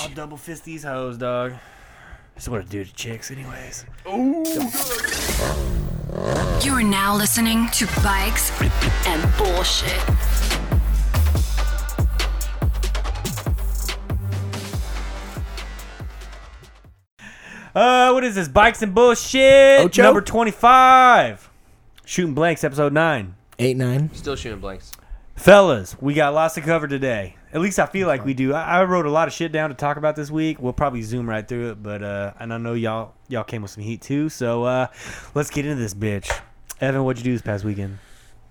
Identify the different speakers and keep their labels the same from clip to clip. Speaker 1: I'll double fist these hoes, dog. This is what I do to chicks, anyways.
Speaker 2: You are now listening to Bikes and Bullshit.
Speaker 1: Uh, what is this? Bikes and bullshit.
Speaker 3: Ocho?
Speaker 1: Number twenty-five. Shooting blanks, episode nine.
Speaker 3: Eight nine.
Speaker 4: Still shooting blanks.
Speaker 1: Fellas, we got lots to cover today. At least I feel like we do. I, I wrote a lot of shit down to talk about this week. We'll probably zoom right through it, but uh, and I know y'all y'all came with some heat too. So uh, let's get into this bitch. Evan, what'd you do this past weekend?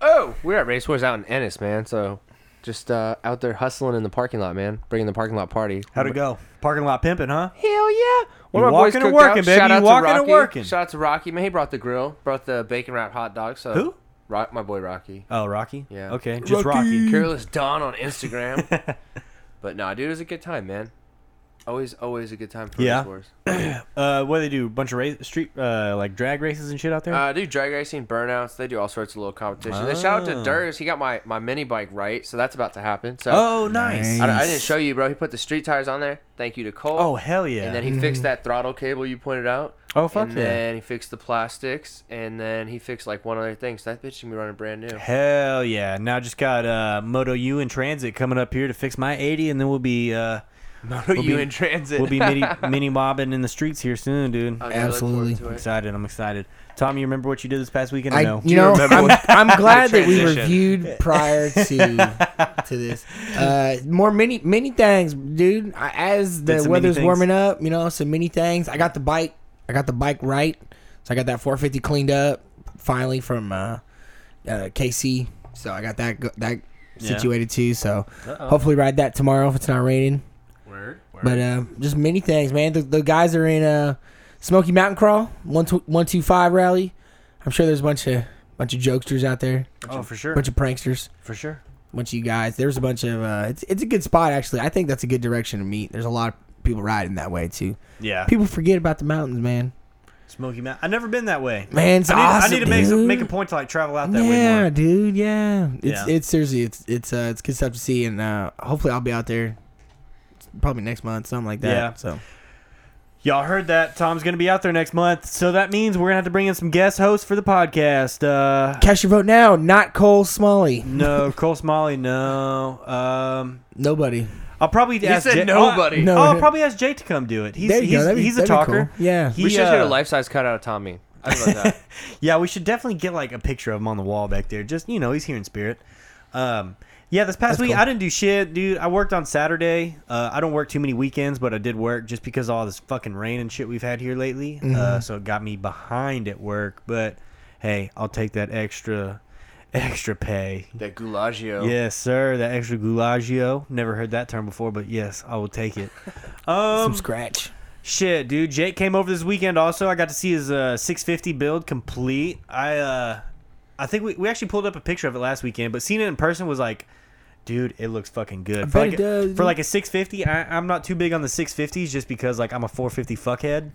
Speaker 4: Oh, we're at Race Wars out in Ennis, man. So just uh, out there hustling in the parking lot, man. Bringing the parking lot party.
Speaker 1: How'd it go? Parking lot pimping, huh?
Speaker 4: Hell yeah! One
Speaker 1: You
Speaker 4: of my boys
Speaker 1: walking and
Speaker 4: cooked
Speaker 1: working,
Speaker 4: out.
Speaker 1: baby.
Speaker 4: Shout
Speaker 1: You
Speaker 4: out to
Speaker 1: walking and
Speaker 4: Rocky.
Speaker 1: working.
Speaker 4: Shout out to Rocky, man. He brought the grill, brought the bacon wrap hot dog. So
Speaker 1: Who?
Speaker 4: Rock, my boy Rocky.
Speaker 1: Oh, Rocky.
Speaker 4: Yeah.
Speaker 1: Okay, just Rocky.
Speaker 4: Careless Don on Instagram. but nah, dude, it was a good time, man. Always, always a good time for
Speaker 1: Yeah.
Speaker 4: Race Wars.
Speaker 1: Uh, what do they do? A bunch of race, street, uh, like drag races and shit out there.
Speaker 4: Uh, they do drag racing, burnouts. They do all sorts of little competitions. They shout out
Speaker 1: Ah.
Speaker 4: to Durs. He got my, my mini bike right, so that's about to happen. So
Speaker 1: oh, nice.
Speaker 4: I, I didn't show you, bro. He put the street tires on there. Thank you to Cole.
Speaker 1: Oh, hell yeah.
Speaker 4: And then he fixed that throttle cable you pointed out.
Speaker 1: Oh, fuck
Speaker 4: And
Speaker 1: yeah.
Speaker 4: then he fixed the plastics, and then he fixed like one other thing. So that bitch can be running brand new.
Speaker 1: Hell yeah! Now I just got uh, Moto U in transit coming up here to fix my eighty, and then we'll be uh,
Speaker 4: Moto
Speaker 1: We'll
Speaker 4: you
Speaker 1: be-
Speaker 4: in transit.
Speaker 1: we'll be mini mini mobbing in the streets here soon, dude. I'm
Speaker 4: Okay, I look forward
Speaker 3: Absolutely.
Speaker 4: to it.
Speaker 1: excited. I'm excited. Tom, you remember what you did this past weekend?
Speaker 3: I,
Speaker 1: no.
Speaker 3: you know,
Speaker 5: remember
Speaker 3: I'm,
Speaker 5: what-
Speaker 3: I'm glad that we
Speaker 5: transition.
Speaker 3: reviewed prior to to this. Uh, more many many things, dude. I, as
Speaker 1: Did
Speaker 3: the
Speaker 1: some mini
Speaker 3: weather's
Speaker 1: things.
Speaker 3: warming up, you know, some many things. I got the bike. I got the bike right, so I got that 450 cleaned up finally from uh, uh, KC. So I got that go- that
Speaker 1: Yeah.
Speaker 3: situated too. So hopefully ride that tomorrow if it's not raining.
Speaker 5: Word. word.
Speaker 3: But uh, just many things, man. The, the guys are in uh, Smoky Mountain Crawl one tw- one two five rally. I'm sure there's a bunch of bunch of jokesters out there,
Speaker 1: oh, for sure,
Speaker 3: bunch of pranksters,
Speaker 1: for sure.
Speaker 3: bunch of you guys. There's a bunch of uh, it's it's a good spot actually. I think that's a good direction to meet. There's a lot of people riding that way too.
Speaker 1: Yeah,
Speaker 3: People forget about the mountains, man.
Speaker 1: Smoky Mountain. I've never been that way.
Speaker 3: Man, it's
Speaker 1: I need,
Speaker 3: awesome.
Speaker 1: I need to make
Speaker 3: dude.
Speaker 1: make a point to like travel out that way
Speaker 3: yeah,
Speaker 1: more.
Speaker 3: dude. Yeah, it's
Speaker 1: Yeah.
Speaker 3: it's seriously it's it's uh, it's good stuff to see, and uh, hopefully I'll be out there probably next month, something like that.
Speaker 1: Yeah.
Speaker 3: So
Speaker 1: Y'all heard that Tom's gonna be out there next month, so that means we're gonna have to bring in some guest hosts for the podcast. Uh,
Speaker 3: cast your vote now. Not Cole Smalley.
Speaker 1: no, Cole Smalley, no. Um,
Speaker 3: Nobody.
Speaker 1: I'll probably
Speaker 4: He
Speaker 1: ask
Speaker 4: said
Speaker 1: Jay-
Speaker 4: nobody.
Speaker 1: Oh,
Speaker 3: No.
Speaker 1: I'll probably ask Jay to come do it. He's
Speaker 3: There you go.
Speaker 1: he's,
Speaker 3: That'd be-
Speaker 1: he's a
Speaker 3: that'd be
Speaker 1: talker.
Speaker 3: cool. Yeah.
Speaker 1: He,
Speaker 4: we should have
Speaker 1: uh,
Speaker 4: a life size cutout of Tommy. I love that.
Speaker 1: Yeah, we should definitely get like a picture of him on the wall back there. Just you know, he's here in spirit. Um, yeah, this past
Speaker 3: That's
Speaker 1: week
Speaker 3: cool.
Speaker 1: I didn't do shit, dude. I worked on Saturday. Uh, I don't work too many weekends, but I did work just because of all this fucking rain and shit we've had here lately.
Speaker 3: Mm-hmm.
Speaker 1: Uh, so it got me behind at work. But hey, I'll take that extra, extra pay.
Speaker 4: that Goulagio.
Speaker 1: Yes, sir. That extra goulagio. Never heard that term before, but yes, I will take it. Um,
Speaker 3: Some scratch.
Speaker 1: Shit, dude. Jake came over this weekend. Also, I got to see his uh, 650 build complete. I uh, I think we, we actually pulled up a picture of it last weekend, but seeing it in person was like, dude, it looks fucking good. for
Speaker 3: bet
Speaker 1: like
Speaker 3: it
Speaker 1: a,
Speaker 3: does,
Speaker 1: for
Speaker 3: dude.
Speaker 1: like a 650, I, I'm not too big on the 650s just because like I'm a 450 fuckhead.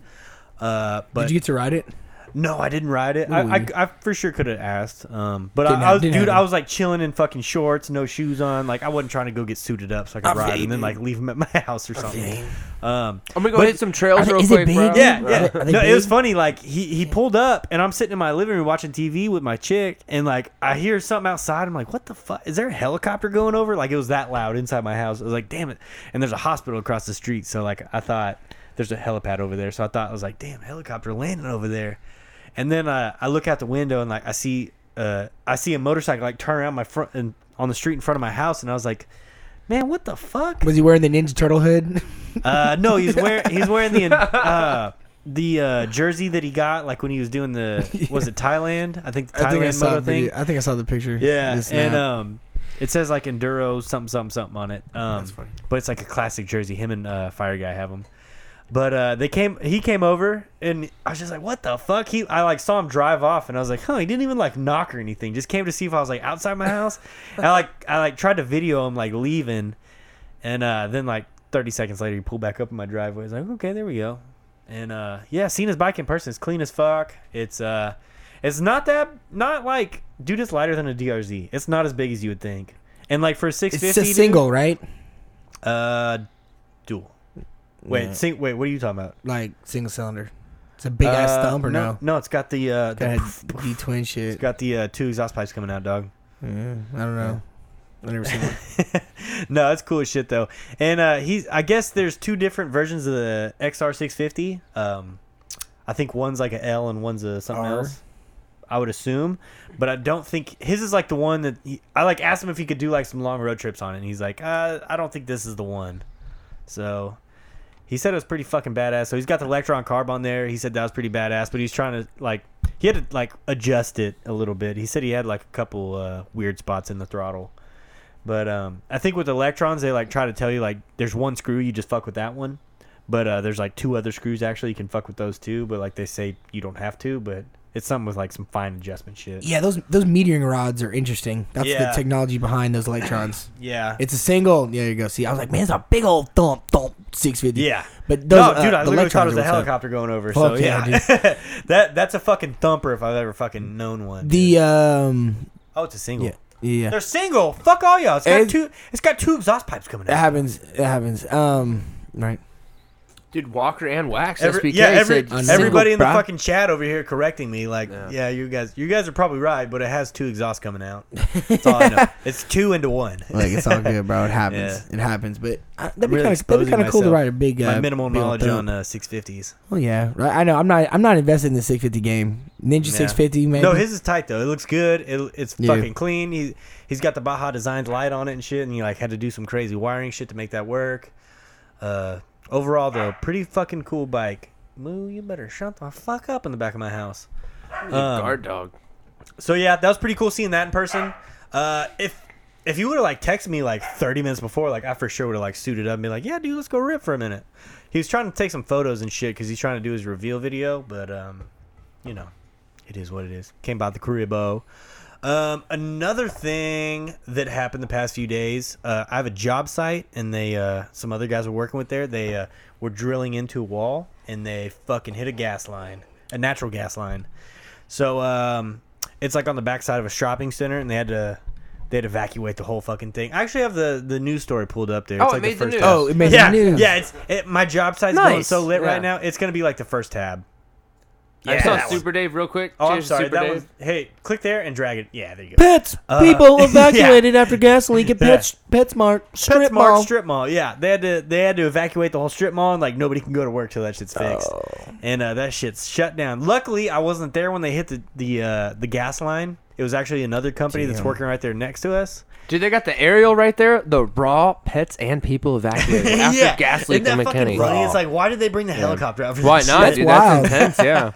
Speaker 1: Uh, but
Speaker 3: Did you get to ride it?
Speaker 1: no, I didn't ride it. I, I,
Speaker 3: Ooh.
Speaker 1: I for sure could have asked. Um, but
Speaker 3: Didn't
Speaker 1: I, I
Speaker 3: have-
Speaker 1: was,
Speaker 3: didn't have
Speaker 1: dude, I
Speaker 3: them.
Speaker 1: was like chilling in fucking shorts, no shoes on. Like I wasn't trying to go get suited up so I could
Speaker 3: I
Speaker 1: ride
Speaker 3: feel you,
Speaker 1: and then
Speaker 3: dude.
Speaker 1: like leave them at my house or something. Um,
Speaker 4: I'm gonna go hit some
Speaker 3: Are
Speaker 4: trails
Speaker 3: they-
Speaker 4: real
Speaker 3: is it
Speaker 4: quick, bro.
Speaker 3: big?
Speaker 1: yeah,
Speaker 3: Are
Speaker 1: yeah.
Speaker 3: they- are they
Speaker 1: No, it was
Speaker 3: big?
Speaker 1: funny. Like he he pulled up, and I'm sitting in my living room watching TV with my chick, and like I hear something outside. I'm like, what the fuck? Is there a helicopter going over? Like it was that loud inside my house. I was like, damn it. And there's a hospital across the street, so like I thought there's a helipad over there. So I thought I was like, damn, helicopter landing over there. And then uh, I look out the window and like I see uh I see a motorcycle like turn around my front and on the street in front of my house, and I was like. Man, what the fuck?
Speaker 3: Was he wearing the Ninja Turtle hood?
Speaker 1: Uh, no, he's wearing he's wearing the uh, the uh, jersey that he got like when he was doing the was it Thailand? I think the Thailand moto thing.
Speaker 3: I think I saw the picture.
Speaker 1: Yeah,
Speaker 3: This
Speaker 1: and
Speaker 3: now.
Speaker 1: um, it says like enduro something something something on it. Um,
Speaker 3: That's funny.
Speaker 1: But it's like a classic jersey. Him and uh, Fire Guy have them. But uh, they came. He came over, and I was just like, "What the fuck?" He, I like saw him drive off, and I was like, "Huh?" He didn't even like knock or anything. Just came to see if I was like outside my house. and I like, I like tried to video him like leaving, and uh, then like 30 seconds later, he pulled back up in my driveway. He's like, "Okay, there we go." And uh, yeah, seen his bike in person. It's clean as fuck. It's uh, it's not that not like dude. It's lighter than a DRZ. It's not as big as you would think. And like for a
Speaker 3: it's
Speaker 1: 650,
Speaker 3: a
Speaker 1: dude,
Speaker 3: single, right?
Speaker 1: uh, dual. Wait, sing, wait, what are you talking about?
Speaker 3: like single cylinder. It's a big ass
Speaker 1: Uh,
Speaker 3: thump or no?
Speaker 1: No, it's got the uh,
Speaker 3: Got
Speaker 1: the,
Speaker 3: that D twin shit.
Speaker 1: it's got the uh, two exhaust pipes coming out, dog.
Speaker 3: I don't know. I never seen it.
Speaker 1: no, it's cool as shit though. And uh, he's I guess there's two different versions of the XR650. Um, I think one's like a L and one's a something
Speaker 3: R.
Speaker 1: else. I would assume, but I don't think his is like the one that he, I like asked him if he could do like some long road trips on it, and he's like, uh, I don't think this is the one. So he said it was pretty fucking badass. So he's got the Electron Carb on there. He said that was pretty badass, but he's trying to like he had to like adjust it a little bit. He said he had like a couple uh, weird spots in the throttle. But um, I think with electrons, they like try to tell you like there's one screw you just fuck with that one, but uh, there's like two other screws actually you can fuck with those too. But like they say you don't have to, but it's something with like some fine adjustment shit.
Speaker 3: Yeah, those those meteoring rods are interesting. That's
Speaker 1: Yeah.
Speaker 3: the technology behind those electrons.
Speaker 1: Yeah.
Speaker 3: It's a single. Yeah, you go. See, I was like, man, it's a big old thump thump six fifty.
Speaker 1: yeah.
Speaker 3: but those,
Speaker 1: no, dude,
Speaker 3: uh,
Speaker 1: I
Speaker 3: the
Speaker 1: literally thought it
Speaker 3: electrons
Speaker 1: was a
Speaker 3: are what's up.
Speaker 1: helicopter going over. so
Speaker 3: Fuck
Speaker 1: yeah,
Speaker 3: yeah,
Speaker 1: that that's a fucking thumper if I've ever fucking known one. dude.
Speaker 3: The um,
Speaker 1: oh, it's a single.
Speaker 3: yeah, yeah,
Speaker 1: They're single. Fuck all y'all. It's got
Speaker 3: It's-
Speaker 1: two. It's got two exhaust pipes coming
Speaker 3: it
Speaker 1: out.
Speaker 3: happens. It happens. Um, right.
Speaker 4: Dude, Walker and Wax.
Speaker 1: Every,
Speaker 4: SBK
Speaker 1: yeah, every,
Speaker 4: said single-
Speaker 1: everybody in the
Speaker 3: bruh.
Speaker 1: fucking chat over here correcting me, like, yeah.
Speaker 4: Yeah.
Speaker 1: you guys, you guys are probably right, but it has two exhausts coming out. That's all I know. It's two into one.
Speaker 3: Like it's all good, bro. It happens.
Speaker 1: Yeah.
Speaker 3: It happens. But uh, that'd be
Speaker 1: Really
Speaker 3: kind of that'd be
Speaker 1: exposing
Speaker 3: kind of cool to
Speaker 1: myself.
Speaker 3: ride a big. Uh,
Speaker 1: My minimal
Speaker 3: big old
Speaker 1: knowledge
Speaker 3: thump.
Speaker 1: on uh, 650s.
Speaker 3: Well, yeah, right. I know. I'm not. I'm not invested in the 650 game. Ninja
Speaker 1: Yeah.
Speaker 3: 650, man.
Speaker 1: No, his is tight though. It looks good. It, it's
Speaker 3: Yeah.
Speaker 1: fucking clean. He he's got the Baja designed light on it and shit, and he like had to do some crazy wiring shit to make that work. Uh, overall though, pretty fucking cool bike. Moo, you better shut the fuck up in the back of my house. Um,
Speaker 4: guard dog.
Speaker 1: So yeah, that was pretty cool seeing that in person. Uh, if if you would have like texted me like 30 minutes before, like I for sure would have like suited up and be like, yeah, dude, let's go rip for a minute. He was trying to take some photos and shit because he's trying to do his reveal video, but um, you know, it is what it is. Came by the Kuribo. Um, another thing that happened the past few days, uh, I have a job site and they uh, some other guys were working with there. They uh, were drilling into a wall and they fucking hit a gas line, a natural gas line. So um, it's like on the backside of a shopping center, and they had to they had to evacuate the whole fucking thing. I actually have the the news story pulled up there.
Speaker 4: Oh,
Speaker 1: it's
Speaker 4: it
Speaker 1: like
Speaker 4: made the
Speaker 1: first
Speaker 4: news.
Speaker 1: tab.
Speaker 3: Oh, it made
Speaker 1: yeah,
Speaker 3: the news.
Speaker 1: yeah. It's it, my job site's going
Speaker 4: Nice.
Speaker 1: so lit
Speaker 4: Yeah.
Speaker 1: right now. It's gonna be like the first tab.
Speaker 4: I saw
Speaker 1: that one.
Speaker 4: Super Dave real quick.
Speaker 1: Oh, I'm
Speaker 4: Cheers to
Speaker 1: sorry.
Speaker 4: Super
Speaker 1: That
Speaker 4: Dave.
Speaker 1: was hey, click there and drag it. Yeah, there you go.
Speaker 3: Pets.
Speaker 1: Uh,
Speaker 3: people evacuated after gas leak at Pets PetSmart strip
Speaker 1: Strip
Speaker 3: mall.
Speaker 1: strip mall. Yeah, they had to they had to evacuate the whole strip mall, and like nobody can go to work till that shit's fixed. And uh, that shit's shut down. Luckily, I wasn't there when they hit the the uh, the gas line. It was actually another company that's
Speaker 3: Damn.
Speaker 1: working right there next to us.
Speaker 4: Dude, they got the aerial right there. The raw pets and people evacuated after gas leak
Speaker 1: Isn't
Speaker 4: in
Speaker 1: that fucking
Speaker 4: McKinney.
Speaker 1: funny? It's like, why did they bring the helicopter out for
Speaker 4: Why
Speaker 1: this
Speaker 4: not,
Speaker 1: shit?
Speaker 4: dude?
Speaker 3: wild.
Speaker 4: That's intense. Yeah.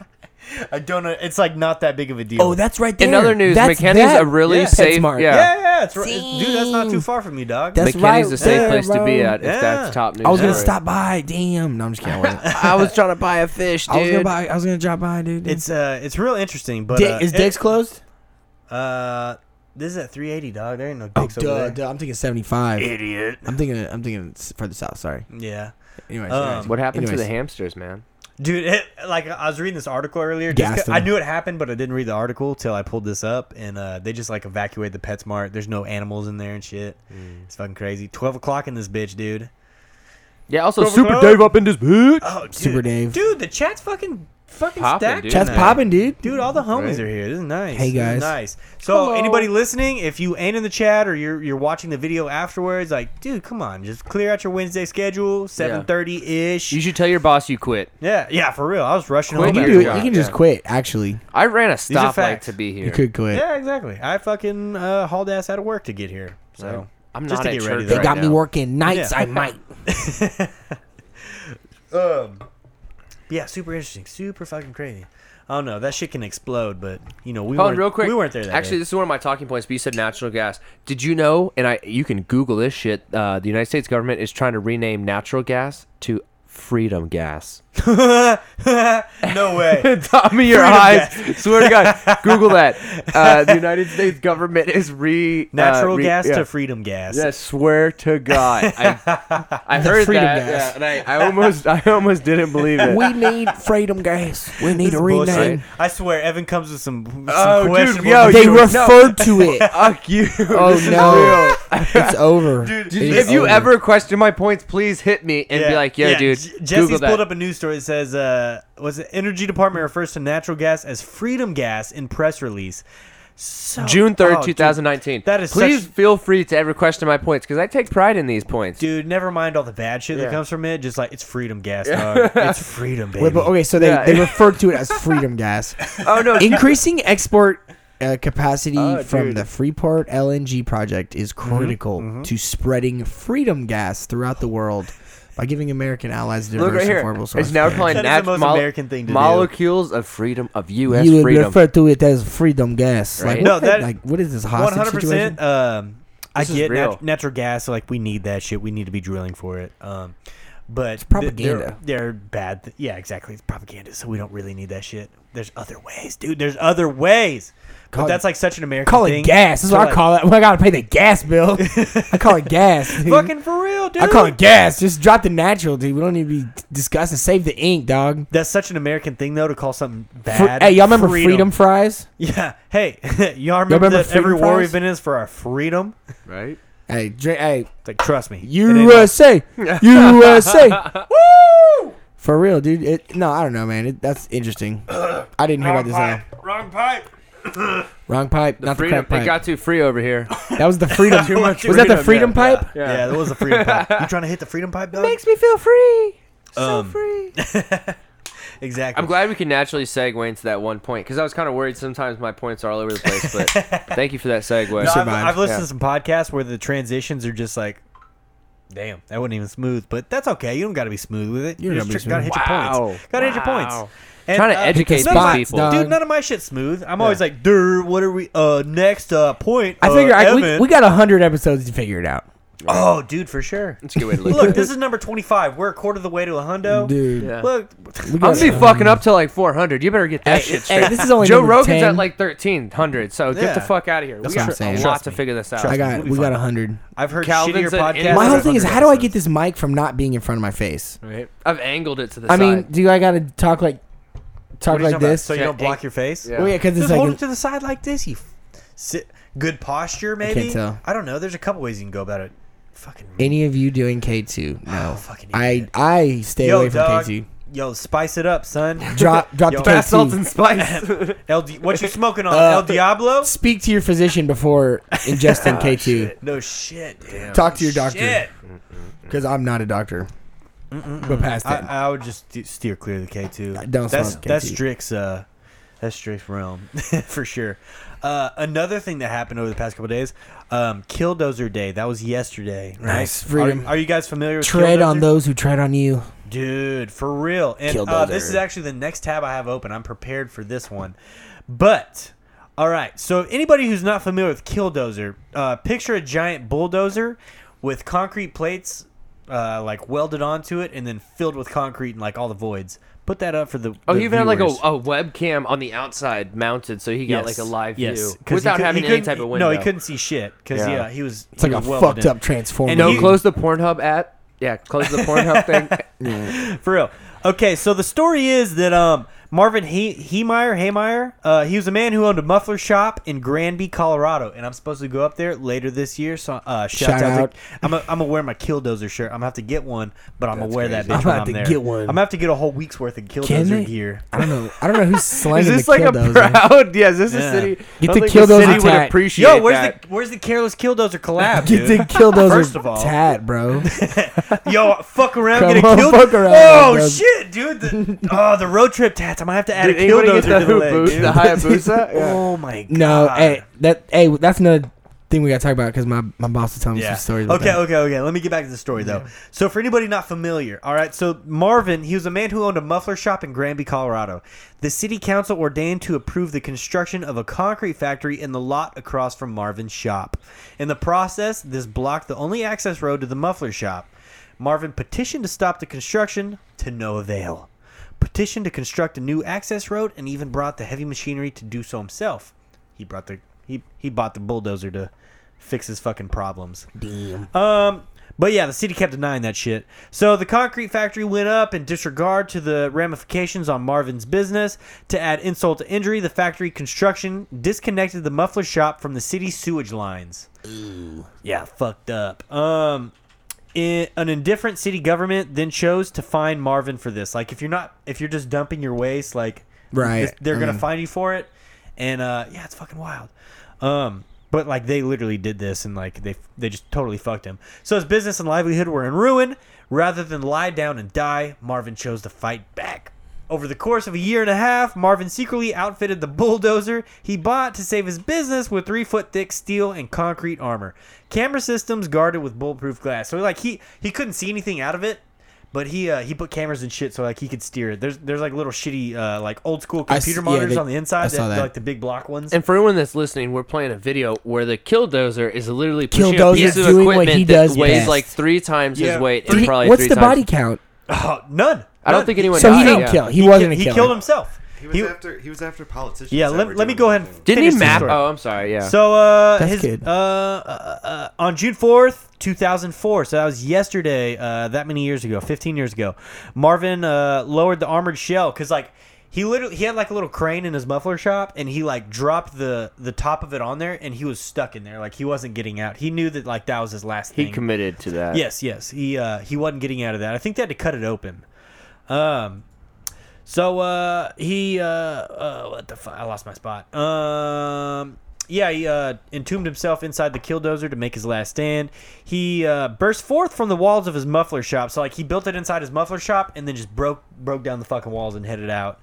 Speaker 1: I don't know. It's like not that big of a deal.
Speaker 3: Oh, that's right there.
Speaker 4: In other news,
Speaker 3: that's
Speaker 4: McKinney's
Speaker 3: that.
Speaker 4: a really
Speaker 1: Yeah.
Speaker 4: safe.
Speaker 3: PetSmart.
Speaker 1: yeah,
Speaker 4: Yeah.
Speaker 1: yeah, yeah, it's right. dude. That's not too far from you, dog.
Speaker 3: That's-
Speaker 4: McKinney's
Speaker 3: right
Speaker 4: a safe
Speaker 3: there,
Speaker 4: place to be
Speaker 3: bro.
Speaker 4: at.
Speaker 1: Yeah.
Speaker 4: If that's top news.
Speaker 3: I was gonna
Speaker 4: story.
Speaker 3: stop by. Damn. No, I'm just kidding. I wasn't.
Speaker 4: I was trying to buy a fish, dude.
Speaker 3: I was gonna buy. I was gonna drop by, dude.
Speaker 1: it's uh, it's real interesting, but
Speaker 3: Dick-
Speaker 1: uh,
Speaker 3: is
Speaker 1: it-
Speaker 3: Dick's closed?
Speaker 1: Uh, this is at 380, dog. There ain't no
Speaker 3: Oh,
Speaker 1: dicks over
Speaker 3: duh,
Speaker 1: there.
Speaker 3: duh. I'm thinking 75.
Speaker 1: Idiot.
Speaker 3: I'm thinking. I'm thinking s- further south. Sorry.
Speaker 1: Yeah.
Speaker 3: Anyways,
Speaker 1: Um,
Speaker 3: anyways.
Speaker 4: What happened to
Speaker 3: Anyways.
Speaker 4: the hamsters, man?
Speaker 1: Dude, it, like I was reading this article earlier. Just 'cause-
Speaker 3: Gassed 'em.
Speaker 1: I knew it happened, but I didn't read the article till I pulled this up, and uh, they just like evacuated the PetSmart. There's no animals in there and shit. It's fucking crazy. Twelve o'clock in this bitch, dude.
Speaker 4: Yeah. Also,
Speaker 1: Silver
Speaker 4: Super
Speaker 1: Club?
Speaker 4: Dave up in this bitch.
Speaker 1: Oh, dude.
Speaker 3: Super Dave.
Speaker 1: Dude, the chat's fucking fucking
Speaker 4: Poppin',
Speaker 1: stacked.
Speaker 4: dude.
Speaker 3: Chat's
Speaker 1: tonight.
Speaker 3: popping, dude.
Speaker 1: Dude, all the homies
Speaker 4: Right.
Speaker 1: are here. This is nice.
Speaker 3: Hey,
Speaker 1: This is
Speaker 3: guys.
Speaker 1: nice. So anybody listening, if you ain't in the chat or you're you're watching the video afterwards, like, dude, come on, just clear out your Wednesday schedule, seven thirty ish.
Speaker 4: You should tell your boss you quit.
Speaker 1: Yeah, yeah, for real. I was rushing home.
Speaker 4: Quit
Speaker 3: You,
Speaker 1: after
Speaker 3: do, you
Speaker 1: work.
Speaker 4: Yeah.
Speaker 3: can just
Speaker 4: Yeah.
Speaker 3: quit. Actually,
Speaker 4: I ran a
Speaker 1: are
Speaker 4: stoplight
Speaker 1: facts.
Speaker 4: to be here.
Speaker 3: you could quit.
Speaker 1: Yeah, exactly. I fucking uh, hauled ass out of work to get here. So
Speaker 4: Right. I'm
Speaker 1: just
Speaker 4: not
Speaker 1: to
Speaker 4: at
Speaker 1: get ready though.
Speaker 4: church
Speaker 3: They
Speaker 4: right
Speaker 3: got me
Speaker 4: now.
Speaker 3: working nights.
Speaker 1: Yeah.
Speaker 3: I might.
Speaker 1: Yeah, super interesting, super fucking crazy. I don't know. That shit can explode, but you know we
Speaker 4: Hold on,
Speaker 1: weren't
Speaker 4: real quick.
Speaker 1: We weren't there. That
Speaker 4: Actually,
Speaker 1: day.
Speaker 4: this is one of my talking points. But you said natural gas. Did you know? And I, you can Google this shit. Uh, the United States government is trying to rename natural gas to freedom gas.
Speaker 1: no way.
Speaker 4: Top of your
Speaker 1: Freedom
Speaker 4: eyes. Swear to God, Google that. Uh, the United States government is re
Speaker 1: Natural
Speaker 4: uh, re-
Speaker 1: gas
Speaker 4: yeah.
Speaker 1: to freedom gas.
Speaker 4: Yeah, swear to God, I, I heard
Speaker 3: freedom
Speaker 4: that,
Speaker 3: gas.
Speaker 4: yeah, and I, I almost, I almost didn't believe it.
Speaker 3: we need freedom gas. We need
Speaker 1: This
Speaker 3: a
Speaker 1: is bullshit.
Speaker 3: rename.
Speaker 1: I swear, Evan comes with some, some
Speaker 4: Oh, dude,
Speaker 1: questionable.
Speaker 4: yo,
Speaker 1: news.
Speaker 3: They
Speaker 4: you-
Speaker 3: referred to it.
Speaker 4: Fuck you.
Speaker 3: Oh
Speaker 4: This is
Speaker 3: no,
Speaker 4: real.
Speaker 3: it's over.
Speaker 1: Dude,
Speaker 3: It is
Speaker 4: if you
Speaker 3: over.
Speaker 4: ever question my points, please hit me and
Speaker 1: Yeah,
Speaker 4: be like, "Yo,
Speaker 1: yeah,
Speaker 4: dude,
Speaker 1: Because Jesse's
Speaker 4: that.
Speaker 1: pulled up a news story that says, uh, was the Energy Department refers to natural gas as freedom gas in press release? So,
Speaker 4: June 3rd,
Speaker 1: oh, dude,
Speaker 4: 2019.
Speaker 1: that is
Speaker 4: Please
Speaker 1: such-
Speaker 4: feel free to ever question my points because I take pride in these points.
Speaker 1: Dude, never mind all the bad shit
Speaker 4: Yeah.
Speaker 1: that comes from it. Just like it's freedom gas, dog. it's freedom, baby.
Speaker 3: Wait, but okay, so they,
Speaker 4: Yeah.
Speaker 3: they referred to it as freedom gas.
Speaker 4: Oh, no.
Speaker 3: Increasing export uh, capacity
Speaker 4: Oh,
Speaker 3: from
Speaker 4: dude.
Speaker 3: the Freeport LNG project is critical to spreading freedom gas throughout the world by giving American allies diverse
Speaker 4: Look right
Speaker 3: and
Speaker 4: here.
Speaker 3: affordable sources.
Speaker 4: It's now applying
Speaker 1: That is the
Speaker 4: nat-
Speaker 1: most
Speaker 4: mol-
Speaker 1: American thing to do.
Speaker 4: molecules of freedom of U.S.
Speaker 3: you would
Speaker 4: freedom.
Speaker 3: refer to it as freedom gas.
Speaker 4: Right.
Speaker 3: Like,
Speaker 1: No,
Speaker 3: what,
Speaker 1: that-
Speaker 3: like what is this
Speaker 1: One
Speaker 3: hostage
Speaker 1: hundred
Speaker 3: situation?
Speaker 1: percent. Um, I
Speaker 4: This is
Speaker 1: get nat-
Speaker 4: real.
Speaker 1: natural gas. Like we need that shit. We need to be drilling for it. Um, but it's
Speaker 3: propaganda.
Speaker 1: They're, they're bad. Th- yeah, exactly. It's propaganda. So we don't really need that shit. There's other ways, dude. There's other ways.
Speaker 3: Call
Speaker 1: But
Speaker 3: it-
Speaker 1: that's like such an American
Speaker 3: Call
Speaker 1: thing.
Speaker 3: it gas. That's
Speaker 1: to,
Speaker 3: what I
Speaker 1: like,
Speaker 3: call it. Well, I gotta pay the gas bill. I call it gas. dude.
Speaker 1: Fucking for real, dude.
Speaker 3: I call it gas. Just drop the natural, dude. We don't need to be discussing. Save the ink, dog.
Speaker 1: That's such an American thing, though, to call something
Speaker 3: Fr-
Speaker 1: bad.
Speaker 3: hey, y'all remember freedom, fries?
Speaker 1: Yeah. Hey, y'all remember,
Speaker 3: remember
Speaker 1: that every
Speaker 3: freedom
Speaker 1: war
Speaker 3: fries?
Speaker 1: we've been in is for our freedom?
Speaker 4: right?
Speaker 3: Hey, drink, hey,
Speaker 1: It's like, trust me. it ain't us.
Speaker 3: USA, USA, woo! For real, dude. It, no, I don't know, man. It, that's interesting. I didn't hear about this. Wrong pipe. Wrong pipe. not the
Speaker 4: Freedom.
Speaker 3: crap pipe.
Speaker 4: It got too free over here.
Speaker 3: that was the freedom. was
Speaker 1: much
Speaker 3: that the freedom
Speaker 4: freedom, yeah.
Speaker 3: pipe?
Speaker 1: Yeah. that was the freedom pipe. You trying to hit the freedom pipe, dog?
Speaker 3: me feel free.
Speaker 1: Um,
Speaker 3: free.
Speaker 1: Exactly.
Speaker 4: I'm glad we can naturally segue into that one point because I was kind of worried sometimes my points are all over the place. But thank you for that segue.
Speaker 1: No, I've,
Speaker 3: survived.
Speaker 1: I've listened
Speaker 4: Yeah.
Speaker 1: to some podcasts where the transitions are just like, damn, that wasn't even smooth. But that's okay. You don't got to be smooth with it. You
Speaker 3: don't
Speaker 1: just
Speaker 3: gotta be
Speaker 1: gotta hit
Speaker 4: smooth.
Speaker 1: your
Speaker 4: Wow.
Speaker 1: points. Got to hit your
Speaker 4: Wow.
Speaker 1: points. And, uh,
Speaker 4: Trying to educate
Speaker 1: none of my-
Speaker 4: these people.
Speaker 1: dude. None of my shit's smooth. I'm always like, dude, what are we? Uh, next uh, point.
Speaker 3: I
Speaker 1: uh,
Speaker 3: figure I, we,
Speaker 1: Evan."
Speaker 3: we got hundred episodes to figure it out,
Speaker 1: Oh, dude, for sure.
Speaker 4: That's a good way to look.
Speaker 1: Look,
Speaker 4: at it.
Speaker 1: this is number 25. We're a quarter of the way to a hundo.
Speaker 3: dude.
Speaker 4: Yeah.
Speaker 1: Look,
Speaker 3: We
Speaker 4: I'm
Speaker 3: got,
Speaker 4: gonna be fucking up to like 400. You better get that
Speaker 3: Hey,
Speaker 4: shit straight.
Speaker 3: hey, this is only
Speaker 4: Joe
Speaker 3: number
Speaker 4: Rogan's
Speaker 3: 10.
Speaker 4: at like 1300. So
Speaker 1: Yeah.
Speaker 4: get the fuck out of here.
Speaker 3: That's
Speaker 4: we
Speaker 3: what I'm
Speaker 4: got
Speaker 3: saying.
Speaker 4: a lot
Speaker 1: Trust
Speaker 4: to
Speaker 1: me.
Speaker 4: figure this out.
Speaker 3: I
Speaker 1: We'll
Speaker 3: got
Speaker 1: be
Speaker 3: we got
Speaker 1: fine.
Speaker 3: hundred.
Speaker 1: I've heard
Speaker 4: Calvin's
Speaker 1: shittier
Speaker 4: an
Speaker 1: podcasts.
Speaker 4: Yeah,
Speaker 3: my whole
Speaker 4: that's
Speaker 3: thing is,
Speaker 1: 100
Speaker 3: how do I get
Speaker 1: episodes.
Speaker 3: this mic from not being in front of my face?
Speaker 4: Right? I've angled it to the
Speaker 3: I
Speaker 4: side.
Speaker 3: mean, do I gotta talk like
Speaker 1: What
Speaker 3: talk
Speaker 1: are you
Speaker 3: like
Speaker 1: talking about?
Speaker 3: this?
Speaker 1: So you
Speaker 4: Yeah,
Speaker 1: don't block
Speaker 4: ain't-
Speaker 1: your face?
Speaker 4: Yeah.
Speaker 3: Well, yeah, because it's
Speaker 1: Just
Speaker 3: like
Speaker 1: hold
Speaker 3: a-
Speaker 1: it to the side like this. You f- sit, good posture, maybe.
Speaker 3: tell.
Speaker 1: I don't know. There's a couple ways you can go about it. Fucking
Speaker 3: any of you doing K two. No,
Speaker 1: Oh, fucking
Speaker 3: I
Speaker 1: idiot.
Speaker 3: I stay
Speaker 1: yo,
Speaker 3: away from
Speaker 1: dog.
Speaker 3: K two.
Speaker 1: Yo, spice it up, son.
Speaker 3: Drop drop
Speaker 1: Yo,
Speaker 3: the
Speaker 1: fast
Speaker 4: salt and
Speaker 3: K Uh, two.
Speaker 4: spice.
Speaker 1: El, Di- what you smoking on? El Diablo?
Speaker 3: Speak to your physician before ingesting K two.
Speaker 1: No Oh, shit. Damn.
Speaker 3: Talk to your doctor
Speaker 1: Shit.
Speaker 3: because I'm not a doctor. But past
Speaker 1: I,
Speaker 3: that,
Speaker 1: I would just do- steer clear of the K two.
Speaker 3: I don't
Speaker 1: That's
Speaker 3: smoke K2.
Speaker 1: that's Strick's. Uh, that's Strick's realm for sure. Uh, another thing that happened over the past couple days, um, Killdozer Day. That was yesterday. Right?
Speaker 3: Nice. Freedom.
Speaker 1: Are, are you guys familiar with
Speaker 3: tread on
Speaker 1: Killdozer?
Speaker 3: those who tread on you.
Speaker 1: Dude, for real. And uh, this
Speaker 3: Killdozer.
Speaker 1: is actually the next tab I have open. I'm prepared for this one. But, all right. So, anybody who's not familiar with Killdozer, uh, picture a giant bulldozer with concrete plates uh, like welded onto it and then filled with concrete and like all the voids. Put that up for the.
Speaker 4: Oh,
Speaker 1: the
Speaker 4: he even had like a,
Speaker 1: viewers.
Speaker 4: a webcam on the outside mounted, so he got like a live view
Speaker 1: 'cause he
Speaker 4: without
Speaker 1: could-
Speaker 4: having
Speaker 1: he
Speaker 4: any
Speaker 1: couldn't-
Speaker 4: type of window.
Speaker 1: No, he couldn't see shit because
Speaker 4: Yeah.
Speaker 1: yeah. he was.
Speaker 3: It's like a fucked up transformer.
Speaker 1: And
Speaker 4: No,
Speaker 1: he-
Speaker 4: close the Pornhub app. Yeah, close the Pornhub thing.
Speaker 1: For real. Okay, so the story is that um Marvin he- Heemeyer, Haymeyer, uh, he was a man who owned a muffler shop in Granby, Colorado, and I'm supposed to go up there later this year. So uh, shout,
Speaker 3: Shout
Speaker 1: out.
Speaker 3: out.
Speaker 1: To, I'm a, I'm gonna wear my killdozer shirt. I'm gonna have to get one, but I'm gonna wear that bitch
Speaker 3: I'm
Speaker 1: when
Speaker 3: about
Speaker 1: I'm
Speaker 3: to
Speaker 1: there.
Speaker 3: get one.
Speaker 1: I'm gonna have to get a whole week's worth of
Speaker 3: Can they?
Speaker 1: killdozer gear.
Speaker 3: I don't know. I don't know who's
Speaker 4: Is
Speaker 3: slanging the
Speaker 4: this like a
Speaker 3: killdozer.
Speaker 4: proud? Yeah, is this a
Speaker 1: Yeah.
Speaker 4: city?
Speaker 3: Get
Speaker 4: I
Speaker 3: the
Speaker 4: don't think
Speaker 3: Killdozer
Speaker 4: city would
Speaker 3: tat.
Speaker 4: appreciate
Speaker 1: Yo, where's
Speaker 4: that.
Speaker 1: the where's the careless killdozer collab,
Speaker 3: Get
Speaker 1: dude?
Speaker 3: the killdozer
Speaker 1: First of all.
Speaker 3: tat, bro.
Speaker 1: Yo, fuck around,
Speaker 3: Come
Speaker 1: get a
Speaker 3: on,
Speaker 1: kill.
Speaker 3: fuck around,
Speaker 1: oh
Speaker 3: bro.
Speaker 1: shit, dude! The, oh, the road trip tats. I'm gonna have to add
Speaker 4: Did
Speaker 1: a
Speaker 4: anybody get the,
Speaker 1: killdozer to the leg,
Speaker 4: Hayabu-
Speaker 1: dude.
Speaker 4: the Hayabusa? Yeah.
Speaker 1: Oh my god.
Speaker 3: No, hey, that hey, that's another thing we gotta talk about because my my boss was telling me
Speaker 1: Yeah.
Speaker 3: some stories. About
Speaker 1: Okay,
Speaker 3: that.
Speaker 1: okay, okay. Let me get back to the story though. So for anybody not familiar, all right. So Marvin, he was a man who owned a muffler shop in Granby, Colorado. The city council ordained to approve the construction of a concrete factory in the lot across from Marvin's shop. In the process, this blocked the only access road to the muffler shop. Marvin petitioned to stop the construction to no avail. Petitioned to construct a new access road and even brought the heavy machinery to do so himself. He brought the he he bought the bulldozer to fix his fucking problems. Um, but yeah, the city kept denying that shit. So the concrete factory went up in disregard to the ramifications on Marvin's business. To add insult to injury, the factory construction disconnected the muffler shop from the city sewage lines. Yeah, fucked up. Um, i an indifferent city government then chose to fine Marvin for this. Like, if you're not, if you're just dumping your waste, like,
Speaker 3: Right.
Speaker 1: this- they're
Speaker 3: I
Speaker 1: gonna
Speaker 3: mean-
Speaker 1: fine you for it. And uh, yeah, it's fucking wild. Um, but like, they literally did this, and like, they they just totally fucked him. So his business and livelihood were in ruin. Rather than lie down and die, Marvin chose to fight back. Over the course of a year and a half, Marvin secretly outfitted the bulldozer he bought to save his business with three foot thick steel and concrete armor, camera systems guarded with bulletproof glass. So like he he couldn't see anything out of it, but he uh, he put cameras and shit so like he could steer it. There's there's like little shitty uh, like old school
Speaker 3: I s-
Speaker 1: computer
Speaker 3: yeah,
Speaker 1: monitors
Speaker 3: they-
Speaker 1: on the inside
Speaker 3: I
Speaker 1: that,
Speaker 3: saw that.
Speaker 1: like the big block ones.
Speaker 4: And for anyone that's listening, we're playing a video where the killdozer is literally pushing a
Speaker 3: Killdozer's
Speaker 4: piece of
Speaker 3: doing
Speaker 4: equipment
Speaker 3: what he
Speaker 4: that
Speaker 3: does
Speaker 4: weighs
Speaker 3: best.
Speaker 4: like three times
Speaker 1: Yeah.
Speaker 4: his weight
Speaker 3: Did
Speaker 4: and
Speaker 3: he-
Speaker 4: probably
Speaker 3: what's
Speaker 4: three
Speaker 3: the
Speaker 4: times.
Speaker 3: body count?
Speaker 1: Oh, none.
Speaker 4: I don't
Speaker 1: None.
Speaker 4: think anyone.
Speaker 3: So he
Speaker 4: died,
Speaker 3: didn't
Speaker 4: yeah.
Speaker 3: kill. He,
Speaker 1: ki-
Speaker 3: wasn't a
Speaker 1: He
Speaker 3: killer.
Speaker 1: killed himself.
Speaker 5: He was
Speaker 1: He-
Speaker 5: after he was after politicians.
Speaker 1: yeah.
Speaker 5: that
Speaker 1: Let,
Speaker 5: were
Speaker 1: let me
Speaker 5: doing
Speaker 1: go ahead.
Speaker 5: anything.
Speaker 1: And
Speaker 4: Didn't
Speaker 1: finish
Speaker 4: he
Speaker 1: the
Speaker 4: map?
Speaker 1: story.
Speaker 4: Oh, I'm sorry. Yeah.
Speaker 1: So uh,
Speaker 3: That's
Speaker 1: his,
Speaker 3: good.
Speaker 1: uh, uh, uh, on June fourth, two thousand four. So that was yesterday. Uh, that many years ago, fifteen years ago, Marvin uh, lowered the armored shell because like he literally he had like a little crane in his muffler shop, and he like dropped the the top of it on there, and he was stuck in there. Like he wasn't getting out. He knew that like that was his last.
Speaker 4: he
Speaker 1: thing.
Speaker 4: committed to that.
Speaker 1: Yes, yes. He uh, he wasn't getting out of that. I think they had to cut it open. Um, so uh, he uh, uh, what the fuck? I lost my spot. Um, yeah, he uh, entombed himself inside the killdozer to make his last stand. He uh, burst forth from the walls of his muffler shop. So like he built it inside his muffler shop and then just broke broke down the fucking walls and headed out.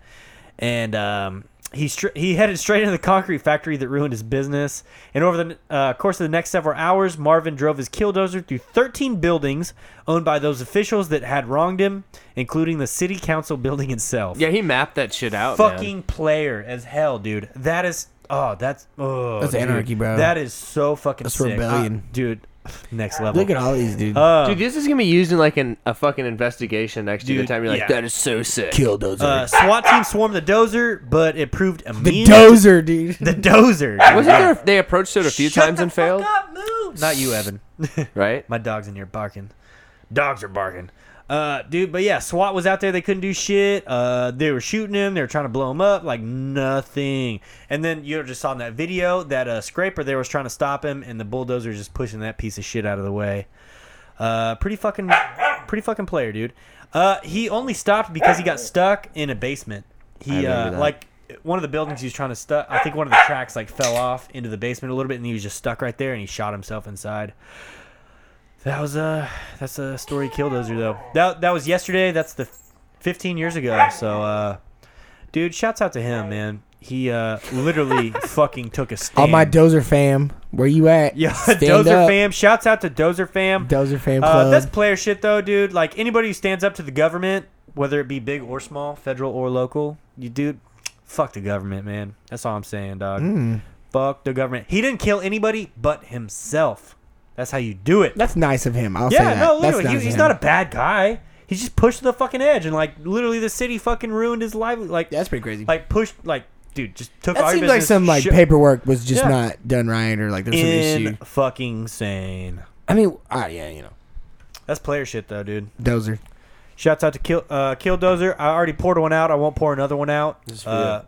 Speaker 1: And um, he str- he headed straight into the concrete factory that ruined his business. And over the uh, course of the next several hours, Marvin drove his killdozer through 13 buildings owned by those officials that had wronged him, including the city council building itself.
Speaker 4: Yeah, he mapped that shit out.
Speaker 1: fucking player as hell, dude. That is oh, that's oh,
Speaker 3: That's
Speaker 1: dude.
Speaker 3: anarchy, bro.
Speaker 1: That is so fucking
Speaker 3: That's
Speaker 1: sick.
Speaker 3: rebellion.
Speaker 1: Uh, dude. Next level.
Speaker 3: Look at all these dudes.
Speaker 1: Uh,
Speaker 4: man. dude. This is gonna be used in like an, a fucking investigation next year. The
Speaker 1: Dude,
Speaker 4: time you're like,
Speaker 1: yeah.
Speaker 4: that is so sick.
Speaker 3: killed those.
Speaker 1: uh, SWAT team swarmed the dozer, but it proved immune.
Speaker 3: the dozer, dude.
Speaker 1: The dozer. dude.
Speaker 4: Wasn't there? They approached it a few
Speaker 1: Shut
Speaker 4: times
Speaker 1: the
Speaker 4: and
Speaker 1: fuck
Speaker 4: failed.
Speaker 1: up, move. Not you, Evan.
Speaker 4: Right.
Speaker 1: My dog's in here barking. Dogs are barking. Uh, dude, but yeah, SWAT was out there. They couldn't do shit. Uh, they were shooting him. They were trying to blow him up. Like nothing. And then you just saw in that video that uh, scraper there was trying to stop him, and the bulldozer was just pushing that piece of shit out of the way. Uh, pretty fucking, pretty fucking player, dude. Uh, he only stopped because he got stuck in a basement. He
Speaker 4: remember
Speaker 1: uh,
Speaker 4: that.
Speaker 1: like one of the buildings he was trying to stuck. I think one of the tracks like fell off into the basement a little bit, and he was just stuck right there, and he shot himself inside. That was uh that's a story killdozer though. That that was yesterday. That's the 15 years ago. So uh dude, shouts out to him, man. He uh literally fucking took a stand.
Speaker 3: all my dozer fam, where you at?
Speaker 1: yeah,
Speaker 3: Stand
Speaker 1: Dozer
Speaker 3: up.
Speaker 1: fam. Shouts out to Dozer fam.
Speaker 3: Dozer fam
Speaker 1: Uh,
Speaker 3: club.
Speaker 1: that's player shit though, dude. Like anybody who stands up to the government, whether it be big or small, federal or local, you dude, fuck the government, man. That's all I'm saying, dog.
Speaker 3: Mm.
Speaker 1: Fuck the government. He didn't kill anybody but himself. That's how you do it.
Speaker 3: That's nice of him. I'll say
Speaker 1: Yeah,
Speaker 3: that.
Speaker 1: no,
Speaker 3: That's
Speaker 1: literally,
Speaker 3: nice
Speaker 1: he,
Speaker 3: of
Speaker 1: he's
Speaker 3: him.
Speaker 1: not a bad guy. He just pushed to the fucking edge, and like literally, the city fucking ruined his life. Like
Speaker 3: That's pretty crazy.
Speaker 1: Like pushed, like dude, just took. all
Speaker 3: that
Speaker 1: your
Speaker 3: seems like
Speaker 1: business,
Speaker 3: some like
Speaker 1: shit-
Speaker 3: paperwork was just
Speaker 1: Yeah.
Speaker 3: not done right, or like there's some issue.
Speaker 1: in fucking sane.
Speaker 3: I mean, ah, yeah, you know,
Speaker 1: That's player shit though, dude.
Speaker 3: dozer.
Speaker 1: Shouts out to Kill uh, Killdozer. I already poured one out. I won't pour another one out.
Speaker 4: for
Speaker 1: Uh,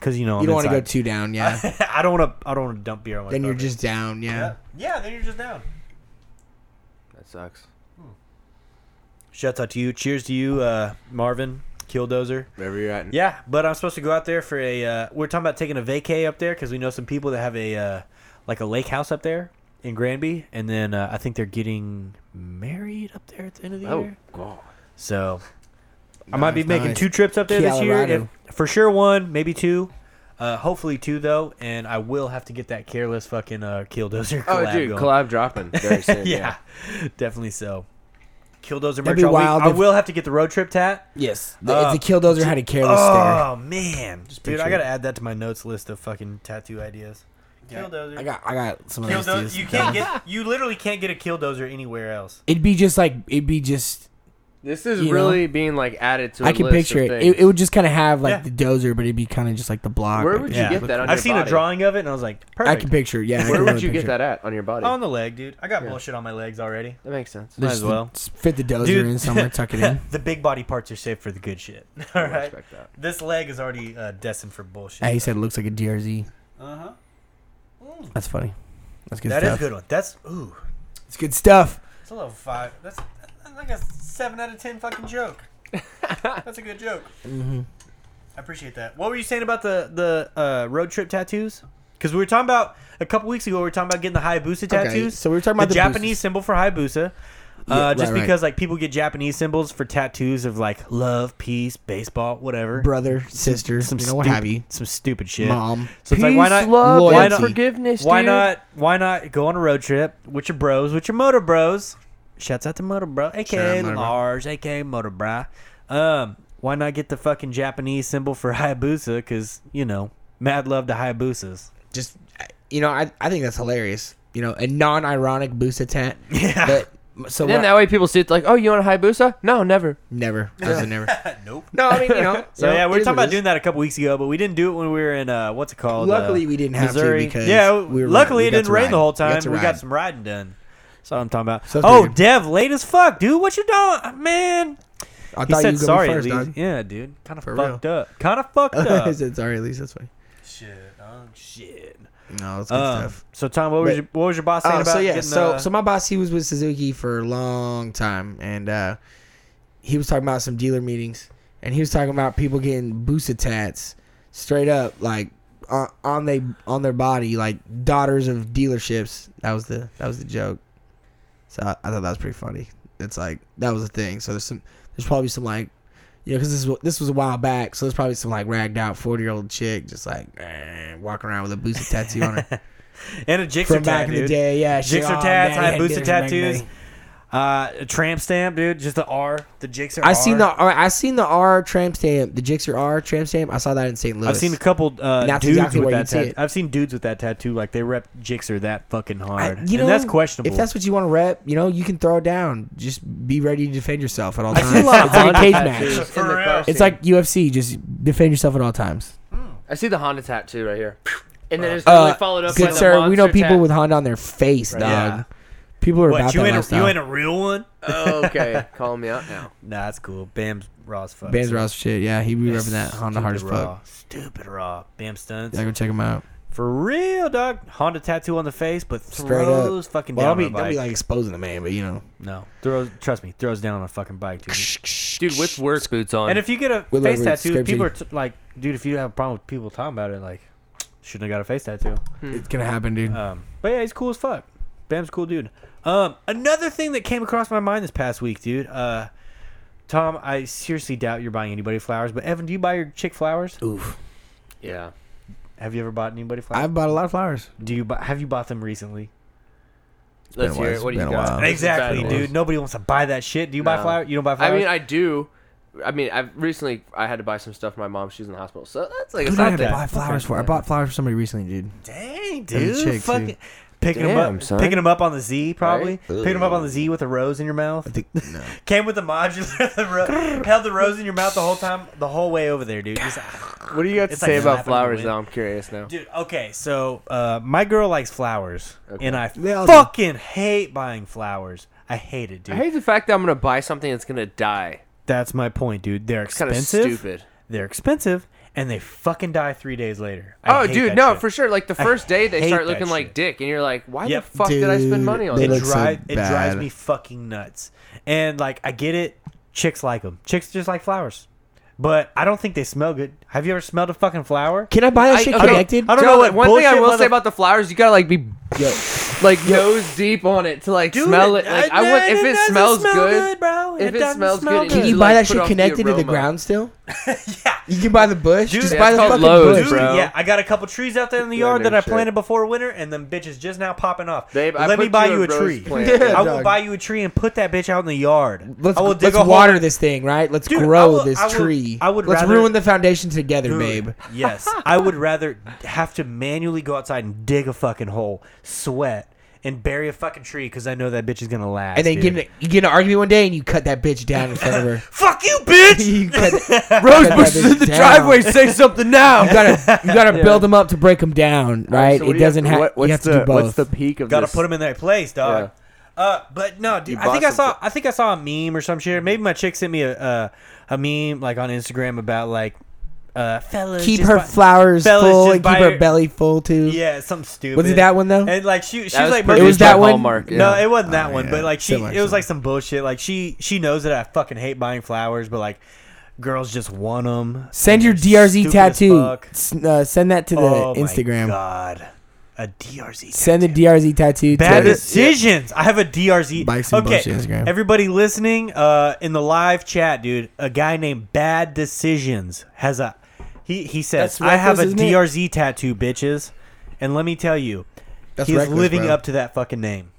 Speaker 1: Cause you know I'm
Speaker 3: You don't want to go
Speaker 1: inside.
Speaker 3: too down, yeah.
Speaker 1: I don't want to. I don't want to dump beer on my.
Speaker 3: then you're
Speaker 1: carpet.
Speaker 3: just down, yeah.
Speaker 1: Yeah, then you're just down.
Speaker 4: That sucks.
Speaker 1: Shouts out to you. Cheers to you, uh, Marvin Killdozer.
Speaker 4: Wherever you're at.
Speaker 1: Yeah, but I'm supposed to go out there for a. Uh, we're talking about taking a vacay up there because we know some people that have a uh, like a lake house up there in Granby, and then uh, I think they're getting married up there at the end of the
Speaker 4: Oh
Speaker 1: year.
Speaker 4: god.
Speaker 1: So I might be
Speaker 3: Nice,
Speaker 1: making
Speaker 3: nice.
Speaker 1: two trips up there this year,
Speaker 3: Colorado.
Speaker 1: if, for sure. One, maybe two. Uh, hopefully two though, and I will have to get that careless fucking uh, killdozer collab
Speaker 4: Oh, dude,
Speaker 1: going.
Speaker 4: collab dropping very soon.
Speaker 1: yeah, definitely so. Killdozer
Speaker 3: That'd
Speaker 1: merch.
Speaker 3: be
Speaker 1: all week.
Speaker 3: wild
Speaker 1: I
Speaker 3: if-
Speaker 1: will have to get the road trip tat.
Speaker 3: Yes.
Speaker 1: Uh,
Speaker 3: if the killdozer had a careless
Speaker 1: Oh man, dude, I
Speaker 3: picture
Speaker 1: gotta add that to my notes list of fucking tattoo ideas. Killdozer.
Speaker 3: stare, I got, I got some of those.
Speaker 1: killdozer.
Speaker 3: dudes.
Speaker 1: You can't get. You literally can't get a killdozer anywhere else.
Speaker 3: It'd be just like, it'd be just.
Speaker 4: This is
Speaker 3: You
Speaker 4: really being like added to. I
Speaker 3: I can picture it. it. It would just kind of have like
Speaker 1: Yeah.
Speaker 3: the dozer, but it'd be kind of just like the block.
Speaker 4: Where
Speaker 3: like,
Speaker 4: would you
Speaker 1: Yeah.
Speaker 4: get that? On
Speaker 1: I've
Speaker 4: your
Speaker 1: seen a
Speaker 4: body?
Speaker 1: drawing of it and I was like, perfect.
Speaker 3: I can picture. Yeah. I
Speaker 4: Where
Speaker 3: can
Speaker 4: would
Speaker 3: really
Speaker 4: you get
Speaker 3: picture.
Speaker 4: that at on your body?
Speaker 1: on the leg, dude. I got bullshit on my legs already.
Speaker 4: that makes sense.
Speaker 1: Might
Speaker 3: Just
Speaker 1: as well.
Speaker 3: the- Fit the dozer
Speaker 1: Dude.
Speaker 3: in somewhere, tuck it in.
Speaker 1: The big body parts are safe for the good shit. All right.
Speaker 4: respect that.
Speaker 1: This leg is already uh, destined for bullshit.
Speaker 3: Hey, he said it looks like a DRZ.
Speaker 1: Uh-huh. Mm.
Speaker 3: That's funny. That's good
Speaker 1: That is
Speaker 3: stuff.
Speaker 1: a good one. That's ooh.
Speaker 3: It's good stuff.
Speaker 1: It's a little five. That's, that's like a seven out of ten fucking joke. that's a good joke. Mm-hmm. I appreciate that. What were you saying about the the uh, road trip tattoos? Because we were talking about a couple weeks ago. We were talking about getting the Hayabusa tattoos.
Speaker 3: so we were talking about
Speaker 1: the,
Speaker 3: the
Speaker 1: Japanese
Speaker 3: Busas.
Speaker 1: symbol for Hayabusa.
Speaker 3: Yeah,
Speaker 1: Uh, just
Speaker 3: right, right.
Speaker 1: because like people get Japanese symbols for tattoos of like love, peace, baseball, whatever.
Speaker 3: brother, sister, you know, what
Speaker 1: stu-
Speaker 3: have you.
Speaker 1: Some stupid shit.
Speaker 3: Mom.
Speaker 1: So it's like, why
Speaker 4: Peace,
Speaker 1: not?
Speaker 4: love,
Speaker 1: why
Speaker 4: and
Speaker 1: not?
Speaker 4: forgiveness.
Speaker 1: Why
Speaker 4: dude.
Speaker 1: not? Why not go on a road trip with your bros, with your motor bros? Shouts out to motor bro, aka
Speaker 3: out Motor Bro.
Speaker 1: Lars, aka motor bro. Um, why not get the fucking Japanese symbol for Hayabusa? Cause you know, mad love to Hayabusas.
Speaker 3: Just, you know, I, I think that's hilarious. You know, a non-ironic Busa tat.
Speaker 1: Yeah.
Speaker 3: But, so
Speaker 4: And then
Speaker 3: what,
Speaker 4: that way people see it like, oh, you want a Hayabusa? No, never.
Speaker 3: never. I said never.
Speaker 1: nope.
Speaker 3: No, I mean, you know.
Speaker 1: So yeah, we were talking about doing
Speaker 3: that.
Speaker 1: that a couple weeks ago, but we didn't do it when we were in uh, what's it called?
Speaker 3: Luckily,
Speaker 1: uh,
Speaker 3: we didn't have to
Speaker 1: Missouri.
Speaker 3: because
Speaker 1: yeah,
Speaker 3: we were-
Speaker 1: luckily
Speaker 3: we
Speaker 1: it
Speaker 3: got
Speaker 1: didn't
Speaker 3: to
Speaker 1: rain
Speaker 3: ride.
Speaker 1: the whole
Speaker 3: We got
Speaker 1: time.
Speaker 3: to
Speaker 1: We
Speaker 3: ride.
Speaker 1: got some riding done. That's all I'm talking about.
Speaker 3: So it's
Speaker 1: oh,
Speaker 3: pretty good.
Speaker 1: Dev, late as fuck, dude. What you doing, man?
Speaker 3: I
Speaker 1: He
Speaker 3: thought
Speaker 1: said
Speaker 3: you were
Speaker 1: sorry
Speaker 3: sorry,
Speaker 1: at
Speaker 3: first,
Speaker 1: least.
Speaker 3: dog.
Speaker 1: Yeah, dude. Kind of
Speaker 3: For
Speaker 1: fucked up. Kind of fucked
Speaker 3: I
Speaker 1: up.
Speaker 3: said sorry at least. That's funny.
Speaker 1: shit. Oh shit.
Speaker 3: No, it's good
Speaker 1: Um,
Speaker 3: stuff.
Speaker 1: so Tom, what was
Speaker 3: But-
Speaker 1: your what was your boss saying
Speaker 3: Oh,
Speaker 1: about?
Speaker 3: so yeah,
Speaker 1: getting,
Speaker 3: so
Speaker 1: uh,
Speaker 3: so my boss he was with Suzuki for a long time, and uh, he was talking about some dealer meetings, and he was talking about people getting Busa tats, straight up like on, on they on their body, like daughters of dealerships. That was the that was the joke. So I, I thought that was pretty funny. It's like that was a thing. So there's some there's probably some like. You know, because this was this was a while back, so there's probably some like ragged out forty year old chick just like eh, walking around with a Busa tattoo on her
Speaker 1: and a jixer
Speaker 3: from
Speaker 1: tat,
Speaker 3: back in the
Speaker 1: dude.
Speaker 3: day. Yeah, shit,
Speaker 1: Jixer
Speaker 3: oh,
Speaker 1: tats,
Speaker 3: man,
Speaker 1: high
Speaker 3: yeah,
Speaker 1: booster
Speaker 3: dude, back in the
Speaker 1: tattoos,
Speaker 3: day.
Speaker 1: uh, a tramp stamp, dude. Just the R, the jixer.
Speaker 3: I seen the
Speaker 1: R.
Speaker 3: I seen the R tramp stamp, the Jixer R tramp stamp. I saw that in St. Louis.
Speaker 1: I've seen a couple uh,
Speaker 3: That's
Speaker 1: dudes
Speaker 3: exactly
Speaker 1: with
Speaker 3: where
Speaker 1: that.
Speaker 3: you'd see
Speaker 1: Tat-
Speaker 3: it.
Speaker 1: I've seen dudes with that tattoo, like they rep jixer that fucking
Speaker 3: I-
Speaker 1: hard.
Speaker 3: you know,
Speaker 1: and that's questionable.
Speaker 3: If that's what you want to rep, you know, you can throw it down. Just be ready to defend yourself at all
Speaker 4: I
Speaker 3: times.
Speaker 4: see a lot of
Speaker 3: it's like a
Speaker 4: Honda
Speaker 3: cage
Speaker 4: tattoos
Speaker 3: match.
Speaker 1: For
Speaker 4: in the
Speaker 1: real.
Speaker 4: car
Speaker 3: It's
Speaker 4: scene.
Speaker 3: like UFC. Just defend yourself at all times.
Speaker 4: I see the Honda tattoo right here, and then it's
Speaker 3: Uh,
Speaker 4: totally followed up. by
Speaker 3: good
Speaker 4: the
Speaker 3: sir, we know
Speaker 4: monster
Speaker 3: people
Speaker 4: tat-
Speaker 3: with Honda on their face, dog.
Speaker 1: Yeah.
Speaker 3: People are
Speaker 1: what
Speaker 3: about
Speaker 1: you
Speaker 3: that
Speaker 1: ain't a,
Speaker 3: lifestyle.
Speaker 1: you ain't a real one.
Speaker 4: Oh, okay, call me out now.
Speaker 1: Nah, that's cool. Bam's raw as fuck.
Speaker 3: Bands
Speaker 1: so-
Speaker 3: raw as shit. Yeah, he be repping that
Speaker 1: Stupid
Speaker 3: Honda hard as
Speaker 1: raw.
Speaker 3: fuck.
Speaker 1: Stupid raw. Bam stunts.
Speaker 3: Yeah, go check him out.
Speaker 1: For real, dog. Honda tattoo on the face, but
Speaker 3: Straight
Speaker 1: throws
Speaker 3: up.
Speaker 1: fucking
Speaker 3: Well,
Speaker 1: down
Speaker 3: don't be,
Speaker 1: on a
Speaker 3: don't
Speaker 1: bike.
Speaker 3: be like exposing the man, but you know.
Speaker 1: no, throws. Trust me, throws down on a fucking bike, dude.
Speaker 4: Dude, with work boots on.
Speaker 1: And if you get a
Speaker 3: With
Speaker 1: face
Speaker 3: every
Speaker 1: tattoo,
Speaker 3: description.
Speaker 1: people are t- like, dude, if you have a problem with people talking about it, like, shouldn't have got a face tattoo.
Speaker 3: It's gonna happen, dude.
Speaker 1: Um, but yeah, he's cool as fuck. Bam's a cool dude. Um, another thing that came across my mind this past week, dude. Uh, Tom, I seriously doubt you're buying anybody flowers, but Evan, do you buy your chick flowers?
Speaker 3: Oof.
Speaker 4: yeah,
Speaker 1: Have you ever bought anybody flowers?
Speaker 3: I've bought a lot of flowers.
Speaker 1: do you buy, have you bought them recently?
Speaker 4: let's
Speaker 3: been a
Speaker 4: hear
Speaker 3: while.
Speaker 4: it. What do you
Speaker 3: It's been a
Speaker 4: got?
Speaker 3: while.
Speaker 1: Exactly,
Speaker 4: Bad
Speaker 1: dude.
Speaker 4: ones.
Speaker 1: Nobody wants to buy that shit. Do you buy
Speaker 4: No.
Speaker 1: flowers? You don't buy
Speaker 4: I
Speaker 1: flowers?
Speaker 4: mean, I do. I mean, I've recently I had to buy some stuff for my mom. She's in the hospital, so that's like a
Speaker 3: Who did I
Speaker 4: side
Speaker 3: have
Speaker 4: thing.
Speaker 3: to buy flowers for? I bought flowers for somebody recently, dude.
Speaker 1: Dang,
Speaker 3: a
Speaker 1: dude.
Speaker 3: chick, too.
Speaker 1: fucking picking them
Speaker 4: Damn,
Speaker 1: up,
Speaker 4: son.
Speaker 1: picking them up on the Z, probably
Speaker 4: Right?
Speaker 1: picking them up on the Z with a rose in your mouth.
Speaker 3: think no.
Speaker 1: Came with the modular, the ro- held the rose in your mouth the whole time, the whole way over there, dude. Just-
Speaker 4: What do you got to
Speaker 1: It's
Speaker 4: say
Speaker 1: like slapping the
Speaker 4: about flowers?
Speaker 1: wind.
Speaker 4: Though I'm curious now.
Speaker 1: dude, okay, so uh, my girl likes flowers,
Speaker 4: Okay.
Speaker 1: and I
Speaker 3: They all do.
Speaker 1: fucking hate buying flowers. I hate it, dude.
Speaker 4: I hate the fact that I'm gonna buy something that's gonna die.
Speaker 1: That's my point, dude. They're
Speaker 4: kinda
Speaker 1: expensive.
Speaker 4: stupid.
Speaker 1: They're expensive, and they fucking die three days later. I
Speaker 4: Oh,
Speaker 1: hate
Speaker 4: dude,
Speaker 1: that
Speaker 4: no,
Speaker 1: shit.
Speaker 4: for sure. Like the
Speaker 1: I
Speaker 4: first day, they
Speaker 1: hate
Speaker 4: start
Speaker 1: that
Speaker 4: looking like
Speaker 1: shit.
Speaker 4: dick, and you're like, "Why
Speaker 1: Yep.
Speaker 4: the fuck did I spend
Speaker 3: Dude,
Speaker 4: money on
Speaker 3: they
Speaker 4: this?"
Speaker 1: it,
Speaker 3: look so
Speaker 1: drive, it drives
Speaker 3: bad.
Speaker 1: me fucking nuts. And like I get it, chicks like them. Chicks just like flowers, but I don't think they smell good. Have you ever smelled a fucking flower?
Speaker 3: Can I buy that
Speaker 4: I-
Speaker 3: shit
Speaker 4: okay,
Speaker 3: connected?
Speaker 1: I don't
Speaker 4: Joe,
Speaker 1: know what
Speaker 4: one thing I
Speaker 1: bullshit
Speaker 4: will
Speaker 1: mother-
Speaker 4: say about the flowers, you gotta like be like nose deep on it to like
Speaker 1: Dude,
Speaker 4: smell it. Like I, would,
Speaker 1: it
Speaker 4: if it,
Speaker 1: doesn't
Speaker 4: smells
Speaker 1: smell
Speaker 4: good,
Speaker 1: bro.
Speaker 4: if it
Speaker 1: doesn't
Speaker 4: smells
Speaker 1: smell
Speaker 4: good, it
Speaker 3: Can
Speaker 4: just-
Speaker 3: you
Speaker 4: to,
Speaker 3: buy
Speaker 4: like,
Speaker 3: that
Speaker 4: put
Speaker 3: shit
Speaker 4: off the
Speaker 3: connected to the
Speaker 4: aroma.
Speaker 3: ground still?
Speaker 1: yeah.
Speaker 3: You can buy the bush.
Speaker 1: Dude,
Speaker 3: just
Speaker 1: yeah,
Speaker 3: buy
Speaker 4: it's
Speaker 3: the
Speaker 4: called
Speaker 3: fucking
Speaker 4: Lowe's,
Speaker 3: bush.
Speaker 1: Dude,
Speaker 4: bro.
Speaker 1: yeah, I got a couple trees out there in the yard that
Speaker 4: Random
Speaker 1: I
Speaker 4: shit.
Speaker 1: planted before winter, and them bitches just now popping off.
Speaker 4: Babe, I
Speaker 1: Let me
Speaker 4: put
Speaker 1: buy
Speaker 4: you
Speaker 1: you
Speaker 4: a
Speaker 1: a
Speaker 4: rose
Speaker 1: tree.
Speaker 4: plant.
Speaker 3: Yeah,
Speaker 1: I will
Speaker 3: dog.
Speaker 1: buy you a tree and put that bitch out in the yard.
Speaker 3: Let's,
Speaker 1: I will dig
Speaker 3: let's
Speaker 1: a hole
Speaker 3: water
Speaker 1: in-
Speaker 3: this thing, right? Let's
Speaker 1: Dude, I
Speaker 3: grow
Speaker 1: will-
Speaker 3: this
Speaker 1: I would-
Speaker 3: tree.
Speaker 1: I would
Speaker 3: Let's
Speaker 1: rather-
Speaker 3: ruin the foundation together,
Speaker 1: Dude,
Speaker 3: babe.
Speaker 1: Yes, I would rather have to manually go outside and dig a fucking hole, sweat, and bury a fucking tree because I know that bitch is gonna last.
Speaker 3: And then
Speaker 1: dude.
Speaker 3: get in a, you get in an argument one day and you cut that bitch down in front of her.
Speaker 1: fuck you, bitch.
Speaker 3: you, cut,
Speaker 4: Rose
Speaker 3: that
Speaker 4: bushes
Speaker 3: bitch
Speaker 4: in the
Speaker 3: down.
Speaker 4: driveway. Say something
Speaker 3: you
Speaker 4: now.
Speaker 3: gotta you gotta build them up to break them down, right? it doesn't have. you have to do both.
Speaker 4: What's the peak of
Speaker 1: Got to
Speaker 4: this?
Speaker 1: put them in their place, dog. Uh, but no, dude.
Speaker 4: You
Speaker 1: I think I
Speaker 4: bought
Speaker 1: saw.
Speaker 4: some-
Speaker 1: I think I saw a meme or some shit. Maybe my chick sent me a a, a meme like on Instagram about like uh, fellas.
Speaker 3: keep
Speaker 1: just
Speaker 3: her
Speaker 1: buy-
Speaker 3: flowers
Speaker 1: fellas,
Speaker 3: full
Speaker 1: just
Speaker 3: and
Speaker 1: buy
Speaker 3: keep her,
Speaker 1: your-"
Speaker 3: belly full too.
Speaker 1: Yeah, something stupid.
Speaker 3: Was it that one though?
Speaker 1: And like she, she
Speaker 4: That
Speaker 1: was,
Speaker 4: was
Speaker 1: like,
Speaker 4: produced
Speaker 3: It was
Speaker 4: by
Speaker 3: that one?
Speaker 4: Hallmark.
Speaker 1: No,
Speaker 4: yeah.
Speaker 1: it wasn't that
Speaker 3: Oh,
Speaker 1: one,
Speaker 3: yeah.
Speaker 1: but like she,
Speaker 3: Similar,
Speaker 1: it was like
Speaker 3: similar.
Speaker 1: some bullshit. Like she, she knows that I fucking hate buying flowers, but like girls just want them.
Speaker 3: Send your DRZ tattoo. S- uh, send that to the
Speaker 1: oh My
Speaker 3: Instagram.
Speaker 1: God, a DRZ.
Speaker 3: Send the
Speaker 1: tattoo.
Speaker 3: DRZ tattoo
Speaker 1: Bad
Speaker 3: to
Speaker 1: decisions. I have a DRZ.
Speaker 3: Bikes and
Speaker 1: okay,
Speaker 3: Bullshit Instagram.
Speaker 1: everybody listening uh, in the live chat, dude. A guy named Bad Decisions has a. He he says
Speaker 3: That's
Speaker 1: I have a
Speaker 3: reckless, isn't it?"
Speaker 1: DRZ tattoo, bitches, and let me tell you,
Speaker 3: That's
Speaker 1: he's
Speaker 3: reckless,
Speaker 1: living
Speaker 3: bro.
Speaker 1: up to that fucking name.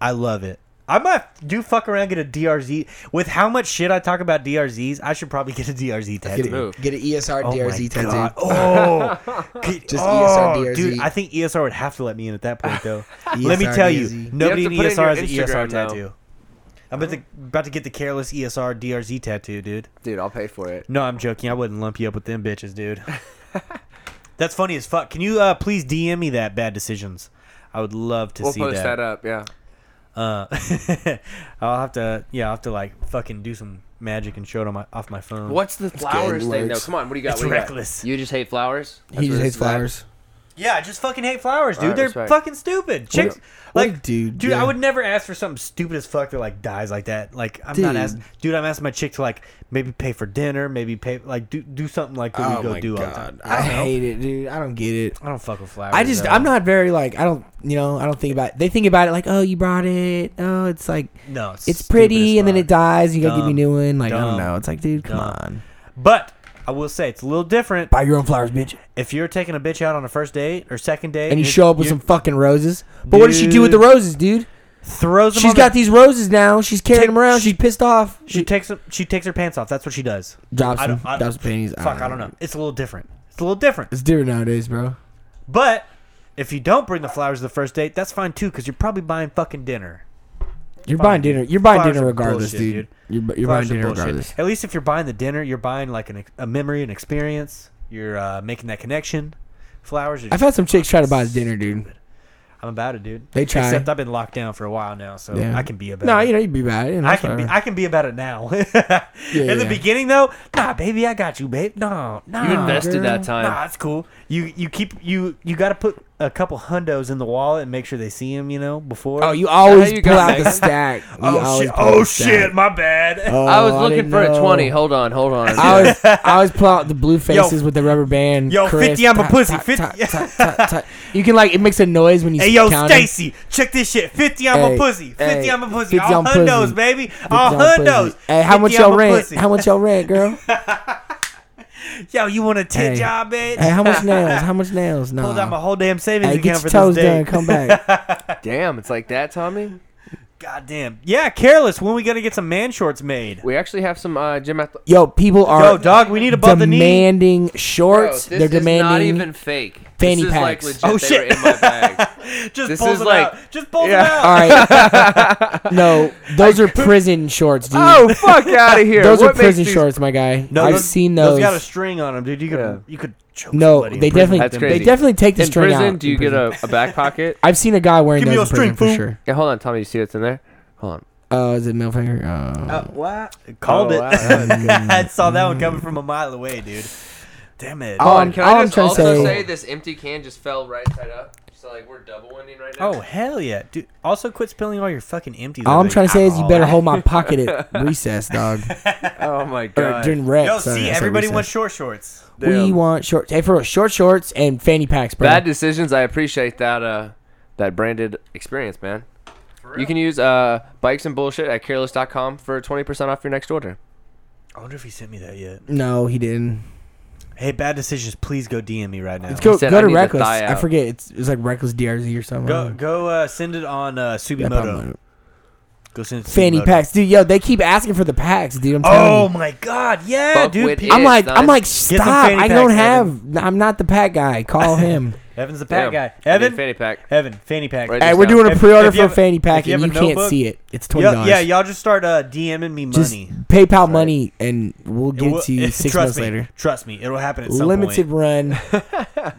Speaker 1: I love it. I might do fuck around get a DRZ with how much shit I talk about DRZs. I should probably get a DRZ tattoo.
Speaker 3: Get, a,
Speaker 4: Move.
Speaker 3: get an E ESR
Speaker 1: Oh my
Speaker 3: DRZ tattoo.
Speaker 1: God. Oh, Could-
Speaker 3: Just E
Speaker 1: oh,
Speaker 3: ESR DRZ.
Speaker 1: dude, I think ESR would have to let me in at that point, though.
Speaker 3: ESR
Speaker 1: let me tell you,
Speaker 3: DRZ.
Speaker 1: nobody
Speaker 4: You
Speaker 1: in
Speaker 4: have to put it in
Speaker 1: ESR has an
Speaker 4: your
Speaker 1: ESR
Speaker 4: Instagram, though.
Speaker 1: tattoo. I'm about to, about to get the careless E ESR DRZ tattoo, dude.
Speaker 4: Dude, I'll pay for it.
Speaker 1: No, I'm joking. I wouldn't lump you up with them bitches, dude. That's funny as fuck. Can you uh, please DM me that bad decisions? I would love to
Speaker 4: We'll
Speaker 1: see
Speaker 4: post that. up. Yeah.
Speaker 1: Uh, I'll have to, yeah, I'll have to like fucking do some magic and show it on my off my phone.
Speaker 4: What's the flowers thing though?
Speaker 3: works.
Speaker 4: Come on, what do you got?
Speaker 1: It's
Speaker 4: What do you got?
Speaker 1: reckless.
Speaker 4: You just hate flowers. That's
Speaker 3: He
Speaker 4: what
Speaker 3: just
Speaker 4: it
Speaker 3: hates
Speaker 4: is.
Speaker 3: flowers.
Speaker 1: Yeah, I just fucking hate flowers, dude.
Speaker 4: Alright,
Speaker 1: They're
Speaker 4: respect.
Speaker 1: fucking stupid. Chicks,
Speaker 3: what a
Speaker 1: like, dude,
Speaker 3: dude,
Speaker 1: dude, I
Speaker 3: yeah.
Speaker 1: would never ask for something stupid as fuck that like dies like that. Like, I'm not
Speaker 3: Dude.
Speaker 1: asking, dude. I'm asking my chick to like maybe pay for dinner, maybe pay like do do something like that we go do all the time.
Speaker 3: Oh I,
Speaker 1: don't know.
Speaker 3: hate it, dude. I don't get it.
Speaker 1: I don't fuck with flowers.
Speaker 3: I just
Speaker 1: though.
Speaker 3: I'm not very like I don't you know I don't think about it. they think about it like oh you brought it oh it's like
Speaker 1: No,
Speaker 3: it's
Speaker 1: stupid
Speaker 3: pretty
Speaker 1: as
Speaker 3: and then
Speaker 1: fuck.
Speaker 3: it dies and you gotta give me
Speaker 1: Dumb.
Speaker 3: a new one like I
Speaker 1: Dumb.
Speaker 3: don't know it's like dude come
Speaker 1: Dumb.
Speaker 3: on
Speaker 1: But I will say it's a little different.
Speaker 3: buy your own flowers bitch
Speaker 1: If you're taking a bitch out on a first date or second date,
Speaker 3: and you
Speaker 1: you're-
Speaker 3: show up with
Speaker 1: you're-
Speaker 3: some fucking roses but what does she do with the
Speaker 1: Dude.
Speaker 3: roses dude
Speaker 1: throws them.
Speaker 3: she's
Speaker 1: on
Speaker 3: got
Speaker 1: the,
Speaker 3: these roses now she's carrying
Speaker 1: Take-
Speaker 3: them around she's pissed off
Speaker 1: She takes them- she takes her pants off. That's what she does.
Speaker 3: drops
Speaker 1: I
Speaker 3: them
Speaker 1: don't- I-
Speaker 3: drops the panties Ah,
Speaker 1: Fuck, I don't know. It's a little different. It's a little different.
Speaker 3: it's different nowadays bro
Speaker 1: But if you don't bring the flowers to the first date, that's fine too, because you're probably buying fucking dinner.
Speaker 3: you're
Speaker 1: Flowers-
Speaker 3: buying dinner you're buying
Speaker 1: flowers
Speaker 3: dinner
Speaker 1: are
Speaker 3: regardless
Speaker 1: bullshit,
Speaker 3: dude. you're, you're buying
Speaker 1: Flowers are
Speaker 3: dinner
Speaker 1: bullshit.
Speaker 3: regardless
Speaker 1: At least if you're buying the dinner, you're buying like an, ex- a memory, an experience. You're uh, making that connection. Flowers. Are
Speaker 3: I've had some chicks try to buy us dinner dude
Speaker 1: I'm about it, dude.
Speaker 3: They try.
Speaker 1: Except I've been locked down for a while now, so
Speaker 3: Yeah.
Speaker 1: I can be about
Speaker 3: no
Speaker 1: it.
Speaker 3: you know you'd be bad you know,
Speaker 1: I
Speaker 3: that's
Speaker 1: can be,
Speaker 3: whatever.
Speaker 1: I can be about it now. In the
Speaker 3: yeah.
Speaker 1: beginning though, nah, baby, I got you, babe. No, no.
Speaker 4: You invested that time.
Speaker 1: Nah, it's cool. You you keep you you got to put a couple hundos in the wallet and make sure they see him. You know before.
Speaker 3: Oh, you always
Speaker 4: you
Speaker 3: pull
Speaker 4: got
Speaker 3: out the
Speaker 4: Megan?
Speaker 3: stack. You
Speaker 1: oh
Speaker 3: always
Speaker 1: shit!
Speaker 3: pull out
Speaker 1: Oh
Speaker 3: the stack.
Speaker 1: shit! My bad.
Speaker 3: Oh,
Speaker 4: I was
Speaker 3: didn't
Speaker 4: looking for a
Speaker 3: know.
Speaker 4: twenty. Hold on, hold on.
Speaker 3: I always, I always pull out the blue faces with the rubber band.
Speaker 1: yo, 50, I'm a
Speaker 3: tut,
Speaker 1: pussy,
Speaker 3: tut,
Speaker 1: 50.
Speaker 3: tut, tut, tut, tut. You can like it makes a noise when you.
Speaker 1: Hey yo,
Speaker 3: count 'em.
Speaker 1: Stacy, check this shit. Fifty, I'm a
Speaker 3: Hey,
Speaker 1: pussy. Fifty,
Speaker 3: hey,
Speaker 1: I'm a pussy.
Speaker 3: 50,
Speaker 1: All
Speaker 3: I'm
Speaker 1: hundos,
Speaker 3: pussy.
Speaker 1: baby.
Speaker 3: 50
Speaker 1: All
Speaker 3: on pussy.
Speaker 1: hundos.
Speaker 3: Hey, how much
Speaker 1: 50, I'm
Speaker 3: y'all
Speaker 1: a
Speaker 3: rent?
Speaker 1: pussy.
Speaker 3: How much y'all rent, girl?
Speaker 1: Yo, you want a ten
Speaker 3: Hey.
Speaker 1: job, bitch?
Speaker 3: hey, how much nails? How much nails? Nah.
Speaker 1: Pulled out my whole damn savings
Speaker 3: hey,
Speaker 1: account
Speaker 3: get
Speaker 1: for
Speaker 3: your toes
Speaker 1: this day.
Speaker 3: done. Come back.
Speaker 4: Damn, it's like that, Tommy.
Speaker 1: God damn. Yeah, careless. When we gonna get some man shorts made?
Speaker 4: We actually have some uh, gym athletes.
Speaker 3: Yo, people are
Speaker 1: Yo, dog, we need above the knee.
Speaker 3: demanding shorts. They're demanding.
Speaker 4: not even fake.
Speaker 3: fanny
Speaker 4: this is like
Speaker 3: packs.
Speaker 4: legit.
Speaker 1: Oh,
Speaker 4: they
Speaker 1: shit.
Speaker 4: were in my bag.
Speaker 1: Just
Speaker 4: This
Speaker 1: pulls
Speaker 4: is
Speaker 1: them
Speaker 4: like-
Speaker 1: out. Just pulls
Speaker 4: Yeah.
Speaker 1: them out.
Speaker 3: All right. no, those are prison shorts, dude.
Speaker 4: oh fuck out of here!
Speaker 3: those
Speaker 4: what
Speaker 3: are prison
Speaker 4: makes these-
Speaker 3: shorts, my guy.
Speaker 1: No,
Speaker 3: I've
Speaker 1: those-
Speaker 3: seen those.
Speaker 1: Those got a string on them, dude. You could
Speaker 4: Yeah.
Speaker 1: you could choke
Speaker 3: no,
Speaker 1: somebody in
Speaker 3: they
Speaker 1: prison
Speaker 3: definitely
Speaker 1: with
Speaker 4: That's
Speaker 1: them.
Speaker 4: crazy.
Speaker 3: they definitely take the
Speaker 4: In
Speaker 3: string
Speaker 4: prison,
Speaker 3: out.
Speaker 4: do you
Speaker 3: in
Speaker 4: get
Speaker 3: prison.
Speaker 4: a, a back pocket?
Speaker 3: I've seen a guy wearing
Speaker 1: Give me
Speaker 3: those
Speaker 1: your
Speaker 3: in prison
Speaker 1: string, fool.
Speaker 3: for sure.
Speaker 4: Yeah, hold on, Tommy. You see what's in there? Hold on.
Speaker 3: Oh, is it middle finger? Oh.
Speaker 1: Uh, what? Called
Speaker 4: Oh,
Speaker 1: it.
Speaker 4: wow.
Speaker 1: I saw that one
Speaker 4: Mm.
Speaker 1: coming from a mile away, dude. Damn it. Oh,
Speaker 3: Oh,
Speaker 4: Hold on,
Speaker 3: I'm-
Speaker 4: Can
Speaker 3: all
Speaker 4: I
Speaker 3: I'm
Speaker 4: just
Speaker 3: trying to
Speaker 4: also
Speaker 3: say-
Speaker 4: say this empty can just fell right side up? So like we're double winning right now.
Speaker 1: Oh, hell yeah, dude. Also, quit spilling all your fucking empties.
Speaker 3: All
Speaker 1: over
Speaker 3: I'm
Speaker 1: the
Speaker 3: trying to say is you
Speaker 1: alcohol.
Speaker 3: better hold my pocket at recess, dog.
Speaker 4: Oh my
Speaker 3: Or
Speaker 4: god.
Speaker 3: during rec.
Speaker 1: Yo,
Speaker 3: sorry, I
Speaker 1: see,
Speaker 3: said
Speaker 1: everybody
Speaker 3: recess.
Speaker 1: wants short shorts.
Speaker 3: We
Speaker 4: Damn.
Speaker 3: want short. Hey, for real, short shorts and fanny packs, bro.
Speaker 4: Bad decisions. I appreciate that. Uh, that branded experience, man. You can use uh bikes and bullshit at careless.com for twenty percent off your next order.
Speaker 1: I wonder if he sent me that yet.
Speaker 3: no, he didn't.
Speaker 1: Hey, bad decisions. Please go DM me right now.
Speaker 3: Let's go.
Speaker 4: said,
Speaker 3: go
Speaker 4: "I
Speaker 3: to
Speaker 4: need to
Speaker 3: reckless.
Speaker 4: die
Speaker 3: I
Speaker 4: out."
Speaker 3: forget. It's it's like reckless DRZ or something.
Speaker 1: Go go uh, send it on uh,
Speaker 3: Yeah,
Speaker 1: Subimoto.
Speaker 3: probably.
Speaker 1: Go send it to
Speaker 3: Fanny
Speaker 1: Subimoto.
Speaker 3: packs, dude. Yo, they keep asking for the packs, dude. I'm telling you.
Speaker 1: Oh my god, yeah,
Speaker 4: Fuck
Speaker 1: dude.
Speaker 4: with
Speaker 1: Pe-
Speaker 4: it.
Speaker 3: I'm
Speaker 4: Yeah,
Speaker 3: like, I'm
Speaker 4: son.
Speaker 3: like,
Speaker 1: some
Speaker 3: stop!
Speaker 1: fanny
Speaker 3: I don't
Speaker 1: packs,
Speaker 3: have. I'm not the pack guy. Call him.
Speaker 1: Evan's the
Speaker 4: Damn.
Speaker 1: pack guy.
Speaker 4: I need a
Speaker 1: Evan,
Speaker 4: fanny pack.
Speaker 1: Evan, fanny pack.
Speaker 4: Right
Speaker 3: hey,
Speaker 4: Just
Speaker 3: we're
Speaker 4: now.
Speaker 3: doing a
Speaker 1: If-
Speaker 3: pre-order
Speaker 1: if you
Speaker 3: for a
Speaker 1: have-
Speaker 3: fanny pack,
Speaker 1: if you
Speaker 3: and you
Speaker 1: have a
Speaker 3: can't
Speaker 1: notebook-
Speaker 3: see it. It's twenty
Speaker 1: Yeah,
Speaker 3: dollars.
Speaker 1: yeah, y'all just start uh, DMing me money.
Speaker 3: just PayPal money, and we'll
Speaker 1: It
Speaker 3: get
Speaker 1: will-
Speaker 3: to you six
Speaker 1: trust
Speaker 3: months
Speaker 1: me,
Speaker 3: later.
Speaker 1: Trust me, it'll happen at some
Speaker 3: Limited run.
Speaker 1: point.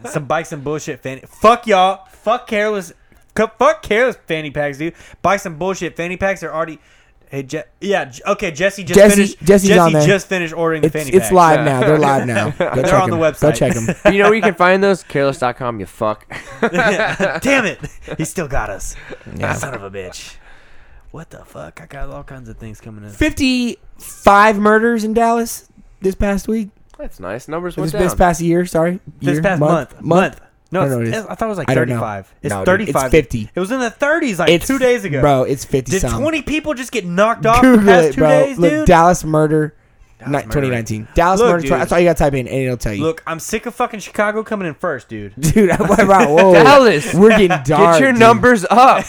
Speaker 1: Some bikes and bullshit fanny. Fuck y'all. Fuck careless. cu- Fuck careless fanny packs, dude. Buy some bullshit fanny packs. They're already. Hey, Je- yeah. J- Okay, Jesse just
Speaker 3: Jesse-
Speaker 1: finished.
Speaker 3: Jesse's
Speaker 1: Jesse
Speaker 3: on there.
Speaker 1: just finished ordering the
Speaker 3: It's,
Speaker 1: fanny
Speaker 3: it's
Speaker 1: pack.
Speaker 3: live now. They're live now. Go check
Speaker 1: on the
Speaker 3: 'em. Go
Speaker 1: website.
Speaker 3: check them.
Speaker 4: You know where you can find those? Careless.com, you fuck.
Speaker 1: Damn it! He still got us. Ah,
Speaker 3: Yeah.
Speaker 1: Son of a bitch. What the fuck? I got all kinds of things coming in.
Speaker 3: 55 murders in Dallas this past week.
Speaker 4: That's nice. Numbers went
Speaker 3: This,
Speaker 4: down.
Speaker 3: this past year, sorry.
Speaker 1: This
Speaker 3: Year,
Speaker 1: past month. Month. No,
Speaker 3: I don't know
Speaker 1: it's-
Speaker 3: what it
Speaker 1: it's- I thought it was like
Speaker 3: I don't know.
Speaker 1: 35. It's
Speaker 3: No, dude,
Speaker 1: 35.
Speaker 3: It's 50.
Speaker 1: It was in the 30s like
Speaker 3: It's
Speaker 1: two days ago.
Speaker 3: Bro, it's 50
Speaker 1: Did
Speaker 3: something.
Speaker 1: 20 people just get knocked off the
Speaker 3: Google
Speaker 1: past
Speaker 3: it,
Speaker 1: two
Speaker 3: bro.
Speaker 1: days,
Speaker 3: Look,
Speaker 1: dude?
Speaker 3: Dallas murder,
Speaker 1: Dallas
Speaker 3: ni-
Speaker 1: murder.
Speaker 3: 2019. Dallas
Speaker 1: Look,
Speaker 3: murder.
Speaker 1: dude.
Speaker 3: That's all you got to type in, and it'll tell you.
Speaker 1: Look, I'm sick of fucking Chicago coming in first, dude.
Speaker 3: dude, I'm like, wow, whoa.
Speaker 4: Dallas.
Speaker 3: we're getting dark.
Speaker 4: Get your
Speaker 3: dude.
Speaker 4: numbers up.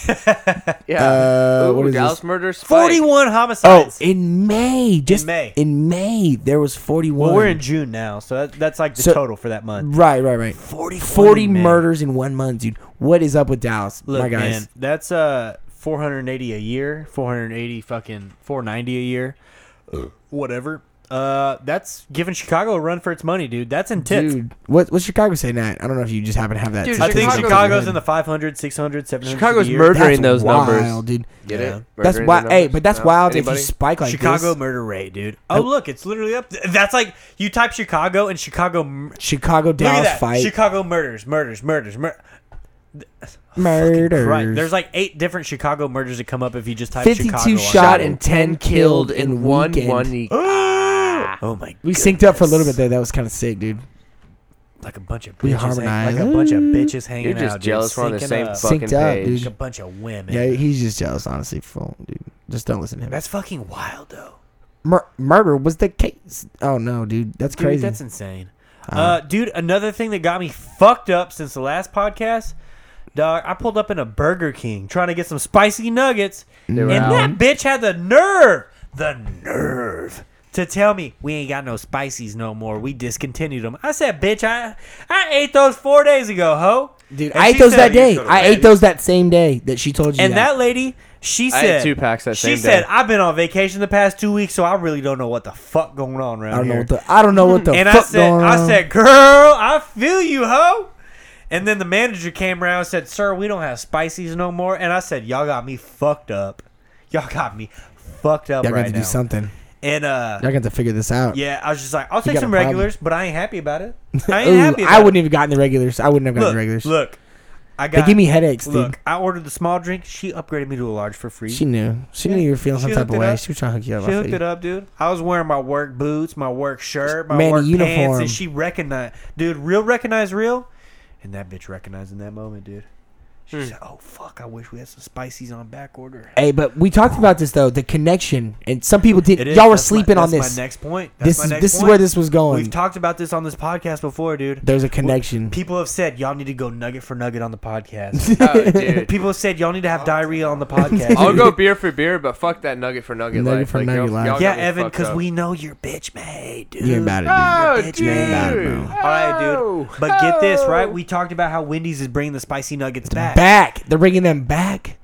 Speaker 4: yeah.
Speaker 3: Uh,
Speaker 4: Ooh,
Speaker 3: what is
Speaker 4: Dallas
Speaker 3: this?
Speaker 4: murder spike.
Speaker 1: 41
Speaker 3: Oh,
Speaker 1: homicides.
Speaker 3: in May, just in May,
Speaker 1: May.
Speaker 3: there was 41.
Speaker 1: well, we're in June now, so that, that's like the
Speaker 3: So-
Speaker 1: total for that month.
Speaker 3: right, right, right.
Speaker 1: 40,
Speaker 3: 40 murders in one month, dude. What is up with Dallas,
Speaker 1: Look,
Speaker 3: my guys?
Speaker 1: man, that's uh 480 a year, 480 fucking 490 a year, whatever. Uh, that's giving Chicago a run for its money, dude. That's intense.
Speaker 3: Dude, what, what's Chicago saying that? I don't know if you just happen to have that.
Speaker 4: Dude,
Speaker 1: I think
Speaker 3: statistic
Speaker 4: Chicago's
Speaker 1: Chicago's
Speaker 3: good.
Speaker 1: in the 500, 600, 700.
Speaker 4: Chicago's
Speaker 1: a year.
Speaker 4: murder-
Speaker 3: That's
Speaker 4: Murdering those numbers.
Speaker 3: wild, dude.
Speaker 4: Get
Speaker 1: Yeah.
Speaker 4: it?
Speaker 3: That's
Speaker 4: Murdering
Speaker 3: wild.
Speaker 4: the
Speaker 3: Hey,
Speaker 4: numbers?
Speaker 3: but that's
Speaker 4: No?
Speaker 3: wild if
Speaker 4: Anybody?
Speaker 3: you spike like
Speaker 1: Chicago
Speaker 3: this.
Speaker 1: murder rate, dude. Oh, look, it's literally up. th- That's like you type Chicago and Chicago. mur-
Speaker 3: Chicago
Speaker 1: Look at
Speaker 3: Dallas
Speaker 1: that.
Speaker 3: fight
Speaker 1: Chicago murders, murders, murders, murders.
Speaker 3: murder.
Speaker 1: Right. There's like eight different Chicago murders that come up if you just type
Speaker 3: 52
Speaker 1: Chicago. on
Speaker 3: shot
Speaker 1: it.
Speaker 3: and 10 killed in
Speaker 4: one
Speaker 3: weekend.
Speaker 4: one week.
Speaker 1: Oh my.
Speaker 3: we synced up for a little bit there. That was kind of sick, dude.
Speaker 1: like a bunch of bitches
Speaker 3: We
Speaker 1: hang-
Speaker 3: harmonize.
Speaker 1: like a bunch of bitches hanging
Speaker 4: You're just
Speaker 1: out. dude,
Speaker 4: jealous we're on the
Speaker 1: syncing
Speaker 4: same
Speaker 1: up.
Speaker 3: fuck-
Speaker 4: fucking
Speaker 3: Synced up,
Speaker 4: page.
Speaker 1: like a bunch of women.
Speaker 3: Yeah, he's just jealous, honestly. For dude, just don't listen to him.
Speaker 1: that's fucking wild though.
Speaker 3: Mur- murder was the case. Oh no, dude, that's
Speaker 1: Dude,
Speaker 3: crazy.
Speaker 1: that's insane. Uh, dude, another thing that got me fucked up since the last podcast, dog. I pulled up in a Burger King trying to get some spicy nuggets,
Speaker 4: were
Speaker 1: and
Speaker 4: out.
Speaker 1: that bitch had the nerve, the nerve. To tell me we ain't got no spices no more, we discontinued them. I said, "Bitch, I I ate those four days ago, ho."
Speaker 3: dude,
Speaker 1: And
Speaker 3: I ate
Speaker 1: she
Speaker 3: those
Speaker 1: said-
Speaker 3: that day. I ate those that same day that she told you.
Speaker 1: And that lady, she
Speaker 4: I
Speaker 1: said,
Speaker 4: ate two packs that
Speaker 1: She
Speaker 4: same
Speaker 1: said,
Speaker 4: day.
Speaker 1: "I've been on vacation the past two weeks, so I really don't know what the fuck going on around
Speaker 3: I don't know
Speaker 1: here."
Speaker 3: what the I don't know what the
Speaker 1: and I
Speaker 3: fuck
Speaker 1: said,
Speaker 3: going
Speaker 1: "I
Speaker 3: on.
Speaker 1: said, girl, I feel you, ho." And then the manager came around and said, "Sir, we don't have spices no more." And I said, "Y'all got me fucked up. Y'all got me fucked up
Speaker 3: y'all got
Speaker 1: right
Speaker 3: to
Speaker 1: now."
Speaker 3: do something.
Speaker 1: And uh,
Speaker 3: Y'all got to figure this out.
Speaker 1: yeah, I was just like, "I'll take
Speaker 3: got
Speaker 1: some
Speaker 3: a problem.
Speaker 1: regulars, but I ain't happy about it. I ain't
Speaker 3: Ooh,
Speaker 1: happy." About
Speaker 3: I
Speaker 1: it.
Speaker 3: wouldn't have gotten the regulars. I wouldn't have gotten
Speaker 1: look,
Speaker 3: the regulars.
Speaker 1: Look, I got.
Speaker 3: they give me headaches, dude.
Speaker 1: Look, I ordered the small drink. She upgraded me to a large for free.
Speaker 3: She knew. She knew you were feeling some
Speaker 1: She
Speaker 3: type
Speaker 1: hooked
Speaker 3: of
Speaker 1: it
Speaker 3: way.
Speaker 1: up.
Speaker 3: She was trying to hook you up.
Speaker 1: She
Speaker 3: I
Speaker 1: hooked
Speaker 3: feel
Speaker 1: it up, dude. I was wearing my work boots, my work shirt, my
Speaker 3: Man,
Speaker 1: work pants,
Speaker 3: uniform.
Speaker 1: and she recognized, dude. Real recognize real, and that bitch recognized in that moment, dude. She said, "Oh fuck, I wish we had some spices on back order."
Speaker 3: Hmm. Hey, but we talked about this though. The connection, and some people
Speaker 1: It
Speaker 3: did.
Speaker 1: is-
Speaker 3: Y'all were
Speaker 1: that's my-
Speaker 3: sleeping on
Speaker 1: that's
Speaker 3: this.
Speaker 1: My next point. That's
Speaker 3: This
Speaker 1: my
Speaker 3: is
Speaker 1: next
Speaker 3: this is
Speaker 1: point.
Speaker 3: where this was going.
Speaker 1: We've talked about this on this podcast before, dude.
Speaker 3: There's a connection.
Speaker 1: People have said y'all need to go nugget for nugget on the podcast.
Speaker 4: Oh, dude.
Speaker 1: People have said y'all need to have diarrhea on the podcast.
Speaker 4: I'll go beer for beer, but fuck that nugget for nugget.
Speaker 3: Nugget
Speaker 4: life.
Speaker 3: for
Speaker 4: Like,
Speaker 3: nugget
Speaker 4: y'all-
Speaker 3: life.
Speaker 4: y'all
Speaker 1: yeah,
Speaker 4: got me
Speaker 1: Evan,
Speaker 4: fucked
Speaker 1: because
Speaker 4: up.
Speaker 1: we know you're bitch made, dude.
Speaker 3: You ain't about it, dude.
Speaker 4: Oh,
Speaker 1: bitch,
Speaker 4: dude.
Speaker 1: man.
Speaker 3: Bad, bro.
Speaker 1: All right, dude.
Speaker 4: Oh.
Speaker 1: But get this, right?
Speaker 4: Oh.
Speaker 1: We talked about how Wendy's is bringing the spicy nuggets back.
Speaker 3: back. They're bringing them back.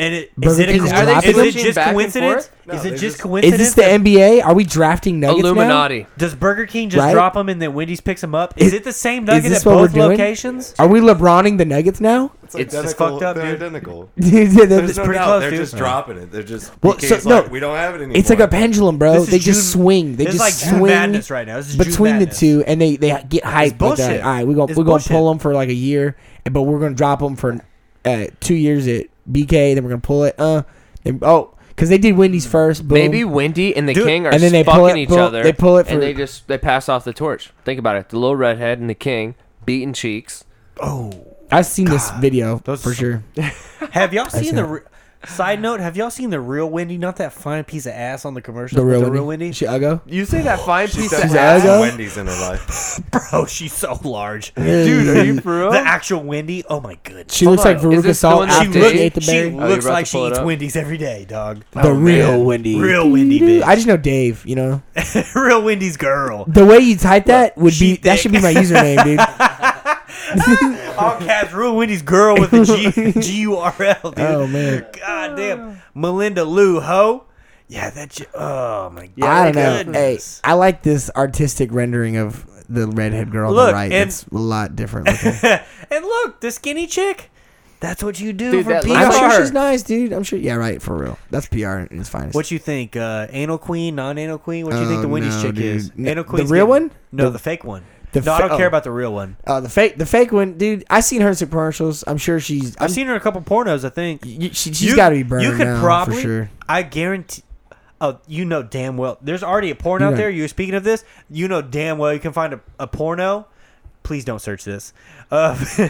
Speaker 1: And it, is
Speaker 3: Burger
Speaker 1: it, a,
Speaker 3: King's
Speaker 1: is it
Speaker 3: dropping
Speaker 1: just
Speaker 4: them? Back and
Speaker 1: coincidence?
Speaker 4: forth? No,
Speaker 1: is
Speaker 4: they
Speaker 1: it just,
Speaker 4: just-
Speaker 3: Is
Speaker 1: coincidence?
Speaker 3: this the
Speaker 1: that-
Speaker 3: NBA? Are we drafting nuggets now?
Speaker 4: Illuminati.
Speaker 1: Does Burger King just
Speaker 3: Right?
Speaker 1: drop them and then Wendy's picks them up? Is,
Speaker 3: Is-
Speaker 1: it the same nugget
Speaker 3: this
Speaker 1: at
Speaker 3: what we're
Speaker 1: both
Speaker 3: doing?
Speaker 1: locations?
Speaker 3: Are we LeBroning the nuggets now?
Speaker 1: It's just fucked up,
Speaker 5: they're
Speaker 1: dude.
Speaker 5: identical.
Speaker 3: Dude, they're-
Speaker 5: There's
Speaker 3: they're-
Speaker 5: no
Speaker 1: pretty
Speaker 5: doubt.
Speaker 1: close,
Speaker 5: they're
Speaker 1: dude.
Speaker 5: just dropping it. They're just
Speaker 3: Well,
Speaker 5: BK's
Speaker 3: so- no.
Speaker 5: like, we don't have it anymore.
Speaker 3: it's like a pendulum, bro.
Speaker 1: This is
Speaker 3: They
Speaker 1: June-
Speaker 3: just swing. They
Speaker 1: this
Speaker 3: just
Speaker 1: is like June
Speaker 3: swing
Speaker 1: madness right now. This is June
Speaker 3: between the
Speaker 1: madness.
Speaker 3: two, and they they get hyped. Like,
Speaker 1: bullshit.
Speaker 3: all right, we're gonna
Speaker 1: It's
Speaker 3: we're gonna
Speaker 1: bullshit.
Speaker 3: pull them for like a year, and- but we're gonna drop them for uh, two years at BK. Then we're gonna pull it. Uh, then, oh, because they did Wendy's first. Boom.
Speaker 4: Maybe Wendy and the
Speaker 1: Dude,
Speaker 4: King are
Speaker 3: and then they pull
Speaker 4: fucking
Speaker 3: it-
Speaker 4: each
Speaker 3: pull-
Speaker 4: other.
Speaker 3: they pull it for-
Speaker 4: and they just they pass off the torch. Think about it: the little redhead and the King beating cheeks.
Speaker 3: I've seen this video
Speaker 1: Those-
Speaker 3: for sure.
Speaker 1: Have y'all seen the
Speaker 3: it.
Speaker 1: re- side note? Have y'all seen the real Wendy? Not that fine piece of ass on the commercial.
Speaker 3: The
Speaker 1: but
Speaker 3: real,
Speaker 1: the real
Speaker 3: Wendy.
Speaker 1: Wendy.
Speaker 3: Chicago.
Speaker 4: You say that fine piece
Speaker 5: She's
Speaker 4: of
Speaker 3: that
Speaker 4: ass.
Speaker 5: definitely
Speaker 3: ass?
Speaker 5: had Wendy's in her life.
Speaker 1: Bro, she's so large.
Speaker 4: Dude, are you for real?
Speaker 1: The actual Wendy. Oh my goodness.
Speaker 3: Mm-hmm. She looks like
Speaker 4: on. Is
Speaker 3: Veruca
Speaker 4: this the
Speaker 3: Salt
Speaker 4: one that
Speaker 1: she
Speaker 3: after
Speaker 4: she
Speaker 3: she
Speaker 1: looks,
Speaker 3: ate the
Speaker 1: she
Speaker 3: berry.
Speaker 4: Oh,
Speaker 1: looks
Speaker 4: you're about
Speaker 1: like
Speaker 4: to
Speaker 1: she
Speaker 4: pull it
Speaker 1: eats
Speaker 4: up?
Speaker 1: Wendy's every day, dog.
Speaker 3: The real
Speaker 1: man.
Speaker 3: Wendy.
Speaker 1: Real Wendy
Speaker 3: I
Speaker 1: bitch.
Speaker 3: just know Dave. You know
Speaker 1: real Wendy's girl.
Speaker 3: the way you type that would
Speaker 1: she
Speaker 3: be that should be my username, dude.
Speaker 1: All caps, real Wendy's girl with the G G U R L, dude.
Speaker 3: Oh, man.
Speaker 1: God damn. Melinda Lou Ho. Yeah, that j- oh my god.
Speaker 3: I don't know. Hey,
Speaker 1: goodness.
Speaker 3: I like this artistic rendering of the redhead girl on
Speaker 1: Look,
Speaker 3: the right.
Speaker 1: and-
Speaker 3: It's a lot different. Looking.
Speaker 1: and look, the skinny chick. That's what you do
Speaker 4: Dude,
Speaker 1: for
Speaker 4: that-
Speaker 1: PR.
Speaker 4: I'm
Speaker 3: I'm sure she's nice, dude. I'm sure. Yeah, right. For real. That's PR in its finest.
Speaker 1: What you think? Uh, anal queen, non-anal queen? What do you think
Speaker 3: Oh,
Speaker 1: the Wendy's
Speaker 3: no,
Speaker 1: chick
Speaker 3: dude.
Speaker 1: is?
Speaker 3: No,
Speaker 1: Anal
Speaker 3: the
Speaker 1: queen.
Speaker 3: real one?
Speaker 1: No,
Speaker 3: The-
Speaker 1: the, fake one.
Speaker 3: the
Speaker 1: no, I
Speaker 3: fa-
Speaker 1: don't care
Speaker 3: oh.
Speaker 1: about the real one.
Speaker 3: uh, the fake, the fake one, dude. I seen her in some commercials. I'm sure she's.
Speaker 1: I've
Speaker 3: I'm,
Speaker 1: seen her in a couple pornos. I think
Speaker 3: y- she,
Speaker 1: You-
Speaker 3: has got to be burned
Speaker 1: You could
Speaker 3: now,
Speaker 1: probably.
Speaker 3: for sure.
Speaker 1: I guarantee. Oh, you know damn well. There's already a porn
Speaker 3: You're
Speaker 1: out
Speaker 3: right.
Speaker 1: there. You were speaking of this. You know damn well you can find a, a porno. Please don't search this. Uh,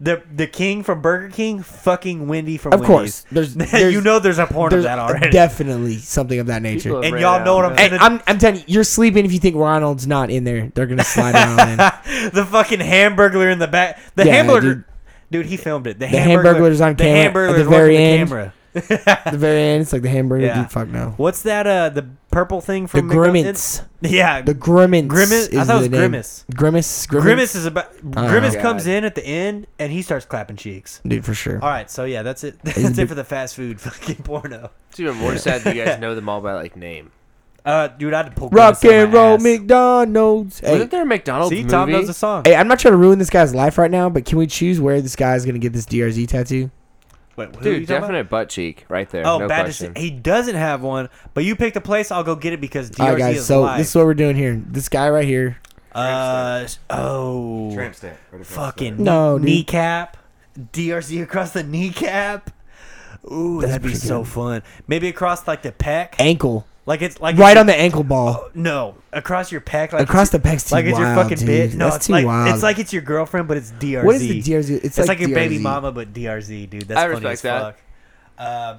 Speaker 1: the the king from Burger King, fucking Wendy from
Speaker 3: Of course,
Speaker 1: Wendy's.
Speaker 3: there's, there's
Speaker 1: you know there's a porn of
Speaker 3: there's
Speaker 1: that already.
Speaker 3: definitely something of that nature.
Speaker 4: People have
Speaker 1: And
Speaker 4: ran
Speaker 1: y'all know what
Speaker 4: out,
Speaker 1: I'm
Speaker 4: man.
Speaker 3: Hey, I'm, I'm telling you, you're sleeping if you think Ronald's not in there. They're gonna slide Ronald in.
Speaker 1: the fucking hamburglar in the back. The
Speaker 3: Yeah,
Speaker 1: hamburger.
Speaker 3: dude.
Speaker 1: Dude. he filmed it. The,
Speaker 3: Hamburglar's on camera at
Speaker 1: The
Speaker 3: the
Speaker 1: hamburglar's
Speaker 3: very
Speaker 1: watching the
Speaker 3: end.
Speaker 1: camera.
Speaker 3: At the very end, it's like the hamburger.
Speaker 1: Yeah.
Speaker 3: Dude, fuck no.
Speaker 1: What's that? Uh, the purple thing
Speaker 3: The
Speaker 1: from McDonald's?
Speaker 3: grimace.
Speaker 1: Yeah,
Speaker 3: The grimace.
Speaker 1: Grimace? I
Speaker 3: is
Speaker 1: thought it was
Speaker 3: the name.
Speaker 1: Grimace.
Speaker 3: Grimace. Grimace.
Speaker 1: Grimace is about.
Speaker 3: Oh
Speaker 1: Grimace
Speaker 4: God.
Speaker 1: comes in at the end and he starts clapping cheeks.
Speaker 3: Dude, for sure.
Speaker 1: All right, so yeah, that's it.
Speaker 3: He's
Speaker 1: That's
Speaker 3: been-
Speaker 1: it for the fast food fucking porno.
Speaker 4: It's even more sad that you guys know them all by like name.
Speaker 1: Uh, dude, I had to pull
Speaker 3: Rock
Speaker 1: Grimace out of
Speaker 3: and
Speaker 1: my
Speaker 3: roll
Speaker 1: ass.
Speaker 3: McDonald's. Hey,
Speaker 4: Wasn't there a McDonald's
Speaker 1: See,
Speaker 4: movie?
Speaker 1: Tom knows the song.
Speaker 3: hey, I'm not trying to ruin this guy's life right now, but can we choose where this guy's gonna get this DRZ tattoo?
Speaker 1: Wait, who are you
Speaker 4: Dude,
Speaker 1: talking about?
Speaker 4: definite butt cheek right there.
Speaker 1: Oh,
Speaker 4: no
Speaker 1: bad
Speaker 4: question.
Speaker 1: decision. He doesn't have one, but you picked a place. I'll go get it because DRZ
Speaker 3: All right, guys.
Speaker 1: is
Speaker 3: So
Speaker 1: live.
Speaker 3: this is what we're doing here. This guy right here.
Speaker 1: Uh, s- oh,
Speaker 5: Tramp stamp. Right across the
Speaker 1: fucking
Speaker 5: side.
Speaker 3: No,
Speaker 1: no,
Speaker 3: dude.
Speaker 1: kneecap, DRZ across the kneecap. Ooh, that'd be
Speaker 3: pretty
Speaker 1: so fun. Maybe across like the pec,
Speaker 3: Ankle.
Speaker 1: like it's like
Speaker 3: Right
Speaker 1: it's
Speaker 3: on the ankle ball.
Speaker 1: No, across your pec, like
Speaker 3: Across the
Speaker 1: it's-
Speaker 3: pec's too
Speaker 1: like it's your
Speaker 3: wild,
Speaker 1: fucking
Speaker 3: dude.
Speaker 1: bitch. No,
Speaker 3: That's
Speaker 1: it's
Speaker 3: too
Speaker 1: like
Speaker 3: wild.
Speaker 1: it's like it's your girlfriend, but it's DRZ.
Speaker 3: What is the DRZ? It's
Speaker 1: It's like,
Speaker 3: like
Speaker 1: your baby
Speaker 3: DRZ.
Speaker 1: mama, but DRZ, dude. That's
Speaker 4: I
Speaker 1: funny
Speaker 4: respect
Speaker 1: as
Speaker 4: that.
Speaker 1: fuck. Uh,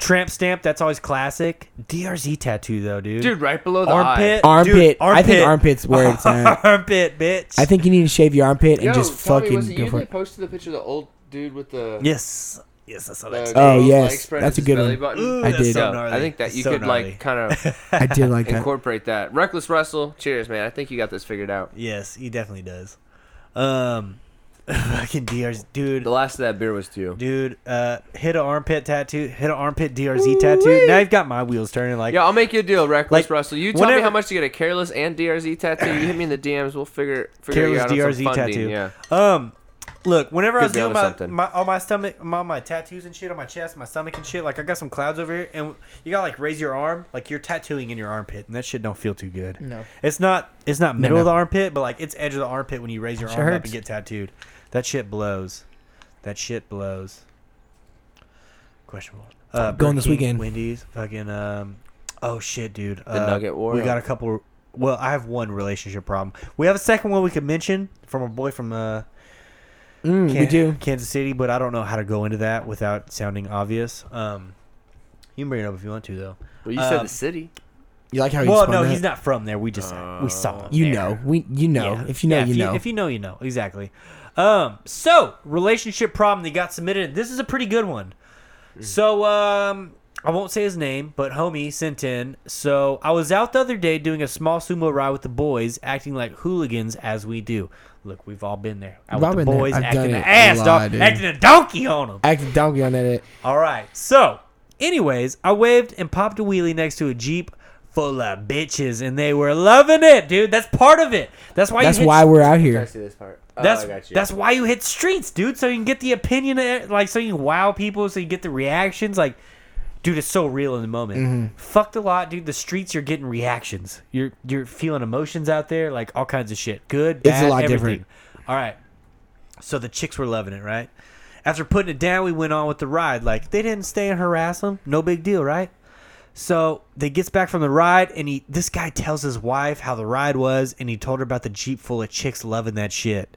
Speaker 1: tramp stamp. That's always classic. DRZ tattoo though, dude.
Speaker 4: Dude, right below the
Speaker 1: armpit,
Speaker 4: eye.
Speaker 3: Armpit.
Speaker 1: Dude,
Speaker 3: I think
Speaker 1: armpit.
Speaker 3: armpit's where it's at.
Speaker 1: armpit, bitch.
Speaker 3: I think you need to shave your armpit and
Speaker 4: Yo,
Speaker 3: just
Speaker 4: Tommy,
Speaker 3: fucking
Speaker 4: was it
Speaker 3: go
Speaker 4: you
Speaker 3: for
Speaker 4: that
Speaker 3: it.
Speaker 4: posted the picture of the old dude with the
Speaker 1: Yes. Yes, I saw
Speaker 4: the
Speaker 1: that.
Speaker 4: girl
Speaker 3: Oh,
Speaker 4: leg
Speaker 3: yes.
Speaker 4: spread
Speaker 3: That's
Speaker 4: as
Speaker 3: a
Speaker 4: his
Speaker 3: good
Speaker 4: belly
Speaker 3: one.
Speaker 4: button?
Speaker 1: Ooh,
Speaker 3: I
Speaker 1: that's
Speaker 3: did.
Speaker 1: So
Speaker 4: Yo,
Speaker 1: gnarly.
Speaker 4: I think that
Speaker 1: That's
Speaker 4: you
Speaker 1: so
Speaker 4: could
Speaker 1: gnarly.
Speaker 4: like kind of
Speaker 3: I did like that.
Speaker 4: incorporate that. Reckless Russell, cheers, man. I think you got this figured out.
Speaker 1: Yes, he definitely does. Um, fucking DRZ, dude.
Speaker 4: The last of that beer was due.
Speaker 1: Dude, uh, hit an armpit tattoo. Hit an armpit DRZ tattoo. Now you've got my wheels turning. Like,
Speaker 4: Yeah, I'll make you a deal, Reckless
Speaker 1: Like,
Speaker 4: Russell. You tell me
Speaker 1: whenever-
Speaker 4: how much to get a careless and DRZ tattoo. You hit me in the DMs. We'll figure figure you
Speaker 1: careless
Speaker 4: out on some
Speaker 1: DRZ
Speaker 4: funding.
Speaker 1: tattoo.
Speaker 4: Yeah.
Speaker 1: Um, look, whenever I
Speaker 4: Could
Speaker 1: was
Speaker 4: be
Speaker 1: doing
Speaker 4: onto
Speaker 1: my,
Speaker 4: something.
Speaker 1: my all my stomach, my, my tattoos and shit on my chest, my stomach and shit. Like, I got some clouds over here, and you gotta like raise your arm. Like, you're tattooing in your armpit, and that shit don't feel too good.
Speaker 3: No.
Speaker 1: it's not. It's not middle
Speaker 3: no.
Speaker 1: of the armpit, but like it's edge of the armpit when you raise your
Speaker 3: Shit
Speaker 1: arm up
Speaker 3: hurts.
Speaker 1: and get tattooed. That shit blows. That shit blows. Questionable. Uh,
Speaker 3: Going
Speaker 1: Burger
Speaker 3: this
Speaker 1: King,
Speaker 3: weekend.
Speaker 1: Wendy's, fucking. Um, oh shit, dude. The
Speaker 4: Nugget War.
Speaker 1: We got a couple. Well, I have one relationship problem. We have a second one we could mention from a boy from uh,
Speaker 3: Mm, we
Speaker 1: Kan-
Speaker 3: do.
Speaker 1: Kansas City, but I don't know how to go into that without sounding obvious. Um, you can bring it up if you want to, though.
Speaker 4: Well, you said
Speaker 1: Um,
Speaker 4: the city.
Speaker 3: You like how he
Speaker 1: Well,
Speaker 3: spun
Speaker 1: no,
Speaker 3: that? Uh,
Speaker 1: he's not from there. We just we saw him.
Speaker 3: You
Speaker 1: there.
Speaker 3: know, we you know.
Speaker 1: Yeah.
Speaker 3: If you know,
Speaker 1: Yeah,
Speaker 3: you know.
Speaker 1: If you know, you know. Exactly. Um, so relationship problem that got submitted. This is a pretty good one. So um, I won't say his name, but homie sent in. So I was out the other day doing a small sumo ride with the boys, acting like hooligans as we do. Look, we've all been there. Out
Speaker 3: We've all
Speaker 1: with the
Speaker 3: been there.
Speaker 1: boys,
Speaker 3: I've done
Speaker 1: acting
Speaker 3: it
Speaker 1: an
Speaker 3: a
Speaker 1: ass,
Speaker 3: lot,
Speaker 1: dog,
Speaker 3: dude.
Speaker 1: acting a donkey on them.
Speaker 3: Acting donkey on that. It.
Speaker 1: All right. So, anyways, I waved and popped a wheelie next to a Jeep full of bitches, and they were loving it, dude. That's part of it. That's why
Speaker 3: That's
Speaker 1: you hit
Speaker 3: why we're out here.
Speaker 4: see this part. Oh,
Speaker 3: Oh,
Speaker 1: that's that's why you hit streets, dude. So you can get the opinion, of, it, like so you can wow people, so you get the reactions. Like, dude, it's so real in the moment.
Speaker 3: Mm-hmm.
Speaker 1: Fucked a lot, dude. The streets, you're getting reactions. You're you're feeling emotions out there, like all kinds of shit. Good,
Speaker 3: It's a
Speaker 1: bad,
Speaker 3: lot
Speaker 1: everything.
Speaker 3: different.
Speaker 1: All right. So the chicks were loving it, right? After putting it down, we went on with the ride. Like they didn't stay and harass him. No big deal, right? So they gets back from the ride, and he this guy tells his wife how the ride was, and he told her about the jeep full of chicks loving that shit,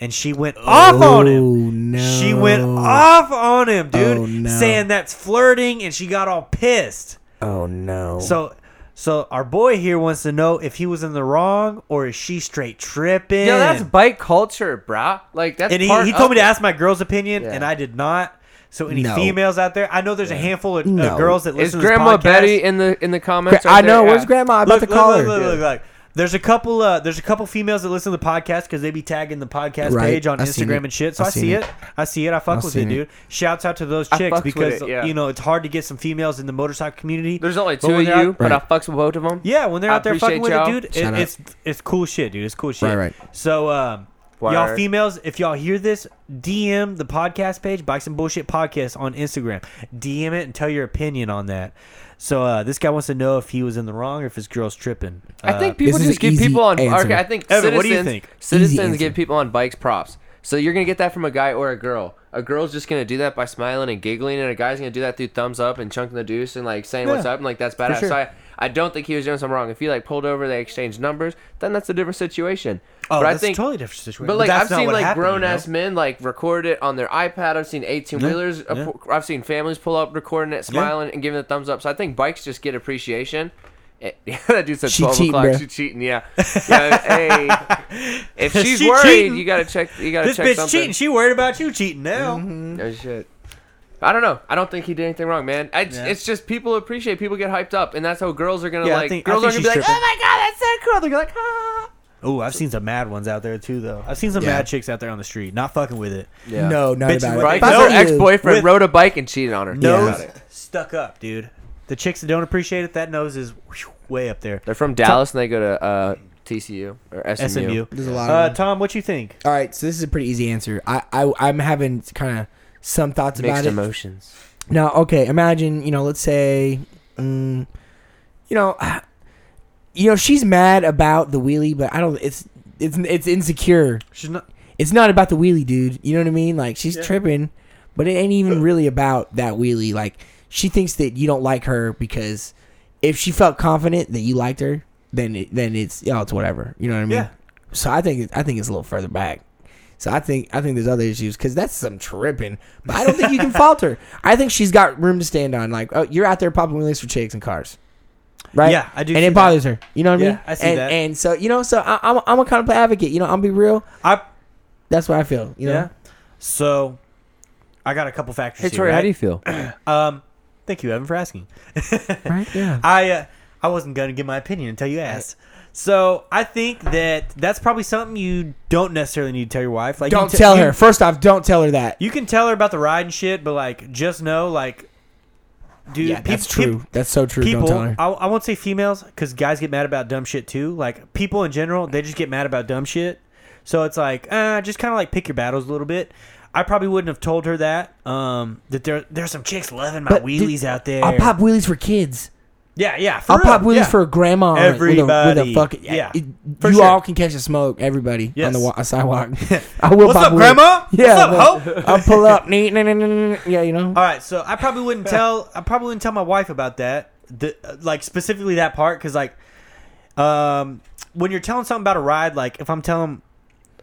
Speaker 1: and she went off on him.
Speaker 3: Oh, no.
Speaker 1: She went off on him, dude,
Speaker 3: Oh, no.
Speaker 1: saying that's flirting, and she got all pissed.
Speaker 3: Oh no.
Speaker 1: So, so our boy here wants to know if he was in the wrong or is she straight tripping?
Speaker 4: Yo, that's bike culture, bruh. Like that's
Speaker 1: and he,
Speaker 4: part
Speaker 1: he told
Speaker 4: of
Speaker 1: me to
Speaker 4: it.
Speaker 1: ask my girl's opinion,
Speaker 4: Yeah.
Speaker 1: and I did not. So any
Speaker 3: No.
Speaker 1: females out there, I know there's a handful of uh,
Speaker 3: No.
Speaker 1: girls that
Speaker 4: Is
Speaker 1: listen to this
Speaker 4: Grandma
Speaker 1: podcast.
Speaker 4: Betty in the in the comments?
Speaker 3: I
Speaker 4: right there?
Speaker 3: know.
Speaker 4: Yeah.
Speaker 3: Where's Grandma? I'm about
Speaker 1: look,
Speaker 3: to call
Speaker 1: look,
Speaker 3: her.
Speaker 1: Look, look, look, look. There's a couple. Uh, there's a couple females that listen to the podcast because they be tagging the podcast
Speaker 3: Right.
Speaker 1: page on
Speaker 3: I seen it.
Speaker 1: Instagram and shit. So
Speaker 3: I
Speaker 1: I,
Speaker 3: seen
Speaker 1: see
Speaker 3: it.
Speaker 1: it. I see it. I fuck
Speaker 3: I
Speaker 1: with it,
Speaker 3: seen it.
Speaker 1: dude. Shouts out to those
Speaker 4: I
Speaker 1: chicks
Speaker 4: fucks with
Speaker 1: because
Speaker 4: it, yeah.
Speaker 1: you know it's hard to get some females in the motorcycle community.
Speaker 4: There's only
Speaker 1: But
Speaker 4: two
Speaker 1: when
Speaker 4: of you,
Speaker 1: they're out-
Speaker 4: but I
Speaker 3: Right.
Speaker 4: fucks with both of them.
Speaker 1: yeah, when they're
Speaker 4: I
Speaker 1: out there fucking
Speaker 4: appreciate
Speaker 1: with
Speaker 4: y'all.
Speaker 1: it, dude, it,
Speaker 3: Shout out.
Speaker 1: it's it's cool shit, dude. It's cool shit.
Speaker 3: Right, right.
Speaker 1: So, um, Y'all
Speaker 4: Word.
Speaker 1: females, if y'all hear this, DM the podcast page, Bikes and Bullshit Podcast on Instagram. DM it and tell your opinion on that. So uh, this guy wants to know if he was in the wrong or if his girl's tripping.
Speaker 4: I
Speaker 1: Uh,
Speaker 4: think people
Speaker 3: this is
Speaker 4: just
Speaker 3: an
Speaker 4: give
Speaker 3: easy
Speaker 4: people on.
Speaker 3: answer.
Speaker 4: Okay, I think
Speaker 1: Evan,
Speaker 4: citizens,
Speaker 1: what do you think?
Speaker 4: citizens
Speaker 3: Easy
Speaker 4: give
Speaker 3: answer.
Speaker 4: people on bikes props. So you're gonna get that from a guy or a girl. A girl's just gonna do that by smiling and giggling, and a guy's gonna do that through thumbs up and chunking the deuce and like saying what's
Speaker 1: Yeah,
Speaker 4: up and like that's badass.
Speaker 1: sure.
Speaker 4: So I, I don't think he was doing something wrong. If he like pulled over, they exchanged numbers, then that's a different situation.
Speaker 1: Oh,
Speaker 4: but I
Speaker 1: that's a
Speaker 4: think,
Speaker 1: totally different situation.
Speaker 4: But like
Speaker 1: That's
Speaker 4: I've
Speaker 1: not
Speaker 4: seen
Speaker 1: what
Speaker 4: like
Speaker 1: happened, you
Speaker 4: grown ass
Speaker 1: know?
Speaker 4: men like record it on their iPad. I've seen eighteen wheelers. uh,
Speaker 1: yeah.
Speaker 4: I've seen families pull up, recording it, smiling, and giving the thumbs up. So I think bikes just get appreciation. Eh, that dude said
Speaker 3: She
Speaker 4: twelve
Speaker 3: cheating,
Speaker 4: o'clock.
Speaker 3: bruh.
Speaker 4: She cheating. Yeah. yeah hey, if she's
Speaker 1: She
Speaker 4: worried,
Speaker 1: cheating.
Speaker 4: you gotta check. You gotta
Speaker 1: this
Speaker 4: check
Speaker 1: bitch
Speaker 4: something.
Speaker 1: cheating. She worried about you cheating now.
Speaker 3: Mm-hmm.
Speaker 4: Oh shit. I don't know. I don't think he did anything wrong, man. I,
Speaker 1: Yeah.
Speaker 4: It's just people appreciate. People get hyped up, and that's how girls are gonna
Speaker 1: Yeah, I
Speaker 4: like.
Speaker 1: think- I
Speaker 4: girls
Speaker 1: think
Speaker 4: are gonna be like,
Speaker 1: she's tripping.
Speaker 4: "Oh my god, that's so cool." They're like, "Ah."
Speaker 1: Oh, I've seen some mad ones out there too, though. I've seen some
Speaker 3: Yeah.
Speaker 1: mad chicks out there on the street, not fucking with it.
Speaker 4: Yeah.
Speaker 3: No, not
Speaker 1: Bitches
Speaker 3: about it.
Speaker 1: with
Speaker 4: Right?
Speaker 1: Fuck
Speaker 4: Because her
Speaker 1: you.
Speaker 4: ex boyfriend
Speaker 1: With-
Speaker 4: rode a bike and cheated on her.
Speaker 1: Nose
Speaker 3: About it.
Speaker 1: stuck up, dude. The chicks that don't appreciate it, that nose is whew, way up there.
Speaker 4: They're from Dallas and they go to uh, TCU or SMU.
Speaker 1: SMU.
Speaker 3: There's a lot of
Speaker 1: Uh,
Speaker 3: them.
Speaker 1: Tom, what you think?
Speaker 3: All right, so this is a pretty easy answer. I, I I'm having kind of some thoughts
Speaker 4: Mixed
Speaker 3: about it.
Speaker 4: emotions.
Speaker 3: Now, okay, imagine you know, let's say, mm, you know, you know, she's mad about the wheelie, but I don't. It's it's it's insecure.
Speaker 1: She's not.
Speaker 3: It's not about the wheelie, dude. You know what I mean? Like she's tripping, but it ain't even really about that wheelie. Like she thinks that you don't like her because if she felt confident that you liked her, then it, then it's oh, it's whatever. You know what I mean?
Speaker 1: Yeah.
Speaker 3: So I think it- I think it's a little further back. So I think I think there's other issues because that's some tripping. But I don't think you can fault her. I think she's got room to stand on. Like oh, you're out there popping wheelies for chicks and cars, right?
Speaker 1: Yeah, I do
Speaker 3: And
Speaker 1: see
Speaker 3: it
Speaker 1: that.
Speaker 3: bothers her. You know what I
Speaker 1: Yeah,
Speaker 3: mean?
Speaker 1: I see
Speaker 3: and,
Speaker 1: that.
Speaker 3: And so you know, so I, I'm I'm a kind of advocate. You know, I'm be real.
Speaker 1: I
Speaker 3: That's what I feel. You know?
Speaker 1: yeah. So, I got a couple factors.
Speaker 4: Hey,
Speaker 1: here,
Speaker 4: Tori, how
Speaker 1: right?
Speaker 4: do you feel?
Speaker 1: Um, thank you, Evan, for asking.
Speaker 3: Right? Yeah.
Speaker 1: I uh, I wasn't gonna give my opinion until you asked. So I think that that's probably something you don't necessarily need to tell your wife. Like, you
Speaker 3: don't
Speaker 1: te-
Speaker 3: tell
Speaker 1: you-
Speaker 3: her. First off, don't tell her that.
Speaker 1: You can tell her about the ride and shit, but like, just know, like, dude,
Speaker 3: yeah, that's
Speaker 1: peop- peop-
Speaker 3: true. that's so true.
Speaker 1: people,
Speaker 3: don't tell her.
Speaker 1: I, I won't say females because guys get mad about dumb shit too. Like people in general, they just get mad about dumb shit. So it's like, uh, just kind of like pick your battles a little bit. I probably wouldn't have told her that. Um, that there there's some chicks loving my
Speaker 3: dude,
Speaker 1: wheelies out there.
Speaker 3: I'll pop wheelies for kids.
Speaker 1: yeah, yeah. For
Speaker 3: I'll
Speaker 1: real,
Speaker 3: pop wheelies
Speaker 1: yeah.
Speaker 3: for a grandma. on it with a- With a,
Speaker 1: Everybody.
Speaker 3: fucking,
Speaker 1: Yeah,
Speaker 3: it-
Speaker 1: for
Speaker 3: you
Speaker 1: sure.
Speaker 3: all can catch a smoke. Everybody on
Speaker 1: Yes.
Speaker 3: the wa- sidewalk. I will
Speaker 1: What's
Speaker 3: pop
Speaker 1: up,
Speaker 3: wheelies.
Speaker 1: Grandma?
Speaker 3: Yeah,
Speaker 1: What's
Speaker 3: but
Speaker 1: up,
Speaker 3: I'll pull up. Nee, nee, nee, nee, nee, nee. Yeah, you know.
Speaker 1: All right, so I probably wouldn't tell. I probably wouldn't tell my wife about that. The uh, like specifically that part because like, um, when you're telling something about a ride, like if I'm telling,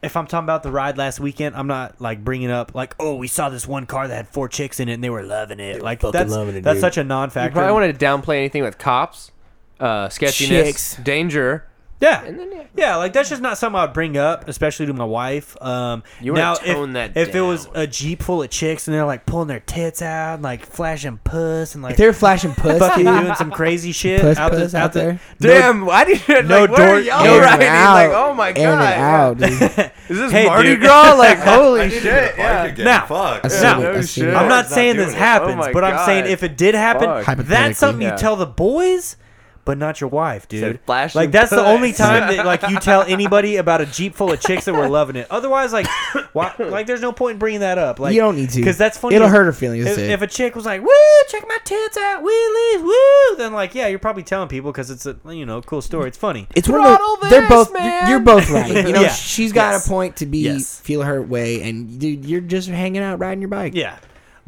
Speaker 1: if I'm talking about the ride last weekend, I'm not like bringing up like, oh, we saw this one car that had four chicks in it and they were loving it. like that's that's such a
Speaker 4: You
Speaker 1: non-factor.
Speaker 4: probably wanted to downplay anything with cops, uh, sketchiness,
Speaker 3: Chicks.
Speaker 4: danger.
Speaker 1: yeah,
Speaker 4: And then, yeah.
Speaker 1: yeah, like that's just not something I'd bring up, especially to my wife. Um,
Speaker 4: You wanna
Speaker 1: now
Speaker 4: tone
Speaker 1: if,
Speaker 4: that
Speaker 1: if it was
Speaker 4: down.
Speaker 1: a jeep full of chicks and they're like pulling their tits out, and, like flashing puss and like
Speaker 3: They're flashing puss.
Speaker 1: fucking
Speaker 3: dude.
Speaker 1: doing some crazy shit
Speaker 3: Puss
Speaker 1: out, the-
Speaker 3: puss out
Speaker 1: the-
Speaker 3: there.
Speaker 4: Damn, why did you,
Speaker 1: no
Speaker 4: like, where are
Speaker 1: door-
Speaker 4: y'all
Speaker 1: no
Speaker 3: In and
Speaker 4: riding? Like,
Speaker 3: out.
Speaker 4: oh my
Speaker 3: In and
Speaker 4: god.
Speaker 3: out, dude.
Speaker 4: Is this
Speaker 1: Hey,
Speaker 4: Mardi
Speaker 1: dude.
Speaker 4: Gras? Like, holy
Speaker 5: I need to get a
Speaker 4: shit.
Speaker 5: bike
Speaker 4: Yeah.
Speaker 5: again.
Speaker 1: Now-
Speaker 5: fuck.
Speaker 3: I see
Speaker 1: Now-
Speaker 3: it, I
Speaker 4: No
Speaker 3: see
Speaker 4: shit.
Speaker 3: it.
Speaker 4: Yeah,
Speaker 1: I'm not
Speaker 4: it's not
Speaker 1: saying
Speaker 4: doing
Speaker 1: this
Speaker 4: it.
Speaker 1: happens,
Speaker 4: Oh my
Speaker 1: but I'm saying
Speaker 4: God.
Speaker 1: if it did happen,
Speaker 4: Fuck.
Speaker 3: Hypothetically.
Speaker 1: that's something
Speaker 4: Yeah.
Speaker 1: you tell the boys, but not your wife, dude.
Speaker 4: Said flash
Speaker 1: Like
Speaker 4: and
Speaker 1: that's the
Speaker 4: puss.
Speaker 1: only time that like you tell anybody about a jeep full of chicks that were loving it. Otherwise, like, why, like there's no point in bringing that up. Like
Speaker 3: You don't need to.
Speaker 1: because that's funny.
Speaker 3: It'll
Speaker 1: as-
Speaker 3: hurt her feelings,
Speaker 1: If,
Speaker 3: that's it.
Speaker 1: if a chick was like, "Woo, check my tits out, wheelies, woo," then like, yeah, you're probably telling people because it's a you know cool story. It's funny.
Speaker 3: It's one of
Speaker 4: Throttle
Speaker 3: the, they're
Speaker 4: this,
Speaker 3: both
Speaker 4: man.
Speaker 3: you're both right. You know,
Speaker 1: Yeah.
Speaker 3: she's got
Speaker 1: Yes.
Speaker 3: a point to be
Speaker 1: Yes.
Speaker 3: feel her way, and dude, you're just hanging out riding your bike.
Speaker 1: Yeah.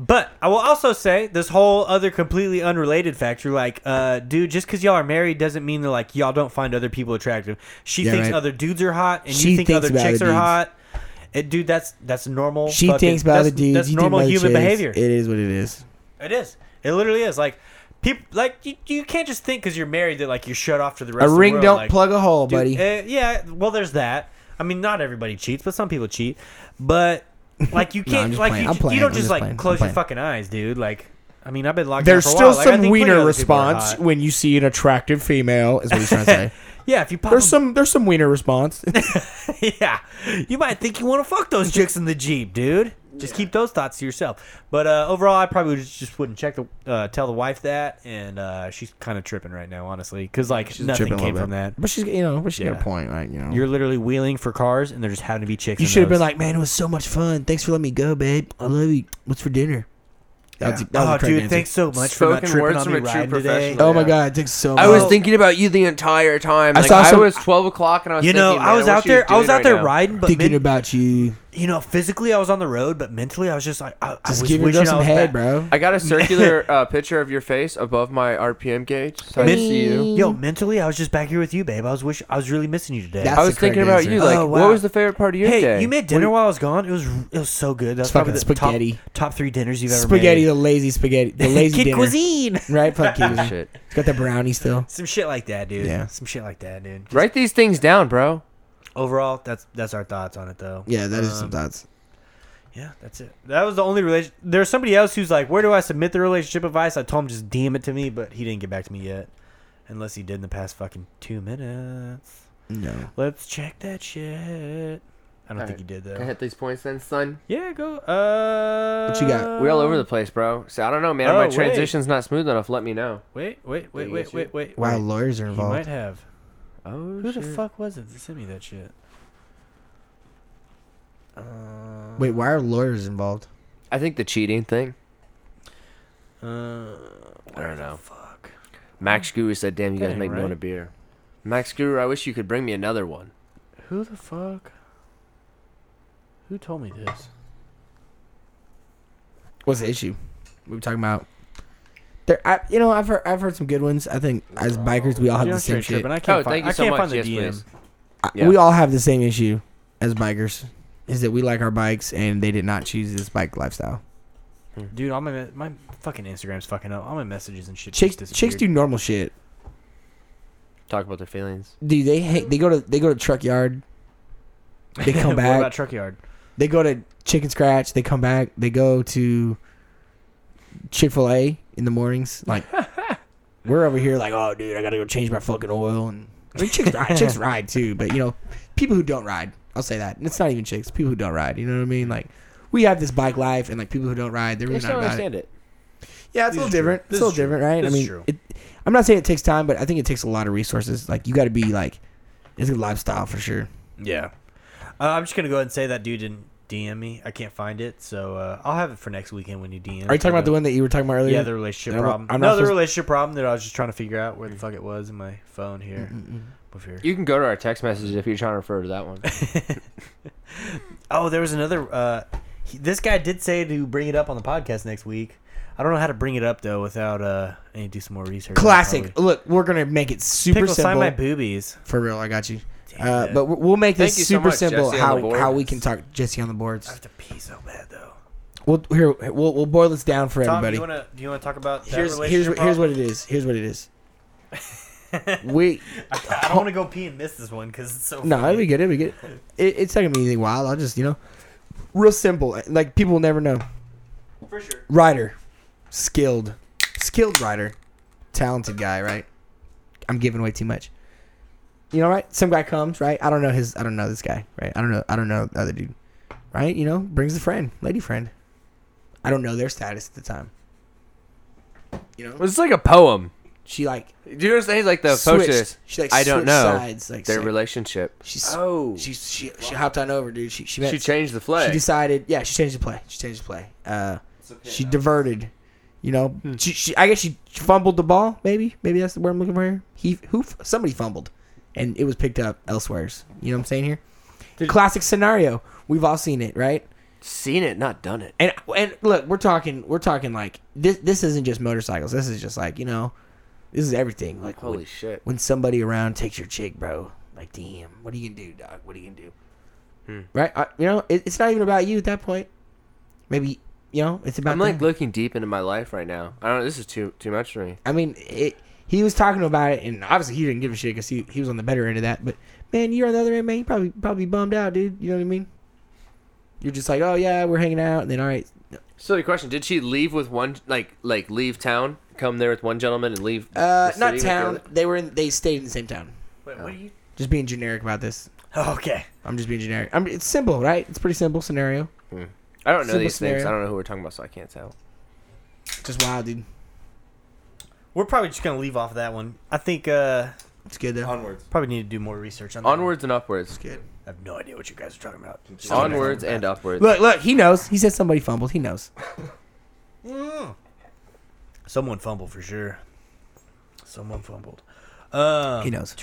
Speaker 1: But I will also say this whole other completely unrelated factor, like, uh, dude, just because y'all are married doesn't mean that like y'all don't find other people attractive. She
Speaker 3: Yeah,
Speaker 1: thinks
Speaker 3: right.
Speaker 1: other dudes are hot, and
Speaker 3: She
Speaker 1: you think
Speaker 3: thinks
Speaker 1: other
Speaker 3: about
Speaker 1: chicks
Speaker 3: other
Speaker 1: are
Speaker 3: dudes.
Speaker 1: hot. It, dude, that's that's normal.
Speaker 3: She
Speaker 1: fucking-
Speaker 3: thinks about
Speaker 1: that's,
Speaker 3: the dudes.
Speaker 1: That's
Speaker 3: you think
Speaker 1: normal
Speaker 3: about the
Speaker 1: human
Speaker 3: chicks.
Speaker 1: behavior.
Speaker 3: It is what it is.
Speaker 1: it is. It literally is. Like, people, like you, you can't just think because you're married that like you're shut off to the rest.
Speaker 3: a
Speaker 1: of the
Speaker 3: ring
Speaker 1: world.
Speaker 3: don't
Speaker 1: Like,
Speaker 3: plug a hole,
Speaker 1: Dude,
Speaker 3: buddy.
Speaker 1: uh, yeah, well, there's that. I mean, not everybody cheats, but some people cheat. But like, you
Speaker 3: I'm
Speaker 1: can't
Speaker 3: just
Speaker 1: like
Speaker 3: playing.
Speaker 1: you,
Speaker 3: I'm
Speaker 1: you
Speaker 3: playing.
Speaker 1: don't
Speaker 3: I'm
Speaker 1: just
Speaker 3: just
Speaker 1: like
Speaker 3: playing. I'm
Speaker 1: close your
Speaker 3: playing.
Speaker 1: fucking eyes, dude. Like, I mean, I've been locked. down
Speaker 3: There's
Speaker 1: for a
Speaker 3: still
Speaker 1: while. Like, I
Speaker 3: some
Speaker 1: think plenty
Speaker 3: wiener
Speaker 1: of other people are hot.
Speaker 3: response when you see an attractive female. Is what he's trying to say.
Speaker 1: Yeah, if you pop
Speaker 3: There's
Speaker 1: them,
Speaker 3: some there's some wiener response.
Speaker 1: yeah, you might think you want to fuck those chicks in the jeep, dude. Just keep those thoughts to yourself. But uh, overall, I probably just, just wouldn't check the uh, tell the wife that, and uh, she's kind of tripping right now, honestly, because like nothing
Speaker 3: Tripping a
Speaker 1: came
Speaker 3: little
Speaker 1: from
Speaker 3: bit.
Speaker 1: that.
Speaker 3: But she's you know, but she got
Speaker 1: Yeah.
Speaker 3: a point, like you know.
Speaker 1: You're literally wheeling for cars, and there just happened to be chicks.
Speaker 3: you
Speaker 1: in
Speaker 3: should have been
Speaker 1: those.
Speaker 3: like, man, it was so much fun. Thanks for letting me go, babe. I love you. What's for dinner? That's, that was a
Speaker 1: "Oh,
Speaker 3: correct
Speaker 1: dude,
Speaker 3: answer.
Speaker 1: thanks so much for not
Speaker 4: Spoken
Speaker 1: tripping
Speaker 4: words
Speaker 1: on
Speaker 4: from
Speaker 1: me
Speaker 4: a true
Speaker 1: riding today."
Speaker 4: professional.
Speaker 3: Oh my
Speaker 4: Yeah.
Speaker 3: god, thanks so much.
Speaker 4: I was
Speaker 1: Oh.
Speaker 4: thinking about you the entire time.
Speaker 3: I
Speaker 4: Like, I,
Speaker 3: saw some-
Speaker 4: was 12 o'clock and I was
Speaker 1: You know,
Speaker 4: thinking,
Speaker 1: I
Speaker 4: "Man,
Speaker 1: was
Speaker 4: what
Speaker 1: out
Speaker 4: she's
Speaker 1: there. I was
Speaker 4: doing
Speaker 1: out there
Speaker 4: right now."
Speaker 1: riding, but
Speaker 3: thinking
Speaker 1: men-
Speaker 3: about you.
Speaker 1: you know, physically I was on the road, but mentally I was just like, I, I
Speaker 3: Just
Speaker 1: was
Speaker 3: giving
Speaker 1: wishing
Speaker 3: her
Speaker 1: I
Speaker 3: some
Speaker 1: was
Speaker 3: head,
Speaker 1: back-
Speaker 3: bro.
Speaker 4: I got a circular uh, picture of your face above my RPM gauge, so I
Speaker 1: Mid-
Speaker 4: can see you.
Speaker 1: Yo, mentally I was just back here with you, babe. I was wish I was really missing you today.
Speaker 3: That's
Speaker 4: I
Speaker 3: the
Speaker 4: was thinking
Speaker 3: correct answer.
Speaker 4: about you. Like,
Speaker 1: Oh, wow.
Speaker 4: what was the favorite part of your
Speaker 1: hey,
Speaker 4: day?
Speaker 1: you made dinner while I was gone. It was it was so good. That's
Speaker 3: It's
Speaker 1: probably the
Speaker 3: fucking spaghetti.
Speaker 1: Top, top three dinners you've ever
Speaker 3: Spaghetti,
Speaker 1: made.
Speaker 3: the lazy spaghetti, the lazy
Speaker 1: Kid
Speaker 3: dinner.
Speaker 1: cuisine.
Speaker 3: Right? Fuck you.
Speaker 4: Shit.
Speaker 3: It's got the brownie still.
Speaker 1: Some shit like that, dude.
Speaker 3: Yeah.
Speaker 1: Some shit like that, dude. Just
Speaker 4: Write these things down, bro.
Speaker 1: Overall, that's that's our thoughts on it, though.
Speaker 3: Yeah, that is
Speaker 1: Um,
Speaker 3: some thoughts.
Speaker 1: Yeah, that's it. That was the only relation. There's somebody else who's like, "Where do I submit the relationship advice?" I told him just DM it to me, but he didn't get back to me yet, unless he did in the past fucking two minutes.
Speaker 3: No.
Speaker 1: Let's check that shit. I don't think he did
Speaker 4: Can I
Speaker 1: though.
Speaker 4: hit these points then, son?
Speaker 1: Yeah, go. Uh,
Speaker 3: What you got?
Speaker 4: We all over the place, bro. So I don't know, man.
Speaker 1: Oh,
Speaker 4: my
Speaker 1: wait.
Speaker 4: transition's not smooth enough. Let me know.
Speaker 1: Wait, wait, wait,
Speaker 4: Did he
Speaker 1: wait,
Speaker 4: get you?
Speaker 1: wait, wait.
Speaker 3: Wow,
Speaker 1: wait.
Speaker 3: lawyers are
Speaker 1: He might
Speaker 3: involved.
Speaker 1: have.
Speaker 4: Oh,
Speaker 1: Who the
Speaker 4: shit.
Speaker 1: fuck was it that sent me that shit? Uh,
Speaker 3: Wait, why are lawyers involved?
Speaker 4: I think the cheating thing.
Speaker 1: Uh,
Speaker 4: I don't know.
Speaker 1: fuck.
Speaker 4: Max Guru said, "Damn, you
Speaker 1: That
Speaker 4: guys
Speaker 1: ain't
Speaker 4: make
Speaker 1: Oh.
Speaker 4: me
Speaker 1: right.
Speaker 4: want a beer." Max Guru, I wish you could bring me another one.
Speaker 1: Who the fuck? Who told me this?
Speaker 3: What's the issue? We were talking about. There, I, you know, I've heard, I've heard some good ones. I think as bikers, we all have
Speaker 1: Yeah,
Speaker 3: the
Speaker 1: I'm Oh,
Speaker 3: same
Speaker 1: straight
Speaker 3: shit.
Speaker 1: tripping. I can't,
Speaker 4: Oh,
Speaker 1: fi-
Speaker 4: thank you
Speaker 1: I
Speaker 4: so
Speaker 1: can't
Speaker 4: much.
Speaker 1: find the
Speaker 4: Yes,
Speaker 1: DM.
Speaker 4: please.
Speaker 3: I-
Speaker 4: Yeah.
Speaker 3: We all have the same issue as bikers, is that we like our bikes and they did not choose this bike lifestyle.
Speaker 1: Dude, all my my fucking Instagram's fucking up. All my messages and shit.
Speaker 3: Chicks,
Speaker 1: just
Speaker 3: chicks do
Speaker 1: disappeared.
Speaker 3: normal shit.
Speaker 4: Talk about their feelings.
Speaker 3: Dude, they ha- they go to they go to truck yard. They come
Speaker 1: what about
Speaker 3: back.
Speaker 1: truck yard?
Speaker 3: they go to chicken scratch. They come back. They go to Chick Fil A in the mornings. Like we're over here, like oh dude, I gotta go change my fucking oil. And I mean, chicks ride, chicks ride too, but you know, people who don't ride, I'll say that. And it's not even chicks. People who don't ride, you know what I mean? Like we have this bike life, and like people who don't ride, they're
Speaker 4: I
Speaker 3: really
Speaker 4: just
Speaker 3: not
Speaker 4: don't
Speaker 3: about it.
Speaker 4: understand it.
Speaker 3: Yeah, it's
Speaker 1: This is
Speaker 3: a little
Speaker 1: true.
Speaker 3: different.
Speaker 1: This
Speaker 3: It's a
Speaker 1: is
Speaker 3: little
Speaker 1: true.
Speaker 3: different, right?
Speaker 1: This
Speaker 3: I
Speaker 1: is
Speaker 3: mean,
Speaker 1: true.
Speaker 3: It, I'm not saying it takes time, but I think it takes a lot of resources. Like you got to be like, it's a lifestyle for sure.
Speaker 1: Yeah. Uh, I'm just gonna go ahead and say that dude didn't DM me. I can't find it, so uh, I'll have it for next weekend when you DM.
Speaker 3: Are you talking about the one that you were talking about earlier?
Speaker 1: Yeah, the relationship
Speaker 3: I'm not-
Speaker 1: problem.
Speaker 3: I'm not
Speaker 1: no, the
Speaker 3: supposed-
Speaker 1: relationship problem that I was just trying to figure out where the fuck it was in my phone here. Over here.
Speaker 4: You can go to our text messages if you're trying to refer to that one.
Speaker 1: Oh, there was another. Uh, he, this guy did say to bring it up on the podcast next week. I don't know how to bring it up though without uh, I need to do some more research.
Speaker 3: Classic.
Speaker 1: Probably.
Speaker 3: Look, we're gonna make it super
Speaker 1: Pickle sign
Speaker 3: simple.
Speaker 1: my boobies.
Speaker 3: For real, I got you.
Speaker 1: Damn
Speaker 3: Uh,
Speaker 1: it.
Speaker 3: but we- we'll make this
Speaker 4: Thank you so
Speaker 3: super
Speaker 4: much,
Speaker 3: simple
Speaker 4: Jesse on
Speaker 3: how
Speaker 4: the boards.
Speaker 3: how we can talk Jesse on the boards.
Speaker 1: I have to pee so bad though.
Speaker 3: We'll here we'll, we'll boil this down for
Speaker 1: Tom, do
Speaker 3: everybody.
Speaker 1: you want to do you want to talk about that
Speaker 3: here's here's
Speaker 1: relationship
Speaker 3: what- here's what
Speaker 1: problem?
Speaker 3: it is. Here's what it is. we
Speaker 1: I don't want to go pee and miss this one because it's so.
Speaker 3: no,
Speaker 1: funny.
Speaker 3: it'll be good. It'll be good. It, it's not gonna be anything wild. I'll just you know, real simple. Like people will never know.
Speaker 1: for sure.
Speaker 3: Rider, skilled, skilled rider, talented guy, right? I'm giving away too much. You know, right? Some guy comes, right? I don't know his. I don't know this guy, right? I don't know. I don't know the other dude, right? You know, brings a friend, lady friend. I don't know their status at the time. You know,
Speaker 4: It's like a poem.
Speaker 3: she like
Speaker 4: Do you understand? He's like the
Speaker 3: switched.
Speaker 4: posters.
Speaker 3: She like
Speaker 4: I don't
Speaker 3: switched
Speaker 4: know
Speaker 3: sides, like
Speaker 4: their
Speaker 3: say-
Speaker 4: relationship.
Speaker 3: She
Speaker 4: Oh.
Speaker 3: she she she hopped on over, dude. She she met
Speaker 4: She changed the flag.
Speaker 3: she decided yeah she changed the play she changed the play uh she diverted you know she, she i guess she fumbled the ball maybe maybe that's the word i'm looking for here he who f- somebody fumbled and it was picked up elsewheres you know what i'm saying here classic scenario we've all seen it right
Speaker 4: Seen it, not done it.
Speaker 3: and and look we're talking we're talking like this this isn't just motorcycles this is just like you know this is everything like
Speaker 4: Holy
Speaker 3: when-
Speaker 4: shit.
Speaker 3: when somebody around takes your chick, bro. Like, damn, what are you gonna do, dog? What are you gonna do? Right? I, you know, it, it's not even about you at that point. Maybe you know, it's about.
Speaker 4: I'm like
Speaker 3: them.
Speaker 4: looking deep into my life right now. I don't know. This is too too much for me.
Speaker 3: I mean, it, he was talking about it, and obviously he didn't give a shit because he, he was on the better end of that. But man, you're on the other end, man. You probably probably bummed out, dude. You know what I mean? You're just like, oh yeah, we're hanging out, and then all right,
Speaker 4: Silly question. Did she leave with one, like, like leave town, come there with one gentleman and leave?
Speaker 3: uh,
Speaker 4: the
Speaker 3: not
Speaker 4: city with the
Speaker 3: town.
Speaker 4: other?
Speaker 3: They were in. They stayed in the same town.
Speaker 1: Wait, what are you?
Speaker 3: Just being generic about this.
Speaker 1: Oh, Okay.
Speaker 3: I'm just being generic. I'm, it's simple, right? It's pretty simple scenario.
Speaker 4: I don't know
Speaker 3: Simple
Speaker 4: these things. I
Speaker 3: scenario.
Speaker 4: don't know who we're talking about, so I can't tell.
Speaker 3: Just wild, dude.
Speaker 1: We're probably just gonna leave off that one. I think uh
Speaker 3: It's good though.
Speaker 5: Onwards.
Speaker 1: probably need to do more research on that. one.
Speaker 4: Onwards and upwards.
Speaker 3: Good.
Speaker 1: I have no idea what you guys are talking about. Just-
Speaker 4: Onwards and upwards.
Speaker 3: Look, look. He knows. He said somebody fumbled. He knows.
Speaker 1: Someone fumbled for sure. Someone fumbled. Um,
Speaker 3: He knows.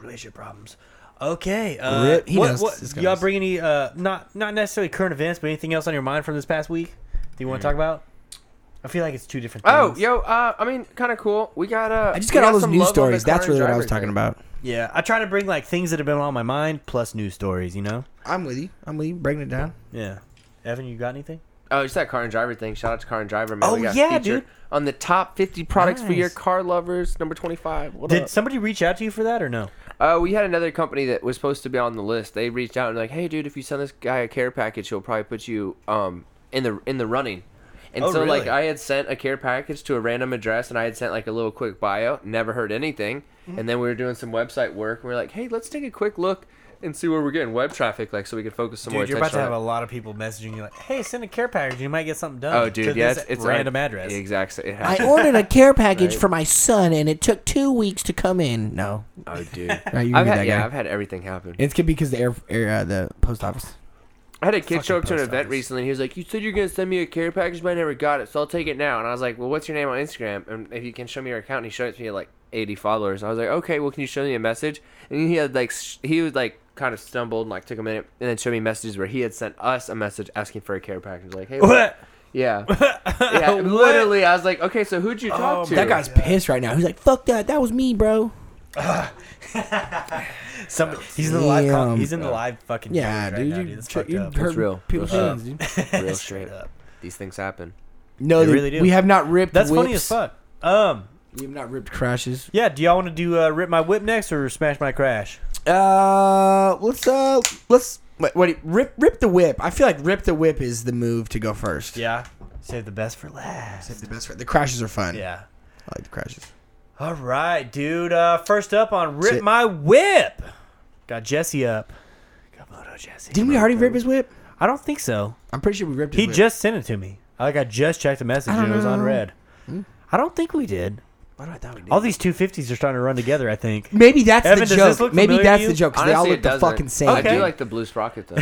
Speaker 1: Relationship problems. Okay. Uh,
Speaker 3: Rip- he
Speaker 1: what,
Speaker 3: knows
Speaker 1: what-
Speaker 3: this guy
Speaker 1: y'all
Speaker 3: knows.
Speaker 1: bring any? Uh, not not necessarily current events, but anything else on your mind from this past week? Do you want to talk about? I feel like it's two different.
Speaker 4: Oh,
Speaker 1: things.
Speaker 4: yo, uh, I mean, kind of cool. We got uh,
Speaker 3: I just
Speaker 4: we
Speaker 3: got all those
Speaker 4: some
Speaker 3: news
Speaker 4: love on the
Speaker 3: stories. That's
Speaker 4: Conan
Speaker 3: really what I
Speaker 4: Driver
Speaker 3: was talking
Speaker 4: thing.
Speaker 3: about.
Speaker 1: Yeah, I try to bring like things that have been on my mind plus news stories. You know.
Speaker 3: I'm with you. I'm with you. Breaking it down.
Speaker 1: Yeah. Evan, you got anything?
Speaker 4: Oh, just that car and driver thing. Shout out to car and driver. Man.
Speaker 1: Oh,
Speaker 4: we got
Speaker 1: yeah,
Speaker 4: featured
Speaker 1: dude.
Speaker 4: On the top 50 products for your
Speaker 1: Nice.
Speaker 4: car lovers, number 25. What
Speaker 1: Did
Speaker 4: up?
Speaker 1: somebody reach out to you for that or no?
Speaker 4: Uh, we had another company that was supposed to be on the list. They reached out and like, hey, dude, if you send this guy a care package, he'll probably put you um in the in the running. And
Speaker 1: Oh,
Speaker 4: so like
Speaker 1: really?
Speaker 4: I had sent a care package to a random address, and I had sent like a little quick bio. Never heard anything.
Speaker 1: Mm-hmm.
Speaker 4: And then we were doing some website work. And we were like, hey, let's take a quick look and see where we're getting web traffic, like so we can focus some more
Speaker 1: Dude, you're
Speaker 4: attention.
Speaker 1: about to
Speaker 4: on
Speaker 1: have
Speaker 4: it.
Speaker 1: a lot of people messaging you like, "Hey, send a care package. You might get something done."
Speaker 4: Oh, dude,
Speaker 1: to
Speaker 4: yeah,
Speaker 1: this
Speaker 4: it's, it's a-
Speaker 1: random address.
Speaker 4: Exactly. It
Speaker 3: I
Speaker 4: happened.
Speaker 3: ordered a care package
Speaker 4: Right.
Speaker 3: for my son, and it took two weeks to come in. No,
Speaker 4: oh, dude.
Speaker 3: no you
Speaker 4: I've had, yeah, I've had everything happen.
Speaker 3: It could be because the air, air uh, the post office.
Speaker 4: I had a kid
Speaker 1: fucking
Speaker 4: show up to an
Speaker 1: post
Speaker 4: event
Speaker 1: office.
Speaker 4: recently. And he was like, "You said you're gonna send me a care package, but I never got it, so I'll take it now." And I was like, "Well, what's your name on Instagram? And if you can show me your account." And he showed it to me like 80 followers. I was like, "Okay, well, can you show me a message?" And he had like sh- he was like kind of stumbled and like took a minute and then showed me messages where he had sent us a message asking for a care package, like, "Hey,
Speaker 1: What?
Speaker 4: yeah, yeah."
Speaker 1: What?
Speaker 4: Literally, I was like, "Okay, so who'd you talk to?"
Speaker 3: That guy's pissed right now. He's like, "Fuck that! That was me, bro."
Speaker 1: Somebody, he's in the live. Con-
Speaker 3: Damn.
Speaker 1: he's in the live fucking.
Speaker 3: Yeah,
Speaker 1: Yeah,
Speaker 3: dude,
Speaker 1: Right now,
Speaker 3: you,
Speaker 1: dude. That's
Speaker 3: tri-
Speaker 1: fucked
Speaker 3: you
Speaker 1: up.
Speaker 3: hurt
Speaker 4: It's real.
Speaker 3: people's
Speaker 4: It's real.
Speaker 3: feelings, dude.
Speaker 4: real
Speaker 1: Straight
Speaker 4: straight
Speaker 1: up.
Speaker 4: up. These things happen.
Speaker 3: No,
Speaker 1: They
Speaker 3: dude,
Speaker 1: really do.
Speaker 3: We have not ripped.
Speaker 1: That's funny as
Speaker 3: whips.
Speaker 1: fuck. Um,
Speaker 3: We have not ripped crashes.
Speaker 1: yeah. Do y'all want to do uh, rip my whip next or smash my crash?
Speaker 3: Uh, let's uh, let's wait, wait. Rip, rip the whip. I feel like rip the whip is the move to go first.
Speaker 1: Yeah. Save the best for last.
Speaker 3: the best. The crashes are fun.
Speaker 1: Yeah.
Speaker 3: I like the crashes.
Speaker 1: All right, dude. Uh, first up on rip
Speaker 3: Shit.
Speaker 1: my whip. Got Jesse up. Got Moto Jesse.
Speaker 3: Didn't we already rip his whip?
Speaker 1: I don't think so.
Speaker 3: I'm pretty sure we ripped. His
Speaker 1: He
Speaker 3: whip.
Speaker 1: just sent it to me. Like I just checked the message and it was unread. I don't think we did.
Speaker 3: Why do I thought we did?
Speaker 1: All these 250s are starting to run together, I think.
Speaker 3: Maybe that's
Speaker 1: Evan, does
Speaker 3: the
Speaker 1: this
Speaker 3: joke.
Speaker 1: look
Speaker 3: Maybe
Speaker 1: familiar
Speaker 3: that's
Speaker 1: to you?
Speaker 3: the joke. 'cause they all
Speaker 4: Honestly,
Speaker 3: look
Speaker 4: it
Speaker 3: the
Speaker 4: doesn't.
Speaker 3: fucking same.
Speaker 4: I
Speaker 1: Okay.
Speaker 4: do like the blue sprocket though.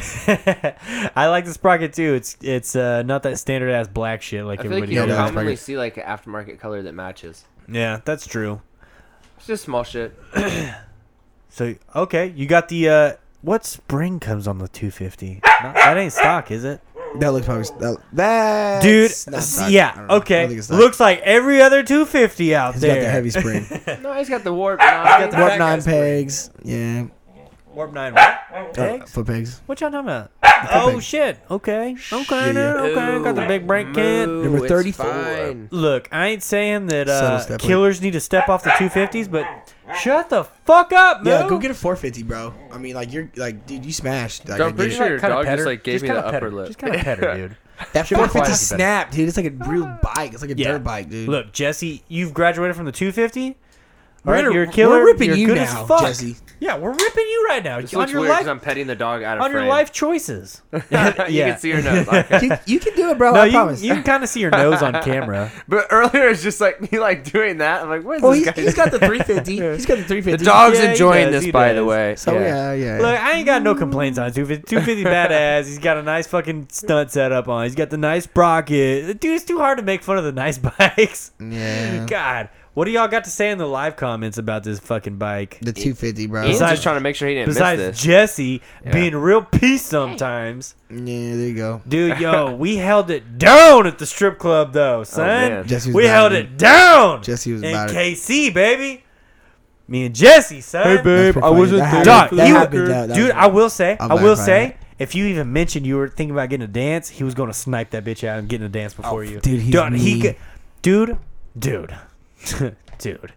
Speaker 1: I like the sprocket too. It's it's uh, not that standard ass black shit like
Speaker 4: I feel like
Speaker 1: everybody
Speaker 4: you
Speaker 3: Yeah,
Speaker 4: don't
Speaker 3: that's
Speaker 1: else.
Speaker 3: pretty
Speaker 4: commonly
Speaker 3: good.
Speaker 4: see like an aftermarket color that matches.
Speaker 1: Yeah, that's true.
Speaker 4: It's just small shit.
Speaker 1: So okay, you got the uh, what spring comes on the 250? Not- that ain't stock, is it?
Speaker 3: That looks probably that. that
Speaker 1: Dude, s- yeah, okay. Looks like every other 250 out
Speaker 3: He's
Speaker 1: there.
Speaker 3: got the heavy spring.
Speaker 4: No, he's got the warp. got
Speaker 1: the-
Speaker 3: Warp
Speaker 1: Fat
Speaker 3: nine
Speaker 1: guy's spring.
Speaker 3: pegs. Yeah.
Speaker 1: Warp 9 what?
Speaker 3: Uh,
Speaker 1: Pegs?
Speaker 3: foot pegs.
Speaker 1: What y'all talking about?
Speaker 3: foot
Speaker 1: Oh
Speaker 3: peg.
Speaker 1: shit. Okay. Okay.
Speaker 3: Yeah, yeah.
Speaker 1: now, Okay. Got the big brake can.
Speaker 3: Number 34.
Speaker 1: Look, I ain't saying that
Speaker 3: Subtle
Speaker 1: uh,
Speaker 3: step, wait.
Speaker 1: killers need to step off the 250s, but shut the fuck up, man.
Speaker 3: Yeah, go get a 450, bro. I mean, like you're like, dude, you smashed. Like, I
Speaker 4: I'm
Speaker 3: get
Speaker 4: pretty
Speaker 3: it.
Speaker 4: sure your
Speaker 1: Kinda
Speaker 4: dog
Speaker 1: pet her.
Speaker 4: just like gave me
Speaker 1: kinda
Speaker 4: the
Speaker 1: pet
Speaker 4: upper
Speaker 1: her.
Speaker 4: lip.
Speaker 1: Just kind of pet her, dude.
Speaker 3: that
Speaker 1: should be
Speaker 3: 450
Speaker 1: quality better.
Speaker 3: snap, dude. It's like a real bike. It's like a dirt bike, dude.
Speaker 1: Look, Jesse, you've graduated from the 250. All
Speaker 3: We're
Speaker 1: right,
Speaker 3: gonna-
Speaker 1: you're a killer.
Speaker 3: we're ripping
Speaker 1: you're
Speaker 3: you
Speaker 1: good
Speaker 3: now,
Speaker 1: as fuck.
Speaker 3: Jesse.
Speaker 1: Yeah, we're ripping you right now
Speaker 4: This
Speaker 1: on
Speaker 4: looks
Speaker 1: your
Speaker 4: weird because
Speaker 1: life
Speaker 4: I'm petting the dog out of
Speaker 1: on your
Speaker 4: frame.
Speaker 1: life choices.
Speaker 4: you
Speaker 1: Yeah.
Speaker 4: can see her nose. Okay.
Speaker 3: you, you can do it, bro.
Speaker 1: No,
Speaker 3: Oh, I
Speaker 1: you,
Speaker 3: promise.
Speaker 1: you can kind of see your nose on camera.
Speaker 4: But earlier it's just like me like doing that. I'm like, where's
Speaker 3: oh,
Speaker 4: this
Speaker 3: he's,
Speaker 4: guy?
Speaker 3: he's got the 350. He's got the 350.
Speaker 4: the dog's
Speaker 1: Yeah, he
Speaker 4: enjoying
Speaker 1: does, he
Speaker 4: this, by the
Speaker 1: does.
Speaker 4: way.
Speaker 3: So yeah, yeah.
Speaker 1: Look, I ain't got no complaints on 250. 250 badass. He's got a nice fucking stunt set up on. He's got the nice sprocket. Dude, it's too hard to make fun of the nice bikes.
Speaker 3: yeah.
Speaker 1: God, what do y'all got to say in the live comments about this fucking bike?
Speaker 3: The 250, bro.
Speaker 4: Ian's
Speaker 3: Yeah,
Speaker 1: Besides-
Speaker 4: just trying to make sure he didn't miss
Speaker 1: Besides
Speaker 4: this.
Speaker 1: Jesse being a real piece sometimes,
Speaker 3: there you go.
Speaker 1: dude. Yo, we held it down at the strip club though, son.
Speaker 4: Oh, man.
Speaker 3: Jesse was
Speaker 1: we held
Speaker 3: about it.
Speaker 1: it down.
Speaker 3: Jesse was
Speaker 1: in
Speaker 3: about it.
Speaker 1: KC, baby. Me and Jesse, son.
Speaker 3: That's pretty funny. That happened-
Speaker 1: Doc,
Speaker 3: that
Speaker 1: he wa-
Speaker 3: happened, that- that
Speaker 1: dude,
Speaker 3: was-
Speaker 1: I will say,
Speaker 3: I'm
Speaker 1: i
Speaker 3: glad
Speaker 1: will
Speaker 3: to find
Speaker 1: say,
Speaker 3: out.
Speaker 1: if you even mentioned you were thinking about getting a dance, he was going to snipe that bitch out and getting a dance before you.
Speaker 3: Oh, dude, he's
Speaker 1: he,
Speaker 3: mean.
Speaker 1: g- dude, dude, dude.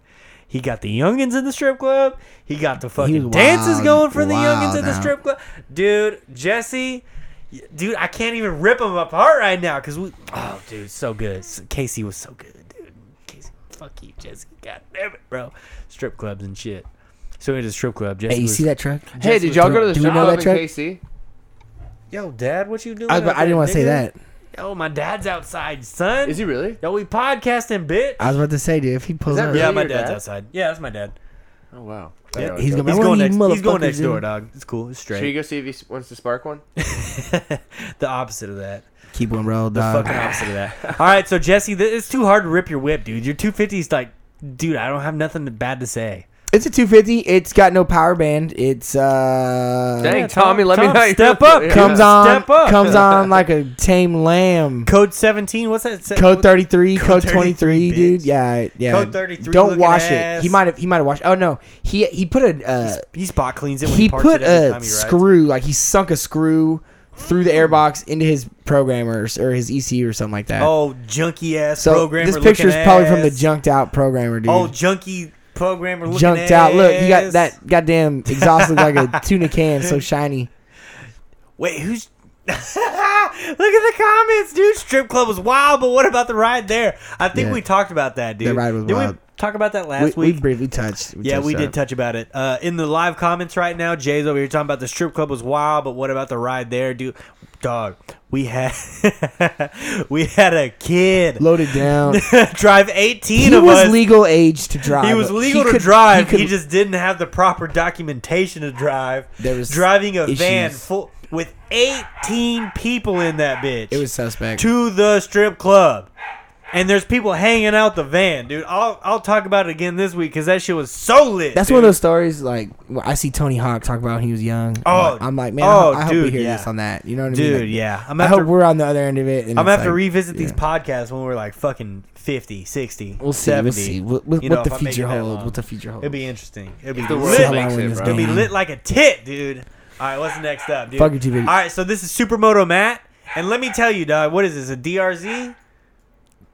Speaker 1: He got the youngins in the strip club. He got the fucking
Speaker 3: was
Speaker 1: dances
Speaker 3: wild-
Speaker 1: going for the youngins
Speaker 3: wild
Speaker 1: in the
Speaker 3: out.
Speaker 1: strip club. Dude, Jesse, y- dude, I can't even rip him apart right now because we. Oh, dude, so good. S- Casey was so good, dude. Casey, fuck you, Jesse. God damn it, bro. Strip clubs and shit. So we went to the strip club. Jesse
Speaker 3: Hey, you
Speaker 1: was,
Speaker 3: see that truck?
Speaker 4: Hey, did y'all go to the
Speaker 3: do we
Speaker 4: strip
Speaker 3: know
Speaker 4: club
Speaker 3: that
Speaker 4: in
Speaker 3: track?
Speaker 4: KC?
Speaker 1: Yo, Dad, what you doing?
Speaker 3: I, was, about-
Speaker 1: out
Speaker 3: I didn't
Speaker 1: there,
Speaker 3: want to say
Speaker 1: nigga?
Speaker 3: that.
Speaker 1: Yo, my dad's outside, son.
Speaker 4: Is he really?
Speaker 1: Yo, we podcasting, bitch.
Speaker 3: I was about to say, dude, if he pulls up,
Speaker 4: that really-
Speaker 1: yeah, my
Speaker 4: Your
Speaker 1: dad's
Speaker 4: dad?
Speaker 1: outside. Yeah, that's my dad.
Speaker 4: Oh wow.
Speaker 3: Yeah,
Speaker 4: There we
Speaker 3: he's
Speaker 4: go.
Speaker 3: gonna be
Speaker 1: He's
Speaker 3: "One
Speaker 1: going
Speaker 3: of
Speaker 1: next.
Speaker 3: you
Speaker 1: He's going
Speaker 3: motherfuckers
Speaker 1: next door,
Speaker 3: in-
Speaker 1: dog. It's cool. It's
Speaker 4: Should you
Speaker 1: straight.
Speaker 4: go see if he s- wants to spark one?
Speaker 1: the opposite of that.
Speaker 3: Keep one roll,
Speaker 1: The
Speaker 3: dog.
Speaker 1: fucking opposite of that. All right, so Jesse, th- it's too hard to rip your whip, dude. Your 250's like, dude, I don't have nothing bad to say.
Speaker 3: It's a 250. It's got no power band. It's uh
Speaker 4: Dang,
Speaker 1: Yeah, Tom-
Speaker 4: Tommy, let me
Speaker 1: Tom,
Speaker 4: know. you're-
Speaker 1: step up,
Speaker 4: Yeah.
Speaker 3: comes on
Speaker 1: Step up.
Speaker 3: comes on like a tame lamb.
Speaker 1: Code 17, what's that? Se-
Speaker 3: Code 33, code,
Speaker 1: 33,
Speaker 3: 23, dude.
Speaker 1: bitch.
Speaker 3: Yeah, yeah.
Speaker 1: Code 33
Speaker 3: Don't
Speaker 1: looking
Speaker 3: wash it.
Speaker 1: ass.
Speaker 3: He might have he might have washed. Oh no. He he put a uh,
Speaker 1: He spot cleans it when he,
Speaker 3: he
Speaker 1: parks
Speaker 3: put
Speaker 1: it every
Speaker 3: a
Speaker 1: time he rides.
Speaker 3: screw like he sunk a screw through the airbox into his programmers or his ECU or something like that.
Speaker 1: Oh, junky ass
Speaker 3: so
Speaker 1: programmer.
Speaker 3: this picture is
Speaker 1: looking
Speaker 3: probably from the
Speaker 1: ass.
Speaker 3: junked out programmer, dude.
Speaker 1: Oh, junky programmer looking
Speaker 3: junked out. Look, you got
Speaker 1: ass.
Speaker 3: that goddamn exhaust looks like a tuna can, so shiny.
Speaker 1: Wait, who's? Look at the comments, dude. Strip club was wild, but what about the ride there? I think
Speaker 3: Yeah.
Speaker 1: we talked about that, dude.
Speaker 3: The ride was
Speaker 1: did
Speaker 3: wild.
Speaker 1: we talk about that
Speaker 3: We,
Speaker 1: last
Speaker 3: we
Speaker 1: week?
Speaker 3: briefly touched.
Speaker 1: yeah,
Speaker 3: touched
Speaker 1: we
Speaker 3: on
Speaker 1: did
Speaker 3: it.
Speaker 1: touch about it. Uh, in the live comments right now, Jay's over here talking about the strip club was wild, but what about the ride there, dude? Dog, we had we had a kid
Speaker 3: Loaded down.
Speaker 1: drive eighteen
Speaker 3: he
Speaker 1: of
Speaker 3: was
Speaker 1: us.
Speaker 3: legal age to drive.
Speaker 1: He was legal to
Speaker 3: could-
Speaker 1: drive. He,
Speaker 3: could-
Speaker 1: just didn't have the proper documentation to drive.
Speaker 3: There was
Speaker 1: driving a van
Speaker 3: issues.
Speaker 1: full with 18 people in that bitch.
Speaker 3: it was suspect.
Speaker 1: to the strip club. And there's people hanging out the van, dude. I'll I'll talk about it again this week because that shit was so lit.
Speaker 3: That's
Speaker 1: dude.
Speaker 3: one of those stories. Like when I see Tony Hawk talk about when he was young. I'm
Speaker 1: Oh,
Speaker 3: like- I'm like, man,
Speaker 1: oh,
Speaker 3: I, hope, I hope we
Speaker 1: dude,
Speaker 3: hear
Speaker 1: yeah.
Speaker 3: this on that. You know what I mean?
Speaker 1: dude.
Speaker 3: Like,
Speaker 1: yeah, I'm gonna
Speaker 3: i
Speaker 1: have
Speaker 3: hope
Speaker 1: to,
Speaker 3: we're on the other end of it. and
Speaker 1: I'm gonna
Speaker 3: it's
Speaker 1: have to
Speaker 3: like,
Speaker 1: revisit these
Speaker 3: yeah.
Speaker 1: podcasts when we're like fucking 50, 60,
Speaker 3: We'll see.
Speaker 1: 70.
Speaker 3: We'll see what, what,
Speaker 1: you know,
Speaker 3: what
Speaker 1: if
Speaker 3: the
Speaker 1: I make it
Speaker 3: future
Speaker 1: that
Speaker 3: holds.
Speaker 1: long.
Speaker 3: What the future holds.
Speaker 1: It'd be interesting. It'd be
Speaker 4: If the
Speaker 1: lit.
Speaker 4: world
Speaker 3: See how
Speaker 4: makes
Speaker 3: long we
Speaker 4: it, bro.
Speaker 1: It's gonna be
Speaker 3: Yeah.
Speaker 1: lit like a tit, dude. All right, what's next up, dude?
Speaker 3: Um, Fuck it, TV.
Speaker 1: All right, so this is Supermoto Matt, and let me tell you, dog, what is this? A DRZ?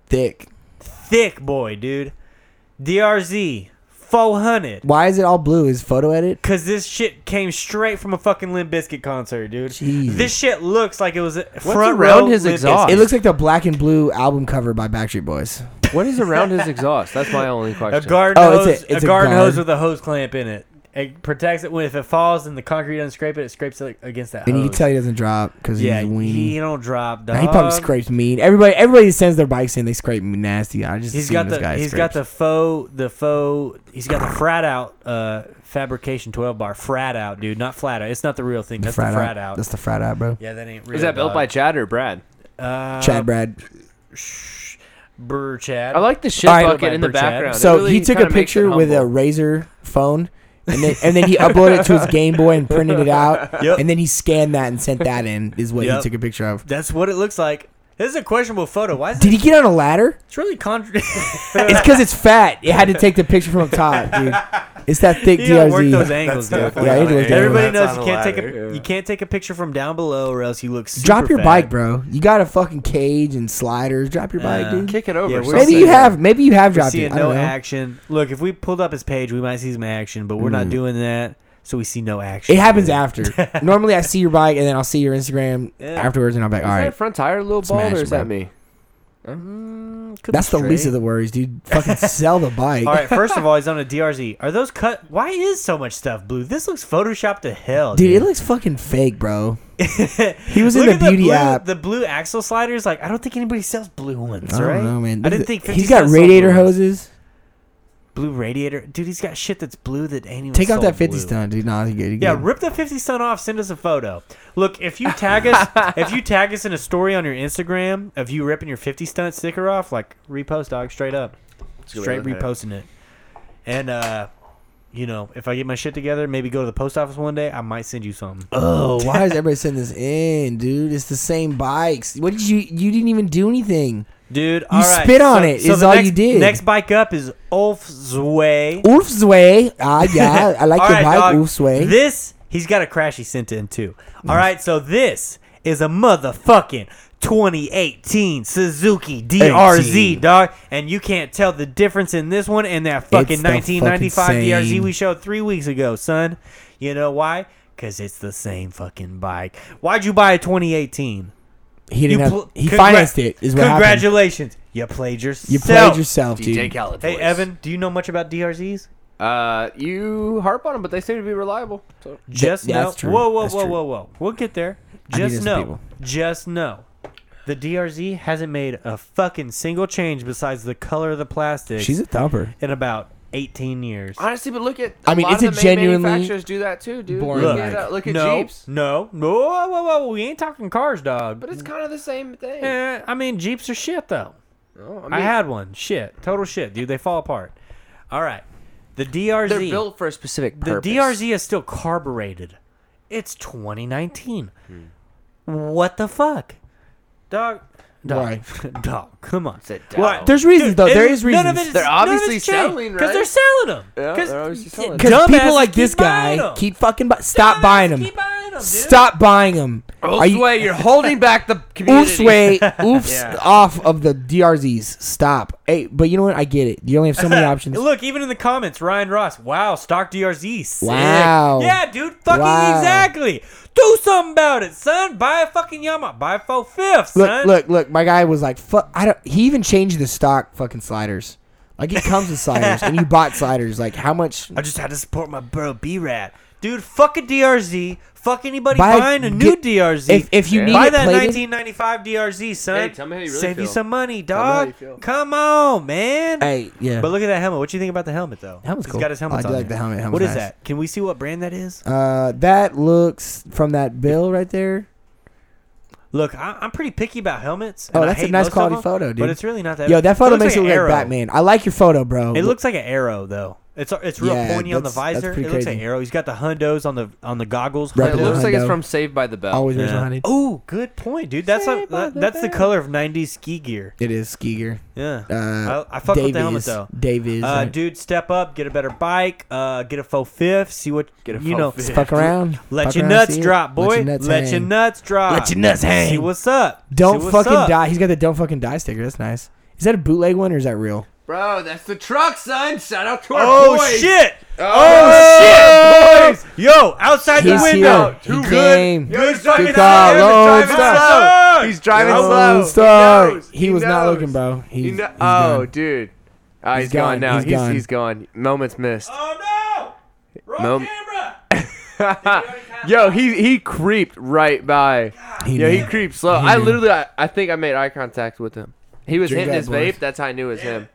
Speaker 3: thick.
Speaker 1: Thick boy, dude. DRZ 400.
Speaker 3: Why is it all blue? Is photo edit?
Speaker 1: Cause this shit came straight from a fucking Limp Bizkit concert, dude.
Speaker 3: Jesus.
Speaker 1: This shit looks like it was a front
Speaker 4: around
Speaker 1: row.
Speaker 4: his
Speaker 1: Limp Bizkit.
Speaker 4: exhaust?
Speaker 3: It looks like the black and blue album cover by Backstreet Boys.
Speaker 4: What is around his exhaust? That's my only
Speaker 1: A
Speaker 4: question.
Speaker 1: garden
Speaker 3: Oh,
Speaker 1: hose,
Speaker 3: it's a- it's
Speaker 1: a
Speaker 3: a
Speaker 1: garden
Speaker 3: guard.
Speaker 1: hose with a hose clamp in it. It protects it when if it falls and the concrete doesn't scrape it, it scrapes it against that.
Speaker 3: And you
Speaker 1: hose.
Speaker 3: can tell he doesn't drop because
Speaker 1: Oh, yeah,
Speaker 3: he's a weenie.
Speaker 1: he don't drop. Dog.
Speaker 3: Nah, he probably scrapes mean. Everybody, everybody sends their bikes in. They scrape me nasty. I just
Speaker 1: He's
Speaker 3: seen
Speaker 1: got
Speaker 3: this
Speaker 1: the
Speaker 3: guy
Speaker 1: he's
Speaker 3: scrapes.
Speaker 1: got the faux the faux he's got the frat out uh fabrication twelve bar frat out dude not flat out it's not the real thing that's the frat out,
Speaker 3: That's the frat out, bro.
Speaker 1: yeah that ain't real
Speaker 4: Is that built by
Speaker 1: dog.
Speaker 4: Chad or Brad?
Speaker 1: uh,
Speaker 3: Chad Brad.
Speaker 1: Sh- Brr Chad
Speaker 4: I like the shit
Speaker 3: All right.
Speaker 4: bucket in the
Speaker 1: Burchett.
Speaker 4: background. It
Speaker 3: So
Speaker 4: really
Speaker 3: he took a
Speaker 4: kinda makes it
Speaker 3: picture with a
Speaker 4: humble.
Speaker 3: razor phone, and then and then he uploaded it to his Game Boy and printed it out,
Speaker 1: Yep.
Speaker 3: and then he scanned that and sent that in. Is what
Speaker 1: Yep.
Speaker 3: he took a picture of.
Speaker 1: that's what it looks like this is a questionable photo why is
Speaker 3: Did
Speaker 1: it
Speaker 3: he get on a ladder?
Speaker 1: it's really contra-
Speaker 3: It's because it's fat. It had to take the picture from up top, dude. It's that thick
Speaker 1: you gotta work
Speaker 3: DRZ.
Speaker 1: those angles dude
Speaker 5: definitely
Speaker 3: Yeah,
Speaker 5: on
Speaker 3: he
Speaker 5: an
Speaker 3: did.
Speaker 5: angle.
Speaker 1: everybody
Speaker 5: That's
Speaker 1: knows you
Speaker 5: on
Speaker 1: can't
Speaker 5: ladder.
Speaker 1: take a you can't take a picture from down below or else you look super
Speaker 3: Drop your
Speaker 1: fat.
Speaker 3: bike, bro. You got a fucking cage and sliders. Drop your bike,
Speaker 1: Uh,
Speaker 3: dude.
Speaker 4: Kick it over.
Speaker 1: Yeah,
Speaker 4: or
Speaker 1: we're
Speaker 4: something.
Speaker 3: Maybe you
Speaker 1: saying-
Speaker 3: have. Maybe you have
Speaker 1: We're
Speaker 3: dropped it.
Speaker 1: seeing
Speaker 3: I don't
Speaker 1: no
Speaker 3: know.
Speaker 1: action. Look, if we pulled up his page, we might see some action, but we're not doing that, so we see no action.
Speaker 3: Mm. It happens after. Normally, I see your bike and then I'll see your Instagram
Speaker 1: Yeah.
Speaker 3: afterwards, and I'm like, all
Speaker 4: Is
Speaker 3: right.
Speaker 4: that front tire a little
Speaker 3: Smash
Speaker 4: bald or is
Speaker 3: it,
Speaker 4: that
Speaker 3: bro.
Speaker 4: me?
Speaker 1: Mm, could be
Speaker 3: That's the least
Speaker 1: straight.
Speaker 3: of the worries, dude. Fucking sell the bike.
Speaker 1: All right, first of all, he's on a DRZ. Are those cut? Why is so much stuff blue? This looks photoshopped to hell,
Speaker 3: Dude,
Speaker 1: dude.
Speaker 3: it looks fucking fake, bro. he was in
Speaker 1: Look
Speaker 3: the
Speaker 1: at
Speaker 3: beauty
Speaker 1: blue,
Speaker 3: app.
Speaker 1: The blue axle sliders, like I don't think anybody sells blue ones,
Speaker 3: I don't
Speaker 1: right?
Speaker 3: know, man.
Speaker 1: I didn't think 50
Speaker 3: he's got
Speaker 1: cent sold
Speaker 3: radiator
Speaker 1: blue ones.
Speaker 3: hoses.
Speaker 1: blue radiator, dude. He's got shit that's blue that ain't even.
Speaker 3: Take off
Speaker 1: sold
Speaker 3: that 50
Speaker 1: blue.
Speaker 3: stunt, dude. Nah, you good. You good.
Speaker 1: Yeah, rip the fifty cent off. Send us a photo. Look, if you tag us, if you tag us in a story on your Instagram of you ripping your fifty stunt sticker off, like repost dog straight up, straight
Speaker 4: look at it.
Speaker 1: reposting it. And uh, you know, if I get my shit together, maybe go to the post office one day. I might send you something.
Speaker 3: Oh, why is everybody sending this in, dude? It's the same bikes. What did you? You didn't even do anything.
Speaker 1: Dude, all right.
Speaker 3: spit on it, is
Speaker 1: the
Speaker 3: all
Speaker 1: next,
Speaker 3: you did.
Speaker 1: Next bike up is Ulf's way.
Speaker 3: Oof's way. Ah, yeah. I like
Speaker 1: All
Speaker 3: your
Speaker 1: right,
Speaker 3: bike.
Speaker 1: dog.
Speaker 3: Oof's way.
Speaker 1: This he's got a crash he sent in too. All right, so this is a motherfucking 2018 Suzuki DRZ
Speaker 3: 18.
Speaker 1: dog, and you can't tell the difference in this one and that fucking
Speaker 3: It's the
Speaker 1: 1995
Speaker 3: fucking
Speaker 1: DRZ
Speaker 3: same.
Speaker 1: we showed three weeks ago, son. You know why? Cause it's the same fucking bike. Why'd you buy a 2018?
Speaker 3: he didn't.
Speaker 1: you
Speaker 3: Have,
Speaker 1: pl-
Speaker 3: he
Speaker 1: congra-
Speaker 3: financed it. Is what happened.
Speaker 1: Congratulations, you played yourself.
Speaker 3: You played yourself, dude.
Speaker 4: Khaled.
Speaker 1: Hey Evan, do you know much about DRZs?
Speaker 4: Uh, you harp on them, but they seem to be reliable. So
Speaker 1: Just
Speaker 3: yeah,
Speaker 1: know.
Speaker 3: that's true.
Speaker 1: Whoa, whoa,
Speaker 3: That's
Speaker 1: whoa,
Speaker 3: true.
Speaker 1: whoa, whoa. We'll get there.
Speaker 3: I need
Speaker 1: Just
Speaker 3: those
Speaker 1: know.
Speaker 3: people.
Speaker 1: Just know. The DRZ hasn't made a fucking single change besides the color of the plastic
Speaker 3: She's a thumper.
Speaker 1: in about 18 years.
Speaker 4: honestly, but look at
Speaker 3: I mean,
Speaker 4: a lot
Speaker 3: it's
Speaker 4: of
Speaker 3: a
Speaker 4: the main
Speaker 3: genuinely
Speaker 4: manufacturers do that too, dude.
Speaker 3: boring
Speaker 4: look
Speaker 3: bike.
Speaker 4: at, uh, look at
Speaker 1: no,
Speaker 4: Jeeps,
Speaker 1: No, no, whoa, whoa, whoa. We ain't talking cars, dog.
Speaker 4: but it's kind of the same thing.
Speaker 1: Eh, I mean, Jeeps are shit, though.
Speaker 4: Oh, I, mean,
Speaker 1: I had one. Shit. Total shit, dude. They fall apart. All right. The DRZ.
Speaker 4: They're built for a specific
Speaker 1: The
Speaker 4: purpose.
Speaker 1: DRZ is still carbureted. It's 2019. What the fuck? Dog. Dog. Dog. Come on.
Speaker 4: Said
Speaker 1: Why-
Speaker 4: dog.
Speaker 3: There's reasons though.
Speaker 1: Dude,
Speaker 3: There
Speaker 1: it-
Speaker 3: is
Speaker 1: None
Speaker 3: reasons.
Speaker 1: of it is,
Speaker 4: They're obviously selling,
Speaker 1: Because they're
Speaker 4: right?
Speaker 1: selling them.
Speaker 4: Yeah, they're obviously selling 'em.
Speaker 3: Because people like this guy keep fucking bu- stop buying them.
Speaker 1: Keep buying them, dude.
Speaker 3: Stop buying them. Are you-
Speaker 4: Oofsway, you're holding back the community.
Speaker 3: Oofs way, oofs off of the DRZs. Stop. Hey, but you know what? I get it. You only have so many options.
Speaker 1: Look, even in the comments, Ryan Ross. Wow, stock DRZ. Sick.
Speaker 3: Wow.
Speaker 1: Yeah, dude. Fucking
Speaker 3: Wow.
Speaker 1: exactly. Do something about it, son. Buy a fucking Yamaha. Buy a four fifth,
Speaker 3: Look,
Speaker 1: son.
Speaker 3: look, look. My guy was like, "Fuck!" I don't. He even changed the stock fucking sliders. Like it comes with sliders, and you bought sliders. Like how much?
Speaker 1: I just had to support my bro B Rat. Dude, fuck a DRZ. Fuck anybody
Speaker 3: Buy-
Speaker 1: buying a new
Speaker 3: get-
Speaker 1: DRZ.
Speaker 3: If if you
Speaker 4: Yeah.
Speaker 3: need
Speaker 1: Buy
Speaker 3: it
Speaker 1: that
Speaker 3: plated,
Speaker 1: 1995 DRZ, son.
Speaker 4: Hey, tell me how you really
Speaker 1: Save you
Speaker 4: feel.
Speaker 1: some money,
Speaker 4: me how you
Speaker 1: dog.
Speaker 4: feel.
Speaker 1: Come on, man.
Speaker 3: hey, yeah.
Speaker 1: But look at that helmet. What do you think about the helmet, though?
Speaker 3: Helmet's
Speaker 1: He's
Speaker 3: cool.
Speaker 1: got his helmet
Speaker 3: I do
Speaker 1: on.
Speaker 3: like
Speaker 1: there.
Speaker 3: the helmet. Helmet's
Speaker 1: What is
Speaker 3: nice.
Speaker 1: that? Can we see what brand that is?
Speaker 3: Uh, that looks from that bill right there.
Speaker 1: Look, I, I'm pretty picky about helmets.
Speaker 3: Oh,
Speaker 1: and I
Speaker 3: that's a
Speaker 1: hate
Speaker 3: nice
Speaker 1: most of
Speaker 3: quality
Speaker 1: them,
Speaker 3: photo, dude.
Speaker 1: But it's really not that.
Speaker 3: Yo, that photo
Speaker 1: looks
Speaker 3: makes
Speaker 1: like
Speaker 3: you
Speaker 1: an
Speaker 3: look like
Speaker 1: arrow.
Speaker 3: Batman. I like your photo, bro.
Speaker 1: It
Speaker 3: Look-
Speaker 1: looks like an arrow, though. It's it's real
Speaker 3: Yeah,
Speaker 1: pointy on the
Speaker 3: that's- that's
Speaker 1: visor. It
Speaker 3: pretty
Speaker 1: looks like
Speaker 3: crazy.
Speaker 1: an arrow. He's got the hundos on the on the goggles.
Speaker 3: Right,
Speaker 4: It
Speaker 3: Rapid
Speaker 4: looks like it's
Speaker 3: Hundo.
Speaker 4: from Saved by the Bell.
Speaker 3: always
Speaker 1: Yeah.
Speaker 3: original hunting.
Speaker 1: Oh, good point, dude. That's like,
Speaker 3: Saved by
Speaker 1: that,
Speaker 3: the
Speaker 1: that's the
Speaker 3: bell.
Speaker 1: color of '90s ski gear.
Speaker 3: It is ski gear.
Speaker 1: Yeah,
Speaker 3: Uh,
Speaker 1: I, I fuck
Speaker 3: Davies,
Speaker 1: with the helmet though.
Speaker 3: Davies,
Speaker 1: Uh,
Speaker 3: right?
Speaker 1: dude, step up, get a better bike, uh, get a faux fifth, see what
Speaker 4: Get a
Speaker 1: you
Speaker 4: faux
Speaker 1: know.
Speaker 4: fifth.
Speaker 3: fuck around.
Speaker 1: Let
Speaker 3: Fuck
Speaker 1: your
Speaker 3: around,
Speaker 1: nuts
Speaker 3: see it.
Speaker 1: drop, boy.
Speaker 3: Let your nuts hang.
Speaker 1: nuts drop.
Speaker 3: Let your nuts hang.
Speaker 1: See what's up. See
Speaker 3: Don't
Speaker 1: what's
Speaker 3: fucking
Speaker 1: up.
Speaker 3: die. He's got the don't fucking die sticker. That's nice. Is that a bootleg one or is that real?
Speaker 4: Bro, that's the truck, son. Shout out to our
Speaker 1: Oh
Speaker 4: boys.
Speaker 1: shit!
Speaker 4: Oh,
Speaker 1: shit, boys! Yo, outside
Speaker 3: He's
Speaker 1: the window.
Speaker 3: here. He came.
Speaker 1: Good
Speaker 3: Good
Speaker 1: fucking
Speaker 3: call.
Speaker 1: out there,
Speaker 3: Lone
Speaker 1: driving slow.
Speaker 4: He's driving
Speaker 1: Lone
Speaker 4: slow. He
Speaker 3: Star.
Speaker 4: knows.
Speaker 3: He was not
Speaker 4: knows.
Speaker 3: looking, bro.
Speaker 4: He
Speaker 3: He's,
Speaker 4: kno-
Speaker 3: he's
Speaker 4: oh,
Speaker 3: gone.
Speaker 4: dude. Oh,
Speaker 3: He's
Speaker 4: he's gone
Speaker 3: gone.
Speaker 4: now.
Speaker 3: He's
Speaker 4: He's,
Speaker 3: gone.
Speaker 4: he's gone. Moments missed.
Speaker 1: Oh no! Wrong
Speaker 4: Mom-
Speaker 1: camera.
Speaker 4: Yo, he he creeped right by.
Speaker 3: He
Speaker 4: Yo, he
Speaker 3: knew.
Speaker 4: creeped slow. I
Speaker 3: knew.
Speaker 4: literally, I, I think I made eye contact with him. He was
Speaker 3: Drink
Speaker 4: hitting
Speaker 3: that,
Speaker 4: his
Speaker 3: boys.
Speaker 4: vape. That's how I knew it was him.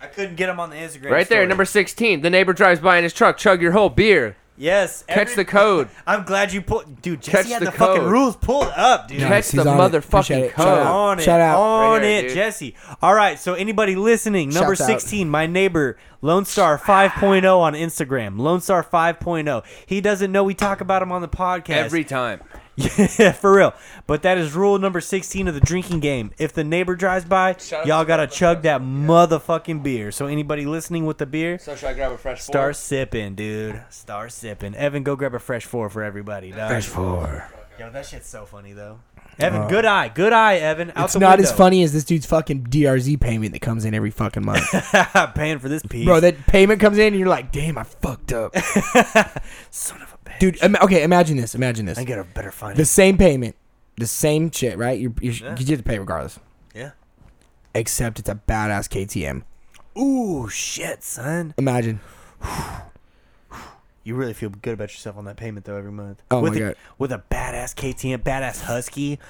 Speaker 1: I couldn't get him on the Instagram.
Speaker 4: Right there,
Speaker 1: story.
Speaker 4: number 16. The neighbor drives by in his truck. Chug your whole beer.
Speaker 1: Yes.
Speaker 4: Catch
Speaker 1: every-
Speaker 4: the code.
Speaker 1: I'm glad you pulled, dude. Jesse
Speaker 4: Catch
Speaker 1: had the,
Speaker 4: the
Speaker 1: fucking
Speaker 4: code.
Speaker 1: rules pulled up, dude.
Speaker 3: Nice.
Speaker 4: Catch the
Speaker 3: He's on it. Appreciate it.
Speaker 4: motherfucking
Speaker 3: Shout
Speaker 4: code.
Speaker 3: out.
Speaker 1: on it,
Speaker 3: Shout out.
Speaker 1: on
Speaker 4: Oh. Right here,
Speaker 1: it,
Speaker 4: dude.
Speaker 1: Jesse. All right, so anybody listening, number
Speaker 3: Shouts out.
Speaker 1: 16, my neighbor, Lone Star 5.0 on Instagram, Lone Star 5.0. He doesn't know we talk about him on the podcast.
Speaker 4: Every time.
Speaker 1: yeah, for real. But that is rule number 16 of the drinking game. If the neighbor drives by,
Speaker 4: Shout out
Speaker 1: y'all
Speaker 4: to
Speaker 1: got to
Speaker 4: Starbucks.
Speaker 1: chug that
Speaker 4: oh.
Speaker 1: motherfucking beer. So anybody listening with the beer,
Speaker 4: So should I grab a fresh
Speaker 1: Start sipping, dude. Start sipping. Evan, go grab a fresh four for everybody. Dog.
Speaker 3: Fresh four. Uh,
Speaker 1: Yo, that shit's so funny though. Evan, good eye, good eye, Evan. Out
Speaker 3: It's
Speaker 1: the
Speaker 3: not
Speaker 1: window.
Speaker 3: as funny as this dude's fucking DRZ payment that comes in every fucking month.
Speaker 1: Paying for this piece,
Speaker 3: Bro, that payment comes in and you're like, damn, I fucked up.
Speaker 1: son of a bitch.
Speaker 3: Dude, im- okay, imagine this. Imagine this.
Speaker 1: I get a better find.
Speaker 3: The same payment, the same shit, right? You're, you're,
Speaker 1: Yeah.
Speaker 3: You get to pay regardless.
Speaker 1: Yeah.
Speaker 3: Except it's a badass KTM.
Speaker 1: Ooh, shit, son.
Speaker 3: Imagine.
Speaker 1: You really feel good about yourself on that payment though every month.
Speaker 3: Oh, my
Speaker 1: with a,
Speaker 3: God.
Speaker 1: With a badass KTM, badass Husky.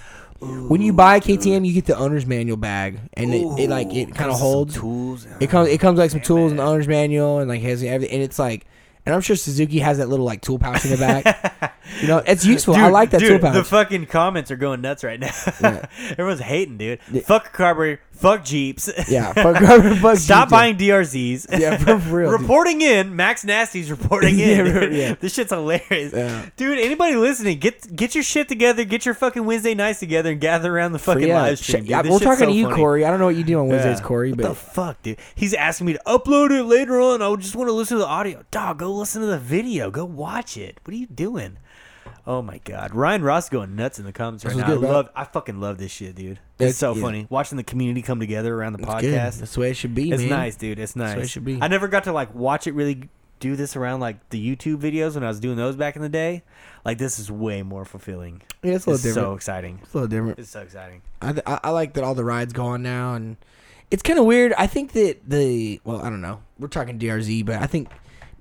Speaker 1: Ooh,
Speaker 3: When you buy a KTM, you get the owner's manual bag, and it, it like it kind
Speaker 1: comes with some
Speaker 3: of holds.
Speaker 1: tools.
Speaker 3: It comes it comes like some tools and the owner's manual, and like has everything. And it's like, and I'm sure Suzuki has that little like tool pouch in the back. you know, it's useful. I
Speaker 1: Dude,
Speaker 3: like that
Speaker 1: dude,
Speaker 3: tool
Speaker 1: The
Speaker 3: pouch.
Speaker 1: fucking comments are going nuts right now. Everyone's hating, dude. Fuck carburetor. Fuck Jeeps.
Speaker 3: yeah, fuck, fuck, fuck
Speaker 1: Stop
Speaker 3: GTM.
Speaker 1: buying DRZs.
Speaker 3: Yeah, for real, dude.
Speaker 1: reporting in. Max Nasty's reporting in.
Speaker 3: Yeah,
Speaker 1: dude.
Speaker 3: yeah.
Speaker 1: This shit's hilarious,
Speaker 3: Yeah.
Speaker 1: dude. Anybody listening, get get your shit together. Get your fucking Wednesday nights together and gather around the fucking
Speaker 3: Yeah,
Speaker 1: live
Speaker 3: shit,
Speaker 1: stream. dude.
Speaker 3: yeah,
Speaker 1: This
Speaker 3: we're
Speaker 1: shit's
Speaker 3: talking
Speaker 1: so
Speaker 3: to you,
Speaker 1: funny.
Speaker 3: Corey. I don't know what you do on Wednesdays,
Speaker 1: Yeah.
Speaker 3: Corey,
Speaker 1: What
Speaker 3: but
Speaker 1: the fuck, dude? He's asking me to upload it later on. I just want to listen to the audio. Dog, go listen to the video. Go watch it. What are you doing? Oh my god, Ryan Ross going nuts in the comments right
Speaker 3: was
Speaker 1: now.
Speaker 3: good,
Speaker 1: I
Speaker 3: bro.
Speaker 1: love, I fucking love this shit, dude. It's,
Speaker 3: It's-
Speaker 1: so
Speaker 3: yeah.
Speaker 1: funny watching the community come together around the
Speaker 3: good.
Speaker 1: podcast.
Speaker 3: That's the way it should be.
Speaker 1: It's
Speaker 3: man.
Speaker 1: nice, dude. It's nice.
Speaker 3: the way it should be.
Speaker 1: I never got to like watch it really do this around like the YouTube videos when I was doing those back in the day. Like this is way more fulfilling.
Speaker 3: Yeah, it's a
Speaker 1: It's
Speaker 3: little
Speaker 1: so
Speaker 3: different.
Speaker 1: exciting.
Speaker 3: it's a little different.
Speaker 1: It's so exciting.
Speaker 3: I, th- I I like that all the rides go on now, and it's kind of weird. I think that the well, I don't know. We're talking DRZ, but I think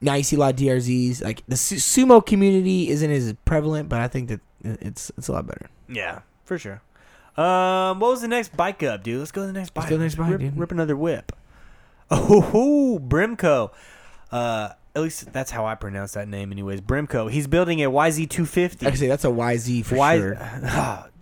Speaker 3: now you see a lot of DRZs. Like the su- sumo community isn't as prevalent, but I think that i- it's it's a lot better.
Speaker 1: Yeah, for sure. Um, what was the next bike up, dude? Let's go to the next bike.
Speaker 3: Let's go to the next bike,
Speaker 1: rip,
Speaker 3: dude.
Speaker 1: rip another whip. Oh, hoo, Brimco. Uh, at least that's how I pronounce that name, anyways. Brimco. He's building a YZ250.
Speaker 3: Actually, that's a YZ for
Speaker 1: Why?
Speaker 3: sure.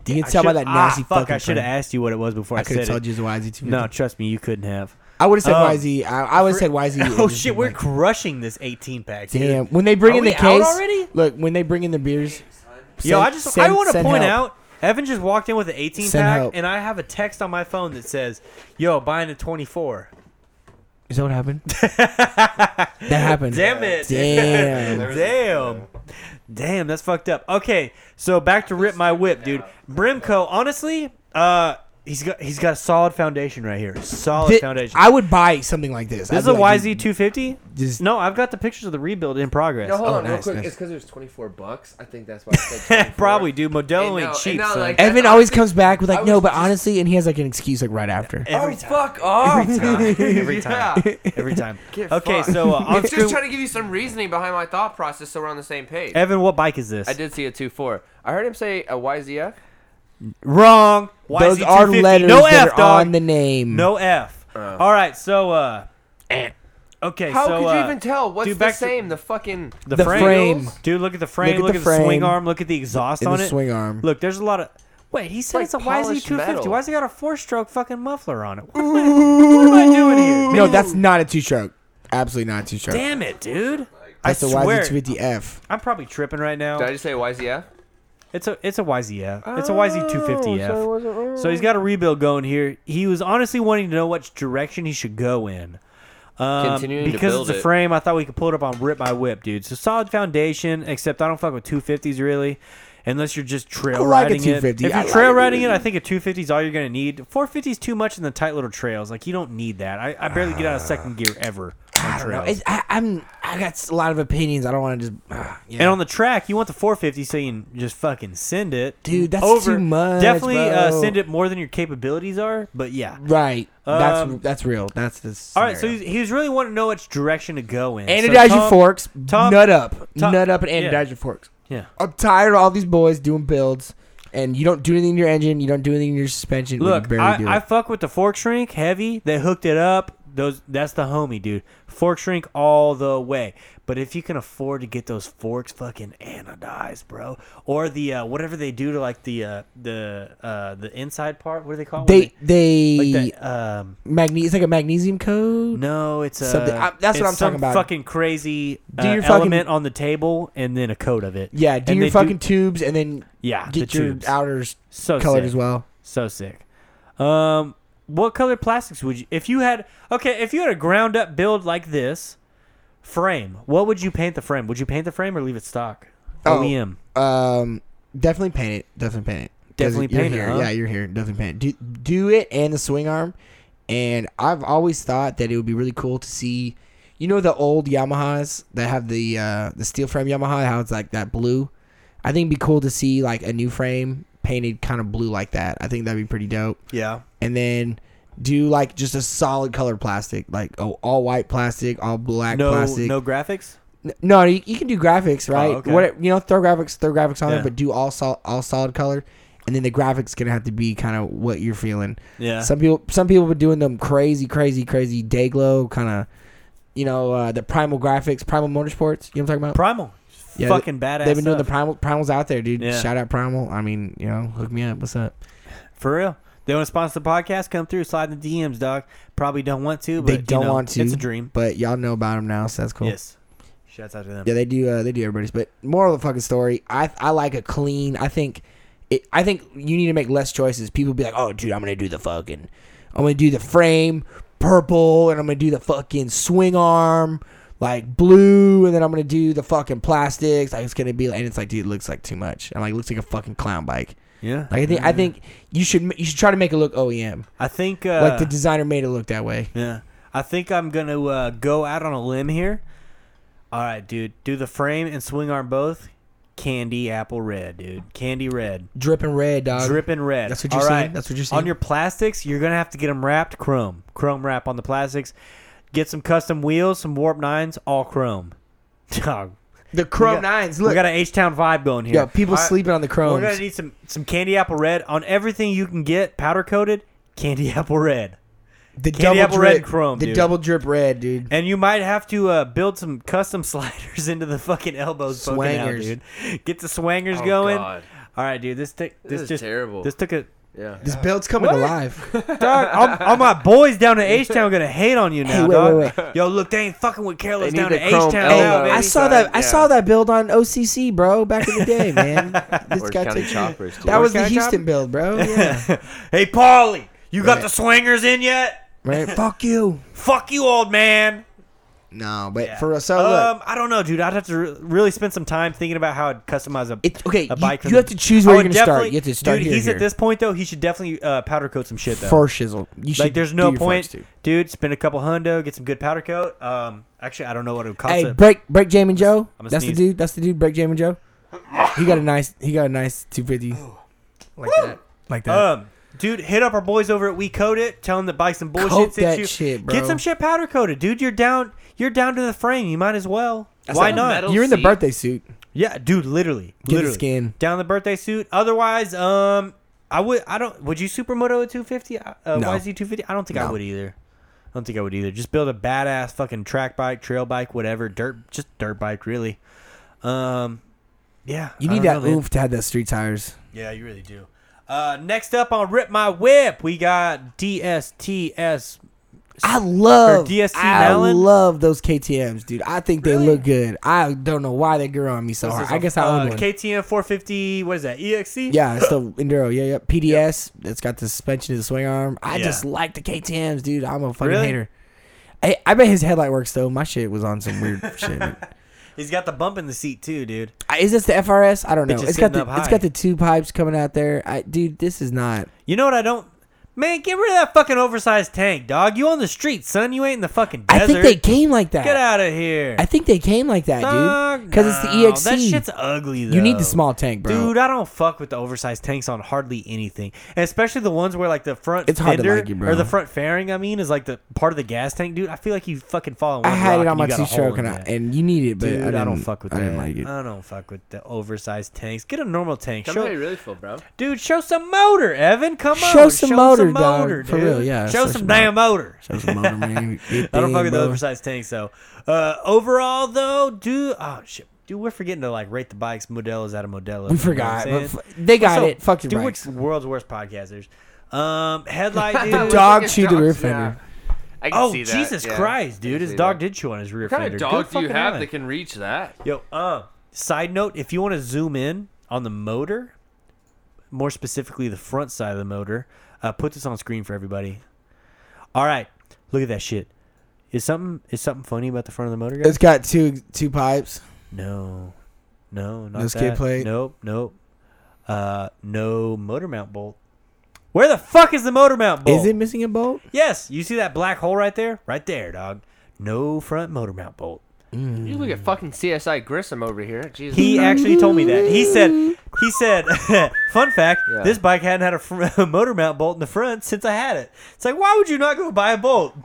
Speaker 1: you
Speaker 3: can tell by that nasty
Speaker 1: fuck, I
Speaker 3: fucking
Speaker 1: should have
Speaker 3: print.
Speaker 1: asked you what it was before I,
Speaker 3: I could
Speaker 1: said
Speaker 3: have told
Speaker 1: it.
Speaker 3: you it was a YZ too.
Speaker 1: No, trust me, you couldn't have.
Speaker 3: I would have said
Speaker 1: Um,
Speaker 3: YZ. I, I would have said YZ. It
Speaker 1: Oh
Speaker 3: just
Speaker 1: shit,
Speaker 3: been
Speaker 1: we're
Speaker 3: like,
Speaker 1: crushing this 18 pack. dude.
Speaker 3: damn. When they bring
Speaker 1: Are
Speaker 3: in the
Speaker 1: we out
Speaker 3: case,
Speaker 1: already?
Speaker 3: look when they bring in the beers.
Speaker 1: Yo,
Speaker 3: send-
Speaker 1: I just I
Speaker 3: send-
Speaker 1: want to
Speaker 3: send
Speaker 1: point
Speaker 3: help.
Speaker 1: out Evan just walked in with an 18
Speaker 3: Send
Speaker 1: pack,
Speaker 3: help.
Speaker 1: and I have a text on my phone that says, "Yo, buying a 24."
Speaker 3: Is that what happened? that happened.
Speaker 1: Damn it!
Speaker 3: Damn.
Speaker 1: Damn. Damn, that's fucked up. Okay, so back to rip my whip, dude. Brimco, honestly, uh, he's got he's got a solid foundation right here. Solid
Speaker 3: Thi-
Speaker 1: foundation.
Speaker 3: I would buy something like this.
Speaker 1: this is
Speaker 3: I'd
Speaker 1: a
Speaker 3: be like,
Speaker 1: YZ two fifty.
Speaker 3: Just-
Speaker 1: No, I've got the pictures of the rebuild in progress.
Speaker 4: No, hold
Speaker 3: Oh,
Speaker 4: on,
Speaker 3: nice,
Speaker 4: real quick.
Speaker 3: nice.
Speaker 4: It's because there's 24 bucks. I think that's why I said 24.
Speaker 1: Probably, dude.
Speaker 4: And
Speaker 1: Modelo
Speaker 4: now-
Speaker 1: ain't cheap.
Speaker 4: and now,
Speaker 1: son.
Speaker 4: like,
Speaker 3: Evan
Speaker 4: That's
Speaker 3: always
Speaker 4: honestly-
Speaker 3: comes back with like,
Speaker 4: I
Speaker 3: no,
Speaker 4: was
Speaker 3: but
Speaker 4: just-
Speaker 3: honestly, and he has like an excuse like right after.
Speaker 1: every
Speaker 4: oh,
Speaker 1: time.
Speaker 4: fuck off.
Speaker 1: Every time. Every time.
Speaker 4: Get
Speaker 1: Okay,
Speaker 4: fucked.
Speaker 1: so uh,
Speaker 4: I'm
Speaker 1: on
Speaker 4: just
Speaker 1: screen,
Speaker 4: trying to give you some reasoning behind my thought process so we're on the same page.
Speaker 1: Evan, what bike is this?
Speaker 4: I did see a 2-4. I heard him say a YZF.
Speaker 1: Wrong.
Speaker 3: Those
Speaker 1: YZ250.
Speaker 3: are letters
Speaker 1: no
Speaker 3: that
Speaker 1: F,
Speaker 3: are
Speaker 1: dog.
Speaker 3: on the name.
Speaker 1: No F. All right, so uh, okay.
Speaker 4: How
Speaker 1: so,
Speaker 4: could you
Speaker 1: uh,
Speaker 4: even tell what's
Speaker 1: dude,
Speaker 4: the
Speaker 1: back to-
Speaker 4: same? the fucking
Speaker 1: The,
Speaker 3: The
Speaker 1: frame.
Speaker 3: frame.
Speaker 1: Dude, look at the frame. Look, at the, swing arm. Look at the exhaust
Speaker 3: And
Speaker 1: on
Speaker 3: the
Speaker 1: it.
Speaker 3: swing arm.
Speaker 1: Look, there's a lot of. Wait, he said
Speaker 4: like
Speaker 1: it's, a YZ250.
Speaker 4: polished metal.
Speaker 1: Why's he got a four-stroke fucking muffler on it? What am I, what am I doing here?
Speaker 3: No, that's not a two stroke. Absolutely not a two stroke.
Speaker 1: Damn it, dude.
Speaker 3: That's
Speaker 1: I
Speaker 3: a
Speaker 1: swear,
Speaker 3: YZ250F.
Speaker 1: I'm probably tripping right now.
Speaker 4: Did I just say YZF?
Speaker 1: It's a it's a YZF. it's a
Speaker 3: Oh,
Speaker 1: YZ250F.
Speaker 3: mm.
Speaker 1: So, he's got a rebuild going here. He was honestly wanting to know which direction he should go in. Um,
Speaker 4: Continuing to
Speaker 1: because
Speaker 4: build
Speaker 1: it's a
Speaker 4: it.
Speaker 1: frame, I thought we could pull it up on Rip My Whip, dude. So solid foundation, except I don't fuck with 250s really, unless you're just trail
Speaker 3: I like a
Speaker 1: riding it. If
Speaker 3: 250.
Speaker 1: you're
Speaker 3: I like
Speaker 1: trail
Speaker 3: it.
Speaker 1: riding it, I think a 250 is all you're gonna need. 450 is too much in the tight little trails. Like you don't need that. I, I barely get out of second gear ever on
Speaker 3: No,
Speaker 1: trails.
Speaker 3: it's, I, I'm. I got s- a lot of opinions. I don't want to just. Uh, yeah.
Speaker 1: And on the track, you want the 450, so you can just fucking send it.
Speaker 3: Dude, that's too much,
Speaker 1: Definitely Uh,
Speaker 3: bro.
Speaker 1: send it more than your capabilities are, but yeah.
Speaker 3: right.
Speaker 1: Um,
Speaker 3: that's that's real. That's the.
Speaker 1: All
Speaker 3: Scenario.
Speaker 1: right, so he's, he was really wanting to know which direction to go in.
Speaker 3: anodize
Speaker 1: so
Speaker 3: your
Speaker 1: Tom-
Speaker 3: forks.
Speaker 1: Tom-
Speaker 3: nut up.
Speaker 1: Tom-
Speaker 3: nut up and
Speaker 1: yeah.
Speaker 3: anodize your forks.
Speaker 1: Yeah.
Speaker 3: I'm tired of all these boys doing builds, and you don't do anything to your engine. You don't do anything to your suspension. when you
Speaker 1: Look,
Speaker 3: barely
Speaker 1: I,
Speaker 3: do
Speaker 1: I
Speaker 3: it.
Speaker 1: fuck with the fork shrink heavy. They hooked it up. Those that's the homie, dude. Fork shrink all the way. But if you can afford to get those forks fucking anodized, bro, or the uh, whatever they do to like the uh, the uh, the inside part, what do they call it?
Speaker 3: They they
Speaker 1: like that, um,
Speaker 3: magne- It's like a magnesium coat.
Speaker 1: No, it's a.
Speaker 3: Something- I- that's
Speaker 1: it's
Speaker 3: what I'm talking
Speaker 1: some
Speaker 3: about.
Speaker 1: Fucking crazy
Speaker 3: Do
Speaker 1: uh,
Speaker 3: your fucking-
Speaker 1: element on the table, and then a coat of it.
Speaker 3: Yeah, do
Speaker 1: And they
Speaker 3: your fucking tubes and then
Speaker 1: yeah,
Speaker 3: get
Speaker 1: the
Speaker 3: your
Speaker 1: tubes.
Speaker 3: outers
Speaker 1: so
Speaker 3: colored
Speaker 1: sick.
Speaker 3: as well.
Speaker 1: So sick. Um, what color plastics would you? If you had okay, if you had a ground up build like this frame, what would you paint the frame? Would you paint the frame or leave it stock? E
Speaker 3: Oh.
Speaker 1: OEM.
Speaker 3: Um, definitely paint it. Definitely paint it. 'Cause
Speaker 1: Definitely
Speaker 3: you're
Speaker 1: paint it,
Speaker 3: here.
Speaker 1: huh?
Speaker 3: Yeah, you're here. Definitely paint it. Do, do it and the swing arm. And I've always thought that it would be really cool to see, you know, the old Yamahas that have the uh, the steel frame Yamaha, how it's like that blue. I think it'd be cool to see like a new frame painted kind of blue like that. I think that'd be pretty dope.
Speaker 1: Yeah.
Speaker 3: And then do like just a solid colored plastic, like oh, all white plastic, all black
Speaker 1: No,
Speaker 3: plastic.
Speaker 1: no graphics.
Speaker 3: N- No, you, you can do graphics, right?
Speaker 1: Oh, okay.
Speaker 3: What you know, throw graphics, throw graphics on
Speaker 1: Yeah.
Speaker 3: there, but do all sol- all solid color, and then the graphics gonna have to be kind of what you're feeling.
Speaker 1: Yeah.
Speaker 3: Some people, some people were doing them crazy, crazy, crazy day glow kind of, you know, uh, the primal graphics, primal motorsports. You know what I'm talking about?
Speaker 1: Primal.
Speaker 3: Yeah, they-
Speaker 1: fucking badass.
Speaker 3: They've been doing
Speaker 1: stuff.
Speaker 3: the primal primals out there, dude.
Speaker 1: Yeah.
Speaker 3: Shout out primal. I mean, you know, hook me up. What's up?
Speaker 1: For real. They want to sponsor the podcast? Come through, slide in the DMs, dog. Probably don't want to, but
Speaker 3: they
Speaker 1: you
Speaker 3: don't
Speaker 1: know,
Speaker 3: want to.
Speaker 1: It's a dream.
Speaker 3: but y'all know about them now, so that's cool.
Speaker 1: Yes. Shouts out to them.
Speaker 3: Yeah, they do. Uh, they do everybody's. But moral of the fucking story, I I like a clean. I think, it, I think you need to make less choices. People be like, oh, dude, I'm gonna do the fucking, I'm gonna do the frame purple, and I'm gonna do the fucking swing arm like blue, and then I'm gonna do the fucking plastics. Like it's gonna be, and it's like, dude, it looks like too much. I'm like, it looks like a fucking clown bike.
Speaker 1: Yeah.
Speaker 3: Like I think, I think you should m- you should try to make it look OEM.
Speaker 1: I think uh,
Speaker 3: Like the designer made it look that way.
Speaker 1: yeah. I think I'm gonna uh, go out on a limb here. All right, dude. Do the frame and swing arm both. Candy apple red, dude. Candy red.
Speaker 3: Dripping red, dog.
Speaker 1: Dripping red.
Speaker 3: that's what you're
Speaker 1: All
Speaker 3: saying?
Speaker 1: right.
Speaker 3: That's what you're
Speaker 1: On
Speaker 3: saying?
Speaker 1: your plastics, you're gonna have to get them wrapped chrome. Chrome wrap on the plastics. Get some custom wheels, some warp nines, all chrome. Dog.
Speaker 3: The Chrome
Speaker 1: we got,
Speaker 3: Nines. Look,
Speaker 1: we got an H Town vibe going here.
Speaker 3: yeah, people
Speaker 1: All right,
Speaker 3: sleeping on the
Speaker 1: We're
Speaker 3: Chromes.
Speaker 1: gonna need some some candy apple red on everything you can get powder coated. Candy apple red.
Speaker 3: the
Speaker 1: Candy
Speaker 3: double
Speaker 1: apple
Speaker 3: drip,
Speaker 1: red Chrome,
Speaker 3: The
Speaker 1: dude.
Speaker 3: double drip red, dude.
Speaker 1: And you might have to uh, build some custom sliders into the fucking elbows poking out,
Speaker 3: Swangers.
Speaker 1: dude. Get the swangers
Speaker 4: Oh,
Speaker 1: going.
Speaker 4: God.
Speaker 1: All right, dude. This took this,
Speaker 4: is
Speaker 1: just
Speaker 4: terrible.
Speaker 1: This took a
Speaker 4: Yeah.
Speaker 3: This build's coming
Speaker 1: What?
Speaker 3: alive.
Speaker 1: dog. All, all my boys down in H Town gonna hate on you now,
Speaker 3: wait,
Speaker 1: dog.
Speaker 3: wait,
Speaker 1: Yo, look, they ain't fucking with Careless
Speaker 4: They need
Speaker 1: down
Speaker 4: the
Speaker 1: in H
Speaker 4: chrome
Speaker 1: Town now,
Speaker 4: elbow.
Speaker 1: baby.
Speaker 3: I
Speaker 4: Any
Speaker 3: saw
Speaker 4: side,
Speaker 3: that. I
Speaker 4: yeah.
Speaker 3: saw that build on OCC, bro. Back in the day, man. This
Speaker 4: Orange
Speaker 3: guy
Speaker 4: County
Speaker 3: took-
Speaker 4: Choppers, dude.
Speaker 3: That was the
Speaker 1: Orange County Choppers?
Speaker 3: Houston build, bro. Yeah.
Speaker 1: hey, Paulie, you got
Speaker 3: Right.
Speaker 1: the swangers in yet?
Speaker 3: right. Fuck you.
Speaker 1: Fuck you, old man.
Speaker 3: No, but for us, so look,
Speaker 1: Um, I don't know, dude. I'd have to re- really spend some time thinking about how I'd customize a.
Speaker 3: It's- okay,
Speaker 1: A
Speaker 3: you-
Speaker 1: bike for
Speaker 3: you
Speaker 1: the-
Speaker 3: have to choose where
Speaker 1: I
Speaker 3: you're
Speaker 1: would
Speaker 3: gonna start.
Speaker 1: definitely-
Speaker 3: You have to start
Speaker 1: Dude,
Speaker 3: here,
Speaker 1: he's
Speaker 3: here.
Speaker 1: at this point though. He should definitely uh, powder coat some shit though.
Speaker 3: fur shizzle. You should
Speaker 1: like, there's
Speaker 3: do
Speaker 1: no
Speaker 3: your
Speaker 1: point,
Speaker 3: farts, dude.
Speaker 1: dude. Spend a couple hundo, get some good powder coat. Um, actually, I don't know what it would cost.
Speaker 3: Hey,
Speaker 1: to-
Speaker 3: break, break, Jam and Joe.
Speaker 1: I'ma
Speaker 3: That's the
Speaker 1: sneeze.
Speaker 3: dude. That's the dude. Break, Jam and Joe. He got a nice. He got a nice 250. Like that. Like that.
Speaker 1: Um, dude, hit up our boys over at We Code It. Tell them that buy some bullshit.
Speaker 3: Coat
Speaker 1: sent
Speaker 3: that
Speaker 1: you.
Speaker 3: shit, bro.
Speaker 1: Get some shit powder coated, dude. You're down. You're down to the frame. You might as well.
Speaker 4: That's
Speaker 1: Why
Speaker 4: not a
Speaker 1: not?
Speaker 4: metal-
Speaker 3: you're in the
Speaker 4: see.
Speaker 3: birthday suit.
Speaker 1: Yeah, dude. Literally,
Speaker 3: the
Speaker 1: literally.
Speaker 3: skin.
Speaker 1: down the birthday suit. Otherwise, um, I would. I don't. Would you supermoto at 250? Uh,
Speaker 3: No.
Speaker 1: YZ 250? I don't think I
Speaker 3: No.
Speaker 1: would either. I don't think I would either. Just build a badass fucking track bike, trail bike, whatever. Dirt, just dirt bike, really. Um, yeah.
Speaker 3: You
Speaker 1: I
Speaker 3: need
Speaker 1: don't
Speaker 3: that
Speaker 1: know, man.
Speaker 3: oomph to have those street tires.
Speaker 1: Yeah, you really do. Uh, next up on Rip My Whip, we got DSTS.
Speaker 3: I love
Speaker 1: DST
Speaker 3: I
Speaker 1: Mallon?
Speaker 3: love those KTMs, dude. I think they
Speaker 1: Really?
Speaker 3: look good. I don't know why they grew on me so hard. I guess I own
Speaker 1: uh,
Speaker 3: one.
Speaker 1: KTM 450. What is that? E EXC.
Speaker 3: yeah, it's the enduro. Yeah, yeah. PDS. It's got the suspension and the swing arm. I
Speaker 1: Yeah.
Speaker 3: just like the KTMs, dude. I'm a fucking
Speaker 1: Really?
Speaker 3: hater. I, I bet his headlight works though. My shit was on some weird shit.
Speaker 1: He's got the bump in the seat too, dude.
Speaker 3: I- Is this the FRS? I don't know.
Speaker 1: Bitch is
Speaker 3: It's got
Speaker 1: sitting
Speaker 3: the
Speaker 1: up
Speaker 3: it's
Speaker 1: high.
Speaker 3: got the two pipes coming out there. I, dude, this is not.
Speaker 1: You know what? I don't. Man, get rid of that fucking oversized tank, dog. You on the street, son. You ain't in the fucking desert.
Speaker 3: I think they came like that.
Speaker 1: Get out of here.
Speaker 3: I think they came like that, dude. Because it's the
Speaker 1: No,
Speaker 3: EXC.
Speaker 1: That shit's ugly though.
Speaker 3: you need the small tank, bro.
Speaker 1: Dude, I don't fuck with the oversized tanks on hardly anything, and especially the ones where like the front
Speaker 3: It's hard to
Speaker 1: fender
Speaker 3: like it, bro.
Speaker 1: or the front fairing. I mean, is like the part of the gas tank, dude. I feel like you fucking fall. On one
Speaker 3: I had
Speaker 1: rock
Speaker 3: it on
Speaker 1: and
Speaker 3: my
Speaker 1: you got a
Speaker 3: two stroke
Speaker 1: hole in
Speaker 3: and, I,
Speaker 1: that.
Speaker 3: and you need it, but
Speaker 1: dude,
Speaker 3: I,
Speaker 1: I,
Speaker 3: didn't,
Speaker 1: don't fuck with
Speaker 3: I
Speaker 1: that.
Speaker 3: didn't like it.
Speaker 1: I don't fuck with the oversized tanks. Get a normal tank.
Speaker 4: Tell me
Speaker 1: Show-
Speaker 4: how you really feel, bro.
Speaker 1: dude, show some motor, Evan. Come on,
Speaker 3: Show some motor, dog. For
Speaker 1: dude.
Speaker 3: real, yeah,
Speaker 1: Show
Speaker 3: show
Speaker 1: some
Speaker 3: some
Speaker 1: damn motor.
Speaker 3: That was a motor, man. Get
Speaker 1: I don't
Speaker 3: that,
Speaker 1: fuck with the
Speaker 3: bro.
Speaker 1: oversized tanks though. Uh, overall though, dude, oh shit, dude, we're forgetting to like rate the bikes. Modelo's out of Modelo.
Speaker 3: We forgot. But f- they got
Speaker 1: So,
Speaker 3: it. Fuck your
Speaker 1: dude,
Speaker 3: bikes.
Speaker 1: we're world's worst podcasters. Um, headlight dude.
Speaker 4: Look
Speaker 3: dog
Speaker 4: at his
Speaker 3: chewed the
Speaker 4: dogs,
Speaker 3: rear
Speaker 4: yeah.
Speaker 3: fender.
Speaker 4: I can
Speaker 1: Oh
Speaker 4: see that,
Speaker 1: Jesus
Speaker 4: yeah.
Speaker 1: Christ, dude!
Speaker 4: I can
Speaker 1: His
Speaker 4: see
Speaker 1: dog
Speaker 4: that.
Speaker 1: did chew on his rear
Speaker 4: What kind
Speaker 1: fender.
Speaker 4: of
Speaker 1: Good
Speaker 4: dog do you
Speaker 1: fucking
Speaker 4: have
Speaker 1: on.
Speaker 4: that can reach that?
Speaker 1: Yo, uh, side note: if you want to zoom in on the motor, more specifically the front side of the motor, uh, put this on screen for everybody. All right, look at that shit. Is something is something funny about the front of the motor? Guys?
Speaker 3: It's got two two pipes.
Speaker 1: No, no, not
Speaker 3: No
Speaker 1: that.
Speaker 3: skid plate?
Speaker 1: Nope, nope. Uh, no motor mount bolt. Where the fuck is the motor mount bolt?
Speaker 3: Is it missing a bolt?
Speaker 1: Yes, you see that black hole right there, right there, dog. No front motor mount bolt.
Speaker 4: You look at fucking CSI Grissom over here. Jesus.
Speaker 1: He
Speaker 4: Christ.
Speaker 1: actually told me that. He said, he said, fun fact,
Speaker 4: Yeah.
Speaker 1: this bike hadn't had a, fr- a motor mount bolt in the front since I had it. It's like, why would you not go buy a bolt?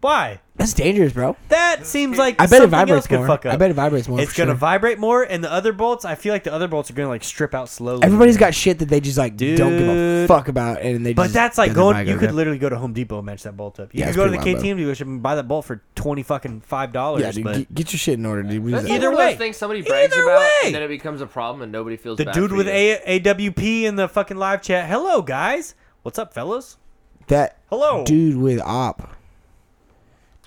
Speaker 1: Why?
Speaker 3: That's dangerous, bro.
Speaker 1: That seems like
Speaker 3: I bet it
Speaker 1: something else
Speaker 3: vibrates
Speaker 1: could
Speaker 3: more.
Speaker 1: fuck up.
Speaker 3: I bet it vibrates more.
Speaker 1: It's
Speaker 3: for
Speaker 1: gonna
Speaker 3: sure.
Speaker 1: vibrate more, and the other bolts. I feel like the other bolts are gonna like strip out slowly.
Speaker 3: Everybody's got shit that they just like don't give a
Speaker 1: Dude.
Speaker 3: fuck about, and they.
Speaker 1: But
Speaker 3: just
Speaker 1: that's like
Speaker 3: let their
Speaker 1: going.
Speaker 3: bike
Speaker 1: You
Speaker 3: go
Speaker 1: could
Speaker 3: down.
Speaker 1: literally go to Home Depot and match that bolt up. You
Speaker 3: Yeah,
Speaker 1: could
Speaker 3: it's
Speaker 1: go to the
Speaker 3: pretty
Speaker 1: KTM
Speaker 3: wild,
Speaker 1: dealership and buy that bolt for twenty fucking five dollars.
Speaker 3: Yeah, dude,
Speaker 1: but
Speaker 3: get, get your shit in order, dude. We
Speaker 4: That's
Speaker 3: just-
Speaker 4: like
Speaker 1: Either
Speaker 4: one of those
Speaker 1: way.
Speaker 4: things somebody brags
Speaker 1: Either
Speaker 4: about,
Speaker 1: way.
Speaker 4: and then it becomes a problem, and nobody feels
Speaker 1: the
Speaker 4: bad
Speaker 1: dude
Speaker 4: for
Speaker 1: with
Speaker 4: you.
Speaker 1: a- AWP in the fucking live chat. Hello guys, what's up, fellas?
Speaker 3: that
Speaker 1: Hello.
Speaker 3: dude with op.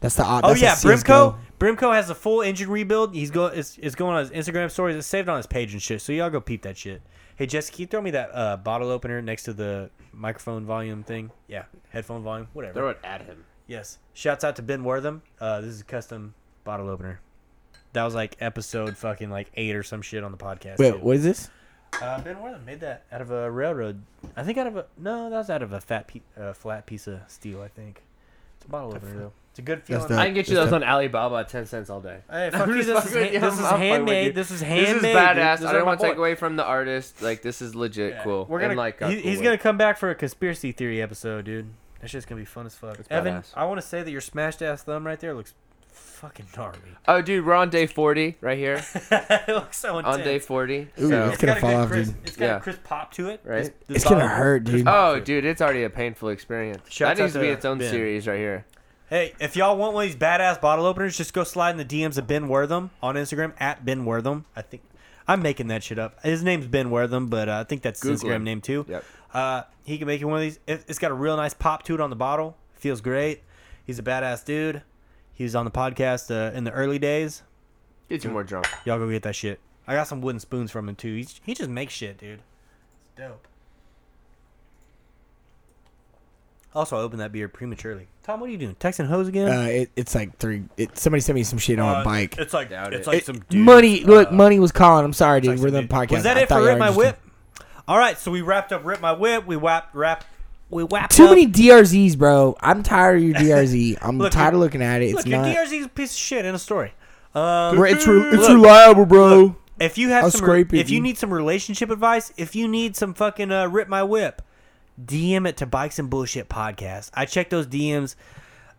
Speaker 3: That's the op.
Speaker 1: oh
Speaker 3: that's a
Speaker 1: yeah,
Speaker 3: CS:GO.
Speaker 1: Brimco. Brimco has a full engine rebuild. He's going. It's, it's going on his Instagram stories. It's saved on his page and shit. So y'all go peep that shit. Hey Jesse, can you throw me that uh, bottle opener next to the microphone volume thing? Yeah, headphone volume, whatever.
Speaker 4: Throw it at him.
Speaker 1: Yes. Shouts out to Ben Wortham. Uh, this is a custom bottle opener. That was like episode fucking like eight or some shit on the podcast. too.
Speaker 3: Wait, what is this?
Speaker 1: Uh, ben Wortham made that out of a railroad. I think out of a no, that was out of a fat pe- uh, flat piece of steel. I think it's a bottle opener though. It's a good feeling.
Speaker 3: the-
Speaker 4: I can get you
Speaker 3: That's
Speaker 4: those on Alibaba at 10 cents all day.
Speaker 1: Hey, fuck you.
Speaker 4: just
Speaker 1: This is,
Speaker 4: fucking with
Speaker 1: ha-
Speaker 4: you.
Speaker 1: this is
Speaker 4: I'm fucking with you.
Speaker 1: handmade. This is
Speaker 4: This
Speaker 1: handmade.
Speaker 4: is
Speaker 1: dude.
Speaker 4: badass.
Speaker 1: This is
Speaker 4: I don't
Speaker 1: my
Speaker 4: want to
Speaker 1: boy.
Speaker 4: take away from the artist. Like, this is legit
Speaker 1: Yeah.
Speaker 4: cool.
Speaker 1: We're gonna
Speaker 4: and, like,
Speaker 1: he- he's gonna come back for a conspiracy theory episode, dude. That shit's gonna be fun as fuck. Evan,
Speaker 4: badass.
Speaker 1: I want to say that your smashed ass thumb right there looks fucking gnarly.
Speaker 4: Oh, dude, we're on day 40 right here.
Speaker 1: it looks so
Speaker 4: on
Speaker 1: intense.
Speaker 4: day 40.
Speaker 3: Ooh,
Speaker 4: So,
Speaker 3: it's gonna fall off,
Speaker 1: crisp,
Speaker 3: dude.
Speaker 1: It's got
Speaker 4: Yeah.
Speaker 1: a crisp pop to it.
Speaker 4: Right.
Speaker 1: It's, the
Speaker 3: It's gonna
Speaker 1: solid-
Speaker 3: hurt, dude.
Speaker 4: oh, dude, it's already a painful experience.
Speaker 1: Shouts
Speaker 4: that needs
Speaker 1: out
Speaker 4: to be
Speaker 1: to
Speaker 4: its own
Speaker 1: Ben.
Speaker 4: series right here.
Speaker 1: Hey, if y'all want one of these badass bottle openers, just go slide in the DMs of Ben Wortham on Instagram at Ben Wortham. I think I'm making that shit up. His name's Ben Wortham, but uh, I think that's his
Speaker 4: Google
Speaker 1: Instagram
Speaker 4: him.
Speaker 1: name too.
Speaker 4: Yep.
Speaker 1: Uh, he can make you one of these. It, it's got a real nice pop to it on the bottle. Feels great. He's a badass dude. He was on the podcast uh, in the early days.
Speaker 4: Get you more drunk.
Speaker 1: Y'all go get that shit. I got some wooden spoons from him too. He, he just makes shit, dude. It's dope. Also, I opened that beer prematurely. Tom, what are you doing? Texting hoes again?
Speaker 3: Uh, it, it's like three. It, somebody sent me some shit on
Speaker 1: Uh,
Speaker 3: a bike.
Speaker 1: It's like
Speaker 4: Doubt
Speaker 1: it's
Speaker 4: it.
Speaker 1: like
Speaker 3: It-
Speaker 1: some dude.
Speaker 3: money. look, money was calling. I'm sorry, dude.
Speaker 1: Like
Speaker 3: We're
Speaker 1: some
Speaker 3: the
Speaker 1: dude.
Speaker 3: podcast.
Speaker 1: Was that
Speaker 3: I
Speaker 1: it
Speaker 3: thought
Speaker 1: for
Speaker 3: y'all
Speaker 1: Rip
Speaker 3: were
Speaker 1: My
Speaker 3: just-
Speaker 1: Whip? All right, so we wrapped up Rip My Whip. We wrapped wrap we wrapped
Speaker 3: Too
Speaker 1: up.
Speaker 3: many DRZs, bro. I'm tired of your DRZ. I'm
Speaker 1: Look,
Speaker 3: tired
Speaker 1: your-
Speaker 3: of looking at it. It's
Speaker 1: Look,
Speaker 3: not.
Speaker 1: your DRZ is a piece of shit in a story. Um,
Speaker 3: Re- it's re- it's
Speaker 1: Look,
Speaker 3: reliable, bro.
Speaker 1: if you have
Speaker 3: I'll
Speaker 1: some,
Speaker 3: scrape it,
Speaker 1: if you
Speaker 3: dude.
Speaker 1: need some relationship advice, if you need some fucking uh, Rip My Whip, DM it to Bikes and Bullshit Podcast. I check those DMs.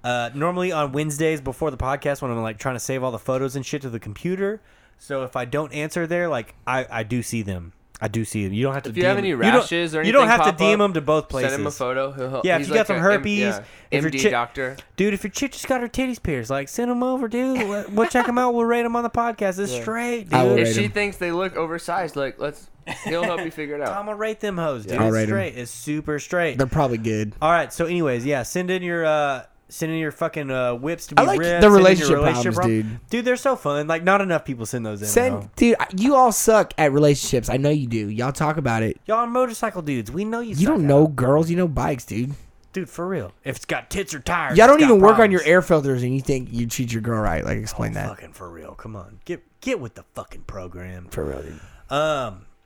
Speaker 1: Uh, normally on Wednesdays before the podcast when I'm like trying to save all the photos and shit to the computer. So if I don't answer there, like I, I do see them. I do see them. You don't have to.
Speaker 4: If you
Speaker 1: DM
Speaker 4: have any
Speaker 1: you don't-
Speaker 4: rashes or
Speaker 1: you
Speaker 4: anything,
Speaker 1: don't have to
Speaker 4: pop
Speaker 1: DM
Speaker 4: up,
Speaker 1: them to both places.
Speaker 4: Send him a photo. He'll,
Speaker 1: Yeah, if
Speaker 4: he's
Speaker 1: you got
Speaker 4: like
Speaker 1: some
Speaker 4: a
Speaker 1: herpes,
Speaker 4: M, yeah,
Speaker 1: if your
Speaker 4: MD
Speaker 1: chick-
Speaker 4: doctor.
Speaker 1: Dude, if your chick just got her titties pierced, like send them over, dude. We'll, we'll check them out. We'll rate them on the podcast. It's straight, dude.
Speaker 3: I will
Speaker 1: I'm
Speaker 3: rate
Speaker 4: If she
Speaker 3: 'em.
Speaker 4: thinks they look oversized, like let's, he'll help you figure it out.
Speaker 1: gonna rate them hoes, dude.
Speaker 3: I'll
Speaker 1: It's
Speaker 3: rate 'em.
Speaker 1: straight. It's super straight.
Speaker 3: They're probably good.
Speaker 1: All right. So, anyways, yeah, send in your uh, send in your fucking uh, whips to be
Speaker 3: I like
Speaker 1: ripped,
Speaker 3: the
Speaker 1: send in your
Speaker 3: relationship problems,
Speaker 1: problem. Dude, they're so fun. Like, not enough people send those in.
Speaker 3: Send,
Speaker 1: though.
Speaker 3: dude. You all suck at relationships. I know you do. Y'all talk about it.
Speaker 1: y'all are motorcycle dudes. We know you.
Speaker 3: You
Speaker 1: suck
Speaker 3: don't
Speaker 1: at
Speaker 3: know
Speaker 1: it.
Speaker 3: girls. You know bikes, dude.
Speaker 1: dude, for real. If it's got tits or tires,
Speaker 3: Y'all
Speaker 1: it's
Speaker 3: don't
Speaker 1: got
Speaker 3: even work on your
Speaker 1: problems. Oh,
Speaker 3: air filters, and you think you treat your girl right. Like, explain that.
Speaker 1: Fucking for real. Come on, get get with the fucking program.
Speaker 3: For real, dude.
Speaker 1: Um,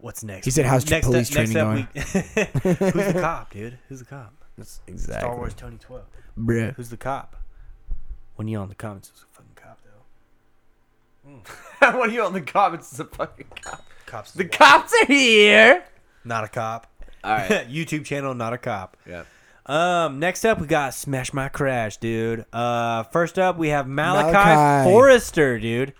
Speaker 1: what's next?
Speaker 3: He said, "How's your
Speaker 1: next
Speaker 3: police
Speaker 1: next
Speaker 3: training
Speaker 1: up we- Who's the cop, dude? Who's the cop?
Speaker 3: Exactly,
Speaker 1: Star Wars Tony Twelve.
Speaker 3: bruh.
Speaker 1: Who's the cop? When you on the comments, who's the fucking cop though?
Speaker 4: what are you on the comments? It's a fucking cop.
Speaker 1: Cops.
Speaker 4: The cops are here.
Speaker 1: not a cop.
Speaker 4: All right.
Speaker 1: YouTube channel, not a cop.
Speaker 4: yeah.
Speaker 1: Um, next up we got Smash My Crash, dude. Uh, first up we have Malachi,
Speaker 3: Malachi.
Speaker 1: Forrester, dude.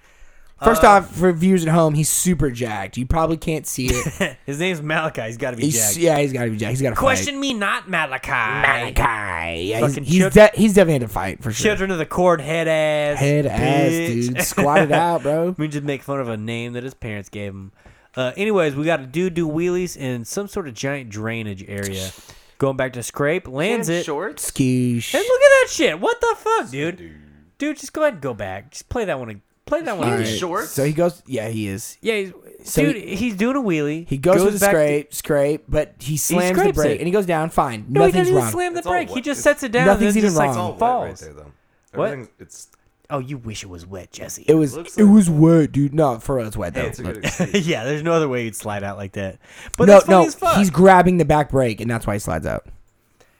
Speaker 3: First
Speaker 1: Uh,
Speaker 3: off, for viewers at home, he's super jacked. You probably can't see it.
Speaker 1: His name's Malachi. He's got to be
Speaker 3: He's,
Speaker 1: jacked.
Speaker 3: Yeah, he's got to be jacked. He's got to
Speaker 1: Question me not, Malachi.
Speaker 3: Fight. Malachi. Yeah, he's
Speaker 1: Fucking
Speaker 3: he's,
Speaker 1: children-
Speaker 3: de- he's definitely had to fight for sure.
Speaker 1: Children of the Cord, head ass,
Speaker 3: Head ass,
Speaker 1: bitch.
Speaker 3: dude. Squat it out, bro.
Speaker 1: We just make fun of a name that his parents gave him. Uh, anyways, we got a dude do wheelies in some sort of giant drainage area. Going back to scrape, lands it. And
Speaker 4: Shorts.
Speaker 3: Skoosh.
Speaker 1: look at that shit. What the fuck, dude? Dude, just go ahead and go back. Just play that one. ag- Play that one.
Speaker 4: All
Speaker 1: again.
Speaker 4: right. shorts?
Speaker 3: So he goes. Yeah, he is.
Speaker 1: Yeah, he's,
Speaker 3: So
Speaker 1: dude, he's doing a wheelie.
Speaker 3: He goes, with the
Speaker 1: back to-
Speaker 3: scrape, scrape, but he slams the
Speaker 1: scrapes
Speaker 3: brake
Speaker 1: it.
Speaker 3: and he goes down. Fine,
Speaker 1: no, he
Speaker 3: nothing's
Speaker 1: doesn't even
Speaker 3: wrong.
Speaker 1: slam the
Speaker 5: all
Speaker 1: brake. He
Speaker 5: wet.
Speaker 1: just
Speaker 5: It's-
Speaker 1: sets it down.
Speaker 3: Nothing's
Speaker 1: and then
Speaker 3: even
Speaker 1: just, like,
Speaker 3: wrong.
Speaker 5: It's all wet right
Speaker 1: Falls.
Speaker 5: there, though.
Speaker 1: What?
Speaker 5: Everything- It's,
Speaker 1: Oh, you wish it was wet, Jesse.
Speaker 3: It was
Speaker 5: Looks
Speaker 3: it
Speaker 5: like-
Speaker 3: was wet, dude. No, for real, it's wet though.
Speaker 5: it's a
Speaker 3: But-
Speaker 5: good excuse.
Speaker 1: yeah, there's no other way you'd slide out like that. But
Speaker 3: no,
Speaker 1: that's funny
Speaker 3: no,
Speaker 1: as fuck.
Speaker 3: he's grabbing the back brake and that's why he slides out.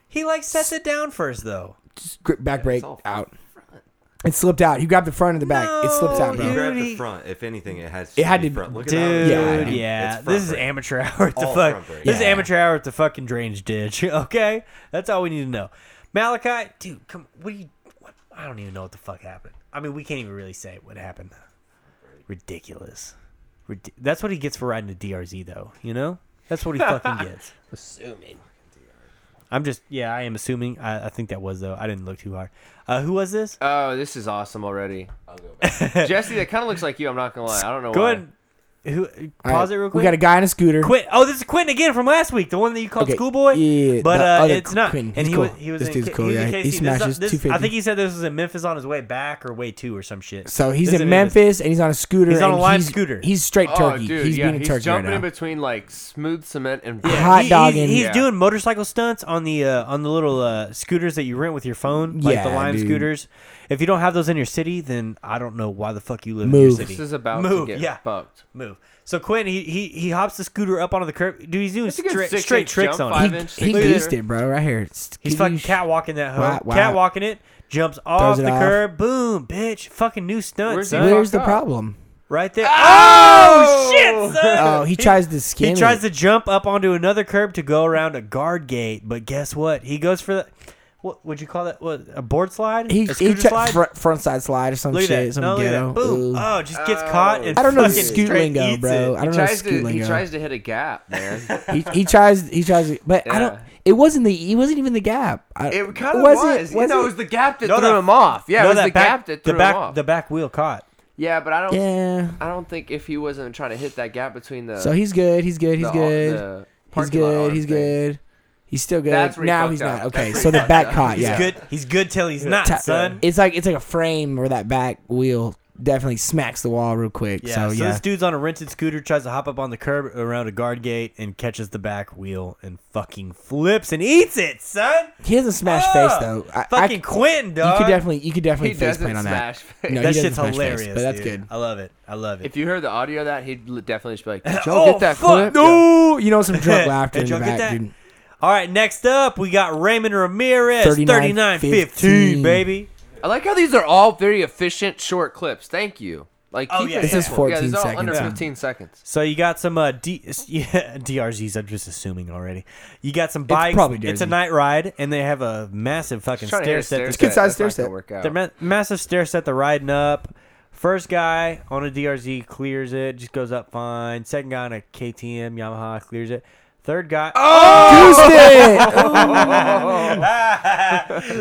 Speaker 1: he like sets it down first though.
Speaker 3: Just grip- back brake
Speaker 5: all
Speaker 3: out. It slipped out. He grabbed the front and the back. It slipped out,
Speaker 1: No,
Speaker 5: You
Speaker 1: Dude,
Speaker 3: bro.
Speaker 5: grabbed
Speaker 1: he-
Speaker 5: the front. If anything, it has.
Speaker 3: It had
Speaker 5: be
Speaker 3: to-
Speaker 5: front. Look at how
Speaker 1: Dude,
Speaker 5: it's
Speaker 1: yeah.
Speaker 5: front. It's front
Speaker 1: This is
Speaker 5: brake.
Speaker 1: amateur hour at the
Speaker 5: All
Speaker 1: fuck.
Speaker 5: front brake.
Speaker 1: This is
Speaker 3: Yeah.
Speaker 1: amateur hour at the fucking drainage ditch. Okay, that's all we need to know. Malachi, dude, come. What do you? What, I don't even know what the fuck happened. I mean, we can't even really say what happened. Ridiculous. Rid- that's what he gets for riding a DRZ, though. You know, that's what he fucking gets.
Speaker 4: Assuming.
Speaker 1: I'm just, yeah, I am assuming. I, I think that was though. I didn't look too hard. Uh, who was this?
Speaker 4: Oh, this is awesome already. I'll go back. Jesse, that kind of looks like you. I'm not gonna lie. I don't know
Speaker 1: Go
Speaker 4: why.
Speaker 1: ahead. Who?
Speaker 3: All right,
Speaker 1: Pause it real quick.
Speaker 3: We got a guy on a scooter.
Speaker 1: Quinn. Oh, this is Quinn again from last week, the one that you called
Speaker 3: Okay,
Speaker 1: Schoolboy.
Speaker 3: yeah,
Speaker 1: but
Speaker 3: the
Speaker 1: uh,
Speaker 3: other
Speaker 1: it's not.
Speaker 3: Quinn.
Speaker 1: And
Speaker 3: He's
Speaker 1: he
Speaker 3: cool.
Speaker 1: was he was
Speaker 3: This
Speaker 1: in,
Speaker 3: dude's
Speaker 1: K-
Speaker 3: cool,
Speaker 1: He, was in
Speaker 3: yeah. He
Speaker 1: KC. This is-
Speaker 3: smashes
Speaker 1: this- I
Speaker 3: 250.
Speaker 1: think he said this was in Memphis on his way back or way two or some shit.
Speaker 3: So he's
Speaker 1: This is
Speaker 3: in Memphis and he's on a scooter.
Speaker 1: He's on a
Speaker 3: and
Speaker 1: lime scooter.
Speaker 3: He's straight
Speaker 4: Oh,
Speaker 3: turkey.
Speaker 4: dude,
Speaker 3: he's
Speaker 4: yeah,
Speaker 3: being a
Speaker 4: he's
Speaker 3: turkey right
Speaker 4: jumping
Speaker 3: now.
Speaker 4: in between like smooth cement and
Speaker 3: Hot
Speaker 1: He-
Speaker 3: dogging.
Speaker 1: He's, he's
Speaker 4: Yeah.
Speaker 1: doing motorcycle stunts on the uh, on the little uh, scooters that you rent with your phone, like the
Speaker 3: Yeah,
Speaker 1: Lime
Speaker 3: dude.
Speaker 1: scooters. If you don't have those in your city, then I don't know why the fuck you live in your
Speaker 3: Move.
Speaker 1: city.
Speaker 4: This is about
Speaker 1: move,
Speaker 4: to get
Speaker 1: yeah,
Speaker 4: fucked.
Speaker 1: move. So Quinn, he, he he hops the scooter up onto the curb. Dude, he's doing
Speaker 4: That's a good
Speaker 1: straight,
Speaker 4: six
Speaker 1: straight
Speaker 4: inch
Speaker 1: tricks
Speaker 4: jump,
Speaker 1: on it.
Speaker 4: five inch
Speaker 3: He
Speaker 4: six inch.
Speaker 3: goosed it, bro, right here.
Speaker 1: He's fucking catwalking that hoe.
Speaker 3: Wow, wow.
Speaker 1: Catwalking it, jumps off
Speaker 3: it
Speaker 1: the
Speaker 3: off.
Speaker 1: curb. Boom, bitch. Fucking new stunt,
Speaker 4: Where's
Speaker 1: son.
Speaker 4: he-
Speaker 3: Where's the
Speaker 4: Fuck up.
Speaker 3: problem?
Speaker 1: Right there. Oh, shit, son.
Speaker 3: Oh, he tries to skin.
Speaker 1: He tries
Speaker 3: it.
Speaker 1: to jump up onto another curb to go around a guard gate, but guess what? He goes for the what would you call that? What a board slide?
Speaker 3: He,
Speaker 1: a
Speaker 3: he
Speaker 1: scooter
Speaker 3: checked
Speaker 1: slide?
Speaker 3: fr- front side slide or some
Speaker 1: look at
Speaker 3: shit.
Speaker 1: that!
Speaker 3: Some
Speaker 1: no, look at
Speaker 3: ghetto.
Speaker 1: that. Boom!
Speaker 4: Uh,
Speaker 3: Ooh.
Speaker 1: Oh, just gets caught and
Speaker 3: I don't know the
Speaker 1: fucking
Speaker 3: scoot
Speaker 1: straight
Speaker 3: lingo,
Speaker 1: eats
Speaker 3: bro.
Speaker 1: it.
Speaker 3: I don't know the
Speaker 4: tries
Speaker 3: scoot
Speaker 4: to he
Speaker 3: lingo.
Speaker 4: tries to hit a gap, man.
Speaker 3: he, he tries he tries it, but I don't
Speaker 4: Yeah.
Speaker 3: it wasn't the it wasn't even the gap. I,
Speaker 4: It kind of
Speaker 3: was
Speaker 4: was.
Speaker 3: it-
Speaker 4: you
Speaker 3: was
Speaker 4: know,
Speaker 3: it?
Speaker 4: it was the gap that
Speaker 1: No,
Speaker 4: threw
Speaker 1: that-
Speaker 4: him off. Yeah,
Speaker 1: No,
Speaker 4: it was
Speaker 1: that
Speaker 4: the
Speaker 1: back-
Speaker 4: gap that threw
Speaker 1: the back,
Speaker 4: him off.
Speaker 1: The back wheel caught.
Speaker 4: yeah, but I don't.
Speaker 3: yeah.
Speaker 4: I don't think if he wasn't trying to hit that gap between the.
Speaker 3: So he's good. He's good. He's
Speaker 4: the-
Speaker 3: good.
Speaker 4: the
Speaker 3: he's
Speaker 4: parking lot
Speaker 3: good.
Speaker 4: arm
Speaker 3: He's
Speaker 4: thing.
Speaker 3: good. He's still good.
Speaker 4: That's where he
Speaker 3: now
Speaker 4: fucked
Speaker 3: he's
Speaker 4: up.
Speaker 3: not.
Speaker 4: That's
Speaker 3: Okay,
Speaker 4: where he
Speaker 3: so the
Speaker 4: fucked
Speaker 3: back
Speaker 4: up.
Speaker 3: caught.
Speaker 4: He's
Speaker 1: He's
Speaker 3: Yeah,
Speaker 1: good. He's good till he's not,
Speaker 3: Ta-
Speaker 1: son.
Speaker 3: It's like it's like a frame where that back wheel definitely smacks the wall real quick.
Speaker 1: Yeah,
Speaker 3: so,
Speaker 1: so,
Speaker 3: yeah,
Speaker 1: this dude's on a rented scooter, tries to hop up on the curb around a guard gate, and catches the back wheel and fucking flips and eats it, son.
Speaker 3: he doesn't smash face
Speaker 1: Ah,
Speaker 3: though. I, I,
Speaker 1: fucking Quentin, dog.
Speaker 3: you could definitely you could definitely
Speaker 4: He
Speaker 3: face
Speaker 4: doesn't
Speaker 3: paint on that.
Speaker 4: smash. Face.
Speaker 3: No, he
Speaker 1: that
Speaker 3: doesn't
Speaker 1: shit's
Speaker 3: smash face,
Speaker 1: hilarious,
Speaker 3: but that's
Speaker 1: dude.
Speaker 3: good.
Speaker 1: I love it. I love it.
Speaker 4: If you heard the audio of that, he'd l- definitely just be like, "Did y'all
Speaker 1: Oh,
Speaker 4: get that
Speaker 1: fuck,
Speaker 4: clip?"
Speaker 1: no.
Speaker 3: Ooh, you know some drunk laughter
Speaker 1: Did
Speaker 3: in the
Speaker 1: y'all get
Speaker 3: back,
Speaker 1: that?
Speaker 3: dude.
Speaker 1: All right, next up we got Raymond Ramirez,
Speaker 3: 39,
Speaker 1: 39-15, baby.
Speaker 4: I like how these are all very efficient short clips. Thank you. Like,
Speaker 1: Oh,
Speaker 4: keep
Speaker 1: yeah,
Speaker 4: it
Speaker 1: This is
Speaker 4: simple.
Speaker 3: 14
Speaker 4: yeah, these are all under
Speaker 3: seconds, yeah.
Speaker 4: 15 seconds.
Speaker 1: So you got some uh, D- yeah, DRZs. I'm just assuming already. You got some bikes.
Speaker 3: probably
Speaker 1: a
Speaker 3: Jersey.
Speaker 1: night ride, and they have a massive fucking
Speaker 4: Just trying to hit
Speaker 1: stair set.
Speaker 4: a stair
Speaker 1: that's
Speaker 3: good size
Speaker 4: That's
Speaker 3: stair
Speaker 4: not gonna
Speaker 3: set.
Speaker 4: work out.
Speaker 1: The ma- massive stair set they're riding up. First guy on a DRZ clears it, just goes up fine. Second guy on a KTM Yamaha clears it. Third guy,
Speaker 4: Oh,
Speaker 3: Houston!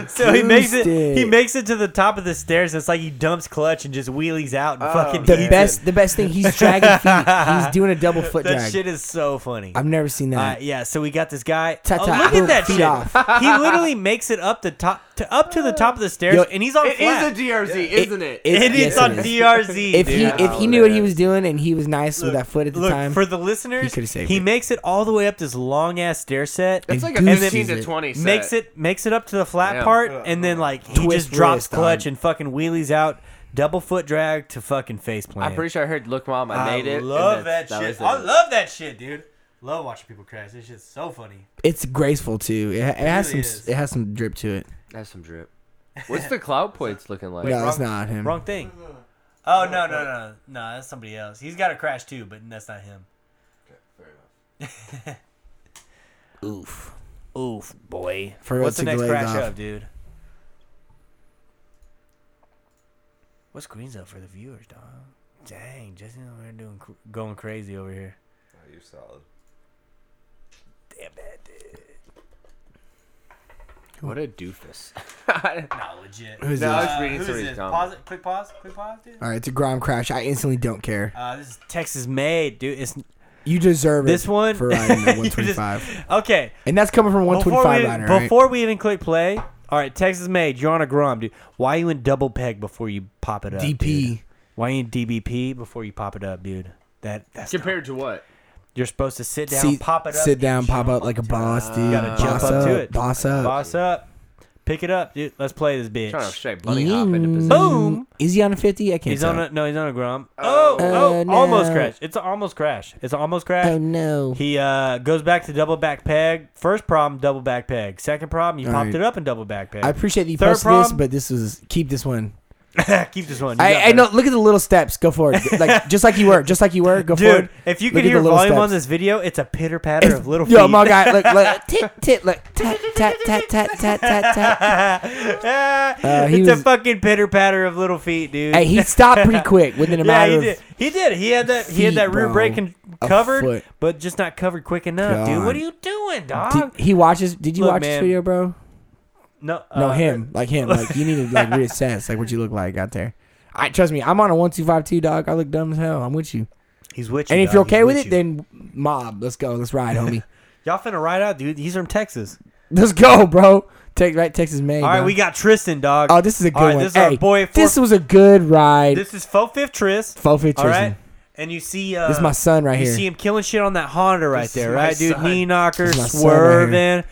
Speaker 1: so he makes it.
Speaker 3: Acoustic.
Speaker 1: He makes it to the top of the stairs. And it's like he dumps clutch and just wheelies out and
Speaker 4: Oh.
Speaker 1: fucking
Speaker 3: the
Speaker 1: eats
Speaker 3: best,
Speaker 1: it.
Speaker 3: the best thing. He's dragging feet. He's doing a double foot
Speaker 1: That
Speaker 3: drag.
Speaker 1: shit is so funny.
Speaker 3: I've never seen
Speaker 1: Uh,
Speaker 3: that.
Speaker 1: yeah, so we got this guy.
Speaker 3: Ta-
Speaker 1: oh,
Speaker 3: ta,
Speaker 1: look
Speaker 3: boom,
Speaker 1: at that
Speaker 3: feet
Speaker 1: shit!
Speaker 3: off.
Speaker 1: he literally makes it up the top to up to the top of the stairs,
Speaker 3: Yo,
Speaker 1: and he's on
Speaker 4: It
Speaker 1: flat.
Speaker 4: is a DRZ, isn't it?
Speaker 3: it-
Speaker 1: and
Speaker 3: yes,
Speaker 1: it's on
Speaker 3: it is.
Speaker 1: DRZ.
Speaker 3: if
Speaker 1: dude.
Speaker 3: he if he knew what he was doing and he was nice
Speaker 1: Look,
Speaker 3: with that foot at the
Speaker 1: look,
Speaker 3: time,
Speaker 1: For the listeners,
Speaker 3: could've saved
Speaker 1: he
Speaker 3: it.
Speaker 1: makes it all the way up this long ass stair set.
Speaker 4: That's
Speaker 3: It
Speaker 4: like a
Speaker 3: gooses
Speaker 4: 15
Speaker 3: it.
Speaker 4: to 20 set.
Speaker 1: makes it makes it up to the flat
Speaker 4: Yeah.
Speaker 1: part, and then like he
Speaker 3: Twist
Speaker 1: just drops
Speaker 3: wrist,
Speaker 1: clutch
Speaker 3: dog.
Speaker 1: and fucking wheelies out, double foot drag to fucking face plant.
Speaker 4: I'm pretty sure I heard, "Look, mom, I, made it." and
Speaker 1: love that
Speaker 4: that's-
Speaker 1: shit.
Speaker 4: was
Speaker 1: I
Speaker 4: it.
Speaker 1: love that shit, dude. Love watching people crash. This shit's so funny.
Speaker 3: it's graceful too. It, ha- it has
Speaker 1: really
Speaker 3: some
Speaker 1: is.
Speaker 3: it has some drip to it.
Speaker 4: That's some drip. What's the cloud plates looking like?
Speaker 3: no, it's
Speaker 1: wrong-
Speaker 3: not him.
Speaker 1: Wrong thing. Oh no no no no no! That's somebody else. He's got a crash too, but that's not him.
Speaker 3: Oof.
Speaker 1: Oof, boy.
Speaker 3: Forgot
Speaker 1: What's the
Speaker 3: to
Speaker 1: next
Speaker 3: glaze
Speaker 1: crash
Speaker 3: off.
Speaker 1: up, dude? What's green's up for the viewers, dog? Dang, Jesse and I are doing cr- going crazy over here.
Speaker 5: you're solid.
Speaker 1: Damn that dude.
Speaker 4: What a doofus.
Speaker 1: Nah, legit.
Speaker 3: Who's
Speaker 4: No, I
Speaker 3: this?
Speaker 4: was reading
Speaker 1: who's
Speaker 4: somebody's
Speaker 1: this?
Speaker 4: comment.
Speaker 1: Pause it. Quick pause. Quick pause, dude.
Speaker 3: All right, it's a Grom crash. I instantly don't care.
Speaker 1: Uh, this is Texas made, dude. It's
Speaker 3: You deserve
Speaker 1: this
Speaker 3: it
Speaker 1: one.
Speaker 3: for riding the
Speaker 1: You just-
Speaker 3: 125,
Speaker 1: okay.
Speaker 3: and that's coming from 125 rider.
Speaker 1: we,
Speaker 3: right?
Speaker 1: before we even click play, all right, Texas made. You're on a Grom, dude. Why you in double peg before you pop it up?
Speaker 3: DP.
Speaker 1: dude? Why you in DBP before you pop it up, dude? That that's not-
Speaker 4: Compared to what?
Speaker 1: you're supposed to sit down,
Speaker 3: See-
Speaker 1: pop it up,
Speaker 3: sit down,
Speaker 1: and
Speaker 3: pop
Speaker 1: jump
Speaker 3: up like a boss, dude.
Speaker 1: You gotta jump
Speaker 3: boss
Speaker 1: up to it.
Speaker 3: Boss up.
Speaker 1: Boss up, pick it up, dude. Let's play this bitch.
Speaker 4: Trying to straight bunny hop into
Speaker 3: Mm.
Speaker 4: position.
Speaker 1: Boom.
Speaker 3: Is he on a 50? I can't
Speaker 1: He's
Speaker 3: tell.
Speaker 1: on a no. He's on a Grom. Oh, oh,
Speaker 3: Oh, no.
Speaker 1: almost crash. It's an almost crash. It's an almost crash.
Speaker 3: oh no.
Speaker 1: He uh, goes back to double back peg. First problem, double back peg. Second problem, you
Speaker 3: All
Speaker 1: popped
Speaker 3: right.
Speaker 1: it up in double back peg.
Speaker 3: I appreciate that you
Speaker 1: Third
Speaker 3: posted this,
Speaker 1: problem-
Speaker 3: but this was keep this one.
Speaker 1: keep this one. You got
Speaker 3: I, I
Speaker 1: this.
Speaker 3: know. Look at the little steps. Go forward. Like just like you were. Just like you were. Go
Speaker 1: Dude,
Speaker 3: forward.
Speaker 1: if you
Speaker 3: Look
Speaker 1: could
Speaker 3: at
Speaker 1: hear
Speaker 3: the little
Speaker 1: volume on
Speaker 3: steps.
Speaker 1: this video, it's a pitter patter of little feet.
Speaker 3: Yo, my guy. Look, look. Tit, tit. Look. Tat, tat, tat, tat, tat, tat, tat.
Speaker 1: Ah,
Speaker 3: Uh, he
Speaker 1: it's a
Speaker 3: was-
Speaker 1: fucking pitter patter of little feet, dude.
Speaker 3: Hey, he stopped pretty quick within
Speaker 1: yeah,
Speaker 3: a
Speaker 1: he
Speaker 3: matter
Speaker 1: did.
Speaker 3: of.
Speaker 1: He did. He had that. he had
Speaker 3: feet,
Speaker 1: that rear
Speaker 3: bro.
Speaker 1: brake con-
Speaker 3: A
Speaker 1: covered,
Speaker 3: foot.
Speaker 1: but just not covered quick enough, dude.
Speaker 3: God.
Speaker 1: What are you doing, dog?
Speaker 3: Did, he watches. Did you
Speaker 1: Look,
Speaker 3: watch this
Speaker 1: man.
Speaker 3: video, bro?
Speaker 1: no,
Speaker 3: No,
Speaker 1: uh,
Speaker 3: him. Like him. Like you need to like reassess like what you look like out there. I trust me. I'm on a one two five two dog. I look dumb as hell. I'm with you.
Speaker 1: He's with you.
Speaker 3: And if
Speaker 1: dog.
Speaker 3: you're
Speaker 1: He's
Speaker 3: okay with it,
Speaker 1: you.
Speaker 3: then mob. Let's go. Let's ride, homie.
Speaker 1: y'all finna ride out, dude. He's from Texas.
Speaker 3: Let's go, bro. Take right, Texas May.
Speaker 1: All right, we got Tristan, dog.
Speaker 3: Oh, this is a good
Speaker 1: All right,
Speaker 3: one.
Speaker 1: This is our
Speaker 3: Hey,
Speaker 1: boy.
Speaker 3: This
Speaker 1: four-
Speaker 3: was a good ride.
Speaker 1: this is faux fifth Trist.
Speaker 3: Faux fit
Speaker 1: All right,
Speaker 3: Tristan.
Speaker 1: and you see. Uh,
Speaker 3: This is my son right
Speaker 1: you
Speaker 3: here.
Speaker 1: see him killing shit on that Honda right
Speaker 4: This
Speaker 1: there,
Speaker 4: is my
Speaker 1: right, dude?
Speaker 4: son.
Speaker 1: Knee knocker,
Speaker 3: This is my son right
Speaker 1: swerving,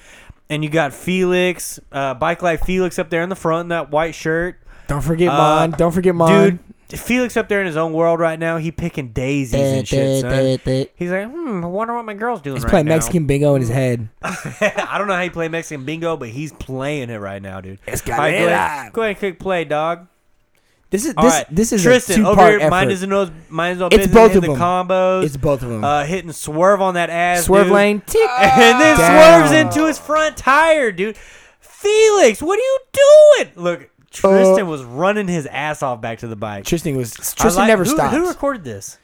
Speaker 1: and you got Felix, uh, bike life Felix up there in the front in that white shirt,
Speaker 3: Don't forget
Speaker 1: Uh,
Speaker 3: Mon. Don't forget Mon.
Speaker 1: dude. Felix up there in his own world right now. He picking daisies and shit, son. He's like, hmm, I wonder what my girl's doing.
Speaker 3: He's
Speaker 1: right
Speaker 3: playing
Speaker 1: now.
Speaker 3: Mexican bingo in his head.
Speaker 1: I don't know how you play Mexican bingo, but he's playing it right now, dude.
Speaker 3: got
Speaker 1: All right, go ahead, go ahead and click play, dog.
Speaker 3: This is
Speaker 1: All
Speaker 3: this
Speaker 1: right,
Speaker 3: this is a
Speaker 1: Tristan
Speaker 3: two
Speaker 1: over
Speaker 3: part
Speaker 1: here.
Speaker 3: effort.
Speaker 1: Mine doesn't know. Mine is all
Speaker 3: It's
Speaker 1: business,
Speaker 3: both
Speaker 1: hitting
Speaker 3: of
Speaker 1: the
Speaker 3: 'em.
Speaker 1: combos.
Speaker 3: it's both of them.
Speaker 1: uh, hitting swerve on that ass.
Speaker 3: Swerve
Speaker 1: dude.
Speaker 3: lane. Tick.
Speaker 1: and then
Speaker 3: Down.
Speaker 1: swerves into his front tire, dude. Felix, what are you doing? Look, Tristan
Speaker 3: Uh,
Speaker 1: was running his ass off back to the bike.
Speaker 3: Tristan was Tristan
Speaker 1: I like-
Speaker 3: never
Speaker 1: who,
Speaker 3: stops.
Speaker 1: Who recorded this?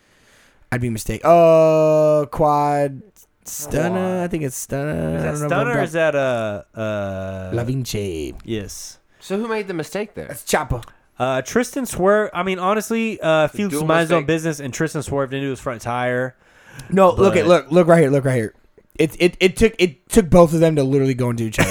Speaker 3: I'd be mistaken. Uh, quad stunner. I think it's stunner.
Speaker 1: Is
Speaker 3: I
Speaker 1: that
Speaker 3: don't know if I'm
Speaker 1: Stunner or
Speaker 3: got-
Speaker 1: is that uh uh
Speaker 3: La Vinci.
Speaker 1: Yes.
Speaker 4: So who made the mistake there?
Speaker 3: That's Chopper.
Speaker 1: Uh, Tristan swerved. I mean, honestly, uh, Felix
Speaker 4: dual
Speaker 1: was minding his own
Speaker 4: mistake.
Speaker 1: business, and Tristan swerved into his front tire.
Speaker 3: No, look at
Speaker 1: But-
Speaker 3: look look right here. Look right here. It, it, it took it took both of them to literally go into each other.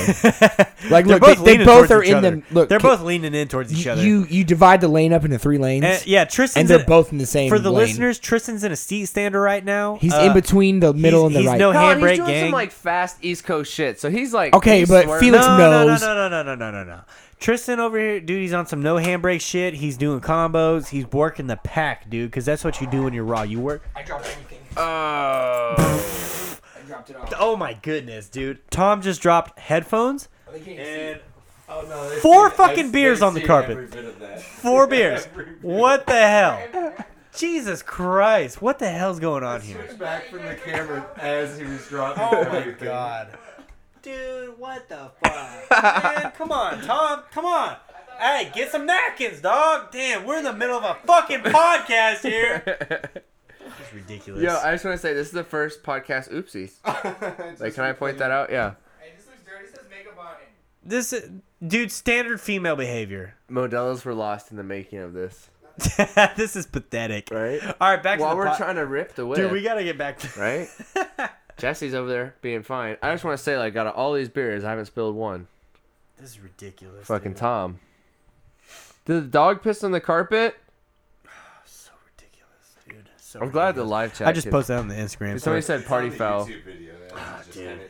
Speaker 1: They're
Speaker 3: like look, they-
Speaker 1: both
Speaker 3: they,
Speaker 1: leaning
Speaker 3: both
Speaker 1: towards
Speaker 3: are
Speaker 1: each
Speaker 3: in
Speaker 1: other.
Speaker 3: the look.
Speaker 1: They're
Speaker 3: ki-
Speaker 1: both leaning in towards each
Speaker 3: you-
Speaker 1: other.
Speaker 3: You you divide the lane up into three lanes,
Speaker 1: And- yeah, Tristan's
Speaker 3: and they're
Speaker 1: in-
Speaker 3: both in the same.
Speaker 1: for the
Speaker 3: lane.
Speaker 1: listeners. Tristan's in a seat stander right now.
Speaker 3: he's
Speaker 1: Uh,
Speaker 3: in between the middle and the
Speaker 1: he's
Speaker 3: right.
Speaker 1: no-
Speaker 4: God,
Speaker 1: Handbrake
Speaker 4: he's doing
Speaker 1: gang.
Speaker 4: some like fast East Coast shit. So he's like
Speaker 3: Okay,
Speaker 4: he's
Speaker 3: but
Speaker 4: swerving.
Speaker 3: Felix-
Speaker 1: No, no, no,
Speaker 3: knows.
Speaker 1: no, no, no, no, no, no. Tristan over here, dude. He's on some no handbrake shit. He's doing combos. He's working the pack, dude, because that's what you do when you're raw. You work.
Speaker 3: I dropped everything.
Speaker 4: Oh.
Speaker 3: I dropped it off.
Speaker 1: Oh my goodness, dude. Tom just dropped headphones.
Speaker 5: And oh no, they've
Speaker 1: Four
Speaker 5: seen-
Speaker 1: fucking
Speaker 5: I've-
Speaker 1: beers
Speaker 5: they've
Speaker 1: on the
Speaker 5: seen
Speaker 1: carpet.
Speaker 5: every bit of that.
Speaker 1: Four beers. What the hell? Jesus Christ! What the hell's going on here? Oh
Speaker 5: Switch back from the camera as he was dropping. everything.
Speaker 1: Dude, what the fuck? Man, come on, Tom. Come on. Hey, get some napkins, dog. Damn, we're in the middle of a fucking podcast here. It's ridiculous.
Speaker 4: Yo, I just want to say this is the first podcast. Oopsies. like, can I point that out? Yeah.
Speaker 1: this dude, standard female behavior.
Speaker 4: Modelos were lost in the making of this,
Speaker 1: this is pathetic.
Speaker 4: right?
Speaker 1: All right, back
Speaker 4: While
Speaker 1: to the
Speaker 4: we're
Speaker 1: po-
Speaker 4: trying to rip the whip,
Speaker 1: Dude, we gotta get back to
Speaker 4: right? Jesse's over there being fine. I just want to say, like, out of all these beers, I haven't spilled one.
Speaker 1: This is ridiculous.
Speaker 4: Fucking
Speaker 1: dude.
Speaker 4: Tom. Did the dog piss on the carpet?
Speaker 1: so ridiculous, dude. So
Speaker 4: I'm glad the
Speaker 1: ridiculous.
Speaker 4: live chat.
Speaker 1: I just
Speaker 4: did-
Speaker 1: posted that on the Instagram.
Speaker 4: Somebody
Speaker 1: so-
Speaker 4: said party
Speaker 5: Oh.
Speaker 4: foul.
Speaker 1: Ah,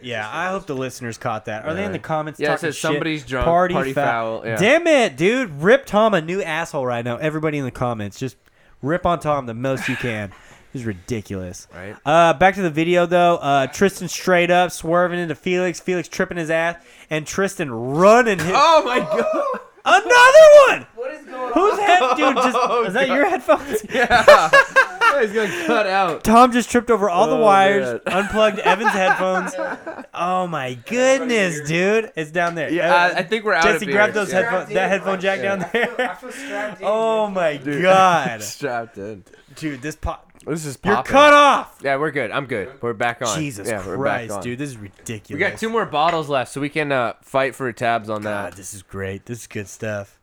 Speaker 1: Yeah, I hope the listeners caught that. Are they in the
Speaker 4: Yeah.
Speaker 1: comments?
Speaker 4: Yeah, it
Speaker 1: talking
Speaker 4: says
Speaker 1: shit?
Speaker 4: somebody's drunk, party foul, yeah.
Speaker 1: Damn it, dude! Rip Tom a new asshole right now. Everybody in the comments, just rip on Tom the most you can. This is ridiculous.
Speaker 4: Right.
Speaker 1: Uh, back to the video though. Uh, Tristan straight up swerving into Felix. Felix tripping his ass, and Tristan running. His-
Speaker 4: Oh my god!
Speaker 1: Another one. What is going Who's on? head, dude? Just
Speaker 4: Oh,
Speaker 1: is that your headphones?
Speaker 4: Yeah. He's gonna cut out.
Speaker 1: Tom just tripped over all the
Speaker 4: Oh,
Speaker 1: wires,
Speaker 4: man.
Speaker 1: unplugged Evan's headphones. Oh my goodness, dude! It's down there.
Speaker 4: Yeah,
Speaker 1: Uh,
Speaker 4: I, I think we're out of
Speaker 1: Jesse,
Speaker 4: beers.
Speaker 1: grab those
Speaker 4: yeah.
Speaker 1: headphones. That headphone jack down
Speaker 3: I
Speaker 1: there.
Speaker 3: feel strapped in.
Speaker 1: Oh my god,
Speaker 4: Strapped in.
Speaker 1: dude! This pop.
Speaker 4: This is
Speaker 1: You're
Speaker 4: popping.
Speaker 1: cut off.
Speaker 4: Yeah, we're good. I'm good. We're back on.
Speaker 1: Jesus
Speaker 4: yeah, we're back
Speaker 1: Christ,
Speaker 4: on.
Speaker 1: dude! This is
Speaker 4: We
Speaker 1: ridiculous.
Speaker 4: got two more bottles left, so we can uh, fight for tabs on
Speaker 1: God,
Speaker 4: that.
Speaker 1: this is great. This is good stuff,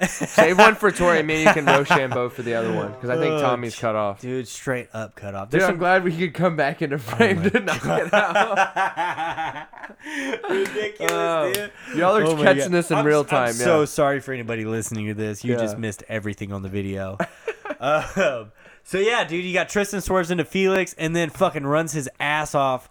Speaker 4: Save one for Tori and me. You can Rochambeau for the other one because I think
Speaker 1: Oh,
Speaker 4: Tommy's cut off. Dude,
Speaker 1: dude. Oh Straight up cut off. There's
Speaker 4: I'm glad we could come back into frame to knock it out.
Speaker 1: ridiculous,
Speaker 4: Oh.
Speaker 1: dude.
Speaker 4: Y'all are
Speaker 1: Oh my
Speaker 4: catching
Speaker 1: God.
Speaker 4: this in
Speaker 1: I'm-
Speaker 4: real
Speaker 1: I'm
Speaker 4: time. yeah.
Speaker 1: so sorry for anybody listening to this. You
Speaker 4: Yeah.
Speaker 1: just missed everything on the video. um, so yeah, dude, you got Tristan swerves into Felix and then fucking runs his ass off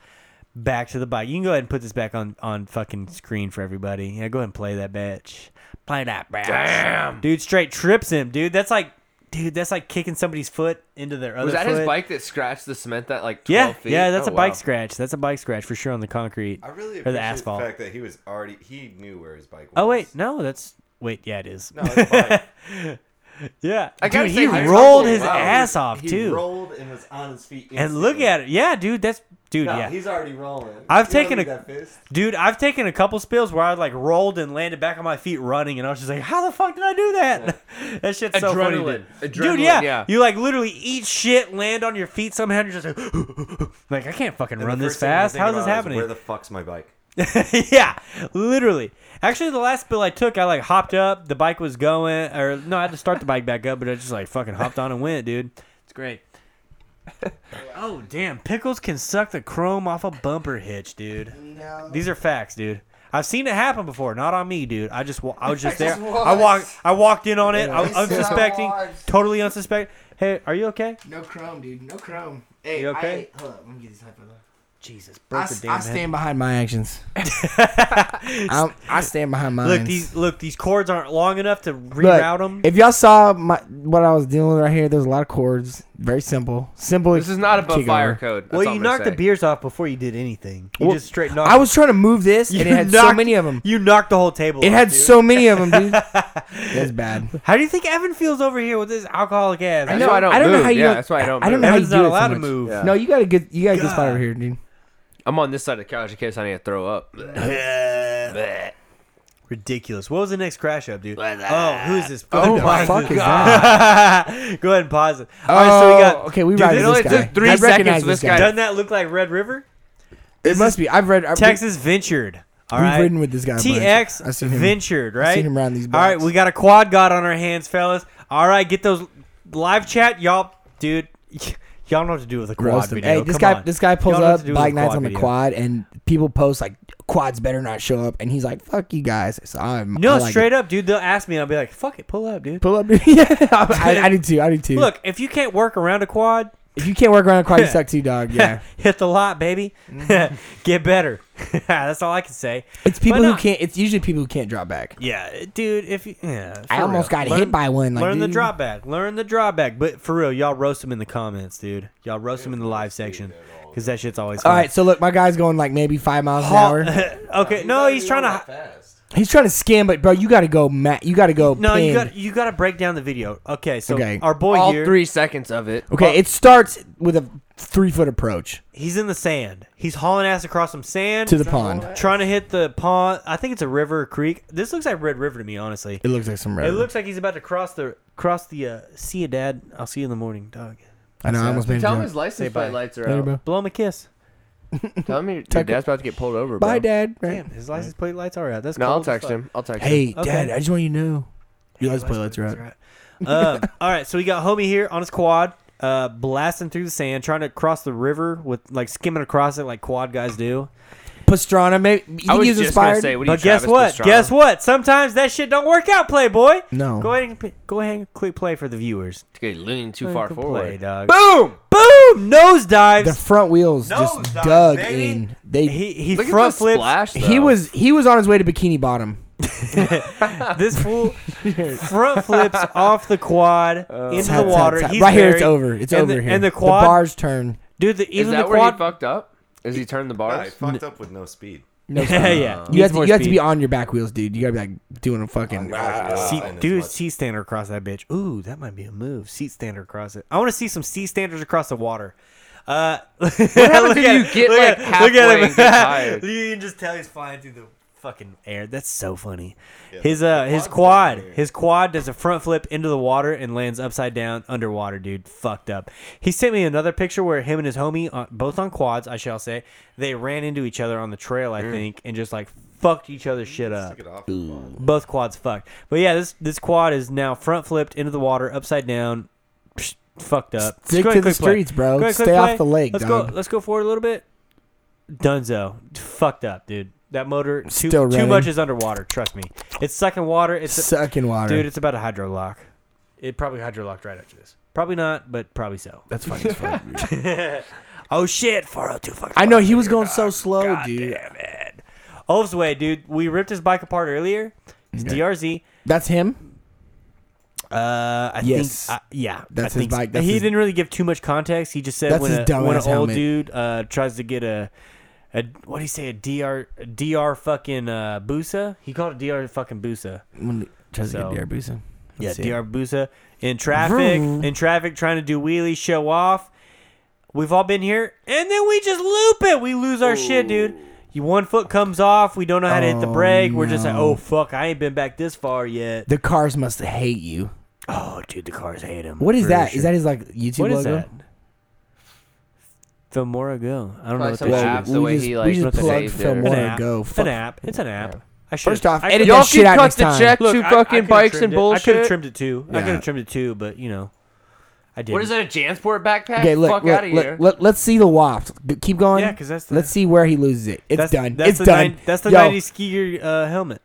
Speaker 1: back to the bike. You can go ahead and put this back on on fucking screen for everybody. Yeah, go ahead and play that bitch. Play that bitch. Damn, dude, straight trips him, dude. That's like, dude, that's like kicking somebody's foot into their other.
Speaker 4: Was that
Speaker 1: foot.
Speaker 4: his bike that scratched the cement that like 12
Speaker 1: Yeah,
Speaker 4: feet?
Speaker 1: yeah, that's
Speaker 4: Oh,
Speaker 1: a bike
Speaker 4: wow.
Speaker 1: scratch. That's a bike scratch for sure on the concrete
Speaker 5: I really
Speaker 1: or the
Speaker 5: appreciate the
Speaker 1: asphalt.
Speaker 5: fact that he was already he knew where his bike was.
Speaker 1: Oh wait, no, that's wait, yeah, it is.
Speaker 5: No, it's fine.
Speaker 1: Yeah,
Speaker 4: I
Speaker 1: dude,
Speaker 4: gotta
Speaker 1: he
Speaker 4: say, I-
Speaker 1: rolled
Speaker 4: oh,
Speaker 1: his
Speaker 4: wow.
Speaker 1: ass off
Speaker 5: he
Speaker 1: too,
Speaker 5: rolled and was on his feet.
Speaker 1: and look at it. Yeah, dude, that's dude.
Speaker 5: No,
Speaker 1: yeah,
Speaker 5: he's already rolling.
Speaker 1: I've
Speaker 5: You don't
Speaker 1: taken
Speaker 5: need
Speaker 1: a-
Speaker 5: that fist.
Speaker 1: dude, I've taken a couple spills where I like rolled and landed back on my feet running, and I was just like, "How the fuck did I do that?" that shit's so funny, dude.
Speaker 4: Adrenaline.
Speaker 1: Dude,
Speaker 4: Adrenaline,
Speaker 1: yeah.
Speaker 4: yeah.
Speaker 1: you like literally eat shit, land on your feet somehow, and you're just like, like I can't fucking
Speaker 5: And
Speaker 1: run
Speaker 5: the
Speaker 1: this
Speaker 5: first thing you
Speaker 1: fast.
Speaker 5: think
Speaker 1: How's this
Speaker 5: about is,
Speaker 1: happening?
Speaker 5: Where the fuck's my bike?
Speaker 1: yeah, literally. Actually, the last spill I took, I like hopped up. The bike was going, or no, I had to start the bike back up, but I just like fucking hopped on and went, dude. It's great. oh damn, pickles can suck the chrome off a bumper hitch, dude. These are facts, dude. I've seen it happen before, not on me, dude. I just, wa- I was just there.
Speaker 6: just
Speaker 1: I walked, I walked in on it. I was
Speaker 6: Yeah.
Speaker 1: unsuspecting,
Speaker 6: I
Speaker 1: totally unsuspecting. Hey, are you okay?
Speaker 6: No chrome, dude. No chrome. Hey,
Speaker 1: You okay?
Speaker 6: I, hold up. Let me get this headphones off.
Speaker 1: Jesus,
Speaker 6: I,
Speaker 1: broke the
Speaker 6: s-
Speaker 1: damn
Speaker 6: I stand behind my actions.
Speaker 1: head.
Speaker 3: I'm, I stand behind mine.
Speaker 1: look, these look these cords aren't long enough to reroute them.
Speaker 3: If y'all saw my what I was dealing with right here, there's a lot of chords. Very simple. Simple.
Speaker 4: This is not above
Speaker 3: kick
Speaker 4: fire
Speaker 3: over.
Speaker 4: code. That's all
Speaker 1: Well,
Speaker 4: I'm
Speaker 1: you
Speaker 4: gonna
Speaker 1: knocked the
Speaker 4: say.
Speaker 1: beers off before you did anything. You
Speaker 3: Well,
Speaker 1: just straight knocked.
Speaker 3: I was trying to move this,
Speaker 1: you
Speaker 3: and it had so
Speaker 1: knocked-
Speaker 3: many of them.
Speaker 1: You knocked the whole table.
Speaker 3: It
Speaker 1: off,
Speaker 3: had
Speaker 1: dude.
Speaker 3: so many of them, dude. That's bad.
Speaker 1: How do you think Evan feels over here with his alcoholic ass?
Speaker 4: know. I don't move.
Speaker 3: how you
Speaker 4: Yeah,
Speaker 3: don't,
Speaker 4: that's why I don't
Speaker 3: I don't
Speaker 4: move.
Speaker 3: know how you
Speaker 1: Evan's
Speaker 3: do
Speaker 1: not
Speaker 3: it so
Speaker 1: allowed to
Speaker 3: much.
Speaker 1: move.
Speaker 4: Yeah.
Speaker 3: No, you got to get you got to get spot over here, dude.
Speaker 4: I'm on this side of the couch in case I need to throw up.
Speaker 1: Ridiculous. What was the next crash up, dude? Oh, who's this? Go ahead
Speaker 3: Oh
Speaker 1: and
Speaker 3: my
Speaker 1: pause it.
Speaker 3: fuck is
Speaker 1: Go ahead and pause it. All right, so we got.
Speaker 3: Oh, okay, we
Speaker 1: Dude,
Speaker 3: riding
Speaker 1: it
Speaker 3: this
Speaker 1: only
Speaker 3: guy.
Speaker 4: took three
Speaker 3: I recognize
Speaker 4: seconds for this guy.
Speaker 1: Doesn't that look like Red River?
Speaker 3: It must be. I've read I've
Speaker 1: Texas Ventured. All
Speaker 3: We've
Speaker 1: right.
Speaker 3: ridden with this guy a bunch.
Speaker 1: TX
Speaker 3: I've seen him-
Speaker 1: Ventured,
Speaker 3: I've
Speaker 1: right?
Speaker 3: seen him around these
Speaker 1: All right,
Speaker 3: blocks.
Speaker 1: we got a quad god on our hands, fellas. All right, get those live chat, y'all, dude. Y'all know what to do with a quad
Speaker 3: Roast him.
Speaker 1: video.
Speaker 3: Hey, this
Speaker 1: Come
Speaker 3: guy,
Speaker 1: on.
Speaker 3: this guy pulls
Speaker 1: Y'all know what
Speaker 3: up
Speaker 1: to do with
Speaker 3: bike
Speaker 1: a
Speaker 3: nights on the
Speaker 1: video.
Speaker 3: quad, and people post like quads better not show up, and he's like, "Fuck you guys." So I'm
Speaker 1: No,
Speaker 3: I like
Speaker 1: straight
Speaker 3: it.
Speaker 1: up, dude. They'll ask me, and I'll be like, "Fuck it, pull up, dude."
Speaker 3: pull up. yeah, I, I do too. I do too.
Speaker 1: Look, if you can't work around a quad,
Speaker 3: if you can't work around a quad, you suck too, dog. Yeah,
Speaker 1: hit the lot, baby. Mm-hmm. Get better. That's all I can say.
Speaker 3: it's people
Speaker 1: But
Speaker 3: who
Speaker 1: no.
Speaker 3: can't. It's usually people who can't drop back.
Speaker 1: Yeah, dude. If you, yeah,
Speaker 3: I
Speaker 1: for
Speaker 3: almost
Speaker 1: real.
Speaker 3: got hit by one, like,
Speaker 1: learn the
Speaker 3: dude.
Speaker 1: drawback. Learn the drawback. But for real, y'all roast them in the comments, dude. Y'all roast them in the live section because that shit's always. Fun.
Speaker 3: All right, so look, my guy's going like maybe five miles an
Speaker 1: Paul-
Speaker 3: hour.
Speaker 1: okay, no, he's trying to.
Speaker 5: Fast.
Speaker 3: He's trying to skim, but bro, you got to go. Matt, you got to go.
Speaker 1: No, you
Speaker 3: pin.
Speaker 1: got you got to break down the video. Okay, so
Speaker 3: Okay.
Speaker 1: our boy
Speaker 4: All
Speaker 1: here,
Speaker 4: three seconds of it.
Speaker 3: Okay, it starts with a three foot approach
Speaker 1: he's in the sand. He's hauling ass across some sand
Speaker 3: to the pond.
Speaker 1: trying to hit the pond. I think it's a river or creek. This looks like Red River to me, honestly.
Speaker 3: It looks like some road.
Speaker 1: It looks like he's about to cross the cross the. Uh, see you, Dad. I'll see you in the morning, dog.
Speaker 3: I know. I almost made a
Speaker 4: Tell him
Speaker 3: joke.
Speaker 4: his license
Speaker 1: bye.
Speaker 4: plate lights are
Speaker 3: Later,
Speaker 4: out.
Speaker 3: bro.
Speaker 1: Blow him a kiss.
Speaker 4: Tell him your, your
Speaker 3: Tuck it.
Speaker 4: dad's about to get pulled over, bro.
Speaker 3: Bye, dad. Right.
Speaker 1: Damn, his license plate lights are out. That's
Speaker 4: No, I'll
Speaker 1: cold as
Speaker 4: text
Speaker 1: fuck.
Speaker 4: him. I'll text him.
Speaker 3: Hey,
Speaker 1: Okay.
Speaker 3: Dad, I just want you to know. You guys play lights right.
Speaker 1: um, all right, so we got homie here on his quad, uh, blasting through the sand, trying to cross the river with like skimming across it like quad guys do.
Speaker 3: Pastrana, maybe you
Speaker 4: I
Speaker 3: think
Speaker 4: was
Speaker 3: he was
Speaker 4: just gonna
Speaker 3: inspired.
Speaker 4: say, what do you
Speaker 1: But guess
Speaker 4: Travis
Speaker 1: what?
Speaker 4: Pastrana?
Speaker 1: Guess what? Sometimes that shit don't work out, Playboy.
Speaker 3: No.
Speaker 1: Go ahead and p- go ahead and click play for the viewers.
Speaker 4: Okay, leaning too far
Speaker 1: Click Play,
Speaker 4: forward.
Speaker 1: dog.
Speaker 4: Boom!
Speaker 1: Boom! Nose dives.
Speaker 3: the front wheels
Speaker 5: Nose
Speaker 3: just
Speaker 5: dive,
Speaker 3: dug
Speaker 5: baby.
Speaker 3: in. They
Speaker 1: he he
Speaker 4: Look
Speaker 1: front
Speaker 4: at the
Speaker 1: flips.
Speaker 4: splash. Though.
Speaker 3: he was he was on his way to Bikini Bottom.
Speaker 1: This fool front flips off the quad into the
Speaker 3: Uh, Tap, tap,
Speaker 1: water.
Speaker 3: tap.
Speaker 1: He's
Speaker 3: Right here, it's
Speaker 1: buried.
Speaker 3: over. It's
Speaker 1: and
Speaker 3: over
Speaker 1: the,
Speaker 3: here.
Speaker 1: And the
Speaker 3: The
Speaker 1: quad,
Speaker 3: bars turn.
Speaker 1: dude. The,
Speaker 4: Is
Speaker 1: even the
Speaker 4: that where
Speaker 1: quad.
Speaker 4: he fucked up? Is he turned the
Speaker 5: No, he
Speaker 4: bars?
Speaker 5: fucked up with no speed.
Speaker 3: No,
Speaker 4: Uh,
Speaker 1: yeah, yeah.
Speaker 3: you have
Speaker 1: Needs more
Speaker 3: to you have to
Speaker 1: speed. Oh,
Speaker 3: be on your back wheels, dude. You gotta be like doing a fucking.
Speaker 1: Seat,
Speaker 5: Not uh, as
Speaker 1: dude,
Speaker 5: much.
Speaker 1: seat stander across that bitch. Ooh, that might be a move. Seat stander across it. I want to see some seat standers across the water. Uh, what
Speaker 4: happens if you get, like, halfway and get tired?
Speaker 1: you can just tell he's flying through the fucking air. That's so funny. His uh, his quad,
Speaker 5: down here.
Speaker 1: his quad does a front flip into the water and lands upside down underwater, dude. Fucked up. He sent me another picture where him and his homie, on, both on quads, I shall say, they ran into each other on the trail,
Speaker 4: Mm.
Speaker 1: I think, and just like fucked each other's shit up.
Speaker 5: Took it off the bottom.
Speaker 1: Both quads fucked. But yeah, this this quad is now front flipped into the water, upside down, psh, fucked up. Let's
Speaker 3: Stick
Speaker 1: go ahead
Speaker 3: to
Speaker 1: and
Speaker 3: the
Speaker 1: click play.
Speaker 3: streets, bro.
Speaker 1: Go ahead and click
Speaker 3: Stay off
Speaker 1: play.
Speaker 3: the lake,
Speaker 1: Let's
Speaker 3: dog.
Speaker 1: go. Let's go forward a little bit. Dunzo, fucked up, dude. That motor too,
Speaker 3: Still
Speaker 1: too
Speaker 3: running.
Speaker 1: much is underwater. Trust me, it's sucking water. It's
Speaker 3: Sucking water.
Speaker 1: dude. It's about a hydro lock. It probably hydro locked right after this. Probably not, but probably so.
Speaker 3: That's funny as fuck.
Speaker 1: Oh shit, 402 fucking.
Speaker 3: I know he was going so slow,
Speaker 1: God
Speaker 3: dude.
Speaker 1: damn it. Oaf's way, dude. We ripped his bike apart earlier. His DRZ.
Speaker 3: That's him.
Speaker 1: Uh, I
Speaker 3: Yes.
Speaker 1: think I, yeah,
Speaker 3: That's
Speaker 1: I
Speaker 3: his
Speaker 1: think so.
Speaker 3: bike. That's
Speaker 1: he
Speaker 3: his-
Speaker 1: didn't really give too much context. He just said
Speaker 3: That's
Speaker 1: when
Speaker 3: his
Speaker 1: a,
Speaker 3: dumbass
Speaker 1: when an old
Speaker 3: helmet.
Speaker 1: dude uh, tries to get a, a what do you say a dr a dr fucking uh, Busa. He called it dr fucking Busa.
Speaker 3: When tries
Speaker 1: So-
Speaker 3: to get D'Arbusa.
Speaker 1: Yeah,
Speaker 3: That's it.
Speaker 1: dr Busa in traffic
Speaker 3: Vroom.
Speaker 1: in traffic trying to do wheelies, show off. We've all been here, and then we just loop it. We lose our shit, dude. You one foot comes off. We don't know how to hit the
Speaker 3: Oh,
Speaker 1: brake. We're just like,
Speaker 3: no.
Speaker 1: oh fuck, I ain't been back this far yet.
Speaker 3: The cars must hate you.
Speaker 1: Oh, dude, the cars hate him.
Speaker 3: What is
Speaker 1: for
Speaker 3: that? Is
Speaker 1: sure.
Speaker 3: that his like YouTube
Speaker 1: What is
Speaker 3: logo?
Speaker 1: that? Filmora Go. I don't know what
Speaker 4: Probably some
Speaker 1: that
Speaker 4: app.
Speaker 1: is.
Speaker 4: the way he, like,
Speaker 3: we just
Speaker 1: put the
Speaker 3: plugged
Speaker 4: name there.
Speaker 1: It's an
Speaker 3: Filmora
Speaker 1: app.
Speaker 3: Go.
Speaker 1: It's
Speaker 3: Fuck.
Speaker 1: an app. It's an app. I should.
Speaker 3: First off,
Speaker 1: I
Speaker 3: edit
Speaker 1: could've-
Speaker 4: Y'all
Speaker 3: that shit
Speaker 4: can
Speaker 3: out
Speaker 4: cut
Speaker 3: next
Speaker 4: the
Speaker 3: time.
Speaker 4: check.
Speaker 1: Look,
Speaker 4: Two
Speaker 1: I- I
Speaker 4: fucking
Speaker 1: could've
Speaker 4: bikes
Speaker 1: trimmed
Speaker 4: and
Speaker 1: it. I could have
Speaker 4: bullshit.
Speaker 1: trimmed it too. I
Speaker 3: Yeah.
Speaker 1: could have trimmed it too, but you know, I did.
Speaker 4: What is that? A JanSport backpack?
Speaker 3: Okay, look,
Speaker 4: Fuck
Speaker 3: look,
Speaker 4: out of
Speaker 3: look,
Speaker 4: here.
Speaker 3: Let, us see the waft. G- Keep going.
Speaker 1: Yeah, 'cause that's the-
Speaker 3: Let's see where he loses it. It's
Speaker 1: That's
Speaker 3: done.
Speaker 1: That's
Speaker 3: it's
Speaker 1: the
Speaker 3: done.
Speaker 1: Nine, that's the
Speaker 3: Yo,
Speaker 1: 90 skier uh, helmet.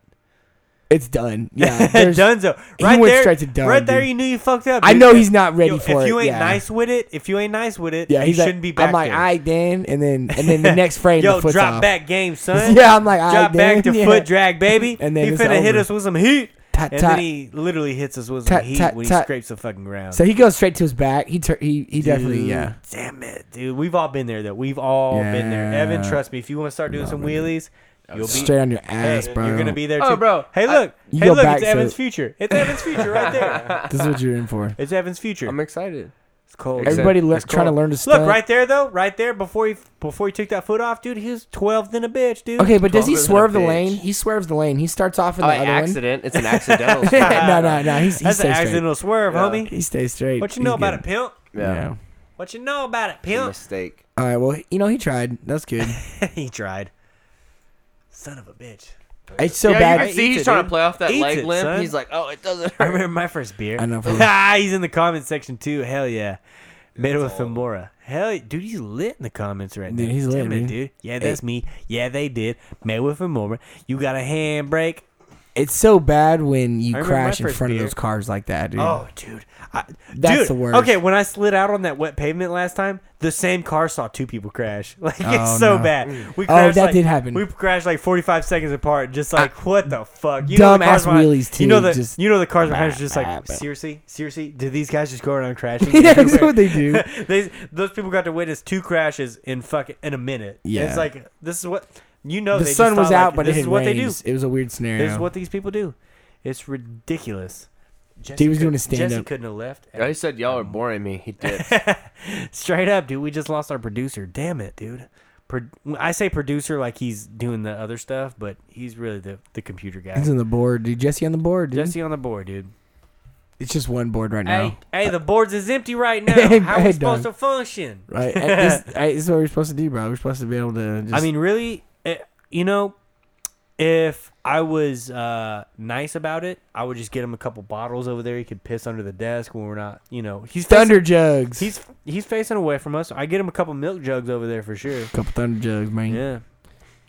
Speaker 3: It's done. Yeah. there's-
Speaker 1: Dunzo.
Speaker 3: he
Speaker 1: Right
Speaker 3: went
Speaker 1: there.
Speaker 3: straight to done,
Speaker 1: right there,
Speaker 3: dude.
Speaker 1: you knew you fucked up.
Speaker 3: I
Speaker 1: dude.
Speaker 3: know he's not ready
Speaker 1: Yo,
Speaker 3: for it.
Speaker 1: If you ain't
Speaker 3: yeah.
Speaker 1: nice with it, if you ain't nice with it,
Speaker 3: yeah,
Speaker 1: you
Speaker 3: he's like,
Speaker 1: shouldn't be back
Speaker 3: I'm like,
Speaker 1: there.
Speaker 3: all right, Dan, and then and then the next frame,
Speaker 1: Yo,
Speaker 3: the foot's
Speaker 1: drop
Speaker 3: off.
Speaker 1: back game, son.
Speaker 3: Yeah, I'm like, all right,
Speaker 1: drop back
Speaker 3: Dan,
Speaker 1: to
Speaker 3: yeah.
Speaker 1: foot drag, baby.
Speaker 3: And then
Speaker 1: he
Speaker 3: it's
Speaker 1: finna hit
Speaker 3: over.
Speaker 1: us with some heat.
Speaker 3: Tat,
Speaker 1: and
Speaker 3: tat.
Speaker 1: then he literally hits us with some
Speaker 3: Tat,
Speaker 1: heat
Speaker 3: tat,
Speaker 1: when he
Speaker 3: tat.
Speaker 1: scrapes the fucking ground.
Speaker 3: So he goes straight to his back. He tur- he he definitely
Speaker 1: Dude,
Speaker 3: yeah.
Speaker 1: Damn it, dude. We've all been there, though. We've all been there.
Speaker 3: Yeah.
Speaker 1: Evan, trust me. If you want to start doing some wheelies, you'll be
Speaker 3: Straight on your
Speaker 1: Hey,
Speaker 3: ass, bro.
Speaker 1: You're gonna be there too,
Speaker 4: Oh, bro,
Speaker 1: Hey,
Speaker 4: I-
Speaker 1: look.
Speaker 3: You
Speaker 1: hey,
Speaker 3: go
Speaker 1: look.
Speaker 3: back,
Speaker 1: It's
Speaker 3: so-
Speaker 1: Evan's future. It's Evan's future right there.
Speaker 3: This is what you're in for.
Speaker 1: It's Evan's future.
Speaker 4: I'm excited.
Speaker 1: cold.
Speaker 4: Except-
Speaker 3: Everybody le-
Speaker 4: it's
Speaker 3: trying to
Speaker 4: cold.
Speaker 3: learn to
Speaker 1: Look
Speaker 3: stunt.
Speaker 1: right there though, right there before he before he took that foot off, dude. He was twelfth in a bitch, dude.
Speaker 3: Okay, but does he
Speaker 4: Taller than a
Speaker 3: swerve the
Speaker 4: bitch.
Speaker 3: lane? He swerves the lane. He starts off in
Speaker 4: Oh,
Speaker 3: the
Speaker 4: an
Speaker 3: other
Speaker 4: accident. It's an accidental.
Speaker 3: one.
Speaker 4: yeah.
Speaker 3: no, no, no. He's, he
Speaker 1: That's an
Speaker 3: stays straight.
Speaker 1: accidental swerve,
Speaker 4: Yeah.
Speaker 1: homie.
Speaker 3: He stays straight.
Speaker 1: What you
Speaker 3: He's
Speaker 1: know about
Speaker 3: good.
Speaker 1: it, pimp?
Speaker 3: Yeah.
Speaker 1: What you know about it,
Speaker 4: It's a
Speaker 1: pimp?
Speaker 4: mistake.
Speaker 3: All right. Well, you know he tried. That's good.
Speaker 1: he tried. Son of a bitch.
Speaker 3: It's so
Speaker 4: yeah, you
Speaker 3: bad.
Speaker 4: can see
Speaker 1: eats
Speaker 4: he's
Speaker 1: it,
Speaker 4: trying
Speaker 1: dude.
Speaker 4: to play off that
Speaker 1: Eats
Speaker 4: leg
Speaker 1: it,
Speaker 4: limp.
Speaker 1: son.
Speaker 4: He's like, oh, it doesn't
Speaker 1: I
Speaker 4: hurt.
Speaker 1: remember my first beer.
Speaker 3: I know, for real.
Speaker 1: ah, he's in the comment section too. Hell yeah. Made it with Femora. Hell, yeah. dude, he's lit in the comments right now.
Speaker 3: Dude, he's lit,
Speaker 1: Damn it,
Speaker 3: dude.
Speaker 1: dude. Yeah, that's me. Yeah, they did. Made with Femora. You got a handbrake.
Speaker 3: It's so bad when you
Speaker 1: I remember
Speaker 3: crash
Speaker 1: my
Speaker 3: in
Speaker 1: first
Speaker 3: front
Speaker 1: beer.
Speaker 3: of those cars like that, dude.
Speaker 1: Oh, dude. I,
Speaker 3: That's
Speaker 1: dude,
Speaker 3: the worst.
Speaker 1: Okay, when I slid out on that wet pavement last time, the same car saw two people crash. Like
Speaker 3: Oh,
Speaker 1: it's so
Speaker 3: no.
Speaker 1: bad. We
Speaker 3: Oh, that
Speaker 1: like-
Speaker 3: did happen.
Speaker 1: We crashed like 45 seconds apart. Just like what the fuck? You the
Speaker 3: Dumbass
Speaker 1: cars behind-
Speaker 3: wheelies,
Speaker 1: You know
Speaker 3: too,
Speaker 1: the
Speaker 3: just-
Speaker 1: you know the cars behind us
Speaker 3: Bah,
Speaker 1: just
Speaker 3: bah,
Speaker 1: like
Speaker 3: bah.
Speaker 1: seriously, seriously. Did these guys just go around crashing?
Speaker 3: yeah, that's what they do.
Speaker 1: they, those people got to witness two crashes in fucking in a minute.
Speaker 3: Yeah.
Speaker 1: it's like this is what you know.
Speaker 3: The
Speaker 1: Oh, they just
Speaker 3: sun was
Speaker 1: thought,
Speaker 3: out,
Speaker 1: like,
Speaker 3: but
Speaker 1: this
Speaker 3: it
Speaker 1: is
Speaker 3: had
Speaker 1: what they do.
Speaker 3: rains. It was a weird scenario.
Speaker 1: This is what these people do. It's ridiculous. Jesse
Speaker 3: Dude was
Speaker 1: could-
Speaker 3: doing a stand-up.
Speaker 1: Jesse couldn't have left.
Speaker 4: I said y'all are boring me. He did.
Speaker 1: Straight up, dude. We just lost our producer. Damn it, dude. Pro- I say producer like he's doing the other stuff, but he's really the, the computer guy.
Speaker 3: He's on the board, dude. Jesse on the board, dude.
Speaker 1: Jesse on the board, dude.
Speaker 3: It's just one board right now.
Speaker 1: Hey, hey, the boards is empty right now.
Speaker 3: Hey,
Speaker 1: How are
Speaker 3: hey,
Speaker 1: we supposed
Speaker 3: dog.
Speaker 1: to function?
Speaker 3: Right. And this, I, this is what we're supposed to do, bro. We're supposed to be able to. Just,
Speaker 1: I mean, really, eh, you know, if I was uh, nice about it, I would just get him a couple bottles over there. He could piss under the desk when we're not, you know, he's facing-
Speaker 3: thunder jugs.
Speaker 1: He's he's facing away from us. I get him a couple milk jugs over there for sure.
Speaker 3: couple thunder jugs, man.
Speaker 1: Yeah.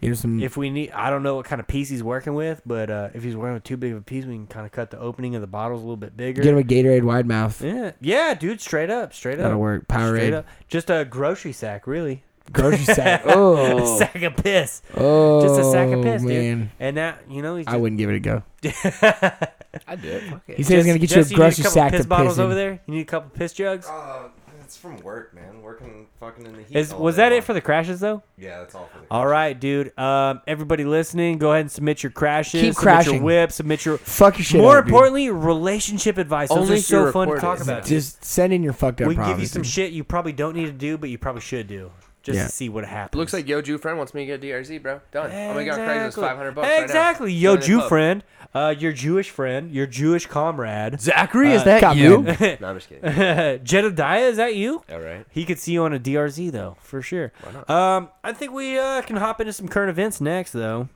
Speaker 3: Here's some.
Speaker 1: If we need, I don't know what kind of piece he's working with, but uh, if he's working with too big of a piece, we can kind of cut the opening of the bottles a little bit bigger.
Speaker 3: get him a Gatorade wide mouth.
Speaker 1: yeah, yeah, dude, straight up, straight
Speaker 3: That'll
Speaker 1: up,
Speaker 3: work.
Speaker 1: straight
Speaker 3: Powerade.
Speaker 1: up, just a grocery sack, really,
Speaker 3: Grocery sack.
Speaker 1: a
Speaker 3: Oh.
Speaker 1: sack of piss,
Speaker 3: Oh.
Speaker 1: just a sack of piss,
Speaker 3: man.
Speaker 1: dude. And that, you know, he's
Speaker 3: I wouldn't give it a go.
Speaker 1: just,
Speaker 4: I did. Fuck it.
Speaker 3: He said he's going to get you
Speaker 1: Jesse,
Speaker 3: a
Speaker 1: need
Speaker 3: grocery
Speaker 1: couple
Speaker 3: sack
Speaker 1: piss
Speaker 3: to
Speaker 1: bottles
Speaker 3: piss in.
Speaker 1: over there. You need a couple piss jugs.
Speaker 5: Oh, it's from work, man. Working fucking in the heat.
Speaker 1: Is
Speaker 5: all
Speaker 1: was
Speaker 5: day
Speaker 1: that
Speaker 5: long.
Speaker 1: it for the crashes though?
Speaker 5: Yeah, that's all for the.
Speaker 1: All right, dude. Um, everybody listening, go ahead and submit your crashes.
Speaker 3: Keep
Speaker 1: submit
Speaker 3: crashing.
Speaker 1: your whips. Submit your.
Speaker 3: Fuck your shit.
Speaker 1: More
Speaker 3: up, dude.
Speaker 1: importantly, relationship advice. Those
Speaker 4: Only
Speaker 1: are
Speaker 4: if you
Speaker 1: so fun to
Speaker 4: record
Speaker 1: talk
Speaker 4: it.
Speaker 1: about. dude.
Speaker 3: just send in your fucked up
Speaker 1: we can give you
Speaker 3: problems,
Speaker 1: some
Speaker 3: dude.
Speaker 1: shit you probably don't need to do, but you probably should do, just
Speaker 3: Yeah.
Speaker 1: to see what happens.
Speaker 4: Looks like Yo Jew friend wants me to get a DRZ, bro. Done. Oh my god, Craigslist,
Speaker 1: Exactly.
Speaker 4: five hundred bucks. right now.
Speaker 1: Exactly, yo,
Speaker 4: Join the
Speaker 1: Jew
Speaker 4: club.
Speaker 1: friend, uh, your Jewish friend, your Jewish comrade,
Speaker 4: Zachary,
Speaker 3: Uh,
Speaker 1: is that
Speaker 3: God,
Speaker 4: you?
Speaker 3: man.
Speaker 4: no, I'm just kidding.
Speaker 1: Jedediah. Is that you?
Speaker 4: All right.
Speaker 1: He could see you on a DRZ though, for sure. Um, I think we uh, can hop into some current events next though.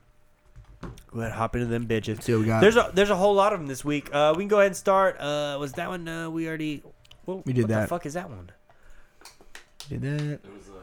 Speaker 1: Go ahead, hop into them bitches.
Speaker 3: see what we got.
Speaker 1: There's a there's a whole lot of them this week. Uh, we can go ahead and start. Uh, was that one uh, we already? Well,
Speaker 3: We did
Speaker 1: what The
Speaker 3: that.
Speaker 1: fuck is that one?
Speaker 3: Did that.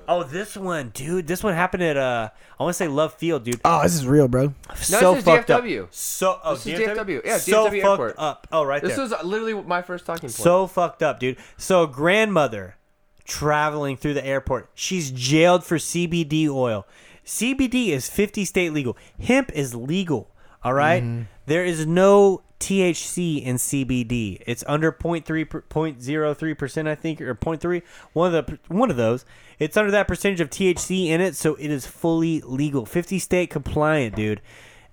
Speaker 1: Oh, this one, dude. This one happened at uh, I want to say Love Field, dude.
Speaker 3: Oh, this is real, bro.
Speaker 1: so
Speaker 4: this is
Speaker 1: fucked
Speaker 4: DFW.
Speaker 1: up. So oh,
Speaker 4: This is DFW. Yeah,
Speaker 1: so
Speaker 4: DFW
Speaker 1: fucked
Speaker 4: airport.
Speaker 1: up. Oh, right
Speaker 4: This
Speaker 1: there.
Speaker 4: was literally my first talking point.
Speaker 1: So fucked up, dude. So grandmother traveling through the airport. She's jailed for CBD oil. CBD is 50 state legal. Hemp is legal. All right? There is no THC in CBD. It's under 0.3 per- 0.03% I think or 0.3 one of the one of those. It's under that percentage of THC in it, so it is fully legal. 50 state compliant, dude.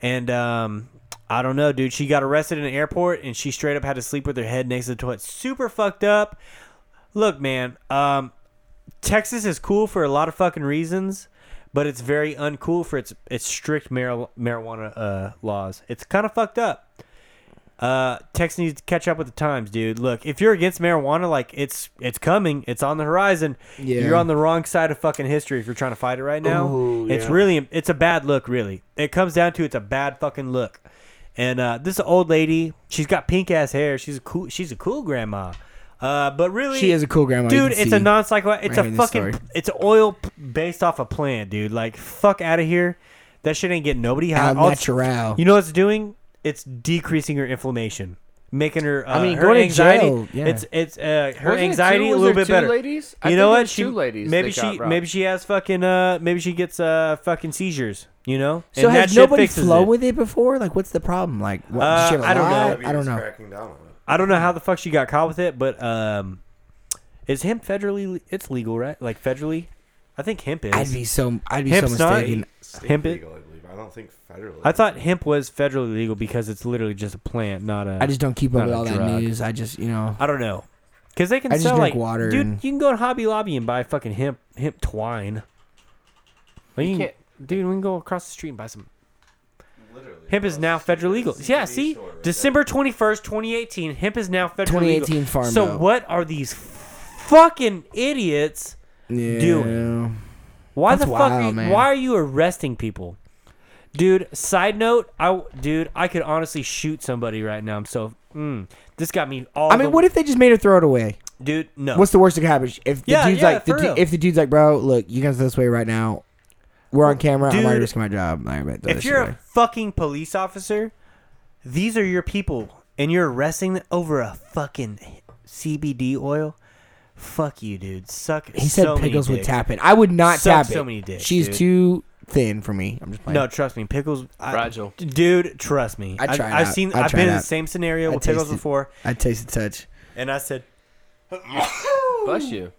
Speaker 1: And um, I don't know, dude. She got arrested in an airport and she straight up had to sleep with her head next to the toilet. Super fucked up. Look, man. Um, Texas is cool for a lot of fucking reasons, but it's very uncool for its its strict mar- marijuana uh, laws. It's kind of fucked up. Uh, Texas needs to catch up with the times, dude. Look, if you're against marijuana, like it's it's coming, it's on the horizon.
Speaker 3: Yeah.
Speaker 1: You're on the wrong side of fucking history if you're trying to fight it right now.
Speaker 3: Ooh,
Speaker 1: it's
Speaker 3: yeah.
Speaker 1: really it's a bad look, really. It comes down to it's a bad fucking look. And uh, this old lady, she's got pink ass hair. She's a cool she's a cool grandma. Uh, but really
Speaker 3: She is a cool grandma. you
Speaker 1: Dude,
Speaker 3: can
Speaker 1: it's a
Speaker 3: see.
Speaker 1: non psycho. It's
Speaker 3: right here
Speaker 1: a
Speaker 3: in this
Speaker 1: fucking.
Speaker 3: story.
Speaker 1: It's oil p- based off a plant, dude. Like fuck out of here. That shit ain't getting nobody high.
Speaker 3: Al
Speaker 1: All it's-
Speaker 3: natural.
Speaker 1: You know what it's doing? It's decreasing her inflammation, making her. Uh, I mean,
Speaker 3: mean,
Speaker 1: her
Speaker 3: going to
Speaker 1: anxiety.
Speaker 3: jail, yeah.
Speaker 1: It's it's uh, her
Speaker 4: Wasn't it
Speaker 1: anxiety
Speaker 4: two-
Speaker 1: a
Speaker 4: was
Speaker 1: little
Speaker 4: there
Speaker 1: bit
Speaker 4: two
Speaker 1: better.
Speaker 4: Ladies? I
Speaker 1: You
Speaker 4: think
Speaker 1: know
Speaker 4: it
Speaker 1: what?
Speaker 4: was
Speaker 1: She
Speaker 4: two ladies.
Speaker 1: maybe
Speaker 4: that
Speaker 1: she
Speaker 4: got robbed.
Speaker 1: maybe she has fucking uh maybe she gets uh fucking seizures. You know.
Speaker 3: So
Speaker 1: And that
Speaker 3: has
Speaker 1: shit
Speaker 3: nobody
Speaker 1: fixes
Speaker 3: flown
Speaker 1: it.
Speaker 3: with it before? Like, what's the problem? Like, what,
Speaker 1: Uh,
Speaker 3: does she have a
Speaker 1: I don't know.
Speaker 3: lot?
Speaker 5: Maybe
Speaker 3: I don't
Speaker 5: he's
Speaker 3: know.
Speaker 5: Cracking down on it.
Speaker 1: I don't know how the fuck she got caught with it, but um, is hemp federally? It's legal, right? Like federally, I think hemp is.
Speaker 3: I'd be so. I'd be
Speaker 1: Hemp's
Speaker 3: so
Speaker 1: not-
Speaker 3: mistaken.
Speaker 5: State
Speaker 1: Hemp it-
Speaker 5: legal, I believe. I don't think federally.
Speaker 1: I thought hemp was federally legal because it's literally just a plant, not a.
Speaker 3: I just don't keep up
Speaker 1: Not
Speaker 3: with
Speaker 1: a
Speaker 3: all
Speaker 1: drug.
Speaker 3: that news. I just, you know,
Speaker 1: I don't know. Because they can
Speaker 3: I just
Speaker 1: sell
Speaker 3: drink
Speaker 1: like
Speaker 3: water
Speaker 1: Dude,
Speaker 3: and-
Speaker 1: you can go to Hobby Lobby and buy fucking hemp hemp twine. Well, you can- dude, we can go across the street and buy some.
Speaker 5: Literally.
Speaker 1: Hemp is now federally legal. Yeah, see, December twenty first, twenty eighteen. Hemp is now federally legal.
Speaker 3: 2018 Farm
Speaker 1: So
Speaker 3: Bill.
Speaker 1: what are these fucking idiots?
Speaker 3: Yeah.
Speaker 1: Doing. Why
Speaker 3: That's
Speaker 1: the fuck?
Speaker 3: wild,
Speaker 1: are you,
Speaker 3: man.
Speaker 1: Why are you arresting people? Dude, side note, I dude, I could honestly shoot somebody right now. I'm so mm, this got me all.
Speaker 3: I mean,
Speaker 1: the-
Speaker 3: what if they just made her throw it away?
Speaker 1: dude? No,
Speaker 3: What's the worst that could happen? If the
Speaker 1: Yeah,
Speaker 3: dude's
Speaker 1: yeah,
Speaker 3: like, the
Speaker 1: for
Speaker 3: du-
Speaker 1: real.
Speaker 3: if the dude's like, bro, look, you guys this way right now. We're on camera. I'm already
Speaker 1: Dude,
Speaker 3: risking my job. Like, but
Speaker 1: if you're a fucking police officer, these are your people, and you're arresting them over a fucking CBD oil. Fuck you, dude. Suck.
Speaker 3: he said
Speaker 1: so many
Speaker 3: pickles would
Speaker 1: dicks.
Speaker 3: tap it. I would not
Speaker 1: So-
Speaker 3: tap it.
Speaker 1: so many dicks,
Speaker 3: She's
Speaker 1: dude.
Speaker 3: too thin for me. I'm just playing.
Speaker 1: No, trust me, pickles. I,
Speaker 4: Fragile.
Speaker 1: dude. Trust me.
Speaker 3: I
Speaker 1: I've-
Speaker 3: tried
Speaker 1: I've
Speaker 3: out.
Speaker 1: seen.
Speaker 3: I
Speaker 1: I've
Speaker 3: tried
Speaker 1: been in the
Speaker 3: out.
Speaker 1: same scenario
Speaker 3: I
Speaker 1: with pickles
Speaker 3: tasted-
Speaker 1: before,
Speaker 3: I taste the touch.
Speaker 1: and I said,
Speaker 4: Bless you.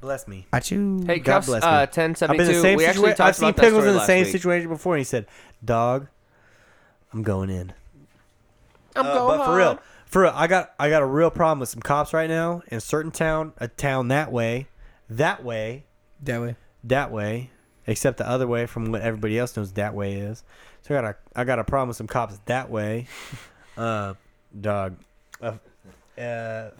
Speaker 1: "Bless me."
Speaker 3: I chew.
Speaker 4: Hey,
Speaker 1: God
Speaker 4: cuffs,
Speaker 1: bless me.
Speaker 4: uh,
Speaker 1: I've
Speaker 4: 1072.
Speaker 1: been in the same
Speaker 4: we actually
Speaker 1: situation.
Speaker 4: talked
Speaker 1: I've seen
Speaker 4: about that
Speaker 1: pickles
Speaker 4: story
Speaker 1: in the
Speaker 4: last
Speaker 1: same
Speaker 4: week.
Speaker 1: situation before, and he said, "Dog, I'm going in."
Speaker 4: I'm
Speaker 1: Uh,
Speaker 4: going
Speaker 1: but for real, for real, I got I got a real problem with some cops right now in a certain town, a town that way, that way,
Speaker 3: That way.
Speaker 1: that way, except the other way from what everybody else knows that way is. So I got a I got a problem with some cops that way. Uh, dog, uh, uh,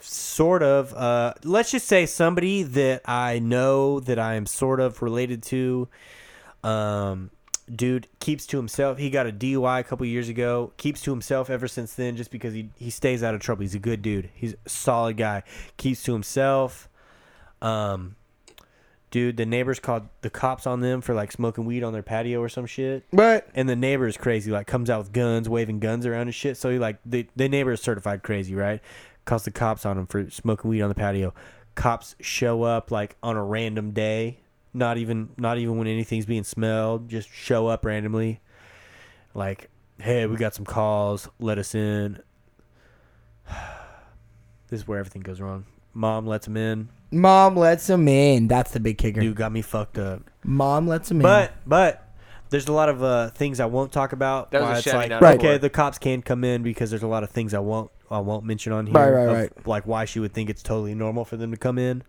Speaker 1: sort of. Uh, let's just say somebody that I know that I am sort of related to. Um, dude keeps to himself. He got a DUI a couple years ago. Keeps to himself ever since then, just because he he stays out of trouble. He's a good dude. He's a solid guy. Keeps to himself. Um, dude, the neighbors called the cops on them for like smoking weed on their patio or some shit.
Speaker 3: But
Speaker 1: And the neighbor is crazy, like comes out with guns, waving guns around and shit. So he like the the neighbor is certified crazy, right? Calls the cops on him for smoking weed on the patio. Cops show up like on a random day, not even not even when anything's being smelled, just show up randomly. Like, hey, we got some calls, let us in. This is where everything goes wrong. Mom lets him in.
Speaker 3: mom lets him in. That's the big kicker.
Speaker 1: Dude got me fucked up.
Speaker 3: Mom lets him in.
Speaker 1: But but there's a lot of uh, things I won't talk about.
Speaker 4: That was
Speaker 1: why
Speaker 4: a
Speaker 1: it's
Speaker 4: shout
Speaker 1: like,
Speaker 4: out
Speaker 3: Right.
Speaker 1: okay,
Speaker 4: before.
Speaker 1: the cops can come in because there's a lot of things I won't I won't mention on here.
Speaker 3: Right, right,
Speaker 1: of,
Speaker 3: right.
Speaker 1: Like why she would think it's totally normal for them to come in.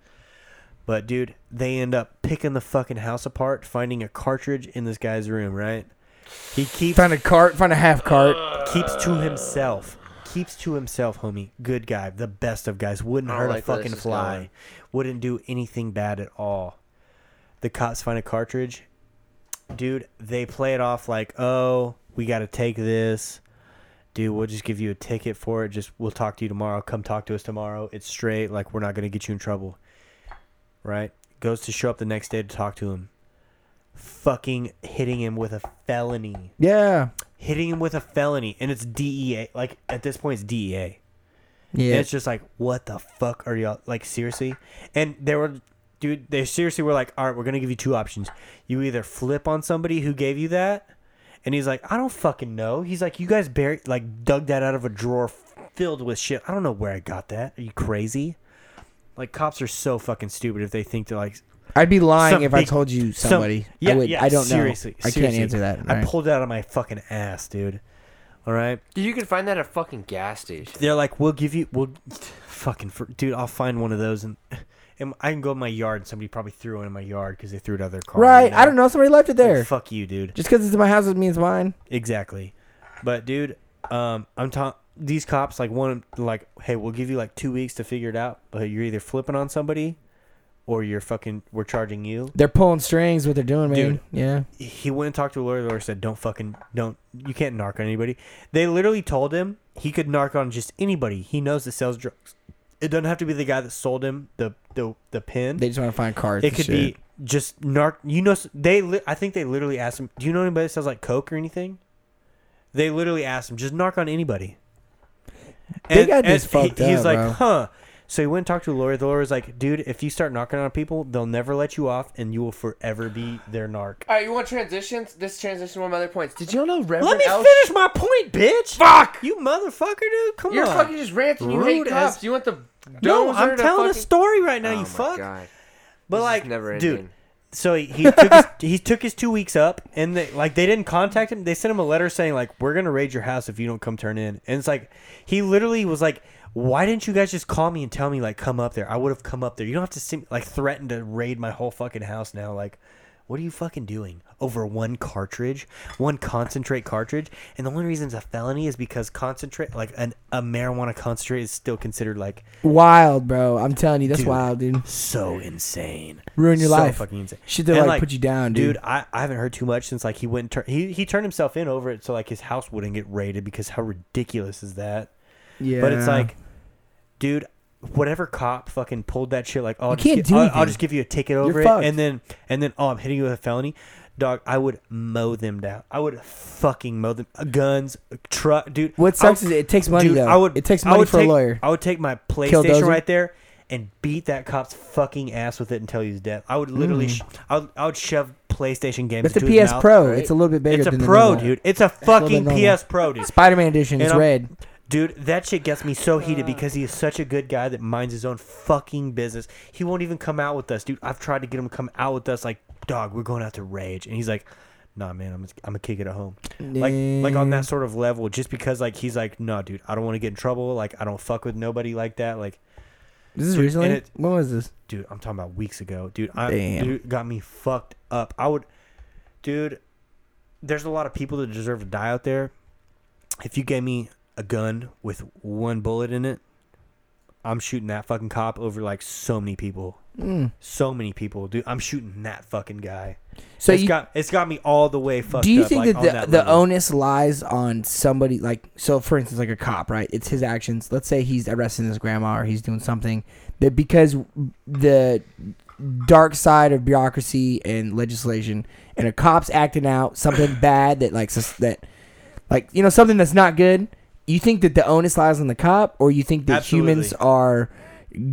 Speaker 1: But dude, they end up picking the fucking house apart, finding a cartridge in this guy's room. Right? He keeps
Speaker 3: find a cart. Find a half cart.
Speaker 1: keeps to himself. Keeps to himself, homie. Good guy, the best of guys. Wouldn't
Speaker 4: I don't
Speaker 1: hurt a
Speaker 4: like where this
Speaker 1: fucking
Speaker 4: is
Speaker 1: fly.
Speaker 4: going.
Speaker 1: Wouldn't do anything bad at all. The cops find a cartridge. Dude, they play it off like, oh, we got to take this. Dude, we'll just give you a ticket for it. Just we'll talk to you tomorrow. Come talk to us tomorrow. It's straight. Like we're not gonna get you in trouble, right? Goes to show up the next day to talk to him. Fucking hitting him with a felony
Speaker 3: Yeah.
Speaker 1: hitting him with a felony and it's DEA. Like at this point it's DEA. And
Speaker 3: Yeah.
Speaker 1: it's just like what the fuck are y'all like seriously? And they were dude, they seriously were like, "All right, we're going to give you two options. You either flip on somebody who gave you that." And he's like, "I don't fucking know." He's like, "You guys buried like dug that out of a drawer filled with shit. I don't know where I got that. Are you crazy?" Like cops are so fucking stupid if they think they're like
Speaker 3: I'd be lying
Speaker 1: some
Speaker 3: if I
Speaker 1: big-
Speaker 3: told you
Speaker 1: some-
Speaker 3: somebody. I would. I don't
Speaker 1: seriously,
Speaker 3: know. I
Speaker 1: seriously.
Speaker 3: can't answer that.
Speaker 1: I
Speaker 3: right.
Speaker 1: pulled it out of my fucking ass, dude. All right.
Speaker 4: Dude, you can find that at a fucking gas station.
Speaker 1: They're like, we'll give you, we'll, fucking, fr- dude, I'll find one of those and, and I can go in my yard and somebody probably threw it in my yard because they threw it out of their car.
Speaker 3: right. I don't know. Somebody left it there.
Speaker 1: Like, fuck you, dude.
Speaker 3: Just because it's in my house doesn't mean it's mine.
Speaker 1: Exactly. But dude, um, I'm talking. These cops like one like, hey, we'll give you like two weeks to figure it out, but you're either flipping on somebody, or you're fucking, we're charging you.
Speaker 3: They're pulling strings. What they're doing, man.
Speaker 1: Dude.
Speaker 3: Yeah.
Speaker 1: he went and talked to a lawyer. The lawyer said, "Don't fucking don't. You can't narc on anybody." They literally told him he could narc on just anybody. He knows that sells drugs. It doesn't have to be the guy that sold him the the the pin.
Speaker 3: They just want to find carts.
Speaker 1: it
Speaker 3: and
Speaker 1: could
Speaker 3: shit.
Speaker 1: be just narc. You know, s- they. Li- I think they literally asked him, "Do you know anybody that sells like coke or anything?" They literally asked him, "Just narc on anybody."
Speaker 3: They got this fucked
Speaker 1: He's
Speaker 3: up,
Speaker 1: like,
Speaker 3: bro.
Speaker 1: "Huh." So he went and talked to a lawyer. The lawyer was like, "Dude, if you start knocking on people, they'll never let you off, and you will forever be their narc."
Speaker 4: All right, you want transitions? This transition one of my other points. Did you know Reverend
Speaker 1: Let me
Speaker 4: Al-
Speaker 1: finish my point, bitch. Fuck you, motherfucker, dude. Come
Speaker 4: You're
Speaker 1: on.
Speaker 4: fucking just ranting. You
Speaker 1: Rude
Speaker 4: hate
Speaker 1: as-
Speaker 4: cops. You want the
Speaker 1: no,
Speaker 4: dozer
Speaker 1: I'm
Speaker 4: to
Speaker 1: telling a
Speaker 4: fucking-
Speaker 1: story right now.
Speaker 4: oh
Speaker 1: you
Speaker 4: my
Speaker 1: fuck.
Speaker 4: God.
Speaker 1: But
Speaker 4: This is
Speaker 1: like,
Speaker 4: never ending.
Speaker 1: dude, so he, he took his, he took his two weeks up, and they like they didn't contact him. They sent him a letter saying like we're gonna raid your house if you don't come turn in. And it's like he literally was like, why didn't you guys just call me and tell me like come up there? I would have come up there. You don't have to sim- like threaten to raid my whole fucking house now. Like, what are you fucking doing over one cartridge, one concentrate cartridge? And the only reason it's a felony is because concentrate like an, a marijuana concentrate is still considered like
Speaker 3: Wild, bro. I'm telling you, that's
Speaker 1: Dude.
Speaker 3: wild, dude.
Speaker 1: so insane.
Speaker 3: Ruin your
Speaker 1: so
Speaker 3: life.
Speaker 1: Fucking insane.
Speaker 3: Shit that
Speaker 1: And,
Speaker 3: like, put you down, dude.
Speaker 1: I, I haven't heard too much since like he went and tur- he he turned himself in over it so like his house wouldn't get raided because how ridiculous is that?
Speaker 3: Yeah.
Speaker 1: But it's like, dude, whatever cop fucking pulled that shit like oh I'll, just,
Speaker 3: can't
Speaker 1: give,
Speaker 3: do
Speaker 1: I'll, I'll
Speaker 3: anything.
Speaker 1: just give you a ticket over it
Speaker 3: fucked.
Speaker 1: and then and then oh I'm hitting you with a felony. Dog, I would mow them down. I would fucking mow them. Guns, truck, dude. I
Speaker 3: What
Speaker 1: would-
Speaker 3: sucks is it takes money,
Speaker 1: Dude,
Speaker 3: though.
Speaker 1: I would.
Speaker 3: It takes
Speaker 1: I
Speaker 3: money
Speaker 1: would
Speaker 3: for a
Speaker 1: take-
Speaker 3: lawyer.
Speaker 1: I would take my
Speaker 3: Killdozer.
Speaker 1: PlayStation right there and beat that cop's fucking ass with it until he's dead. I would literally. Sh- I, would, I would shove PlayStation games.
Speaker 3: That's the
Speaker 1: into his
Speaker 3: PS
Speaker 1: mouth.
Speaker 3: Pro. Mm. It's a little bit bigger
Speaker 1: It's a
Speaker 3: than the
Speaker 1: pro,
Speaker 3: normal.
Speaker 1: dude. It's a
Speaker 3: a little bit
Speaker 1: fucking
Speaker 3: normal.
Speaker 1: PS Pro, dude.
Speaker 3: Spider-Man edition. It's
Speaker 1: And I'm-
Speaker 3: red.
Speaker 1: Dude, that shit gets me so heated because he is such a good guy that minds his own fucking business. He won't even come out with us, dude. I've tried to get him to come out with us, like, dog, we're going out to rage, and he's like, Nah, man, I'm just- I'm gonna kick it at home, like like on that sort of level. Just because like he's like, no, dude, I don't want to get in trouble. Like I don't fuck with nobody like that. Like,
Speaker 3: This is
Speaker 1: dude,
Speaker 3: recently.
Speaker 1: and it-
Speaker 3: when was this?
Speaker 1: dude, I'm talking about weeks ago, dude. I,
Speaker 3: Damn.
Speaker 1: Dude got me fucked up. I would, dude. There's a lot of people that deserve to die out there. If you gave me a gun with one bullet in it, I'm shooting that fucking cop over like so many people,
Speaker 3: Hmm.
Speaker 1: so many people, dude. I'm shooting that fucking guy.
Speaker 3: So
Speaker 1: it's
Speaker 3: you-
Speaker 1: got it's got me all the way fucked.
Speaker 3: Do you
Speaker 1: up,
Speaker 3: think
Speaker 1: like,
Speaker 3: that
Speaker 1: on
Speaker 3: the, the
Speaker 1: level.
Speaker 3: onus lies on somebody like so for instance like a cop, right? It's his actions. Let's say he's arresting his grandma or he's doing something that because the dark side of bureaucracy and legislation and a cop's acting out something bad that like sus- that like you know something that's not good, you think that the onus lies on the cop or you think that humans
Speaker 1: Absolutely.
Speaker 3: are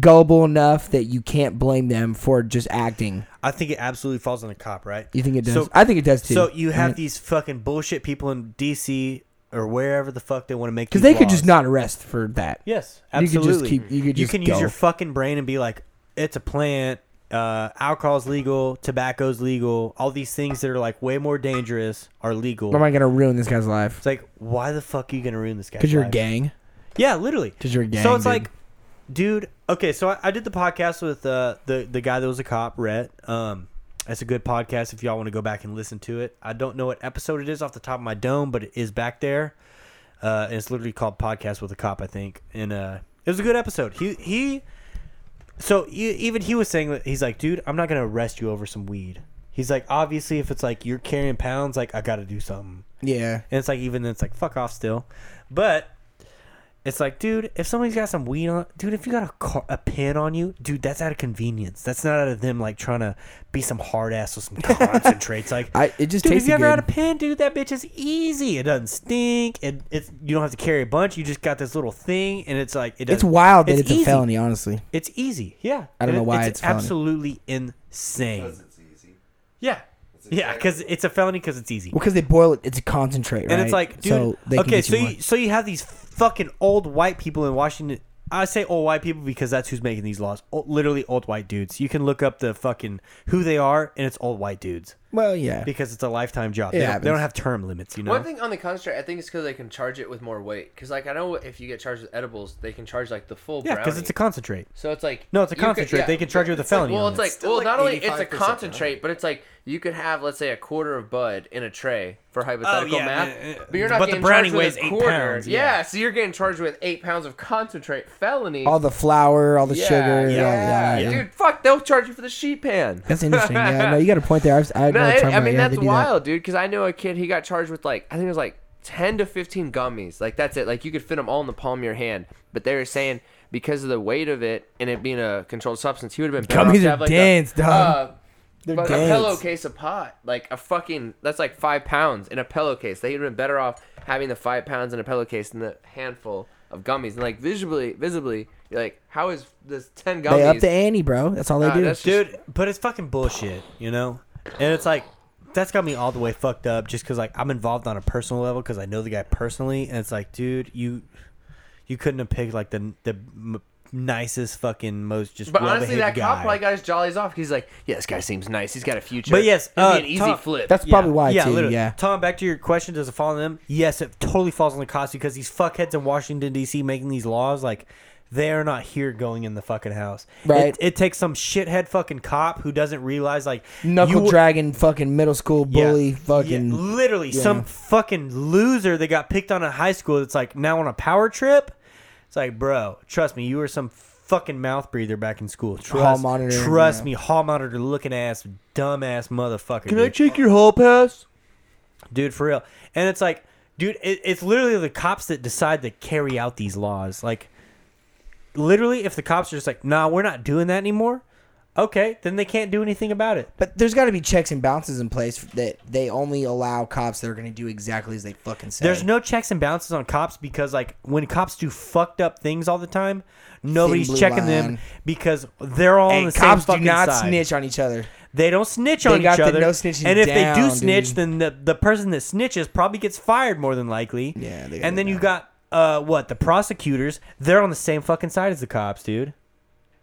Speaker 3: gullible enough that you can't blame them for just acting.
Speaker 1: I think it absolutely falls on the cop, right?
Speaker 3: You think it does?
Speaker 1: So-
Speaker 3: I think it does too.
Speaker 1: So you have these fucking bullshit people in D.C. or wherever the fuck they want to make
Speaker 3: because
Speaker 1: these
Speaker 3: they could
Speaker 1: laws.
Speaker 3: just not arrest for that.
Speaker 1: Yes,
Speaker 3: You could just
Speaker 1: absolutely.
Speaker 3: keep- you could just
Speaker 1: can
Speaker 3: go.
Speaker 1: use your fucking brain and be like, it's a plant. Uh, alcohol's legal, tobacco's legal. All these things that are like way more dangerous are legal.
Speaker 3: Am I gonna ruin this guy's life?
Speaker 1: It's like, why the fuck are you gonna ruin this guy?
Speaker 3: Because you're a gang.
Speaker 1: Yeah, literally.
Speaker 3: 'Cause you're a gang,
Speaker 1: So it's
Speaker 3: dude.
Speaker 1: like, dude. Okay, so I, I did the podcast with uh, the the guy that was a cop, Rhett. Um, that's a good podcast if y'all want to go back and listen to it. I don't know what episode it is off the top of my dome, but it is back there. Uh, and it's literally called Podcast with a Cop, I think. And uh, it was a good episode. He he. So e- even he was saying that he's like, dude, I'm not gonna arrest you over some weed. He's like, obviously, if it's like you're carrying pounds, like I got to do something.
Speaker 3: Yeah.
Speaker 1: And it's like even then it's like fuck off still. But it's like, dude, if somebody's got some weed on, dude, if you got a car, a pin on you, dude, that's out of convenience. That's not out of them like trying to be some hard ass with some concentrates. Like,
Speaker 3: I- it just
Speaker 1: dude, if
Speaker 3: tasted
Speaker 1: you ever had a
Speaker 3: good.
Speaker 1: pin, dude, that bitch is easy. It doesn't stink. It, it's you don't have to carry a bunch. You just got this little thing, and it's like it
Speaker 3: It's
Speaker 1: doesn't-
Speaker 3: wild that it's, a
Speaker 1: easy.
Speaker 3: felony, honestly.
Speaker 1: It's easy. Yeah,
Speaker 3: I don't
Speaker 1: And
Speaker 3: know
Speaker 1: it-
Speaker 3: why
Speaker 1: it's
Speaker 3: it's felony.
Speaker 1: absolutely insane.
Speaker 5: Because it's easy.
Speaker 1: Yeah, yeah, because it's a felony because it's easy.
Speaker 3: Well, because they boil it, it's a concentrate, right?
Speaker 1: And it's like, dude, okay, so you, so you have these fucking old white people in Washington. I say old white people because that's who's making these laws. O- literally old white dudes. You can look up the fucking who they are, and it's old white dudes
Speaker 3: well, yeah,
Speaker 1: because it's a lifetime job.
Speaker 3: It
Speaker 1: They don't, they don't
Speaker 3: happens.
Speaker 1: have term limits, you know.
Speaker 4: One thing on the contrary, I think it's because they can charge it with more weight. Because like I know if you get charged with edibles, they can charge like the full.
Speaker 1: yeah,
Speaker 4: because
Speaker 1: because it's a concentrate.
Speaker 4: So it's like
Speaker 1: No, it's a
Speaker 4: you could-
Speaker 1: concentrate. They can charge you with a
Speaker 4: It's like-
Speaker 1: felony
Speaker 4: well,
Speaker 1: on
Speaker 4: it's
Speaker 1: it.
Speaker 4: like
Speaker 1: It's
Speaker 5: still
Speaker 4: well,
Speaker 5: like
Speaker 4: not only it's a
Speaker 5: 85%
Speaker 4: concentrate, but it's like you could have let's say a quarter of bud in a tray for hypothetical
Speaker 1: Oh, yeah,
Speaker 4: math,
Speaker 1: uh, uh,
Speaker 4: but you're not
Speaker 1: but the
Speaker 4: getting
Speaker 1: brownie
Speaker 4: charged with
Speaker 1: weighs
Speaker 4: a
Speaker 1: eight
Speaker 4: quarter.
Speaker 1: pounds,
Speaker 4: yeah.
Speaker 1: yeah.
Speaker 4: so you're getting charged with eight pounds of concentrate felony.
Speaker 3: all the flour, all the
Speaker 4: yeah,
Speaker 3: sugar, all the-
Speaker 4: yeah,
Speaker 3: yeah.
Speaker 4: dude, fuck, they'll charge you for the sheet pan.
Speaker 3: That's interesting. Yeah, no, you got a point there. I've, I, had
Speaker 4: No,
Speaker 3: another
Speaker 4: it-
Speaker 3: time
Speaker 4: I
Speaker 3: where,
Speaker 4: mean
Speaker 3: yeah, they
Speaker 4: that's
Speaker 3: do that.
Speaker 4: wild, dude. Because I know a kid he got charged with like I think it was like ten to fifteen gummies. Like that's it. Like you could fit them all in the palm of your hand. But they were saying because of the weight of it and it being a controlled substance, he would have been better off
Speaker 3: Gummies
Speaker 4: to
Speaker 3: are
Speaker 4: have, like,
Speaker 3: dense,
Speaker 4: a,
Speaker 3: dog.
Speaker 4: uh,
Speaker 3: They're
Speaker 4: but a
Speaker 3: dense.
Speaker 4: pillowcase of pot, like a fucking that's like five pounds in a pillowcase. They'd have been better off having the five pounds in a pillowcase than the handful of gummies. And like visibly, visibly, you're like, how is this ten gummies?
Speaker 3: They up the ante, bro. That's all they
Speaker 4: Nah,
Speaker 3: do.
Speaker 4: that's just-
Speaker 1: dude but it's fucking bullshit you know and it's like that's got me all the way fucked up just because like i'm involved on a personal level because i know the guy personally and it's like dude you you couldn't have picked like the the m- nicest fucking most just.
Speaker 4: But honestly, that
Speaker 1: well-behaved
Speaker 4: cop
Speaker 1: guy.
Speaker 4: probably got his jollies off. He's like, yeah, this guy seems nice. He's got a future.
Speaker 1: But yes,
Speaker 4: He'll be
Speaker 1: uh,
Speaker 4: an easy
Speaker 1: Tom-
Speaker 4: flip.
Speaker 3: That's
Speaker 4: Yeah.
Speaker 3: probably why, too.
Speaker 1: literally.
Speaker 3: Yeah.
Speaker 1: Tom, back to your question: Does it fall on them? Yes, it totally falls on the cops because these fuckheads in Washington D.C. making these laws, like they are not here going in the fucking house.
Speaker 3: Right.
Speaker 1: It, it takes some shithead fucking cop who doesn't realize, like
Speaker 3: Knuckle
Speaker 1: you-
Speaker 3: dragon, fucking middle school
Speaker 1: Yeah.
Speaker 3: bully,
Speaker 1: Yeah,
Speaker 3: fucking.
Speaker 1: literally some fucking loser that got picked on in high school. That's like now on a power trip. It's like, bro, trust me, you were some fucking mouth breather back in school. Trust,
Speaker 3: monitor,
Speaker 1: trust
Speaker 3: yeah.
Speaker 1: me, hall monitor looking ass, dumbass motherfucker.
Speaker 4: Can I
Speaker 1: dude.
Speaker 4: check your hall pass?
Speaker 1: dude for real and it's like dude it, it's literally the cops that decide to carry out these laws like literally if the cops are just like nah we're not doing that anymore okay then they can't do anything about it
Speaker 3: But there's got to be checks and balances in place that they only allow cops that are going to do exactly as they fucking say.
Speaker 1: there's no checks and balances on cops because like when cops do fucked up things all the time nobody's
Speaker 3: blue
Speaker 1: checking them
Speaker 3: line.
Speaker 1: because they're all on
Speaker 3: and
Speaker 1: the
Speaker 3: cops
Speaker 1: same fucking
Speaker 3: do not
Speaker 1: side.
Speaker 3: snitch on each other.
Speaker 1: They don't snitch
Speaker 3: They
Speaker 1: on
Speaker 3: got
Speaker 1: each
Speaker 3: the
Speaker 1: other.
Speaker 3: no snitching
Speaker 1: and if they do
Speaker 3: down,
Speaker 1: snitch,
Speaker 3: dude.
Speaker 1: then the, the person that snitches probably gets fired more than likely.
Speaker 3: Yeah, they got
Speaker 1: and then
Speaker 3: it
Speaker 1: you
Speaker 3: down.
Speaker 1: got uh what the prosecutors? They're on the same fucking side as the cops, dude.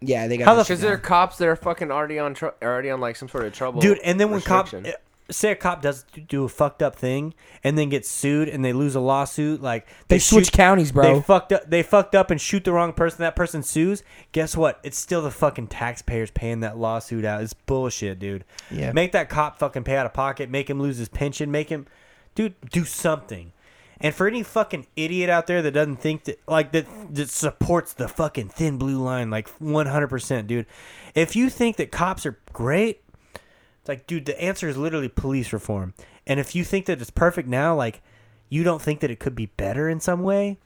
Speaker 3: Yeah, they got.
Speaker 1: How the
Speaker 3: that shit
Speaker 4: Because
Speaker 3: down.
Speaker 4: they're cops that are fucking already on tr- already on like some sort of trouble.
Speaker 1: Dude, and then when cop eh,
Speaker 4: restriction.
Speaker 1: say a cop does do a fucked up thing and then gets sued and they lose a lawsuit, like
Speaker 3: They switch counties, bro.
Speaker 1: They fucked up. They fucked up and shoot the wrong person. That person sues. Guess what? It's still the fucking taxpayers paying that lawsuit out. It's bullshit, dude.
Speaker 3: Yeah.
Speaker 1: Make that cop fucking pay out of pocket. Make him lose his pension. Make him, dude, do something. And for any fucking idiot out there that doesn't think that, like that, that supports the fucking thin blue line, like 100%, dude. If you think that cops are great, it's like, dude, the answer is literally police reform. And if you think that it's perfect now, like, you don't think that it could be better in some way.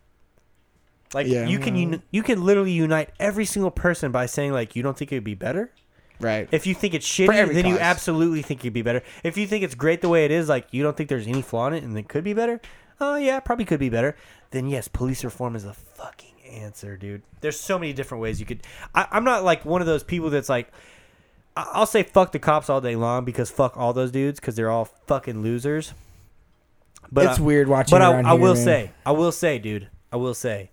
Speaker 1: Like
Speaker 3: Yeah.
Speaker 1: you can uni- you can literally unite every single person by saying like you don't think it would be better.
Speaker 3: right.
Speaker 1: If you think it's
Speaker 3: For
Speaker 1: shitty,
Speaker 3: every
Speaker 1: then you
Speaker 3: cause.
Speaker 1: absolutely think it'd be better. If you think it's great the way it is, like you don't think there's any flaw in it and it could be better, oh yeah, it probably could be better. Then yes, police reform is the fucking answer, dude. There's so many different ways you could. I, I'm not like one of those people that's like, I- I'll say fuck the cops all day long because fuck all those dudes because they're all fucking losers. But
Speaker 3: it's
Speaker 1: I-
Speaker 3: weird watching.
Speaker 1: but I,
Speaker 3: around
Speaker 1: I
Speaker 3: here,
Speaker 1: will
Speaker 3: man.
Speaker 1: say, I will say, dude, I will say,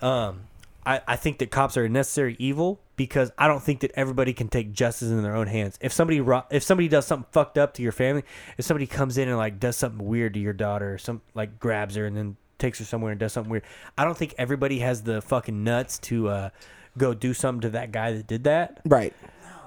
Speaker 1: um, I, I think that cops are a necessary evil because I don't think that everybody can take justice in their own hands. If somebody ro- if somebody does something fucked up to your family, if somebody comes in and like does something weird to your daughter, or some like grabs her and then takes her somewhere and does something weird, I don't think everybody has the fucking nuts to uh, go do something to that guy that did that.
Speaker 3: right.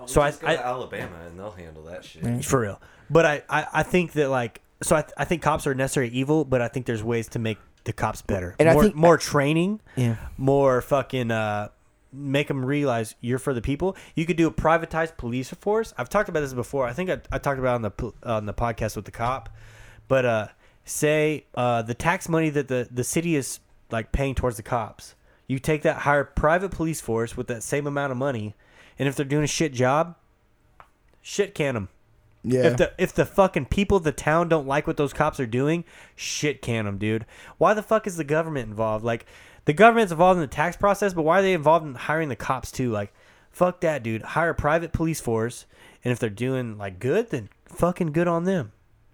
Speaker 1: So I,
Speaker 5: Just go
Speaker 1: I Mm.
Speaker 5: to Alabama and they'll handle that shit.
Speaker 3: Mm-hmm.
Speaker 1: for real. But I, I, I think that like so I, th- I think cops are necessary evil, but I think there's ways to make the cops better.
Speaker 3: And I
Speaker 1: more,
Speaker 3: think-
Speaker 1: more training,
Speaker 3: Yeah.
Speaker 1: more fucking uh, make them realize you're for the people. You could do a privatized police force. I've talked about this before. I think I, I talked about it on the po- on the podcast with the cop, but uh, say uh, the tax money that the the city is like paying towards the cops. You take that hire a private police force with that same amount of money, and if they're doing a shit job, shit can them.
Speaker 3: Yeah.
Speaker 1: If the if the fucking people of the town don't like what those cops are doing, shit can them, dude. Why the fuck is the government involved? Like, the government's involved in the tax process, but why are they involved in hiring the cops too? Like, fuck that, dude. Hire a private police force, and if they're doing like good, then fucking good on them.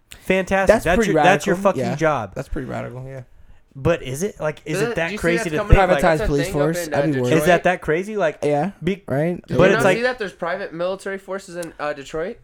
Speaker 1: Fantastic. That's,
Speaker 3: that's, pretty
Speaker 1: your
Speaker 3: radical.
Speaker 1: that's your fucking
Speaker 3: yeah.
Speaker 1: job.
Speaker 3: That's pretty radical. Yeah.
Speaker 1: But is it like is
Speaker 4: Doesn't-
Speaker 1: it
Speaker 4: Uh, do
Speaker 1: that
Speaker 4: you see
Speaker 1: crazy to
Speaker 4: that's
Speaker 1: think?
Speaker 4: coming up?
Speaker 1: like,
Speaker 4: That's
Speaker 3: Privatized
Speaker 4: a
Speaker 3: police
Speaker 4: thing up
Speaker 3: force.
Speaker 4: in, uh,
Speaker 3: I'd be worried.
Speaker 4: Detroit.
Speaker 1: is that that crazy? Like,
Speaker 3: Yeah.
Speaker 1: Be-
Speaker 3: right.
Speaker 1: But
Speaker 4: you
Speaker 1: it's
Speaker 4: not
Speaker 1: like-
Speaker 4: see that there's private military forces in uh, Detroit.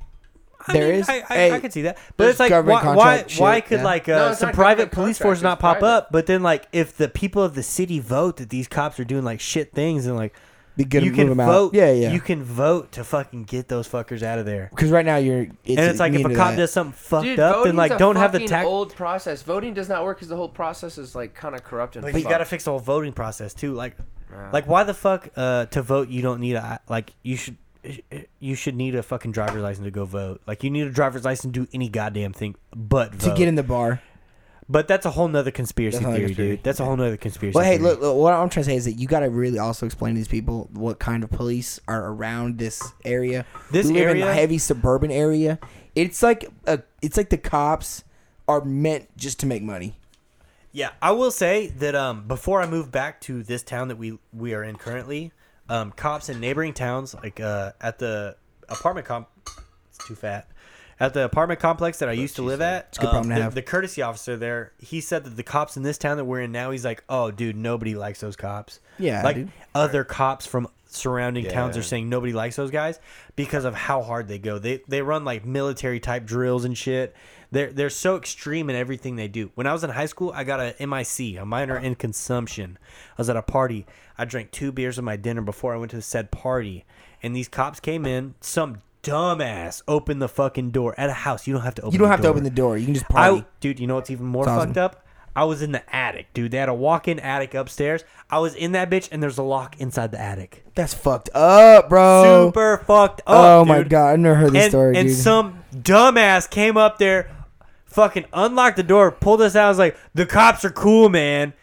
Speaker 1: I
Speaker 3: There
Speaker 1: mean,
Speaker 3: is-
Speaker 1: I, I,
Speaker 3: hey,
Speaker 1: I can see that, but
Speaker 3: there's
Speaker 1: it's like
Speaker 3: government
Speaker 1: why why,
Speaker 3: contract
Speaker 1: why
Speaker 3: shit,
Speaker 1: could
Speaker 3: yeah.
Speaker 1: like
Speaker 4: No,
Speaker 1: uh,
Speaker 4: it's
Speaker 1: some
Speaker 4: not
Speaker 1: private
Speaker 4: government
Speaker 1: police
Speaker 4: contract,
Speaker 1: force
Speaker 4: it's
Speaker 1: not pop
Speaker 4: private.
Speaker 1: up? But then like if the people of the city vote that these cops are doing like shit things and like
Speaker 3: Be good
Speaker 1: you
Speaker 3: to
Speaker 1: can
Speaker 3: move them
Speaker 1: vote,
Speaker 3: out. Yeah. Yeah.
Speaker 1: you can vote to fucking get those fuckers out of there.
Speaker 3: because right now you're. It's
Speaker 1: and it's like if a
Speaker 3: immune to
Speaker 1: cop
Speaker 3: that.
Speaker 1: does something fucked
Speaker 4: Dude,
Speaker 1: up, then
Speaker 4: voting's
Speaker 1: like
Speaker 4: a
Speaker 1: don't have the
Speaker 4: fucking
Speaker 1: tax.
Speaker 4: old process. Voting does not work because the whole process is like kind of corrupt and.
Speaker 1: But you
Speaker 4: fucked.
Speaker 1: gotta fix the whole voting process too. Like, like why the fuck uh, to vote? You don't need a like. You should you should need a fucking driver's license to go vote. Like you need a driver's license to do any goddamn thing but
Speaker 3: to
Speaker 1: vote.
Speaker 3: get in the bar.
Speaker 1: But that's a whole nother conspiracy
Speaker 3: That's
Speaker 1: theory,
Speaker 3: another conspiracy.
Speaker 1: dude. That's a whole nother conspiracy.
Speaker 3: Well, hey,
Speaker 1: theory.
Speaker 3: look, look, what I'm trying to say is that you got to really also explain to these people what kind of police are around this area.
Speaker 1: This
Speaker 3: we live in
Speaker 1: area-
Speaker 3: a heavy suburban area. It's like a, it's like the cops are meant just to make money.
Speaker 1: Yeah, I will say that um, before I moved back to this town that we we are in currently, um, cops in neighboring towns like uh, at the apartment comp, it's too fat. at the apartment complex that I used to live at.
Speaker 3: a good
Speaker 1: um,
Speaker 3: problem to
Speaker 1: the,
Speaker 3: have.
Speaker 1: the courtesy officer there, he said that the cops in this town that we're in now, he's like, "Oh, dude, nobody likes those cops."
Speaker 3: Yeah,
Speaker 1: like
Speaker 3: dude.
Speaker 1: other cops from surrounding towns are
Speaker 7: Yeah.
Speaker 1: saying nobody likes those guys because of how hard they go. They they run like military type drills and shit. They're they're so extreme in everything they do. When I was in high school, I got a MIC, a minor in consumption. I was at a party. I drank two beers of my dinner before I went to said party, and these cops came in. Some dumbass opened the fucking door at a house. You don't have to open.
Speaker 3: You don't
Speaker 1: the
Speaker 3: have to
Speaker 1: door.
Speaker 3: open the door. You can just party.
Speaker 1: I, dude, you know what's even more
Speaker 3: It's awesome.
Speaker 1: fucked up? I was in the attic, dude. They had a walk-in attic upstairs. I was in that bitch, and there's a lock inside the attic.
Speaker 3: That's fucked up, bro.
Speaker 1: Super fucked up.
Speaker 3: oh my
Speaker 1: dude.
Speaker 3: god, I never heard this
Speaker 1: and,
Speaker 3: story,
Speaker 1: and
Speaker 3: dude.
Speaker 1: some dumbass came up there, fucking unlocked the door, pulled us out. I was like, "The cops are cool, man."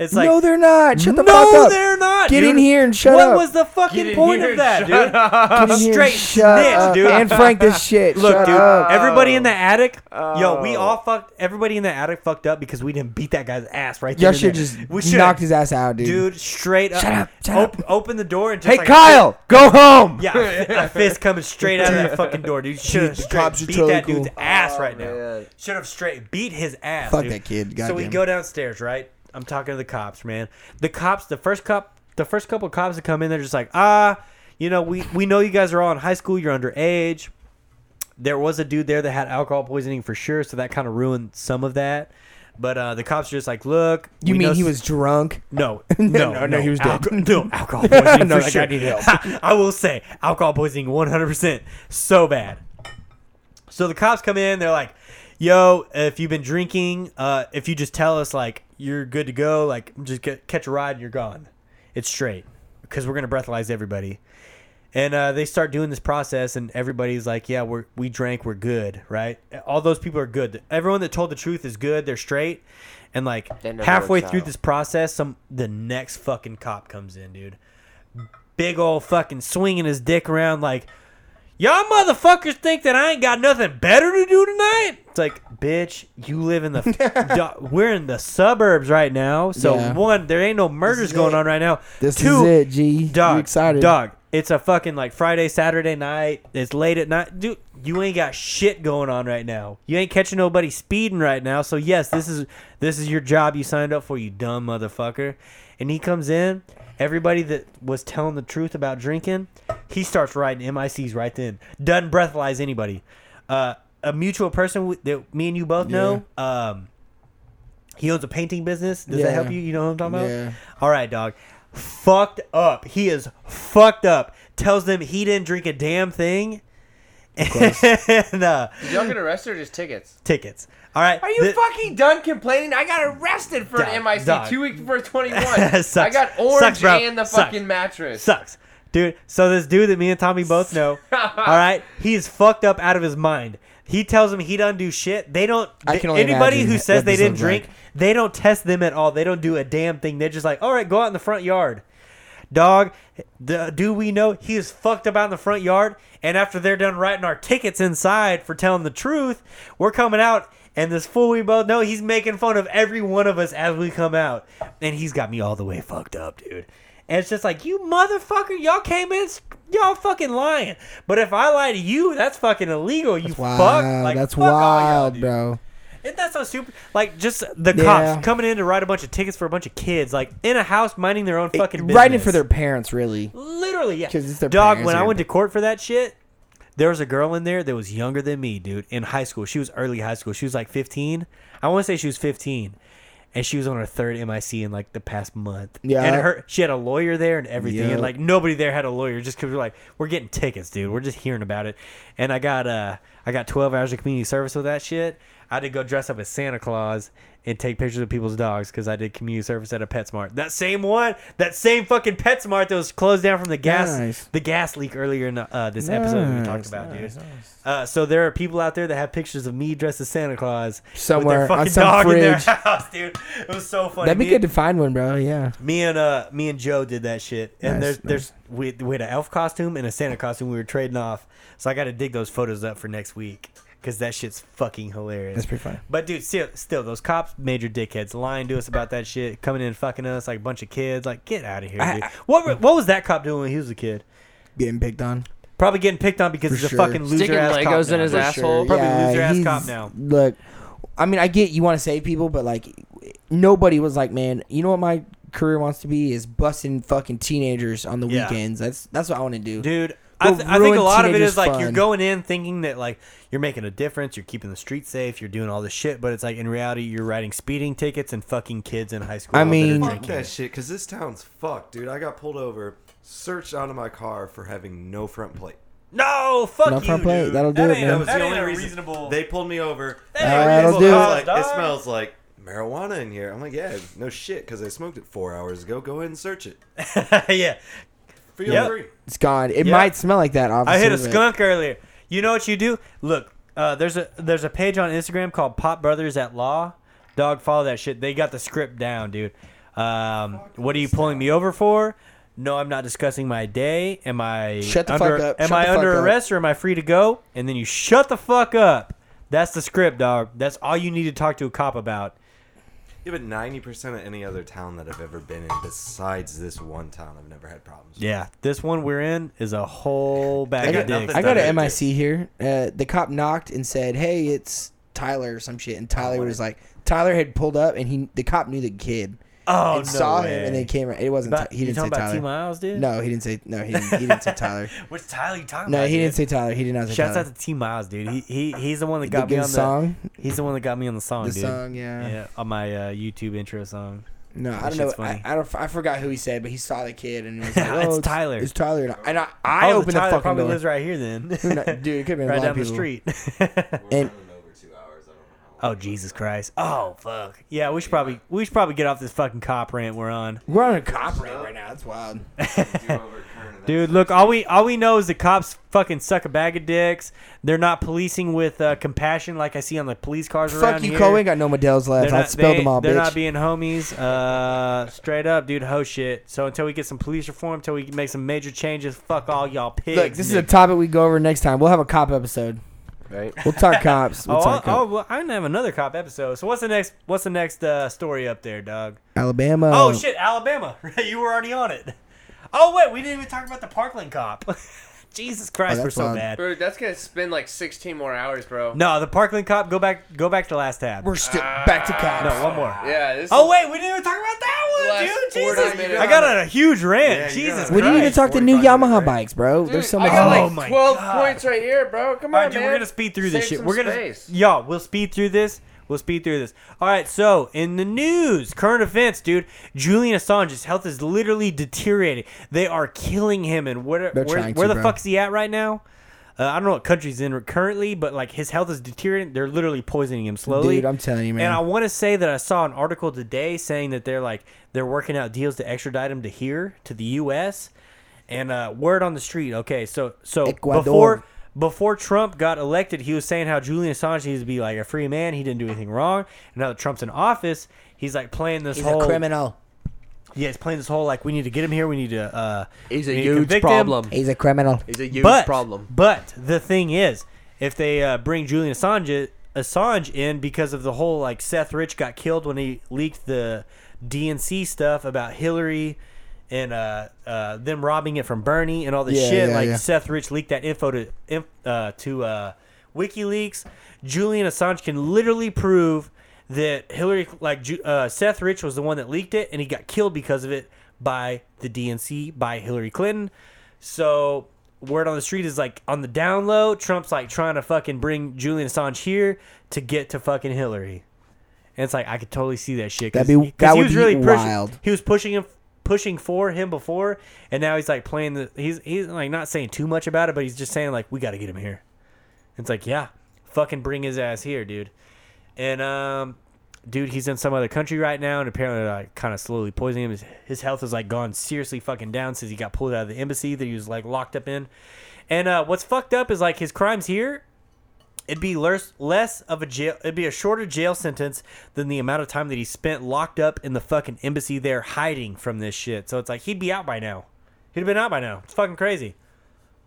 Speaker 1: It's like,
Speaker 3: no, they're not. Shut the
Speaker 1: "No,
Speaker 3: fuck up.
Speaker 1: they're not.
Speaker 3: Get
Speaker 1: dude.
Speaker 3: in here and shut up.
Speaker 1: What was the fucking
Speaker 5: in
Speaker 1: point
Speaker 5: here
Speaker 1: of that,
Speaker 5: and
Speaker 1: dude?
Speaker 5: shut
Speaker 3: Get in here and
Speaker 1: Straight
Speaker 3: shut
Speaker 1: snitch,
Speaker 3: up.
Speaker 1: dude.
Speaker 3: And Frank, this shit.
Speaker 1: Look,
Speaker 3: shut
Speaker 1: dude,
Speaker 3: up.
Speaker 1: everybody in the attic, yo,
Speaker 5: Oh.
Speaker 1: we all fucked. Everybody in the attic fucked up because we didn't beat that guy's ass right there.
Speaker 3: Y'all
Speaker 1: and
Speaker 3: should
Speaker 1: there.
Speaker 3: just
Speaker 1: we shoulda-
Speaker 3: knocked his ass out, dude.
Speaker 1: dude. Straight up,
Speaker 3: Shut up, shut
Speaker 1: Op- Open the door and just
Speaker 3: Hey,
Speaker 1: like,
Speaker 3: Kyle, go home.
Speaker 1: Yeah, a fi- a fist coming straight out of that fucking door, dude. Should
Speaker 3: Dude,
Speaker 1: have
Speaker 3: the
Speaker 1: straight
Speaker 3: cops are
Speaker 1: beat
Speaker 3: totally
Speaker 1: that dude's
Speaker 3: cool.
Speaker 1: ass right now.
Speaker 4: man.
Speaker 1: Should have straight beat his ass.
Speaker 3: Fuck
Speaker 1: dude.
Speaker 3: that kid,
Speaker 1: So we
Speaker 3: goddamn.
Speaker 1: go downstairs, right? I'm talking to the cops, man. The cops, the first cop, the first couple cops that come in, they're just like, ah, you know, we we know you guys are all in high school, you're underage. There was a dude there that had alcohol poisoning for sure, so that kind of ruined some of that. But uh, the cops are just like, look,
Speaker 3: You
Speaker 1: we know
Speaker 3: mean he
Speaker 1: s-
Speaker 3: was drunk?
Speaker 1: no, no,
Speaker 3: no, he was dead.
Speaker 1: Alco- no, alcohol poisoning
Speaker 3: No,
Speaker 1: for
Speaker 3: that guy
Speaker 1: sure.
Speaker 3: needed
Speaker 1: I will say, alcohol poisoning, one hundred percent, so bad. So the cops come in, they're like, "Yo, if you've been drinking, uh, if you just tell us like you're good to go, like just get, catch a ride and you're gone. It's straight because we're gonna breathalyze everybody." And uh, they start doing this process, and everybody's like, "Yeah, we're we drank, we're good, right? All those people are good. Everyone that told the truth is good. They're straight." And like
Speaker 4: That never
Speaker 1: halfway
Speaker 4: works
Speaker 1: through
Speaker 4: out.
Speaker 1: this process, some the next fucking cop comes in, dude. Big old fucking swinging his dick around like, Y'all motherfuckers think that I ain't got nothing better to do tonight? It's like, bitch, you live in the. Duh, we're in the suburbs right now. So,
Speaker 3: Yeah.
Speaker 1: one, there ain't no murders going on right now.
Speaker 3: This
Speaker 1: Two,
Speaker 3: is it, G.
Speaker 1: Dog,
Speaker 3: You excited?
Speaker 1: Dog, it's a fucking like Friday, Saturday night. It's late at night. Dude, you ain't got shit going on right now. You ain't catching nobody speeding right now. So, yes, this is this is your job you signed up for, you dumb motherfucker. And he comes in. Everybody that was telling the truth about drinking, he starts writing MICs right then. Doesn't breathalyze anybody. Uh, a mutual person w- that me and you both know. Um, he owns a painting business. Does that help
Speaker 3: Yeah.
Speaker 1: you? You know what I'm talking about?
Speaker 3: Yeah.
Speaker 1: All right, dog. Fucked up. He is fucked up. Tells them he didn't drink a damn thing. and uh,
Speaker 4: Did y'all get arrested or just tickets?
Speaker 1: tickets. All right.
Speaker 4: Are you
Speaker 1: the-
Speaker 4: fucking done complaining? I got arrested for
Speaker 1: Dog,
Speaker 4: an MIC
Speaker 1: dog.
Speaker 4: two weeks before 21.
Speaker 1: Sucks.
Speaker 4: I got orange
Speaker 1: Sucks, bro.
Speaker 4: and the
Speaker 1: Sucks.
Speaker 4: fucking mattress.
Speaker 1: Sucks. Dude, so this dude that me and Tommy both know, all right, he is fucked up out of his mind. He tells him he doesn't do shit. They don't.
Speaker 3: I can only
Speaker 1: anybody
Speaker 3: imagine
Speaker 1: who
Speaker 3: what
Speaker 1: says they
Speaker 3: this
Speaker 1: didn't
Speaker 3: looks
Speaker 1: drink,
Speaker 3: like.
Speaker 1: they don't test them at all. They don't do a damn thing. They're just like, all right, go out in the front yard. Dog, the, do we know he is fucked up out in the front yard? And after they're done writing our tickets inside for telling the truth, we're coming out, and this fool we both know, he's making fun of every one of us as we come out. And he's got me all the way fucked up, dude. And it's just like, you motherfucker, y'all came in, s- y'all fucking lying. But if I lie to you, that's fucking illegal, you fuck.
Speaker 3: Wow,
Speaker 1: Like,
Speaker 3: that's
Speaker 1: fuck all y'all,
Speaker 3: wild,
Speaker 1: dude.
Speaker 3: bro.
Speaker 1: Isn't that so stupid? Like, just the
Speaker 3: Yeah.
Speaker 1: cops coming in to write a bunch of tickets for a bunch of kids, like, in a house minding their own fucking business.
Speaker 3: Writing for their parents, really.
Speaker 1: Literally, yeah.
Speaker 3: 'Cause it's their
Speaker 1: Dog,
Speaker 3: parents
Speaker 1: when
Speaker 3: or
Speaker 1: I went to
Speaker 3: their-
Speaker 1: court for that shit, there was a girl in there that was younger than me, dude, in high school. She was early high school. She was like 15. I want to say she was 15. And she was on her third MIC in like the past month.
Speaker 3: Yeah.
Speaker 1: And her she had a lawyer there and everything.
Speaker 3: Yep.
Speaker 1: And like nobody there had a lawyer just because we're like, we're getting tickets, dude. We're just hearing about it. And I got uh I got twelve hours of community service with that shit. I did go dress up as Santa Claus and take pictures of people's dogs because I did community service at a PetSmart. That same one, that same fucking PetSmart that was closed down from the gas
Speaker 3: Nice.
Speaker 1: the gas leak earlier in uh, this episode we talked
Speaker 3: Nice,
Speaker 1: about, dude. Uh, so there are people out there that have pictures of me dressed as Santa Claus
Speaker 3: Somewhere
Speaker 1: with
Speaker 3: on
Speaker 1: their fucking
Speaker 3: some
Speaker 1: dog in their
Speaker 3: fridge.
Speaker 1: house, dude. It was so funny.
Speaker 3: That'd be
Speaker 1: Me-
Speaker 3: good to find one, bro. Yeah.
Speaker 1: me and uh me and Joe did that shit. And
Speaker 3: Nice,
Speaker 1: there's
Speaker 3: nice.
Speaker 1: there's we, we had an elf costume and a Santa costume we were trading off. So I got to dig those photos up for next week cuz that shit's fucking hilarious.
Speaker 3: That's pretty funny.
Speaker 1: But dude, still, still those cops major dickheads lying to us about that shit, coming in and fucking us like a bunch of kids. Like get out of here, dude. what were- what was that cop doing when he was a kid?
Speaker 3: Getting picked on.
Speaker 1: Probably getting picked on because
Speaker 3: For
Speaker 1: he's a
Speaker 3: sure.
Speaker 1: fucking loser
Speaker 4: Sticking
Speaker 1: ass cop
Speaker 4: Legos in
Speaker 1: now.
Speaker 4: his
Speaker 3: For
Speaker 4: ass. asshole.
Speaker 1: Probably
Speaker 3: yeah,
Speaker 1: loser ass
Speaker 3: he's-
Speaker 1: cop now.
Speaker 3: Look, I mean, I get you want to save people, but like, nobody was like, man, you know what my career wants to be is busting fucking teenagers on the
Speaker 1: Yeah.
Speaker 3: weekends. That's that's what I want to do.
Speaker 1: Dude, I,
Speaker 3: Go
Speaker 1: th- I think a
Speaker 3: ruin
Speaker 1: lot of it
Speaker 3: teenagers'
Speaker 1: is like you're
Speaker 3: fun.
Speaker 1: going in thinking that like you're making a difference, you're keeping the streets safe, you're doing all this shit, but it's like in reality you're writing speeding tickets and fucking kids in high school.
Speaker 3: I
Speaker 1: that are
Speaker 3: mean-
Speaker 5: Fuck
Speaker 1: drinking.
Speaker 5: that shit, because this town's fucked, dude. I got pulled over, searched out of my car for having no front plate.
Speaker 1: no, fuck
Speaker 3: Not
Speaker 1: you,
Speaker 3: front plate.
Speaker 1: dude.
Speaker 3: That'll do
Speaker 1: That
Speaker 3: it,
Speaker 1: ain't-
Speaker 5: That
Speaker 3: man.
Speaker 5: was
Speaker 1: that
Speaker 5: the
Speaker 1: ain't
Speaker 5: only
Speaker 1: a
Speaker 5: reason
Speaker 1: reasonable.
Speaker 5: they pulled me over.
Speaker 1: That ain't
Speaker 5: I
Speaker 1: a
Speaker 5: was
Speaker 3: reasonable
Speaker 1: cause,
Speaker 5: like,
Speaker 1: dog.
Speaker 5: it smells like marijuana in here. I'm like, yeah, no shit, because I smoked it four hours ago. Go ahead and search it.
Speaker 1: yeah,
Speaker 5: Feel
Speaker 1: Yep.
Speaker 5: free.
Speaker 3: It's gone. It
Speaker 1: Yeah.
Speaker 3: might smell like that. Obviously,
Speaker 1: I hit a
Speaker 3: but-
Speaker 1: skunk earlier. You know what you do? Look, uh, there's a there's a page on Instagram called Pop Brothers at Law. Dog, follow that shit. They got the script down, dude. Um, what are you pulling me over for? No, I'm not discussing my day. Am I
Speaker 3: Shut the
Speaker 1: under,
Speaker 3: fuck up.
Speaker 1: Am
Speaker 3: Shut
Speaker 1: I
Speaker 3: the fuck
Speaker 1: under
Speaker 3: up.
Speaker 1: arrest or am I free to go? And then you shut the fuck up. That's the script, dog. That's all you need to talk to a cop about.
Speaker 5: Yeah, but 90% of any other town that I've ever been in, besides this one town, I've never had problems. with.
Speaker 1: Yeah, this one we're in is a whole bag
Speaker 5: got
Speaker 1: of dicks.
Speaker 5: nothing
Speaker 3: I
Speaker 5: done
Speaker 3: got
Speaker 5: it,
Speaker 3: an
Speaker 5: dude.
Speaker 3: MIC here. Uh, the cop knocked and said, "Hey, it's Tyler or some shit."
Speaker 1: Oh,
Speaker 3: And Tyler was like, Tyler had pulled up, and he the cop knew the kid
Speaker 1: Oh
Speaker 3: and
Speaker 1: no
Speaker 3: saw
Speaker 1: way.
Speaker 3: him, and they came. It wasn't.
Speaker 1: But
Speaker 3: Ty- he
Speaker 1: you
Speaker 3: didn't say
Speaker 1: talking about T
Speaker 3: Tyler.
Speaker 1: Miles, dude?
Speaker 3: No, he didn't say. No, he didn't. He didn't say Tyler.
Speaker 1: What's Tyler you talking
Speaker 3: No,
Speaker 1: about?
Speaker 3: he
Speaker 1: dude?
Speaker 3: didn't say Tyler. He did not say
Speaker 1: Shouts
Speaker 3: Tyler.
Speaker 1: out to T Miles, dude. He, he he's the one that
Speaker 3: the
Speaker 1: got me on
Speaker 3: good
Speaker 1: the
Speaker 3: song.
Speaker 1: He's the one that got me on the song,
Speaker 3: The
Speaker 1: dude.
Speaker 3: song, yeah.
Speaker 1: Yeah, on my uh, YouTube intro song.
Speaker 3: No, I
Speaker 1: That
Speaker 3: don't know.
Speaker 1: shit's
Speaker 3: I,
Speaker 1: funny.
Speaker 3: I don't. I forgot who he said, but he saw the kid and was like,
Speaker 1: It's
Speaker 3: "Oh,
Speaker 1: Tyler."
Speaker 3: It's Tyler." And I, and I, I
Speaker 1: Oh,
Speaker 3: opened the,
Speaker 1: Tyler
Speaker 3: fucking
Speaker 1: probably
Speaker 3: door.
Speaker 1: lives right here then,
Speaker 3: Who kno- Dude, it could have been a
Speaker 1: right
Speaker 3: lot
Speaker 1: down
Speaker 3: of
Speaker 1: the
Speaker 3: people.
Speaker 1: street.
Speaker 3: And
Speaker 1: oh Jesus Christ! Oh fuck! Yeah, we should probably we should probably get off this fucking cop rant we're on,
Speaker 3: we're on a cop rant right now. That's wild.
Speaker 1: dude. Look, all we all we know is the cops fucking suck a bag of dicks. They're not policing with uh, compassion like I see on the police cars
Speaker 3: Fuck
Speaker 1: around
Speaker 3: you,
Speaker 1: here.
Speaker 3: Cole. Ain't got no Models left.
Speaker 1: They're
Speaker 3: I
Speaker 1: not,
Speaker 3: spelled
Speaker 1: they-
Speaker 3: them all,
Speaker 1: They're
Speaker 3: bitch.
Speaker 1: not being homies. Uh, straight up, dude, ho shit. So until we get some police reform, until we make some major changes, fuck all y'all pigs.
Speaker 3: Look, this is a
Speaker 1: nigga.
Speaker 3: topic we go over next time. We'll have a cop episode.
Speaker 4: Right.
Speaker 3: We'll talk cops. We'll
Speaker 1: Oh,
Speaker 3: talk
Speaker 1: oh,
Speaker 3: cop-
Speaker 1: well, I didn't have another cop episode. So what's the next? What's the next uh, story up there, dog?
Speaker 3: Alabama.
Speaker 1: Oh shit, Alabama. you were already on it. Oh wait, we didn't even talk about the Parkland cop. Jesus Christ,
Speaker 3: Oh,
Speaker 1: we're
Speaker 3: that's
Speaker 1: so
Speaker 3: wild.
Speaker 1: bad.
Speaker 4: Bro, that's gonna spend like 16 more hours, bro.
Speaker 1: No, the Parkland cop. Go back. Go back to last tab.
Speaker 3: We're still back to cops.
Speaker 1: no, one more.
Speaker 4: Yeah. This
Speaker 1: Oh wait, we didn't even talk about that
Speaker 4: Last
Speaker 1: one, dude.
Speaker 4: 40
Speaker 1: Jesus,
Speaker 4: minutes.
Speaker 1: I got on a huge rant.
Speaker 5: Yeah, you
Speaker 1: Jesus,
Speaker 5: got it.
Speaker 3: we didn't even
Speaker 1: Christ.
Speaker 3: talk the new
Speaker 5: 45 minutes,
Speaker 3: Yamaha
Speaker 5: right?
Speaker 3: bikes, bro.
Speaker 4: Dude,
Speaker 3: There's so
Speaker 4: I
Speaker 3: much.
Speaker 4: got
Speaker 1: Oh
Speaker 4: like
Speaker 1: my
Speaker 4: 12
Speaker 1: God.
Speaker 4: points right here, bro. Come on,
Speaker 1: All right, dude,
Speaker 4: man.
Speaker 1: we're gonna speed through this
Speaker 4: Save
Speaker 1: shit.
Speaker 4: some
Speaker 1: We're gonna,
Speaker 4: space.
Speaker 1: y'all, we'll speed through this. We'll speed through this. All right, so in the news, current events, dude, Julian Assange's health is literally deteriorating. They are killing him, and where
Speaker 3: They're
Speaker 1: where,
Speaker 3: trying to,
Speaker 1: where the
Speaker 3: bro.
Speaker 1: fuck's he at right now? Uh, I don't know what country he's in currently, but like his health is deteriorating. They're literally poisoning him slowly.
Speaker 3: Dude, I'm telling you, man.
Speaker 1: And I want to say that I saw an article today saying that they're like they're working out deals to extradite him to here to the U.S. And uh, word on the street, okay, so so
Speaker 3: Ecuador.
Speaker 1: before before Trump got elected, he was saying how Julian Assange needs to be like a free man. He didn't do anything wrong. And now that Trump's in office, he's like playing this
Speaker 3: He's
Speaker 1: whole
Speaker 3: a criminal.
Speaker 1: Yeah, he's playing this whole like we need to get him here. We need to. Uh,
Speaker 4: He's a
Speaker 1: we need to
Speaker 4: huge
Speaker 1: convict him.
Speaker 4: problem.
Speaker 3: He's a criminal.
Speaker 4: He's a huge
Speaker 1: But
Speaker 4: problem.
Speaker 1: But the thing is, if they uh, bring Julian Assange Assange in because of the whole like Seth Rich got killed when he leaked the DNC stuff about Hillary and uh, uh, them robbing it from Bernie and all this
Speaker 3: Yeah,
Speaker 1: shit.
Speaker 3: yeah,
Speaker 1: like
Speaker 3: yeah.
Speaker 1: Seth Rich leaked that info to inf- uh, to uh, WikiLeaks. Julian Assange can literally prove that Hillary, like Ju- uh, Seth Rich, was the one that leaked it, and he got killed because of it by the DNC by Hillary Clinton. So word on the street is like on the down low, Trump's like trying to fucking bring Julian Assange here to get to fucking Hillary. And it's like I could totally see that shit. 'cause
Speaker 3: That'd be-
Speaker 1: he- 'cause
Speaker 3: that
Speaker 1: he
Speaker 3: would
Speaker 1: was
Speaker 3: be
Speaker 1: really pushing-
Speaker 3: wild.
Speaker 1: He was pushing him, pushing for him before, and now he's like playing the. He's he's like not saying too much about it, but he's just saying like we got to get him here. It's like yeah, fucking bring his ass here, dude. And um, dude, he's in some other country right now, and apparently they're, like kind of slowly poisoning him. His, his health has like gone seriously fucking down since he got pulled out of the embassy that he was like locked up in. And uh, what's fucked up is like his crimes here it'd be less, less of a jail it'd be a shorter jail sentence than the amount of time that he spent locked up in the fucking embassy there hiding from this shit so it's like he'd be out by now he'd have been out by now it's fucking crazy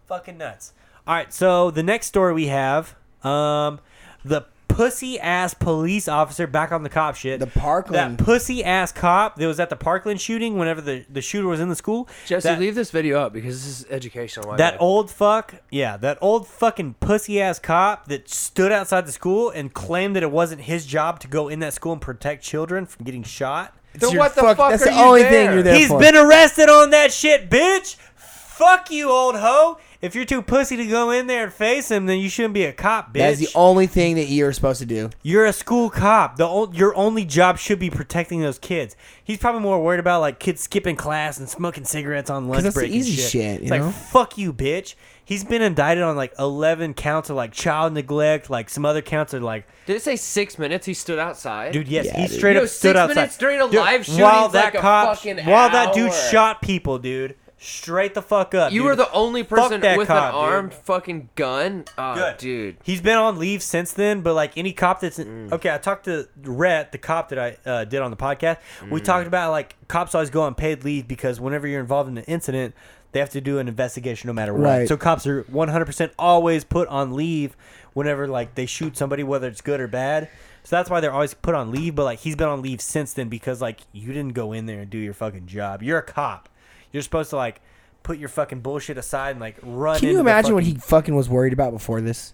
Speaker 1: fucking nuts all right so the next story we have um the pussy ass police officer back on the cop shit.
Speaker 3: The Parkland-
Speaker 1: That pussy ass cop that was at the Parkland shooting whenever the, the shooter was in the school.
Speaker 4: Jesse,
Speaker 1: that,
Speaker 4: leave this video up because this is educational. my
Speaker 1: that
Speaker 4: bad.
Speaker 1: old fuck, yeah, that old fucking pussy ass cop that stood outside the school and claimed that it wasn't his job to go in that school and protect children from getting shot.
Speaker 4: Then
Speaker 3: your
Speaker 4: what the
Speaker 3: fuck-
Speaker 4: fuck?
Speaker 3: that's
Speaker 4: are
Speaker 3: the
Speaker 4: you
Speaker 3: only
Speaker 4: there?
Speaker 3: thing you're there-
Speaker 1: He's
Speaker 3: for-
Speaker 1: been arrested on that shit, bitch. Fuck you, old hoe. If you're too pussy to go in there and face him, then you shouldn't be a cop, bitch.
Speaker 3: That's the only thing that you're supposed to do.
Speaker 1: You're a school cop. The o- your only job should be protecting those kids. He's probably more worried about like kids skipping class and smoking cigarettes on lunch
Speaker 3: that's the
Speaker 1: break. and
Speaker 3: easy
Speaker 1: shit.
Speaker 3: shit, you
Speaker 1: it's like
Speaker 3: know?
Speaker 1: fuck you, bitch. He's been indicted on like eleven counts of like child neglect, like some other counts of like,
Speaker 4: Did it say six minutes? He stood outside.
Speaker 1: dude, yes,
Speaker 3: Yeah,
Speaker 1: he
Speaker 3: dude.
Speaker 1: straight
Speaker 4: You know,
Speaker 1: up stood
Speaker 4: six
Speaker 1: outside
Speaker 4: minutes during a
Speaker 1: Dude,
Speaker 4: live shooting's
Speaker 1: while that
Speaker 4: like a
Speaker 1: cop,
Speaker 4: fucking
Speaker 1: while that dude
Speaker 4: hour.
Speaker 1: shot people, dude, straight the fuck up.
Speaker 4: you
Speaker 1: dude.
Speaker 4: were the only person
Speaker 1: that
Speaker 4: with
Speaker 1: cop,
Speaker 4: an
Speaker 1: dude.
Speaker 4: armed fucking gun. Oh,
Speaker 1: Good.
Speaker 4: dude. Mm.
Speaker 1: He's been on leave since then, but like any cop that's okay, I talked to Rhett, the cop that I uh, did on the podcast. We
Speaker 4: Mm.
Speaker 1: talked about like cops always go on paid leave because whenever you're involved in an incident, they have to do an investigation no matter what.
Speaker 3: Right.
Speaker 1: So cops are 100% always put on leave whenever like they shoot somebody, whether it's good or bad. So that's why they're always put on leave. But like he's been on leave since then because like you didn't go in there and do your fucking job. You're a cop. You're supposed to like put your fucking bullshit aside and like run.
Speaker 3: Can you
Speaker 1: into the
Speaker 3: imagine what
Speaker 1: fucking-
Speaker 3: he fucking was worried about before this?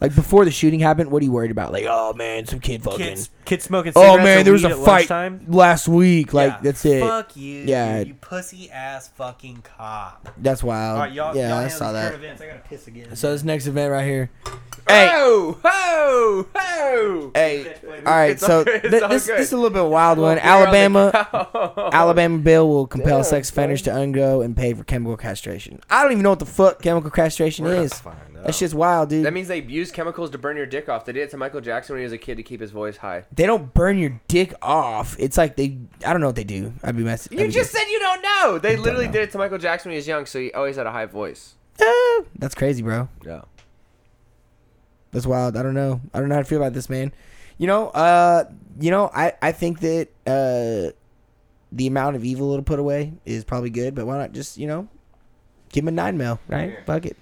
Speaker 3: Like before the shooting happened, what he worried about? Like, oh man, some kid fucking.
Speaker 1: kids, kids smoking.
Speaker 3: oh
Speaker 1: Cigarettes
Speaker 3: man, there was a fight
Speaker 1: Time.
Speaker 3: last week. Like that's it.
Speaker 1: Fuck you.
Speaker 3: Yeah.
Speaker 1: you pussy ass fucking cop.
Speaker 3: That's wild.
Speaker 1: All right, y'all.
Speaker 3: yeah,
Speaker 1: y'all
Speaker 3: I
Speaker 1: handle
Speaker 3: saw
Speaker 1: these current
Speaker 3: that.
Speaker 1: Events. I gotta piss again.
Speaker 3: So this next event right here.
Speaker 4: Oh, oh, oh.
Speaker 3: Hey, all right.
Speaker 4: It's
Speaker 3: So
Speaker 4: all good,
Speaker 3: th-
Speaker 4: it's all
Speaker 3: this
Speaker 4: good.
Speaker 3: this is a little bit wild one.
Speaker 4: We're on the
Speaker 3: Alabama.
Speaker 4: couch.
Speaker 3: Alabama bill will compel sex offenders to undergo and pay for chemical castration. I don't even know what the fuck chemical castration
Speaker 5: We're gonna
Speaker 3: is.
Speaker 5: find
Speaker 3: That
Speaker 5: out.
Speaker 3: shit's wild, dude.
Speaker 4: That means they use chemicals to burn your dick off. They did it to Michael Jackson when he was a kid to keep his voice high.
Speaker 3: they don't burn your dick off. It's like they. I don't know what they do. I'd be messing.
Speaker 4: You just said you don't know. They literally
Speaker 3: know.
Speaker 4: did it to Michael Jackson when he was young, so he always had a high voice.
Speaker 3: "Uh, That's crazy, bro.
Speaker 4: Yeah.
Speaker 3: That's wild. I don't know. I don't know how to feel about this, man. You know, uh, you know, I I think that uh, the amount of evil it'll put away is probably good, but why not just you know, give him a nine mil, right? Fuck it.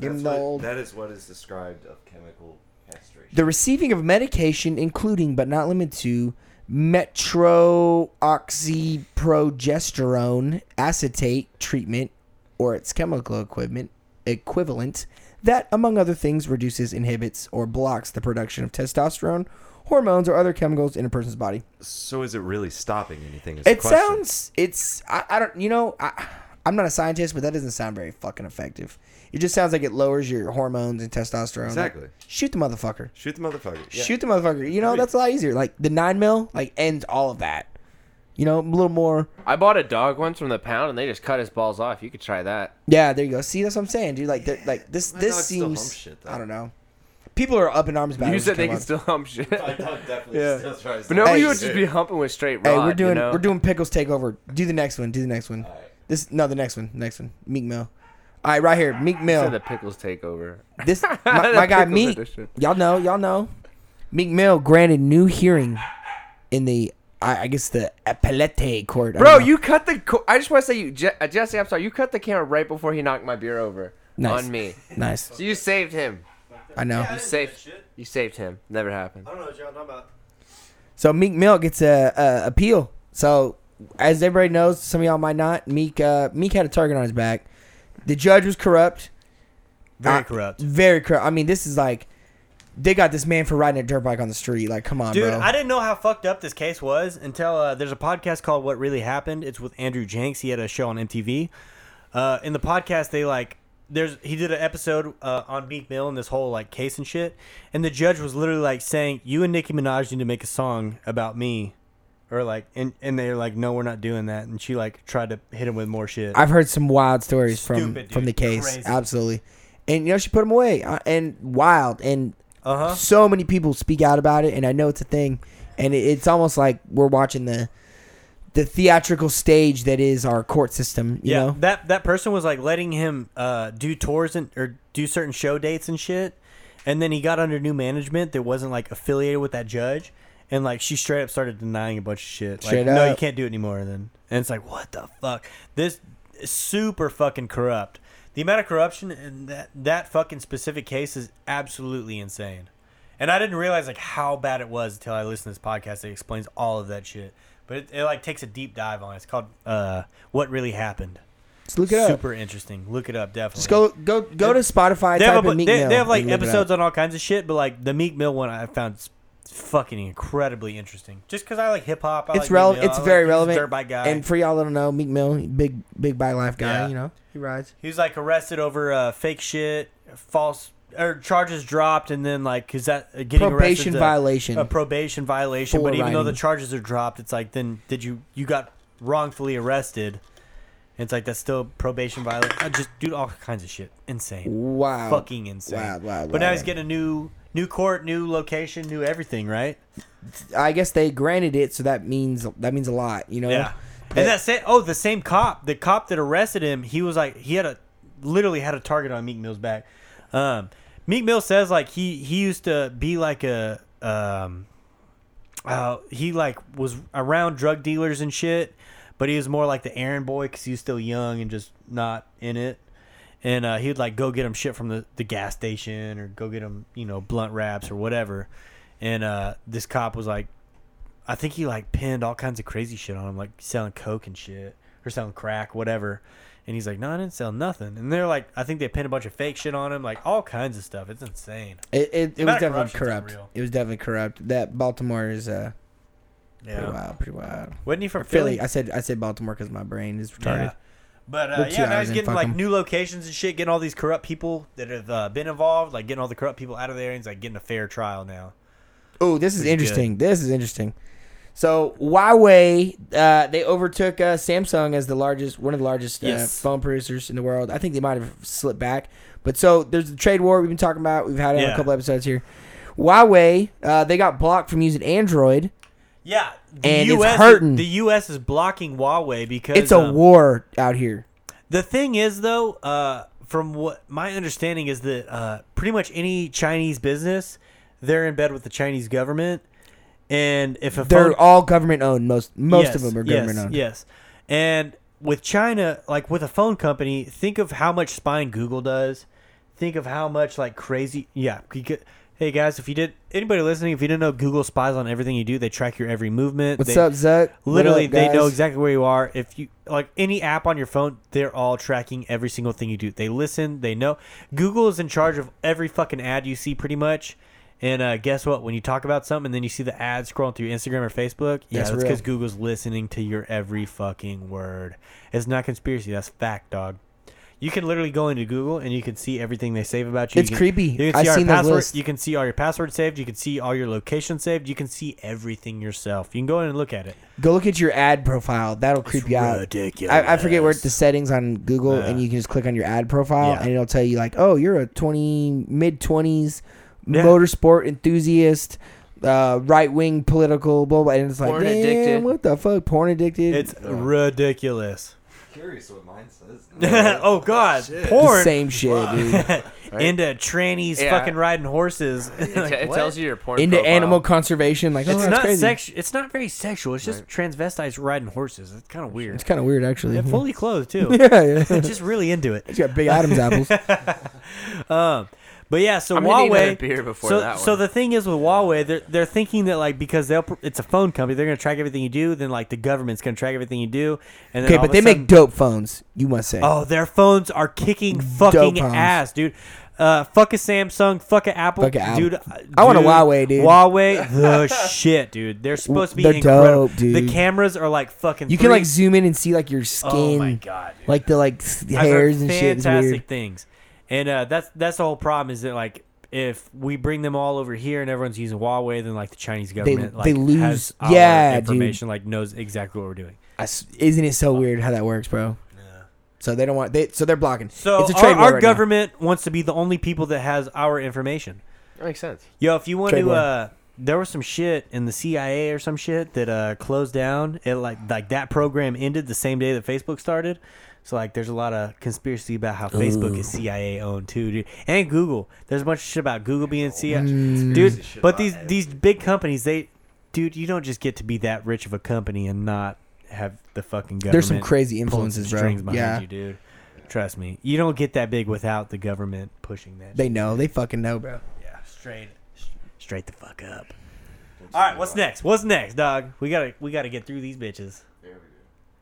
Speaker 3: Give
Speaker 5: That's
Speaker 3: him the
Speaker 5: what-
Speaker 3: old.
Speaker 5: that is what is described of chemical castration.
Speaker 3: the receiving of medication, including but not limited to metrooxyprogesterone acetate treatment or its chemical equipment equivalent that, among other things, reduces, inhibits, or blocks the production of testosterone, hormones, or other chemicals in a person's body.
Speaker 5: so is it really stopping anything? Is the
Speaker 3: It
Speaker 5: question.
Speaker 3: sounds. It's. I, I don't. You know. I, I'm not a scientist, but that doesn't sound very fucking effective. It just sounds like it lowers your hormones and testosterone. Like,
Speaker 5: Exactly.
Speaker 3: shoot the motherfucker
Speaker 5: Shoot the motherfucker. Yeah.
Speaker 3: shoot the motherfucker. You know,
Speaker 5: Agreed.
Speaker 3: that's a lot easier. Like the nine mil, like ends all of that. You know, a little more.
Speaker 4: I bought a dog once from the pound, and they just cut his balls off. You could try that.
Speaker 3: Yeah, there you go. See, that's what I'm saying, dude. Like, they're- like this,
Speaker 5: My
Speaker 3: this
Speaker 5: dog still humps
Speaker 3: seems.
Speaker 5: shit, though.
Speaker 3: I don't know. People are up in arms about it.
Speaker 4: you
Speaker 3: when
Speaker 4: said
Speaker 3: it
Speaker 4: they
Speaker 3: came
Speaker 4: can
Speaker 3: up.
Speaker 4: still hump shit.
Speaker 5: My
Speaker 4: but
Speaker 5: dog definitely still tries to-
Speaker 4: no,
Speaker 3: Hey.
Speaker 4: you would just be humping with straight rod.
Speaker 3: Hey, we're doing
Speaker 4: You know?
Speaker 3: we're doing pickles takeover. Do the next one. Do the next one. This no, the next one. Next one. Meek Mill. All right, right here, Meek
Speaker 4: Said
Speaker 3: Mill.
Speaker 4: the pickles take over.
Speaker 3: This my, my guy
Speaker 4: Pickles
Speaker 3: Meek.
Speaker 4: edition.
Speaker 3: Y'all know, y'all know. Meek Mill granted new hearing in the I, I guess the appellate court. I
Speaker 4: Bro,
Speaker 3: don't know.
Speaker 4: you cut the. Co- I just want to say, you, Je- uh, Jesse, I'm sorry. You cut the camera right before he knocked my beer over
Speaker 3: Nice.
Speaker 4: on me.
Speaker 3: nice.
Speaker 4: So you saved him.
Speaker 3: I know.
Speaker 4: You saved. You saved him. Never happened.
Speaker 1: don't know what y'all talking about.
Speaker 3: So Meek Mill gets a, a appeal. So as everybody knows, some of y'all might not. Meek uh, Meek had a target on his back. The judge was corrupt.
Speaker 1: Very
Speaker 3: Uh,
Speaker 1: corrupt.
Speaker 3: Very corrupt. I mean, this is like they got this man for riding a dirt bike on the street. Like, come on,
Speaker 1: Dude,
Speaker 3: bro.
Speaker 1: I didn't know how fucked up this case was until uh, there's a podcast called What Really Happened. It's with Andrew Jenks. He had a show on MTV. Uh, in the podcast, they like there's he did an episode uh, on Meek Mill and this whole like case and shit. And the judge was literally like saying, "You and Nicki Minaj need to make a song about me," or like, and and they're like, "No, we're not doing that." And she like tried to hit him with more shit.
Speaker 3: I've heard some wild stories from
Speaker 1: Stupid,
Speaker 3: from the
Speaker 1: dude.
Speaker 3: case.
Speaker 1: Crazy.
Speaker 3: Absolutely. And you know she put him away. Uh, and wild. And
Speaker 1: Uh huh.
Speaker 3: so many people speak out about it, and I know it's a thing. And it, it's almost like we're watching the the theatrical stage that is our court system. You
Speaker 1: yeah,
Speaker 3: know.
Speaker 1: that that person was like letting him uh, do tours and or do certain show dates and shit, and then he got under new management that wasn't like affiliated with that judge, and like she straight up started denying a bunch of shit. Like,
Speaker 3: Straight
Speaker 1: no, you
Speaker 3: up.
Speaker 1: can't do it anymore. Then and it's like, what the fuck? This is super fucking corrupt. The amount of corruption in that that fucking specific case is absolutely insane. And I didn't realize like how bad it was until I listened to this podcast that explains all of that shit. But it, it like takes a deep dive on it. It's called uh, "What Really Happened."
Speaker 3: Just look it up.
Speaker 1: Super interesting. Look it up, definitely.
Speaker 3: Just go go go to Spotify.
Speaker 1: They
Speaker 3: type
Speaker 1: have, a
Speaker 3: in
Speaker 1: bu-
Speaker 3: Meek
Speaker 1: they,
Speaker 3: Mill
Speaker 1: they have like
Speaker 3: and look it up.
Speaker 1: episodes on all kinds of shit, but like the Meek Mill one I found s- fucking incredibly interesting. Just because I like hip hop,
Speaker 3: It's relevant. It's very relevant.
Speaker 1: Dirt bike guy.
Speaker 3: And for y'all that don't know, Meek Mill, big big bike life guy.
Speaker 1: Yeah.
Speaker 3: You know, he rides.
Speaker 1: he was like arrested over uh, fake shit, false or charges dropped, and then like because that uh, getting
Speaker 3: Probation
Speaker 1: arrested,
Speaker 3: violation.
Speaker 1: a, a probation violation.
Speaker 3: For
Speaker 1: But even though the
Speaker 3: riding.
Speaker 1: charges are dropped, it's like then did you you got wrongfully arrested? And it's like that's still probation violation. I just dude, all kinds of shit, insane.
Speaker 3: wow.
Speaker 1: fucking insane.
Speaker 3: Wow, wow,
Speaker 1: But now
Speaker 3: wow.
Speaker 1: he's getting a new new court, new location, new everything, right?
Speaker 3: I guess they granted it, so that means that means a lot. You know.
Speaker 1: Yeah.
Speaker 3: But-
Speaker 1: and that same oh, the same cop, the cop that arrested him, he was like he had a literally had a target on Meek Mill's back. Um Meek Mill says like he he used to be like a um uh, he like was around drug dealers and shit, but he was more like the errand boy because he was still young and just not in it. And uh, he would like go get him shit from the, the gas station or go get him you know blunt wraps or whatever. And uh, this cop was like, I think he like pinned all kinds of crazy shit on him, like selling coke and shit or selling crack, whatever. And he's like, no, I didn't sell nothing. And they're like, I think they pinned a bunch of fake shit on him, like all kinds of stuff. It's insane.
Speaker 3: It, it, it
Speaker 1: amount
Speaker 3: was
Speaker 1: of
Speaker 3: definitely
Speaker 1: corruption's
Speaker 3: corrupt.
Speaker 1: unreal.
Speaker 3: It was definitely corrupt. That Baltimore is uh, pretty
Speaker 1: Yeah.
Speaker 3: wild, pretty wild.
Speaker 1: Wasn't he from
Speaker 3: Philly.
Speaker 1: Philly?
Speaker 3: I said I said Baltimore because my brain is retarded.
Speaker 1: Yeah. But uh,
Speaker 3: We're two
Speaker 1: yeah, now
Speaker 3: hours
Speaker 1: he's
Speaker 3: in,
Speaker 1: getting
Speaker 3: fuck
Speaker 1: like
Speaker 3: 'em.
Speaker 1: new locations and shit, getting all these corrupt people that have uh, been involved, like getting all the corrupt people out of there, and he's like getting a fair trial now.
Speaker 3: Oh, this is
Speaker 1: Pretty good.
Speaker 3: interesting. This is interesting. So Huawei, uh, they overtook uh, Samsung as the largest, one of the largest uh,
Speaker 1: Yes.
Speaker 3: phone producers in the world. I think they might have slipped back, but so there's the trade war we've been talking about. We've had it on a
Speaker 1: Yeah.
Speaker 3: couple episodes here. Huawei, uh, they got blocked from using Android.
Speaker 1: Yeah, the
Speaker 3: And it's
Speaker 1: US,
Speaker 3: hurting.
Speaker 1: The U.S. is blocking Huawei because
Speaker 3: It's a
Speaker 1: um,
Speaker 3: war out here.
Speaker 1: The thing is, though, uh, from what my understanding is that uh, pretty much any Chinese business, they're in bed with the Chinese government, and if a
Speaker 3: They're
Speaker 1: phone,
Speaker 3: all government owned. Most most
Speaker 1: Yes,
Speaker 3: of them are
Speaker 1: yes,
Speaker 3: government owned.
Speaker 1: Yes, and with China, like with a phone company, think of how much spying Google does. Think of how much like crazy. Yeah, you could- hey guys, if you did anybody listening, if you didn't know, Google spies on everything you do. They track your every movement.
Speaker 3: What's
Speaker 1: they,
Speaker 3: up, Zuck? What
Speaker 1: Literally,
Speaker 3: up,
Speaker 1: they know
Speaker 3: guys?
Speaker 1: exactly where you are. If you like any app on your phone, they're all tracking every single thing you do. They listen. They know. Google is in charge of every fucking ad you see, pretty much. And uh, guess what? When you talk about something, and then you see the ad scrolling through Instagram or Facebook, yeah, that's
Speaker 3: That's real.
Speaker 1: because Google's listening to your every fucking word. It's not conspiracy. That's fact, dog. You can literally go into Google and you can see everything they save about you.
Speaker 3: It's
Speaker 1: You can-
Speaker 3: creepy.
Speaker 1: You can
Speaker 3: I've
Speaker 1: see all
Speaker 3: seen
Speaker 1: your
Speaker 3: those
Speaker 1: password.
Speaker 3: lists.
Speaker 1: You can see all your passwords saved. You can see all your location saved. You can see everything yourself. You can go in and look at it.
Speaker 3: Go look at your ad profile. That'll creep you out. I, I forget where it's the settings on Google,
Speaker 1: Yeah.
Speaker 3: and you can just click on your ad profile,
Speaker 1: Yeah.
Speaker 3: and it'll tell you like, oh, you're a twenty mid twenties
Speaker 1: Yeah.
Speaker 3: motorsport enthusiast, uh, right wing political blah blah, and it's like,
Speaker 4: Porn
Speaker 3: damn,
Speaker 4: addicted."
Speaker 3: what the fuck, porn addicted?
Speaker 1: It's ridiculous.
Speaker 5: Curious what mine says.
Speaker 1: oh God,
Speaker 5: Shit.
Speaker 3: the
Speaker 1: porn
Speaker 3: same shit, dude.
Speaker 1: into trannies
Speaker 4: Yeah.
Speaker 1: fucking riding horses.
Speaker 4: It,
Speaker 1: Like,
Speaker 4: te- it
Speaker 1: what?
Speaker 4: tells you your porn
Speaker 3: Into
Speaker 4: profile.
Speaker 3: animal conservation, like, oh,
Speaker 1: It's
Speaker 3: that's
Speaker 1: not
Speaker 3: crazy.
Speaker 1: sex. It's not very sexual. It's just transvestites riding horses. It's kind of weird.
Speaker 3: It's kind of weird, actually. Hmm.
Speaker 1: And fully clothed too.
Speaker 3: yeah, yeah.
Speaker 1: just really into it.
Speaker 3: He's got big Adam's apples.
Speaker 1: Um, but yeah, so
Speaker 4: I'm gonna need another
Speaker 1: Huawei.
Speaker 4: beer before
Speaker 1: so,
Speaker 4: that
Speaker 1: so
Speaker 4: one.
Speaker 1: the thing is with Huawei, they're they're thinking that like because they'll pr- it's a phone company, they're gonna track everything you do. Then like the government's gonna track everything you do. And then
Speaker 3: Okay,
Speaker 1: all of
Speaker 3: but
Speaker 1: a
Speaker 3: they
Speaker 1: sudden-
Speaker 3: make dope phones. You must say.
Speaker 1: Oh, their phones are kicking fucking
Speaker 3: phones.
Speaker 1: ass, dude. Uh, fuck a Samsung, fuck a Apple,
Speaker 3: Fuck a Apple.
Speaker 1: dude.
Speaker 3: I want a Huawei, dude.
Speaker 1: Huawei, the shit, dude. They're supposed to be
Speaker 3: They're
Speaker 1: incredible.
Speaker 3: dope, dude.
Speaker 1: The cameras are like fucking.
Speaker 3: you can like
Speaker 1: three-
Speaker 3: zoom in and see like your skin,
Speaker 1: Oh my god, dude.
Speaker 3: like the like s-
Speaker 1: I've heard
Speaker 3: hairs and shit. It's
Speaker 1: Fantastic
Speaker 3: weird.
Speaker 1: things, and uh, that's that's the whole problem is that like if we bring them all over here and everyone's using Huawei, then like the Chinese government like
Speaker 3: they lose-
Speaker 1: has our
Speaker 3: yeah, dude.
Speaker 1: information, like knows exactly what we're doing.
Speaker 3: I s isn't it so weird how that works, bro? So they don't want they so they're blocking.
Speaker 1: So
Speaker 3: it's a trade
Speaker 1: our,
Speaker 3: war
Speaker 1: our
Speaker 3: right now.
Speaker 1: government wants to be the only people that has our information.
Speaker 4: That makes sense.
Speaker 1: Yo, if you want
Speaker 3: Trade
Speaker 1: to,
Speaker 3: war.
Speaker 1: uh, there was some shit in the CIA or some shit that uh, closed down. It like like that program ended the same day that Facebook started. So like, there's a lot of conspiracy about how Facebook is CIA owned too, dude, and Google. There's a bunch of shit about Google being CIA,
Speaker 3: Mm.
Speaker 1: dude.
Speaker 5: shit
Speaker 1: But
Speaker 5: about
Speaker 1: these these big companies, they, dude, you don't just get to be that rich of a company and not have the fucking government.
Speaker 3: There's some crazy
Speaker 1: pulling some
Speaker 3: influences, bro.
Speaker 1: strings behind
Speaker 3: Yeah,
Speaker 1: you, dude. Trust me, you don't get that big without the government pushing that.
Speaker 3: they know. They fucking know, bro.
Speaker 1: yeah, straight, straight the fuck up. All right, what's next? What's next, dog? We gotta we gotta get through these bitches.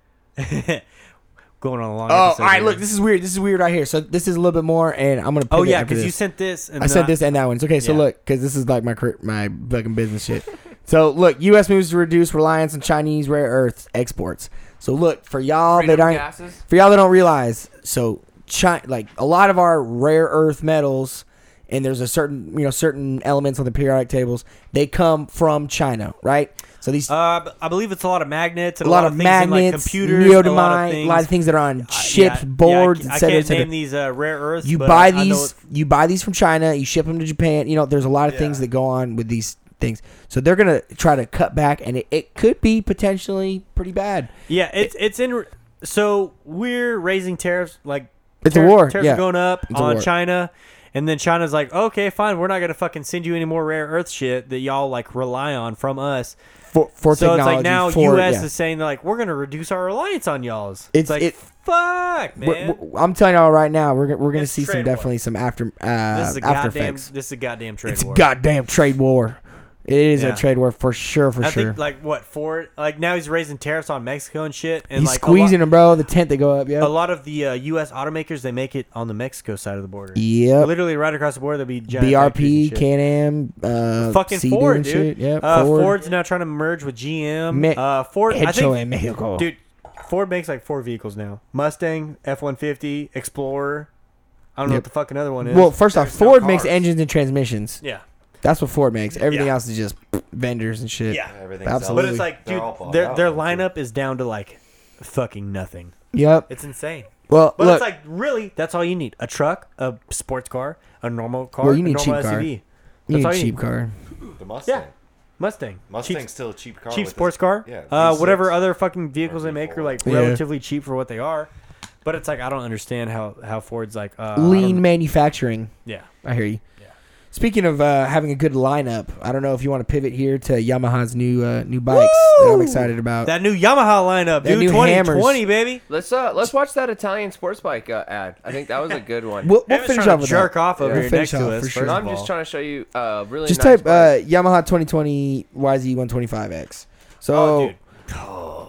Speaker 1: Going on a long.
Speaker 3: Oh, all
Speaker 1: episode
Speaker 3: right.
Speaker 1: here.
Speaker 3: Look, this is weird. This is weird right here. So this is a little bit more, and I'm gonna.
Speaker 1: Oh
Speaker 3: put it
Speaker 1: yeah,
Speaker 3: after
Speaker 1: because you
Speaker 3: this.
Speaker 1: sent this. And uh, then
Speaker 3: I said this and that one. It's okay. So
Speaker 1: Yeah.
Speaker 3: look, because this is like my career- my fucking business shit. so look, U.S. moves to reduce reliance on Chinese rare earth exports. So look for y'all
Speaker 4: Freedom
Speaker 3: that aren't
Speaker 4: gases?
Speaker 3: for y'all that don't realize. So China, like a lot of our rare earth metals, and there's a certain you know certain elements on the periodic tables. They come from China, right? So these
Speaker 1: Uh, b- I believe it's a lot of magnets and
Speaker 3: a lot of
Speaker 1: things in, like,
Speaker 3: magnets,
Speaker 1: computers,
Speaker 3: neodymite,
Speaker 1: a lot of things.
Speaker 3: things that are on
Speaker 1: Uh, yeah,
Speaker 3: ships,
Speaker 1: yeah, I-
Speaker 3: boards,
Speaker 1: I,
Speaker 3: etc.
Speaker 1: can't
Speaker 3: et cetera.
Speaker 1: name these uh, rare earths.
Speaker 3: You
Speaker 1: but
Speaker 3: buy
Speaker 1: I know
Speaker 3: these. You buy these from China. You ship them to Japan. You know, there's a lot of things
Speaker 5: Yeah.
Speaker 3: that go on with these things. So they're gonna try to cut back, and it, it could be potentially pretty bad.
Speaker 1: Yeah, it's it's in. So we're raising tariffs like
Speaker 3: It's a
Speaker 1: tariffs-
Speaker 3: war,
Speaker 1: Tariffs
Speaker 3: yeah.
Speaker 1: are going up
Speaker 3: It's a
Speaker 1: on
Speaker 3: war.
Speaker 1: China, and then China's like, okay, fine, we're not gonna fucking send you any more rare earth shit that y'all like rely on from us.
Speaker 3: For for
Speaker 1: so it's
Speaker 3: technology,
Speaker 1: like now
Speaker 3: for,
Speaker 1: U.S.
Speaker 3: yeah.
Speaker 1: is saying like we're gonna reduce our reliance on y'all's.
Speaker 3: It's-
Speaker 1: It's, like
Speaker 3: it-
Speaker 1: fuck, man.
Speaker 3: We're- we're- I'm telling y'all right now, we're gonna- we're gonna
Speaker 1: It's
Speaker 3: see some
Speaker 1: trade war.
Speaker 3: definitely some after uh,
Speaker 1: this is a
Speaker 3: after
Speaker 1: goddamn.
Speaker 3: effects.
Speaker 1: This is a goddamn trade
Speaker 3: It's a
Speaker 1: war.
Speaker 3: goddamn trade war. It is
Speaker 1: Yeah.
Speaker 3: a trade war for sure, for
Speaker 1: I
Speaker 3: sure.
Speaker 1: think like what for? Like now he's raising tariffs on Mexico and shit, and
Speaker 3: He's
Speaker 1: like
Speaker 3: squeezing
Speaker 1: a
Speaker 3: them, bro. The tent they go
Speaker 1: lot,
Speaker 3: up,
Speaker 1: a
Speaker 3: yeah.
Speaker 1: lot of the uh, U.S. automakers they make it on the Mexico side of the border.
Speaker 3: Yep.
Speaker 1: Literally right across the border, there'll be giant factories
Speaker 3: BRP,
Speaker 1: and shit.
Speaker 3: Can Am, uh,
Speaker 1: fucking
Speaker 3: Sea-Doo
Speaker 1: Ford,
Speaker 3: and
Speaker 1: dude.
Speaker 3: shit. Yep,
Speaker 1: uh,
Speaker 3: Ford.
Speaker 1: Ford's now trying to merge with GM.
Speaker 3: Me-
Speaker 1: uh, Ford, I
Speaker 3: Hecho
Speaker 1: think,
Speaker 3: in Mexico.
Speaker 1: dude, Ford makes like four vehicles now: Mustang, F one fifty, Explorer. I don't know what
Speaker 3: Yep.
Speaker 1: the fuck another one is.
Speaker 3: Well, first off,
Speaker 5: There's no
Speaker 3: Ford makes
Speaker 5: cars.
Speaker 3: engines and transmissions.
Speaker 1: yeah,
Speaker 3: That's what Ford makes. Everything
Speaker 1: Yeah.
Speaker 3: else is just vendors and shit.
Speaker 1: yeah.
Speaker 5: Everything's
Speaker 3: Absolutely.
Speaker 1: But it's like,
Speaker 5: They're
Speaker 1: dude,
Speaker 5: all bought
Speaker 1: their
Speaker 5: out
Speaker 1: their
Speaker 5: now, too.
Speaker 1: lineup is down to like fucking nothing.
Speaker 3: Yep.
Speaker 1: It's insane.
Speaker 3: Well,
Speaker 1: But
Speaker 3: look,
Speaker 1: it's like really, that's all you need: a truck, a sports car, a normal car,
Speaker 3: Well, you need
Speaker 1: a
Speaker 3: a
Speaker 1: normal
Speaker 3: cheap car.
Speaker 1: SUV,
Speaker 3: you need
Speaker 1: all
Speaker 3: a
Speaker 1: you
Speaker 3: cheap
Speaker 1: need.
Speaker 3: car.
Speaker 5: the Mustang.
Speaker 1: Yeah. Mustang,
Speaker 5: Mustang's
Speaker 1: Cheap-
Speaker 5: still a cheap car.
Speaker 1: cheap
Speaker 5: with
Speaker 1: sports
Speaker 5: this-
Speaker 1: car.
Speaker 5: Yeah.
Speaker 1: uh,
Speaker 5: V6.
Speaker 1: whatever other fucking vehicles they make are
Speaker 5: RV4.
Speaker 1: like
Speaker 3: Yeah.
Speaker 1: relatively cheap for what they are. But it's like I don't understand how how Ford's like uh, I
Speaker 3: Lean
Speaker 1: don't-
Speaker 3: manufacturing.
Speaker 1: Yeah,
Speaker 3: I hear you. Speaking of uh, having a good lineup, I don't know if you want to pivot here to Yamaha's new uh, new bikes that I'm excited about.
Speaker 1: that new Yamaha lineup,
Speaker 3: That
Speaker 1: dude.
Speaker 3: new
Speaker 1: Twenty twenty,
Speaker 3: Hammers.
Speaker 1: baby.
Speaker 4: Let's uh let's watch that Italian sports bike uh, ad. I think that was a good one.
Speaker 3: we'll we'll
Speaker 1: Evan's
Speaker 3: finish
Speaker 1: trying
Speaker 3: off
Speaker 1: to
Speaker 3: with
Speaker 1: jerk
Speaker 3: that.
Speaker 1: off over
Speaker 3: We'll
Speaker 1: here next
Speaker 3: finish
Speaker 1: to
Speaker 3: off,
Speaker 1: us.
Speaker 3: for
Speaker 1: first
Speaker 3: sure.
Speaker 1: of
Speaker 4: I'm just
Speaker 1: all.
Speaker 4: trying to show you uh really
Speaker 3: Just
Speaker 4: nice
Speaker 3: type uh, Yamaha 2020 YZ125X. So
Speaker 1: Oh,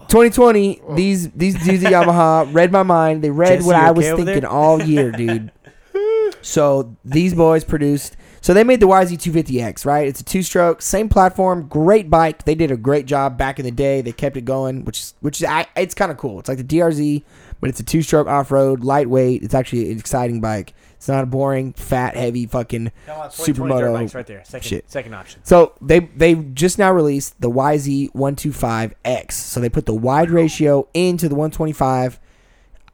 Speaker 1: dude.
Speaker 3: 2020, these these dudes at Yamaha read my mind. They read
Speaker 1: Oh. Jesse,
Speaker 3: what
Speaker 1: you
Speaker 3: I
Speaker 1: okay
Speaker 3: was
Speaker 1: over there?
Speaker 3: thinking all year, dude. so these boys produced. So they made the YZ250X, right? It's a two-stroke, same platform, great bike. They did a great job back in the day. They kept it going, which is which is I, it's kind of cool. It's like the DRZ, but it's a two-stroke off-road, lightweight. It's actually an exciting bike. It's not a boring, fat, heavy fucking
Speaker 1: Yamaha 2020 dirt
Speaker 3: supermoto
Speaker 1: bikes right there. Second,
Speaker 3: shit.
Speaker 1: second option.
Speaker 3: so they they just now released the YZ125X. So they put the wide ratio into the 125.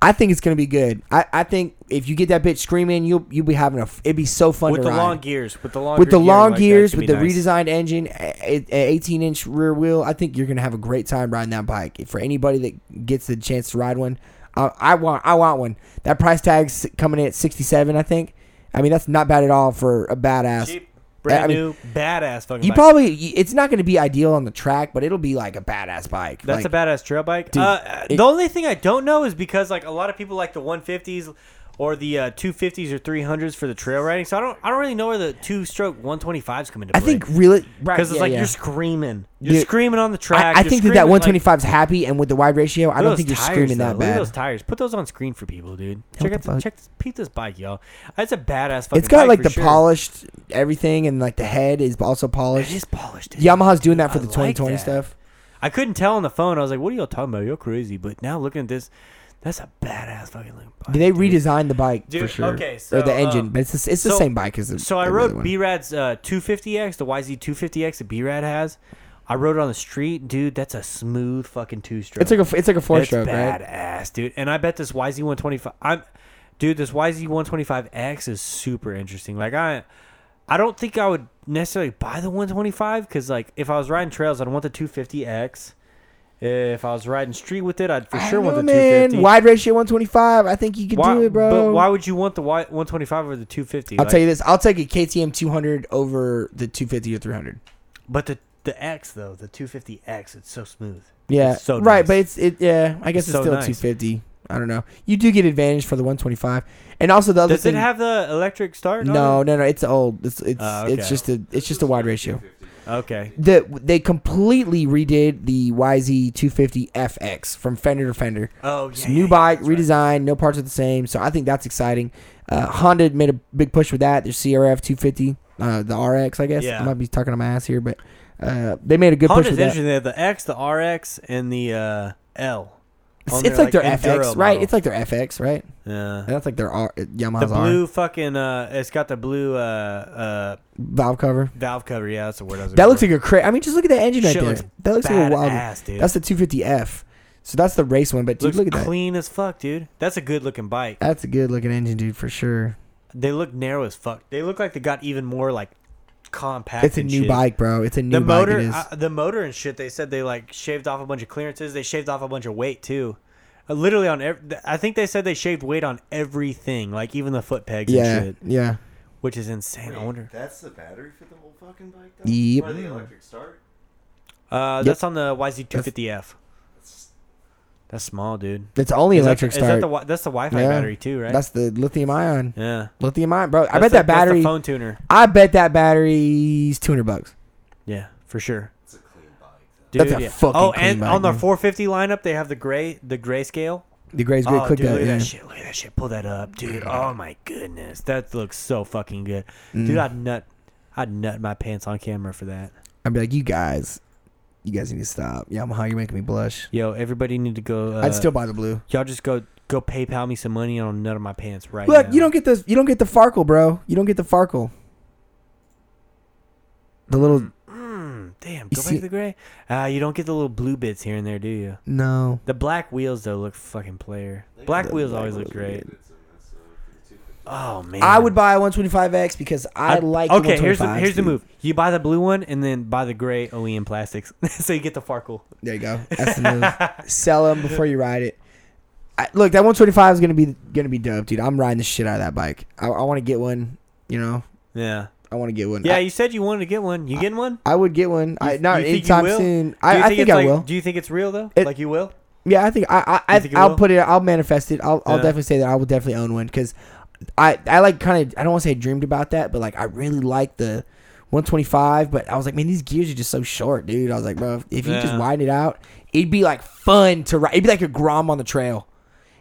Speaker 3: I think it's gonna be good. I, I think if you get that bitch screaming, you'll you'll be having a. f- It'd be so fun
Speaker 1: With
Speaker 3: to
Speaker 1: the
Speaker 3: ride.
Speaker 1: long gears, with the long
Speaker 3: with the
Speaker 1: gear
Speaker 3: long
Speaker 1: like that,
Speaker 3: gears,
Speaker 1: it's
Speaker 3: with
Speaker 1: gonna
Speaker 3: the
Speaker 1: be nice.
Speaker 3: redesigned engine, a- a- 18 inch rear wheel. I think you're gonna have a great time riding that bike. For anybody that gets the chance to ride one, I, I want I want one. That price tag's coming in at 67, I think. I mean that's not bad at all for a badass.
Speaker 1: cheap, brand
Speaker 3: I mean,
Speaker 1: new, badass fucking.
Speaker 3: You
Speaker 1: bike.
Speaker 3: probably y- it's not going to be ideal on the track, but it'll be like a badass bike.
Speaker 1: That's
Speaker 3: like,
Speaker 1: a badass trail bike.
Speaker 3: Dude,
Speaker 1: uh,
Speaker 3: it-
Speaker 1: the only thing I don't know is because like a lot of people like the 150s or the uh, 250s or 300s for the trail riding. So I don't I don't really know where the two stroke 125s come into
Speaker 3: I
Speaker 1: play.
Speaker 3: think really right
Speaker 1: because it's
Speaker 3: yeah,
Speaker 1: like
Speaker 3: yeah.
Speaker 1: you're screaming, you're
Speaker 3: Dude,
Speaker 1: screaming on the track.
Speaker 3: I, I
Speaker 1: you're
Speaker 3: think that that
Speaker 1: screaming, like-
Speaker 3: 125 is happy, and with the wide ratio, I
Speaker 1: Look
Speaker 3: don't
Speaker 1: at
Speaker 3: think
Speaker 1: those
Speaker 3: you're
Speaker 1: tires,
Speaker 3: screaming
Speaker 1: though.
Speaker 3: that
Speaker 1: Look at
Speaker 3: bad.
Speaker 1: those tires. Put those on screen for people, dude.
Speaker 3: what
Speaker 1: check out
Speaker 3: the
Speaker 1: the,
Speaker 3: fuck?
Speaker 1: check this, peep this bike, y'all. That's a badass fucking.
Speaker 3: It's got
Speaker 1: bike
Speaker 3: like
Speaker 1: for
Speaker 3: the
Speaker 1: sure.
Speaker 3: polished everything, and like the head is also
Speaker 1: It
Speaker 3: polished.
Speaker 1: is polished. dude.
Speaker 3: Yamaha's doing that for
Speaker 1: I
Speaker 3: the
Speaker 1: like
Speaker 3: 2020
Speaker 1: that.
Speaker 3: stuff.
Speaker 1: I couldn't tell on the phone. I was like, "What are y'all talking about? You're crazy." But now looking at this, that's a badass fucking. looking bike,
Speaker 3: Did they
Speaker 1: dude.
Speaker 3: redesigned the bike for
Speaker 1: Dude,
Speaker 3: sure?
Speaker 1: okay,
Speaker 3: or
Speaker 1: so,
Speaker 3: the engine,
Speaker 1: um,
Speaker 3: but it's the, s- it's the
Speaker 1: so-
Speaker 3: same bike as the.
Speaker 1: So I
Speaker 3: the
Speaker 1: rode
Speaker 3: other one.
Speaker 1: B-Rad's uh, 250X, the YZ250X that B-Rad has. I rode it on the street, dude. That's a smooth fucking two-stroke.
Speaker 3: It's like a f- it's like a four
Speaker 1: It's
Speaker 3: stroke, right?
Speaker 1: badass, dude. And I bet this YZ125. I'm, dude. This YZ125X is super interesting. Like I, I don't think I would necessarily buy the 125 because like if I was riding trails, I'd want the 250X. If I was riding street with it, I'd for
Speaker 3: I
Speaker 1: sure
Speaker 3: don't
Speaker 1: want the
Speaker 3: know, man.
Speaker 1: 250.
Speaker 3: Wide ratio 125. I think you could
Speaker 1: Why-
Speaker 3: do it, bro.
Speaker 1: But why would you want the Y- 125 over the 250?
Speaker 3: I'll
Speaker 1: Like,
Speaker 3: tell you this. I'll take a KTM 200 over the 250 or 300.
Speaker 1: But the the X though, the 250X, it's so smooth.
Speaker 3: Yeah.
Speaker 1: It's so
Speaker 3: right,
Speaker 1: nice.
Speaker 3: but it's it yeah, I guess it's,
Speaker 1: so
Speaker 3: still
Speaker 1: nice.
Speaker 3: 250. I don't know. You do get advantage for the 125, and also the other
Speaker 1: Does
Speaker 3: thing.
Speaker 1: it have the electric start? on
Speaker 3: no,
Speaker 1: it?
Speaker 3: no, no. It's old. It's it's
Speaker 1: Oh, okay.
Speaker 3: it's just a it's just a wide ratio.
Speaker 1: Okay.
Speaker 3: The they completely redid the YZ 250 FX from fender to fender.
Speaker 1: Oh,
Speaker 3: It's new bike, redesigned, no parts are the same. So I think that's exciting. Uh, Honda made a big push with that. Their CRF 250, uh, the RX, I guess.
Speaker 1: Yeah.
Speaker 3: I might be talking on my ass here, but uh, they made a good
Speaker 1: Honda's
Speaker 3: push with that.
Speaker 1: interesting. They have the X, the RX, and the uh, L.
Speaker 3: It's,
Speaker 1: on
Speaker 3: it's
Speaker 1: their,
Speaker 3: like their FX,
Speaker 1: Enduro
Speaker 3: right?
Speaker 1: model.
Speaker 3: It's like their FX, right?
Speaker 1: yeah.
Speaker 3: And that's like their R,
Speaker 1: The
Speaker 3: Yamaha's
Speaker 1: blue fucking uh, it's got the blue uh uh
Speaker 3: R valve cover.
Speaker 1: valve cover. Yeah, that's the word I was.
Speaker 3: That looks
Speaker 1: looking
Speaker 3: like a cra I mean, just look at that engine right
Speaker 1: Shit
Speaker 3: there.
Speaker 1: looks
Speaker 3: that looks like a wild.
Speaker 1: badass, dude.
Speaker 3: That's the 250F. So that's the race one, but
Speaker 1: for.
Speaker 3: dude, look at
Speaker 1: looks
Speaker 3: that.
Speaker 1: clean as fuck, dude. That's a good looking bike.
Speaker 3: That's a good looking engine, dude, for sure.
Speaker 1: They look narrow as fuck. They look like they got even more like compact.
Speaker 3: It's a
Speaker 1: and
Speaker 3: new
Speaker 1: shit.
Speaker 3: bike, bro. It's a
Speaker 1: The
Speaker 3: new bike.
Speaker 1: motor,
Speaker 3: it is.
Speaker 1: uh, the motor and shit. They said they like shaved off a bunch of clearances. They shaved off a bunch of weight too. Uh, literally on, ev- th- I think they said they shaved weight on everything, like even the foot pegs
Speaker 3: yeah,
Speaker 1: and shit,
Speaker 3: yeah.
Speaker 1: which is insane. I wonder.
Speaker 5: That's the battery for the whole fucking bike. Though?
Speaker 3: Yep.
Speaker 5: Or the electric start.
Speaker 1: Uh,
Speaker 3: Yep.
Speaker 1: that's on the YZ250F. That's small, dude.
Speaker 3: It's only
Speaker 1: Is that-
Speaker 3: electric
Speaker 1: is
Speaker 3: start.
Speaker 1: that the wi- that's the Wi-Fi
Speaker 3: Yeah.
Speaker 1: battery too, right?
Speaker 3: That's the lithium ion.
Speaker 1: yeah.
Speaker 3: Lithium ion, bro.
Speaker 1: That's
Speaker 3: I bet
Speaker 1: the-
Speaker 3: that
Speaker 1: that's the
Speaker 3: battery.
Speaker 1: phone tuner.
Speaker 3: I bet that battery's two hundred bucks.
Speaker 1: Yeah, for sure.
Speaker 5: It's a clean bike. Though.
Speaker 1: Dude,
Speaker 3: That's a
Speaker 1: yeah.
Speaker 3: fucking
Speaker 1: Oh,
Speaker 3: clean
Speaker 1: and
Speaker 3: bike,
Speaker 1: on the
Speaker 3: man.
Speaker 1: 450 lineup, they have the gray, the grayscale.
Speaker 3: The Gray's good.
Speaker 1: oh,
Speaker 3: Click
Speaker 1: dude,
Speaker 3: that.
Speaker 1: look at
Speaker 3: yeah. Mm.
Speaker 1: that shit! Look at that shit! Pull that up, dude. Oh my goodness, that looks so fucking good,
Speaker 3: Mm.
Speaker 1: dude. I'd nut, I'd nut my pants on camera for that.
Speaker 3: I'd be like, you guys, you guys need to stop. Yamaha, you're making me blush.
Speaker 1: Yo, everybody need to go. Uh,
Speaker 3: I'd still buy the blue.
Speaker 1: y'all just go go PayPal me some money and I'll nut on my pants right
Speaker 3: Look,
Speaker 1: now.
Speaker 3: you don't get the you don't get the Farkle, bro. You don't get the Farkle. The little
Speaker 1: Mm, damn,
Speaker 3: You
Speaker 1: go back
Speaker 3: see-
Speaker 1: to the gray. Uh, you don't get the little blue bits here and there, do you?
Speaker 3: no.
Speaker 1: The black wheels though look fucking player. Black
Speaker 3: the
Speaker 1: wheels
Speaker 3: black
Speaker 1: always
Speaker 3: wheels
Speaker 1: look
Speaker 3: are
Speaker 1: great. Oh man,
Speaker 3: I would buy a 125X because I,
Speaker 1: I'd-
Speaker 3: like.
Speaker 1: Okay, here's the
Speaker 3: 125s,
Speaker 1: here's the
Speaker 3: dude.
Speaker 1: move. You buy the blue one and then buy the gray OEM plastics, so you get the Farkle.
Speaker 3: There you go. That's the move. Sell them before you ride it. I, look, that 125 is gonna be gonna be dope, dude. I'm riding the shit out of that bike. I, I want to get one. You know,
Speaker 1: Yeah,
Speaker 3: I want to get one.
Speaker 1: yeah.
Speaker 3: I,
Speaker 1: you said you wanted to get one. You getting one?
Speaker 3: I would get one. I
Speaker 1: You-
Speaker 3: not
Speaker 1: you think you
Speaker 3: anytime
Speaker 1: will?
Speaker 3: soon.
Speaker 1: Do
Speaker 3: I,
Speaker 1: you
Speaker 3: I
Speaker 1: think
Speaker 3: think
Speaker 1: it's
Speaker 3: I
Speaker 1: like-
Speaker 3: will.
Speaker 1: Do you think it's real though?
Speaker 3: It-
Speaker 1: like you will?
Speaker 3: Yeah, I think I I,
Speaker 1: You
Speaker 3: I
Speaker 1: think you
Speaker 3: I'll
Speaker 1: will?
Speaker 3: put it. I'll manifest it. I'll I'll
Speaker 1: Yeah.
Speaker 3: definitely say that I will definitely own one because I I like kind of I don't want to say I dreamed about that, but like I really like the 125. But I was like, man, these gears are just so short, dude. I was like, bro, if you just
Speaker 1: Yeah.
Speaker 3: widen it out, it'd be like fun to ride. It'd be like your Grom on the trail.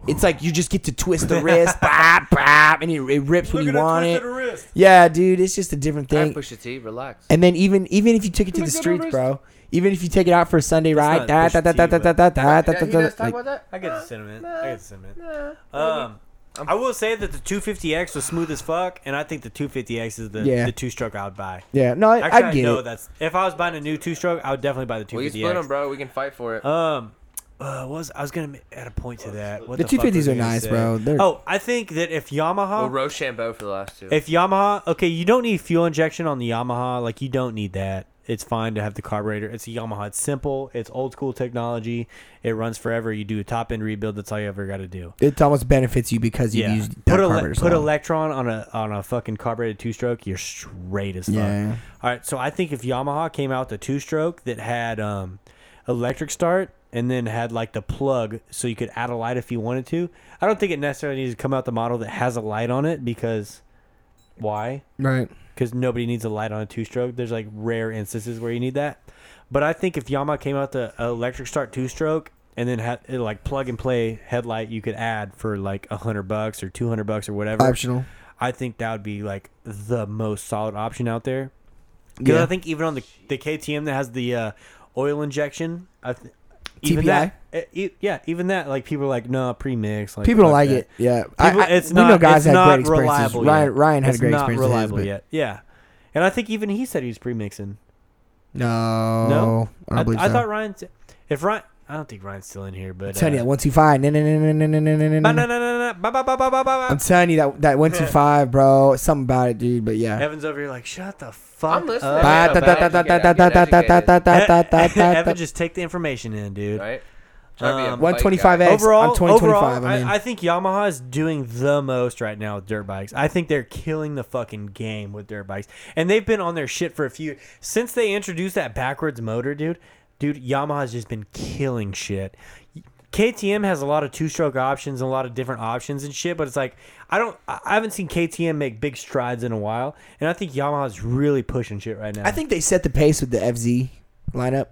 Speaker 3: It's like you just get to twist the wrist, bop, bop, and it, it rips when you want it. Yeah, dude, it's just a different
Speaker 4: I
Speaker 3: thing.
Speaker 4: push it T. Relax.
Speaker 3: And then even even if you took it to the streets, bro, even if you take it out for a Sunday ride,
Speaker 1: not
Speaker 3: da da
Speaker 1: Pusha T,
Speaker 3: da da da da
Speaker 1: but-
Speaker 3: da da da
Speaker 4: Yeah,
Speaker 3: da,
Speaker 4: you guys
Speaker 3: da.
Speaker 4: talk
Speaker 3: like-
Speaker 4: about that?
Speaker 1: I get
Speaker 4: Uh,
Speaker 1: the sentiment. I
Speaker 4: nah,
Speaker 1: get the sentiment.
Speaker 4: nah.
Speaker 1: Um, I will say that the 250X was smooth as fuck, and I think the 250X is the
Speaker 3: Yeah.
Speaker 1: the two stroke I would buy.
Speaker 3: Yeah, no, I,
Speaker 1: Actually,
Speaker 3: I
Speaker 1: I,
Speaker 3: get
Speaker 1: know
Speaker 3: it.
Speaker 1: that's if I was buying a new two stroke, I would definitely buy the 250X.
Speaker 4: We can split them, bro. We can fight for it.
Speaker 1: Um, uh, what was I was gonna ma- add a point to that. What
Speaker 3: The
Speaker 1: fuck
Speaker 3: 250s
Speaker 1: was I
Speaker 3: are
Speaker 1: gonna
Speaker 3: nice,
Speaker 1: say?
Speaker 3: bro. They're-
Speaker 1: Oh, I think that if
Speaker 4: Well,
Speaker 1: Yamaha,
Speaker 4: Rochambeau for the last two.
Speaker 1: if Yamaha, okay, you don't need fuel injection on the Yamaha. Like you don't need that. It's fine to have the carburetor. It's a Yamaha. It's simple. It's old school technology. It runs forever. You do a top end rebuild. That's all you ever got to do.
Speaker 3: It almost benefits you because you
Speaker 1: Yeah.
Speaker 3: use
Speaker 1: Put
Speaker 3: that
Speaker 1: a
Speaker 3: carburetor so
Speaker 1: put
Speaker 3: long.
Speaker 1: electron on a on a fucking carbureted two stroke. You're straight as fuck.
Speaker 3: Yeah.
Speaker 1: All right. So I think if Yamaha came out with a two stroke that had um electric start and then had like the plug so you could add a light if you wanted to. I don't think it necessarily needs to come out the model that has a light on it because why?
Speaker 3: right.
Speaker 1: because nobody needs a light on a two stroke. There's like rare instances where you need that. But I think if Yamaha came out the electric start two stroke and then had it, like plug and play headlight, you could add for like a hundred bucks or two hundred bucks or whatever.
Speaker 3: Optional.
Speaker 1: I think that would be like the most solid option out there. Because
Speaker 3: Yeah.
Speaker 1: I think even on the the KTM that has the uh, oil injection, I th- even
Speaker 3: TPI?
Speaker 1: that, e- e- yeah, even that, like people are like, no, pre mix. Like,
Speaker 3: People don't
Speaker 1: fuck
Speaker 3: like
Speaker 1: that.
Speaker 3: it. Yeah.
Speaker 1: People,
Speaker 3: I, I,
Speaker 1: it's
Speaker 3: we
Speaker 1: not,
Speaker 3: know guys
Speaker 1: it's
Speaker 3: had
Speaker 1: not
Speaker 3: great experiences.
Speaker 1: reliable
Speaker 3: Ryan,
Speaker 1: yet.
Speaker 3: Ryan had
Speaker 1: It's
Speaker 3: a great
Speaker 1: not
Speaker 3: experience. with his,
Speaker 1: reliable
Speaker 3: but-
Speaker 1: yet. Yeah. And I think even he said he was pre-mixing.
Speaker 3: No.
Speaker 1: No?
Speaker 3: Oh, I don't believe so.
Speaker 1: thought Ryan. If Ryan, I don't think Ryan's still in here, but uh,
Speaker 3: I'm telling you, that 125. No, no, no, no, no, no, no, no,
Speaker 1: ba- na-
Speaker 3: no, no.
Speaker 1: na- na- na- ba- ba- ba- ba- ba- ba-
Speaker 3: I'm telling you that that 125, bro. Something about it, dude. But yeah.
Speaker 1: Evan's over here like, shut the fuck
Speaker 4: I'm listening.
Speaker 1: up.
Speaker 3: Ba-
Speaker 4: Yeah,
Speaker 3: da-
Speaker 4: but
Speaker 3: da- da- da-
Speaker 4: I have to
Speaker 3: da-
Speaker 4: get- I
Speaker 3: da-
Speaker 4: have
Speaker 3: da-
Speaker 4: to
Speaker 3: da-
Speaker 4: get
Speaker 3: da- da- da- da- da- da-
Speaker 1: Evan,
Speaker 3: da-
Speaker 1: just take the information in, dude.
Speaker 4: right? Try to be a
Speaker 1: Um,
Speaker 4: bike guy.
Speaker 3: 125X.
Speaker 1: Overall,
Speaker 3: I'm 2025,
Speaker 1: overall,
Speaker 3: I mean.
Speaker 1: I, I think Yamaha is doing the most right now with dirt bikes. I think they're killing the fucking game with dirt bikes, and they've been on their shit for a few since they introduced that backwards motor, dude. Dude, Yamaha's just been killing shit. KTM has a lot of two-stroke options and a lot of different options and shit, but it's like I don't, I I haven't seen KTM make big strides in a while, and I think Yamaha's really pushing shit right now.
Speaker 3: I think they set the pace with the FZ lineup.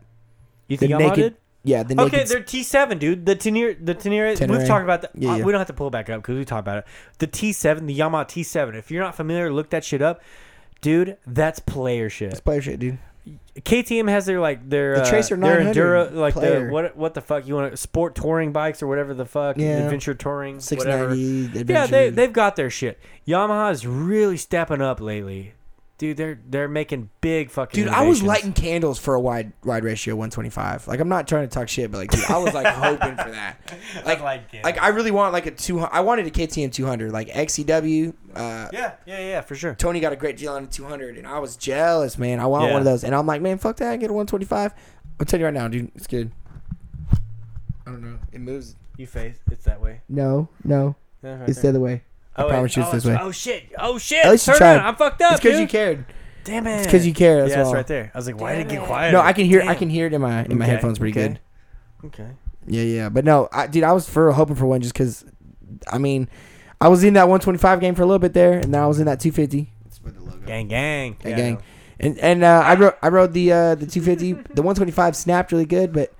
Speaker 1: you
Speaker 3: The
Speaker 1: think Yamaha
Speaker 3: naked,
Speaker 1: did.
Speaker 3: yeah, the naked.
Speaker 1: Okay, they're T7, dude. The Tenere, the Tenere.
Speaker 3: Tenere.
Speaker 1: We've talked about that.
Speaker 3: Yeah,
Speaker 1: uh,
Speaker 3: yeah.
Speaker 1: We don't have to pull it back up because we talked about it. The T7, the Yamaha T7. If you're not familiar, look that shit up, dude. That's player shit.
Speaker 3: player shit, dude.
Speaker 1: KTM has their like their
Speaker 3: The
Speaker 1: uh,
Speaker 3: Tracer
Speaker 1: their
Speaker 3: 900
Speaker 1: enduro, like
Speaker 3: player.
Speaker 1: the what what the fuck you want to sport touring bikes or whatever the fuck
Speaker 3: Yeah.
Speaker 1: adventure touring
Speaker 3: Six
Speaker 1: whatever.
Speaker 3: ninety.
Speaker 1: Yeah, they they've got their shit. Yamaha's really stepping up lately, dude. They're they're making big fucking.
Speaker 3: Dude, I was
Speaker 1: innovations.
Speaker 3: lighting candles for a wide wide ratio 125. Like I'm not trying to talk shit, but like dude, I was like hoping for that. Like
Speaker 1: lighting candles.
Speaker 3: like I really want like a 200. I wanted a KTM 200, like XCW. Uh,
Speaker 1: Yeah, yeah, yeah, for sure.
Speaker 3: Tony got a great deal on a 200, and I was jealous, man. I want
Speaker 1: Yeah.
Speaker 3: one of those, and I'm like, man, fuck that. I get a 125. I'm telling you right now, dude, it's good. I don't know. It moves.
Speaker 1: You face it's that way.
Speaker 3: No, no,
Speaker 1: Yeah, right
Speaker 3: it's
Speaker 1: there.
Speaker 3: the other way. I
Speaker 1: wait.
Speaker 3: promise you it's
Speaker 1: oh,
Speaker 3: this
Speaker 1: it's-
Speaker 3: way.
Speaker 1: Oh shit! Oh shit!
Speaker 3: At least you
Speaker 1: Turn
Speaker 3: tried.
Speaker 1: around. I'm fucked up.
Speaker 3: It's because
Speaker 1: dude.
Speaker 3: you cared.
Speaker 1: Damn it!
Speaker 3: It's because you care. That's
Speaker 1: yeah, it's
Speaker 3: all.
Speaker 1: right there. I was like, why did it get quiet?
Speaker 3: No, I can hear. I
Speaker 1: Damn.
Speaker 3: can hear it in my in my
Speaker 1: Okay,
Speaker 3: headphones pretty
Speaker 1: okay.
Speaker 3: good.
Speaker 1: Okay.
Speaker 3: Yeah, yeah, but no, I, dude, I was for hoping for one just because. I mean, I was in that 125 game for a little bit there, and now I was in that 250.
Speaker 1: Gang, gang,
Speaker 3: Gang,
Speaker 1: Yeah, I
Speaker 3: gang.
Speaker 1: know.
Speaker 3: And and uh, I rode I rode the uh, the 250. the 125 snapped really good, but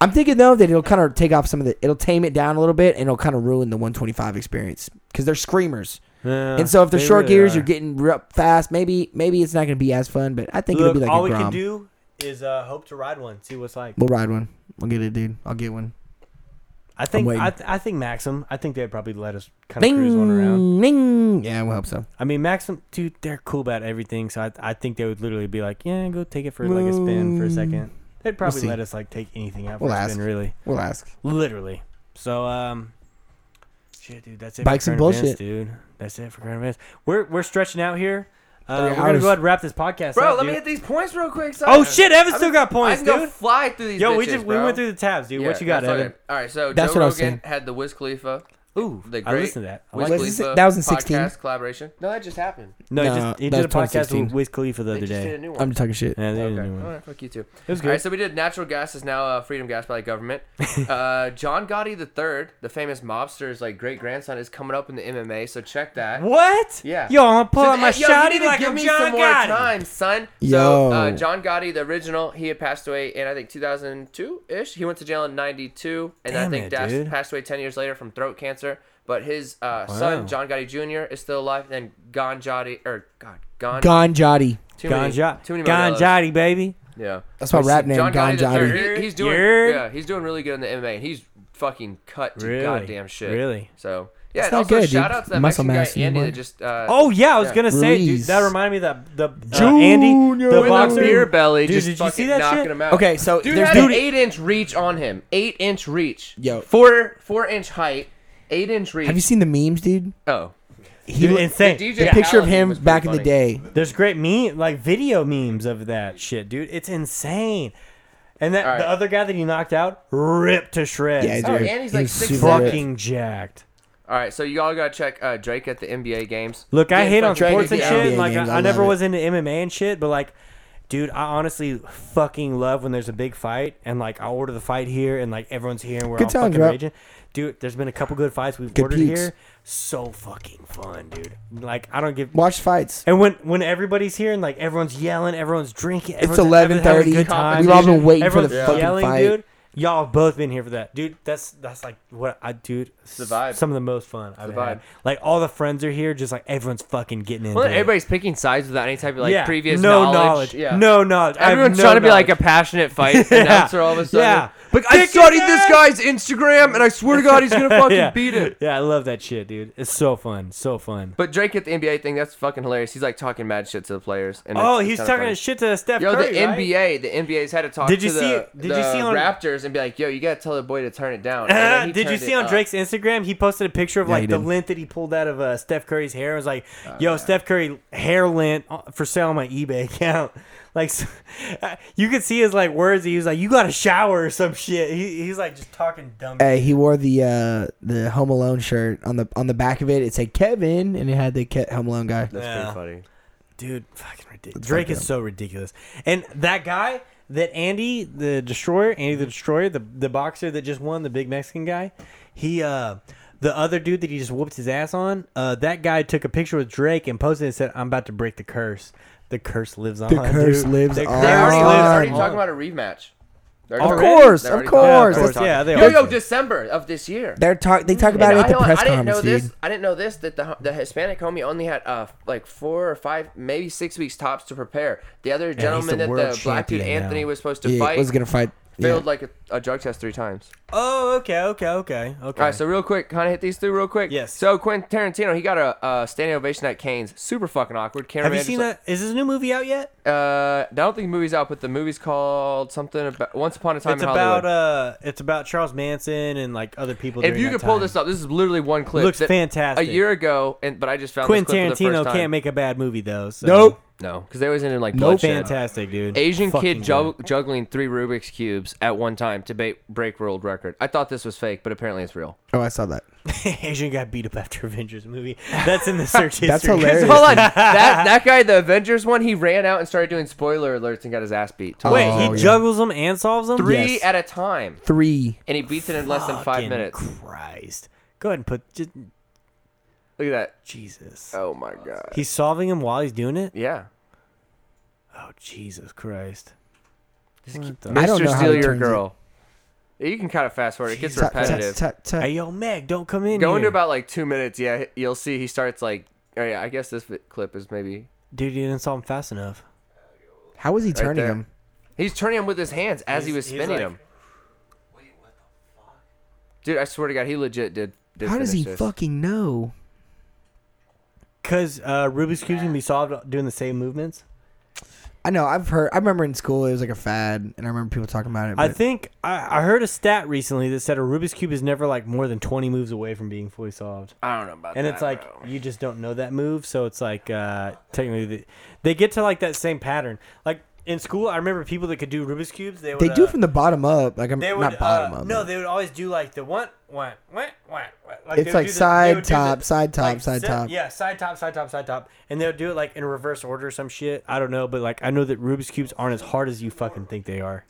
Speaker 3: I'm thinking though that it'll kind of take off some of the. It'll tame it down a little bit, and it'll kind of ruin the 125 experience because they're screamers.
Speaker 1: Yeah,
Speaker 3: and so if they're
Speaker 1: Uh, they
Speaker 3: short
Speaker 1: really
Speaker 3: gears,
Speaker 1: are.
Speaker 3: you're getting re- up fast. Maybe maybe it's not going to be as fun, but I think
Speaker 1: Look,
Speaker 3: it'll be like
Speaker 1: all
Speaker 3: a
Speaker 1: we can
Speaker 3: Grom.
Speaker 1: do is uh, hope to ride one, see what's like.
Speaker 3: We'll ride one. We'll get it, dude. I'll get one.
Speaker 1: I think
Speaker 3: waiting.
Speaker 1: I, th- I think Maxim. I think they'd probably let us kind of cruise one around.
Speaker 3: Ding, ding. Yeah, we'll hope so.
Speaker 1: I mean, Maxim, dude, they're cool about everything. So I, I think they would literally be like, yeah, go take it for like a spin for a second. They'd probably
Speaker 3: see.
Speaker 1: let us like take anything out for
Speaker 3: We'll
Speaker 1: a
Speaker 3: ask.
Speaker 1: spin, really,
Speaker 3: We'll ask.
Speaker 1: literally. So um, shit, dude, that's it.
Speaker 3: Bikes
Speaker 1: for
Speaker 3: and
Speaker 1: current events,
Speaker 3: bullshit.
Speaker 1: dude. That's it for current events. We're we're stretching out here. Uh,
Speaker 3: Three
Speaker 1: we're gonna
Speaker 3: hours.
Speaker 1: go ahead and wrap this podcast.
Speaker 4: Bro,
Speaker 1: up,
Speaker 4: let
Speaker 1: dude.
Speaker 4: me hit these points real quick. so-
Speaker 1: Oh shit, Evan
Speaker 4: I
Speaker 1: still
Speaker 4: can-
Speaker 1: got points,
Speaker 4: I can go
Speaker 1: dude.
Speaker 4: fly through these.
Speaker 1: Yo, we
Speaker 4: bitches,
Speaker 1: just we
Speaker 4: bro.
Speaker 1: went through the tabs, dude. what
Speaker 4: Yeah,
Speaker 1: you got,
Speaker 4: that's all
Speaker 1: Evan?
Speaker 4: right. All right, so
Speaker 3: That's
Speaker 4: Joe
Speaker 3: what I was saying.
Speaker 4: Rogan had the Wiz Khalifa.
Speaker 1: Ooh,
Speaker 4: the
Speaker 1: I
Speaker 4: great
Speaker 1: listened to that. I
Speaker 4: Wiz
Speaker 1: like
Speaker 3: Was
Speaker 1: that.
Speaker 3: this-
Speaker 4: Khalifa
Speaker 3: that was in 16?
Speaker 4: podcast collaboration. No, that just happened.
Speaker 1: No, he
Speaker 3: No,
Speaker 1: just he
Speaker 3: that
Speaker 1: did a
Speaker 3: was
Speaker 1: podcast
Speaker 3: 2016.
Speaker 1: with Wiz Khalifa the
Speaker 4: They
Speaker 1: other
Speaker 4: just did a
Speaker 1: day.
Speaker 4: new one.
Speaker 3: I'm just talking shit.
Speaker 1: Yeah, they did a
Speaker 4: Okay.
Speaker 1: new one.
Speaker 4: All right, fuck you too.
Speaker 1: It was
Speaker 4: All
Speaker 1: good.
Speaker 4: right, so we did natural gas is now uh, freedom gas by the government. uh, John Gotti the third, the famous mobster's like great grandson, is coming up in the MMA. So check that.
Speaker 1: What?
Speaker 4: Yeah.
Speaker 1: Yo, I'm gonna pull out my
Speaker 4: yo, you need
Speaker 1: shotty
Speaker 4: to
Speaker 1: like
Speaker 4: give
Speaker 1: I'm
Speaker 4: me
Speaker 1: John
Speaker 4: some more
Speaker 1: Gotti.
Speaker 4: time, son.
Speaker 3: Yo.
Speaker 4: So uh, John Gotti, the original, he had passed away in I think 2002 ish. He went to jail in 92, and
Speaker 1: Damn
Speaker 4: I think
Speaker 1: it,
Speaker 4: Dash
Speaker 1: dude.
Speaker 4: passed away 10 years later from throat cancer. But his uh, son, John Gotti Jr., is still alive. And Gon Gotti, or God, Gon,
Speaker 3: Gon Jotti.
Speaker 4: too
Speaker 1: Gon
Speaker 4: many, too
Speaker 1: Jotti.
Speaker 4: many
Speaker 1: Gon
Speaker 4: Gon
Speaker 1: Jotti, baby.
Speaker 4: Yeah.
Speaker 3: That's my rap name,
Speaker 4: John
Speaker 3: Gon
Speaker 4: Gotti. the third,
Speaker 3: Jotti.
Speaker 4: he- he's doing,
Speaker 1: You're-
Speaker 4: yeah, he's doing really good in the MMA, and he's fucking cut to
Speaker 1: Really?
Speaker 4: goddamn shit.
Speaker 1: Really?
Speaker 4: So yeah,
Speaker 3: That's
Speaker 4: and
Speaker 3: not
Speaker 4: also
Speaker 3: good,
Speaker 4: shout
Speaker 3: dude.
Speaker 4: out to that
Speaker 3: Muscle
Speaker 4: Mexican
Speaker 3: mass,
Speaker 4: guy
Speaker 3: you
Speaker 4: Andy
Speaker 3: know
Speaker 4: that
Speaker 3: what?
Speaker 4: just uh,
Speaker 1: Oh yeah, I was
Speaker 4: Yeah.
Speaker 1: gonna say, dude. That
Speaker 3: Release.
Speaker 1: reminded me of that the uh, Andy, the
Speaker 3: Junior.
Speaker 1: boxer,
Speaker 4: beer belly.
Speaker 1: Dude,
Speaker 4: just
Speaker 1: did you see
Speaker 4: fucking
Speaker 1: that
Speaker 4: knocking
Speaker 1: shit?
Speaker 4: him out.
Speaker 3: Okay, so
Speaker 4: Dude
Speaker 3: there's
Speaker 4: had
Speaker 3: dude.
Speaker 4: an eight inch reach on him. Eight inch reach.
Speaker 3: Yo.
Speaker 4: Four four inch height. Eight inch reach.
Speaker 3: Have you seen the memes, dude?
Speaker 4: Oh.
Speaker 3: He,
Speaker 1: Dude,
Speaker 3: look-
Speaker 1: insane.
Speaker 4: The DJ
Speaker 3: the picture of
Speaker 4: Allen
Speaker 3: him
Speaker 4: was pretty
Speaker 3: back in
Speaker 4: funny.
Speaker 3: the day.
Speaker 1: There's great meme, like video memes of that shit, dude. It's insane. And that
Speaker 4: All right.
Speaker 1: the other guy that he knocked out ripped to shreds.
Speaker 3: Yeah, dude.
Speaker 4: Oh, and he's
Speaker 3: He
Speaker 4: like
Speaker 3: was
Speaker 4: six
Speaker 3: super ripped.
Speaker 1: fucking jacked.
Speaker 4: All right, so you all gotta check uh, Drake at the NBA games.
Speaker 1: Look, I
Speaker 4: Dude,
Speaker 1: hate on
Speaker 4: fucking
Speaker 1: sports and
Speaker 4: Drake,
Speaker 1: shit.
Speaker 3: NBA
Speaker 1: like,
Speaker 3: games,
Speaker 1: I,
Speaker 3: I
Speaker 1: I never
Speaker 3: love it.
Speaker 1: was into MMA and shit, but like, dude, I honestly fucking love when there's a big fight and like I'll order the fight here and like everyone's here and we're
Speaker 3: Good
Speaker 1: all
Speaker 3: times,
Speaker 1: fucking
Speaker 3: bro.
Speaker 1: raging. Dude, there's been a couple good fights we've
Speaker 3: Good
Speaker 1: ordered
Speaker 3: peaks.
Speaker 1: here. So fucking fun, dude. Like, I don't give.
Speaker 3: Watch fights.
Speaker 1: And when when everybody's here and like everyone's yelling, everyone's drinking, everyone's
Speaker 3: It's eleven
Speaker 1: having
Speaker 3: thirty.
Speaker 1: a good time.
Speaker 3: We've all been waiting for the
Speaker 1: Everyone's
Speaker 3: fucking
Speaker 1: yelling,
Speaker 3: fight.
Speaker 1: dude. Y'all have both been here for that, dude. That's that's like what I, dude. It's
Speaker 4: the vibe.
Speaker 1: Some of the most fun I've
Speaker 4: the vibe.
Speaker 1: had. Like all the friends are here, just like everyone's fucking getting into
Speaker 4: Well,
Speaker 1: it.
Speaker 4: everybody's picking sides without any type of like
Speaker 1: yeah.
Speaker 4: previous
Speaker 1: no
Speaker 4: knowledge. Yeah.
Speaker 1: no knowledge. I have
Speaker 4: Everyone's
Speaker 1: no
Speaker 4: trying to be like a
Speaker 1: knowledge.
Speaker 4: passionate fight announcer all of a sudden.
Speaker 1: Yeah.
Speaker 4: Like I
Speaker 1: Kick his
Speaker 4: studied this
Speaker 1: ass!
Speaker 4: guy's Instagram and I swear to God he's gonna fucking
Speaker 1: yeah.
Speaker 4: beat him.
Speaker 1: Yeah, I love that shit, dude. It's so fun, so fun.
Speaker 4: But Drake at the NBA thing, that's fucking hilarious. He's like talking mad shit to the players. And
Speaker 1: oh,
Speaker 4: it's- it's
Speaker 1: he's
Speaker 4: kinda
Speaker 1: talking
Speaker 4: funny.
Speaker 1: shit to Steph
Speaker 4: Yo,
Speaker 1: Curry.
Speaker 4: the
Speaker 1: right?
Speaker 4: NBA, the NBA's had to talk
Speaker 1: Did you
Speaker 4: to the,
Speaker 1: see- did you
Speaker 4: the
Speaker 1: see on-
Speaker 4: Raptors and be like, "Yo, you gotta tell the boy to turn it down." And then
Speaker 1: Uh,
Speaker 4: he
Speaker 1: did you
Speaker 4: turned
Speaker 1: see
Speaker 4: it
Speaker 1: on
Speaker 4: up.
Speaker 1: Drake's Instagram? He posted a picture of
Speaker 3: he
Speaker 1: like the
Speaker 3: did.
Speaker 1: lint that he pulled out of uh, Steph Curry's hair. It was like,
Speaker 4: Uh,
Speaker 1: "Yo, Steph Curry hair lint uh, for sale on my eBay account." Like, so, you could see his like words. He was like, "You got to shower or some shit." He, he's like just talking dumb.
Speaker 3: Hey, he wore the uh, the Home Alone shirt on the on the back of it. It said Kevin, and it had the Ke- Home Alone guy.
Speaker 4: That's
Speaker 1: Yeah.
Speaker 4: pretty funny.
Speaker 1: dude, fucking ridiculous. Drake
Speaker 3: fucked
Speaker 1: is so ridiculous, and that guy that Andy the Destroyer, Andy the Destroyer, the the boxer that just won, the big Mexican guy, he uh the other dude that he just whooped his ass on, uh that guy took a picture with Drake and posted it and said, "I'm about to break the curse." The curse lives on.
Speaker 3: curse
Speaker 1: dude.
Speaker 3: lives
Speaker 1: the
Speaker 3: on.
Speaker 4: They're already,
Speaker 3: Oh,
Speaker 4: they're already
Speaker 1: on.
Speaker 4: talking about a rematch. They're
Speaker 1: Of
Speaker 4: already-
Speaker 3: course,
Speaker 4: they're
Speaker 3: of
Speaker 4: already talking-
Speaker 3: course.
Speaker 4: they're already talking.
Speaker 1: Yeah, they
Speaker 4: Yo,
Speaker 1: are.
Speaker 4: yo, December of this year.
Speaker 3: They're talk. They talk about
Speaker 4: And
Speaker 3: it at the
Speaker 4: only-
Speaker 3: press
Speaker 4: didn't
Speaker 3: conference,
Speaker 4: know this.
Speaker 3: dude.
Speaker 4: I didn't know this that the the Hispanic homie only had uh like four or five, maybe six weeks tops to prepare. The other gentleman
Speaker 1: the
Speaker 4: that
Speaker 1: world
Speaker 4: the black dude
Speaker 1: champion
Speaker 4: Anthony
Speaker 1: now.
Speaker 4: was supposed to
Speaker 3: Yeah,
Speaker 4: fight
Speaker 3: was gonna fight.
Speaker 4: failed
Speaker 3: yeah.
Speaker 4: like a, a drug test three times.
Speaker 1: Oh, okay, okay, okay, okay.
Speaker 4: All right, so real quick, kind of hit these through real quick.
Speaker 1: Yes.
Speaker 4: So Quentin Tarantino, he got a, uh standing ovation at Cannes. Super fucking awkward. Cameron
Speaker 1: have you
Speaker 4: Anderson-
Speaker 1: seen that? Is this new movie out yet?
Speaker 4: Uh, I don't think the movie's out, but the movie's called something about Once Upon a Time
Speaker 1: It's
Speaker 4: in
Speaker 1: about
Speaker 4: Hollywood.
Speaker 1: uh, it's about Charles Manson and like other people.
Speaker 4: if
Speaker 1: during
Speaker 4: you
Speaker 1: that
Speaker 4: could pull
Speaker 1: time.
Speaker 4: this up, this is literally one clip.
Speaker 1: Looks
Speaker 4: that
Speaker 1: fantastic.
Speaker 4: A year ago, and but I just found
Speaker 1: Quentin
Speaker 4: this clip for the
Speaker 1: Tarantino
Speaker 4: first time.
Speaker 1: can't make a bad movie though. So.
Speaker 3: Nope.
Speaker 4: No, because they was in like
Speaker 1: Nope.
Speaker 4: bloodshed.
Speaker 1: Fantastic, dude.
Speaker 4: Asian
Speaker 1: Fucking
Speaker 4: kid jug- juggling three Rubik's cubes at one time to ba- break world record. I thought this was fake, but apparently it's real.
Speaker 3: Oh, I saw that.
Speaker 1: good. Asian got beat up after Avengers movie. That's in the search history.
Speaker 3: That's hilarious.
Speaker 4: Hold on, that that guy, the Avengers one, he ran out and started doing spoiler alerts and got his ass beat. Twice.
Speaker 1: Wait, he
Speaker 3: Oh, yeah.
Speaker 1: juggles them and solves them.
Speaker 4: three
Speaker 3: yes.
Speaker 4: at a time,
Speaker 3: Three.
Speaker 4: and he beats it in less than five
Speaker 1: Fucking
Speaker 4: minutes.
Speaker 1: Christ. Go ahead and put just,
Speaker 4: Look at that.
Speaker 1: Jesus.
Speaker 4: Oh my god.
Speaker 1: He's solving them while he's doing it.
Speaker 4: Yeah.
Speaker 1: Oh Jesus Christ. What the-
Speaker 3: I don't
Speaker 4: Mr.
Speaker 3: know how
Speaker 4: Steal
Speaker 3: he
Speaker 4: Your
Speaker 3: turns it.
Speaker 4: Girl. You can kind of fast forward. It gets
Speaker 3: Tut, tut,
Speaker 4: repetitive.
Speaker 3: tut, tut.
Speaker 1: Hey yo, Meg, don't come in.
Speaker 4: Going
Speaker 1: here.
Speaker 4: to about like two minutes, yeah, you'll see he starts like. Oh yeah, I guess this vi- clip is maybe
Speaker 1: dude, you didn't solve them fast enough.
Speaker 3: How was he turning
Speaker 4: there.
Speaker 3: him?
Speaker 4: He's turning him with his hands as he
Speaker 1: He's-
Speaker 4: was
Speaker 1: he's
Speaker 4: spinning
Speaker 1: like-
Speaker 4: him. Dude, I swear to God, he legit did. did
Speaker 3: How does he
Speaker 4: finish this.
Speaker 3: fucking know?
Speaker 1: Cause uh, Rubik's cubes can be solved doing the same movements.
Speaker 3: I know. I've heard. I remember in school it was like a fad, and I remember people talking about it.
Speaker 1: I
Speaker 3: but-
Speaker 1: think I, I heard a stat recently that said a Rubik's cube is never like more than twenty moves away from being fully solved,
Speaker 4: I don't know about
Speaker 1: and
Speaker 4: that.
Speaker 1: it's like
Speaker 4: bro.
Speaker 1: you just don't know that move. So it's like uh, technically the, they get to like that same pattern. Like in school, I remember people that could do Rubik's cubes. They would,
Speaker 3: they do
Speaker 1: uh,
Speaker 3: from the bottom up. Like I'm
Speaker 1: they would
Speaker 3: not bottom
Speaker 1: uh,
Speaker 3: up.
Speaker 1: No,
Speaker 3: but
Speaker 1: they would always do like the one, one, one, one. one. Like they would
Speaker 3: It's like
Speaker 1: do the- they
Speaker 3: side,
Speaker 1: would do
Speaker 3: top, side, top, side,
Speaker 1: si-
Speaker 3: top.
Speaker 1: Yeah, side top, side top, side top, and they'll do it like in reverse order or some shit. I don't know, but like I know that Rubik's cubes aren't as hard as you fucking think they are.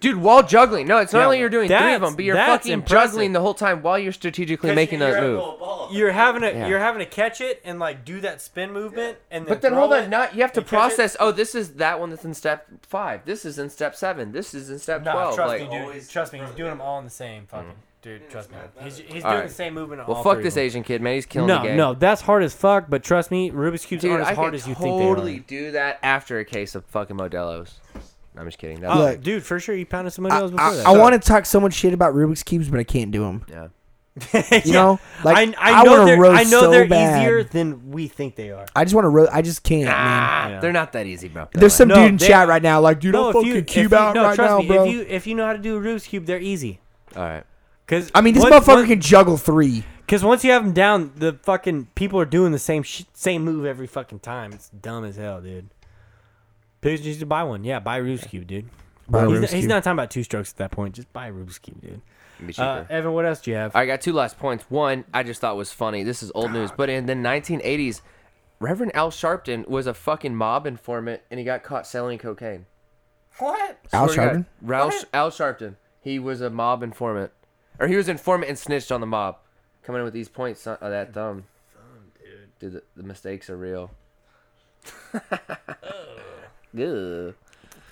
Speaker 4: dude, while juggling. No, it's not
Speaker 1: Yeah,
Speaker 4: only you're doing three of
Speaker 1: that's-
Speaker 4: them, but you're
Speaker 1: that's
Speaker 4: fucking
Speaker 1: impressive.
Speaker 4: juggling the whole time while you're strategically
Speaker 1: 'Cause
Speaker 4: making
Speaker 1: you're-
Speaker 4: that
Speaker 1: you're
Speaker 4: move.
Speaker 1: You're having to
Speaker 4: Yeah.
Speaker 1: you're having to catch it and like do that spin movement and then
Speaker 4: But then
Speaker 1: throw
Speaker 4: hold
Speaker 1: it.
Speaker 4: on, not you have to
Speaker 1: You catch it.
Speaker 4: process. Oh, this is that one that's in step five. This is in step seven. This is in step
Speaker 1: Nah,
Speaker 4: twelve.
Speaker 1: trust
Speaker 4: like,
Speaker 1: me, dude. trust me, he's doing them all in the same fucking dude. Trust me, he's, he's doing
Speaker 4: Alright.
Speaker 1: the same movement. on
Speaker 4: well,
Speaker 1: all
Speaker 4: fuck
Speaker 1: three
Speaker 4: this
Speaker 1: of them.
Speaker 4: Asian kid, man. He's killing the
Speaker 1: No,
Speaker 4: game.
Speaker 1: no, that's hard as fuck. But trust me, Rubik's cubes
Speaker 4: dude,
Speaker 1: aren't
Speaker 4: I
Speaker 1: as hard
Speaker 4: could
Speaker 1: as you
Speaker 4: totally
Speaker 1: think
Speaker 4: do that after a case of fucking Modelo's. I'm just kidding. That's
Speaker 1: they are. Oh,
Speaker 3: Look.
Speaker 1: dude, for sure, you pounded somebody
Speaker 3: I,
Speaker 1: else before that.
Speaker 3: want to talk so much shit about Rubik's cubes, but I can't do them.
Speaker 4: yeah.
Speaker 3: You know, like
Speaker 1: I, I,
Speaker 3: I
Speaker 1: know
Speaker 3: wanna
Speaker 1: they're,
Speaker 3: roast
Speaker 1: I know
Speaker 3: so
Speaker 1: they're
Speaker 3: bad.
Speaker 1: easier than we think they are.
Speaker 3: I just want to. Ro- I just can't, man.
Speaker 1: Yeah.
Speaker 4: They're not that easy, bro.
Speaker 3: There's some
Speaker 1: No,
Speaker 3: dude in
Speaker 1: they-
Speaker 3: chat right now, like, dude, I'm fucking cube out
Speaker 1: no,
Speaker 3: right
Speaker 1: trust
Speaker 3: now,
Speaker 1: me,
Speaker 3: bro.
Speaker 1: if you if you know how to do a Rubik's cube, they're easy.
Speaker 4: All right.
Speaker 1: Cause
Speaker 3: I mean, this
Speaker 1: once-
Speaker 3: motherfucker
Speaker 1: once-
Speaker 3: can juggle three.
Speaker 1: Because once you have them down, the fucking people are doing the same sh- same move every fucking time. It's dumb as hell, dude. Pigs needs to buy one. Yeah, buy a Rubik's Cube, dude.
Speaker 3: Buy a
Speaker 1: he's,
Speaker 3: Rubik's
Speaker 1: not, he's
Speaker 3: Cube.
Speaker 1: not talking about two strokes at that point. Just buy a Rubik's Cube, dude.
Speaker 4: It'd be cheaper.
Speaker 1: Uh, Evan, what else do you have?
Speaker 4: I got two last points. One, I just thought was funny. This is old news, but in the 1980s, Reverend Al Sharpton was a fucking mob informant, and he got caught selling cocaine.
Speaker 1: what?
Speaker 3: Al
Speaker 4: Swear to
Speaker 3: Sharpton.
Speaker 4: God. Ralph- Al Sharpton. He was a mob informant, or he was informant and snitched on the mob. Coming in with these points, son, oh, that thumb. Dude, the, the mistakes are real. Ugh.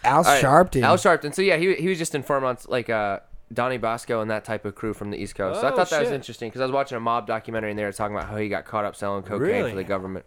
Speaker 3: Al
Speaker 4: All right,
Speaker 3: Sharpton.
Speaker 4: Al Sharpton. So yeah, he, he was just informed on like uh, Donnie Bosco and that type of crew from the East Coast. so I
Speaker 1: Oh,
Speaker 4: thought that was
Speaker 1: shit.
Speaker 4: interesting because I was watching a mob documentary and they were talking about how he got caught up selling cocaine
Speaker 1: Really?
Speaker 4: for the government.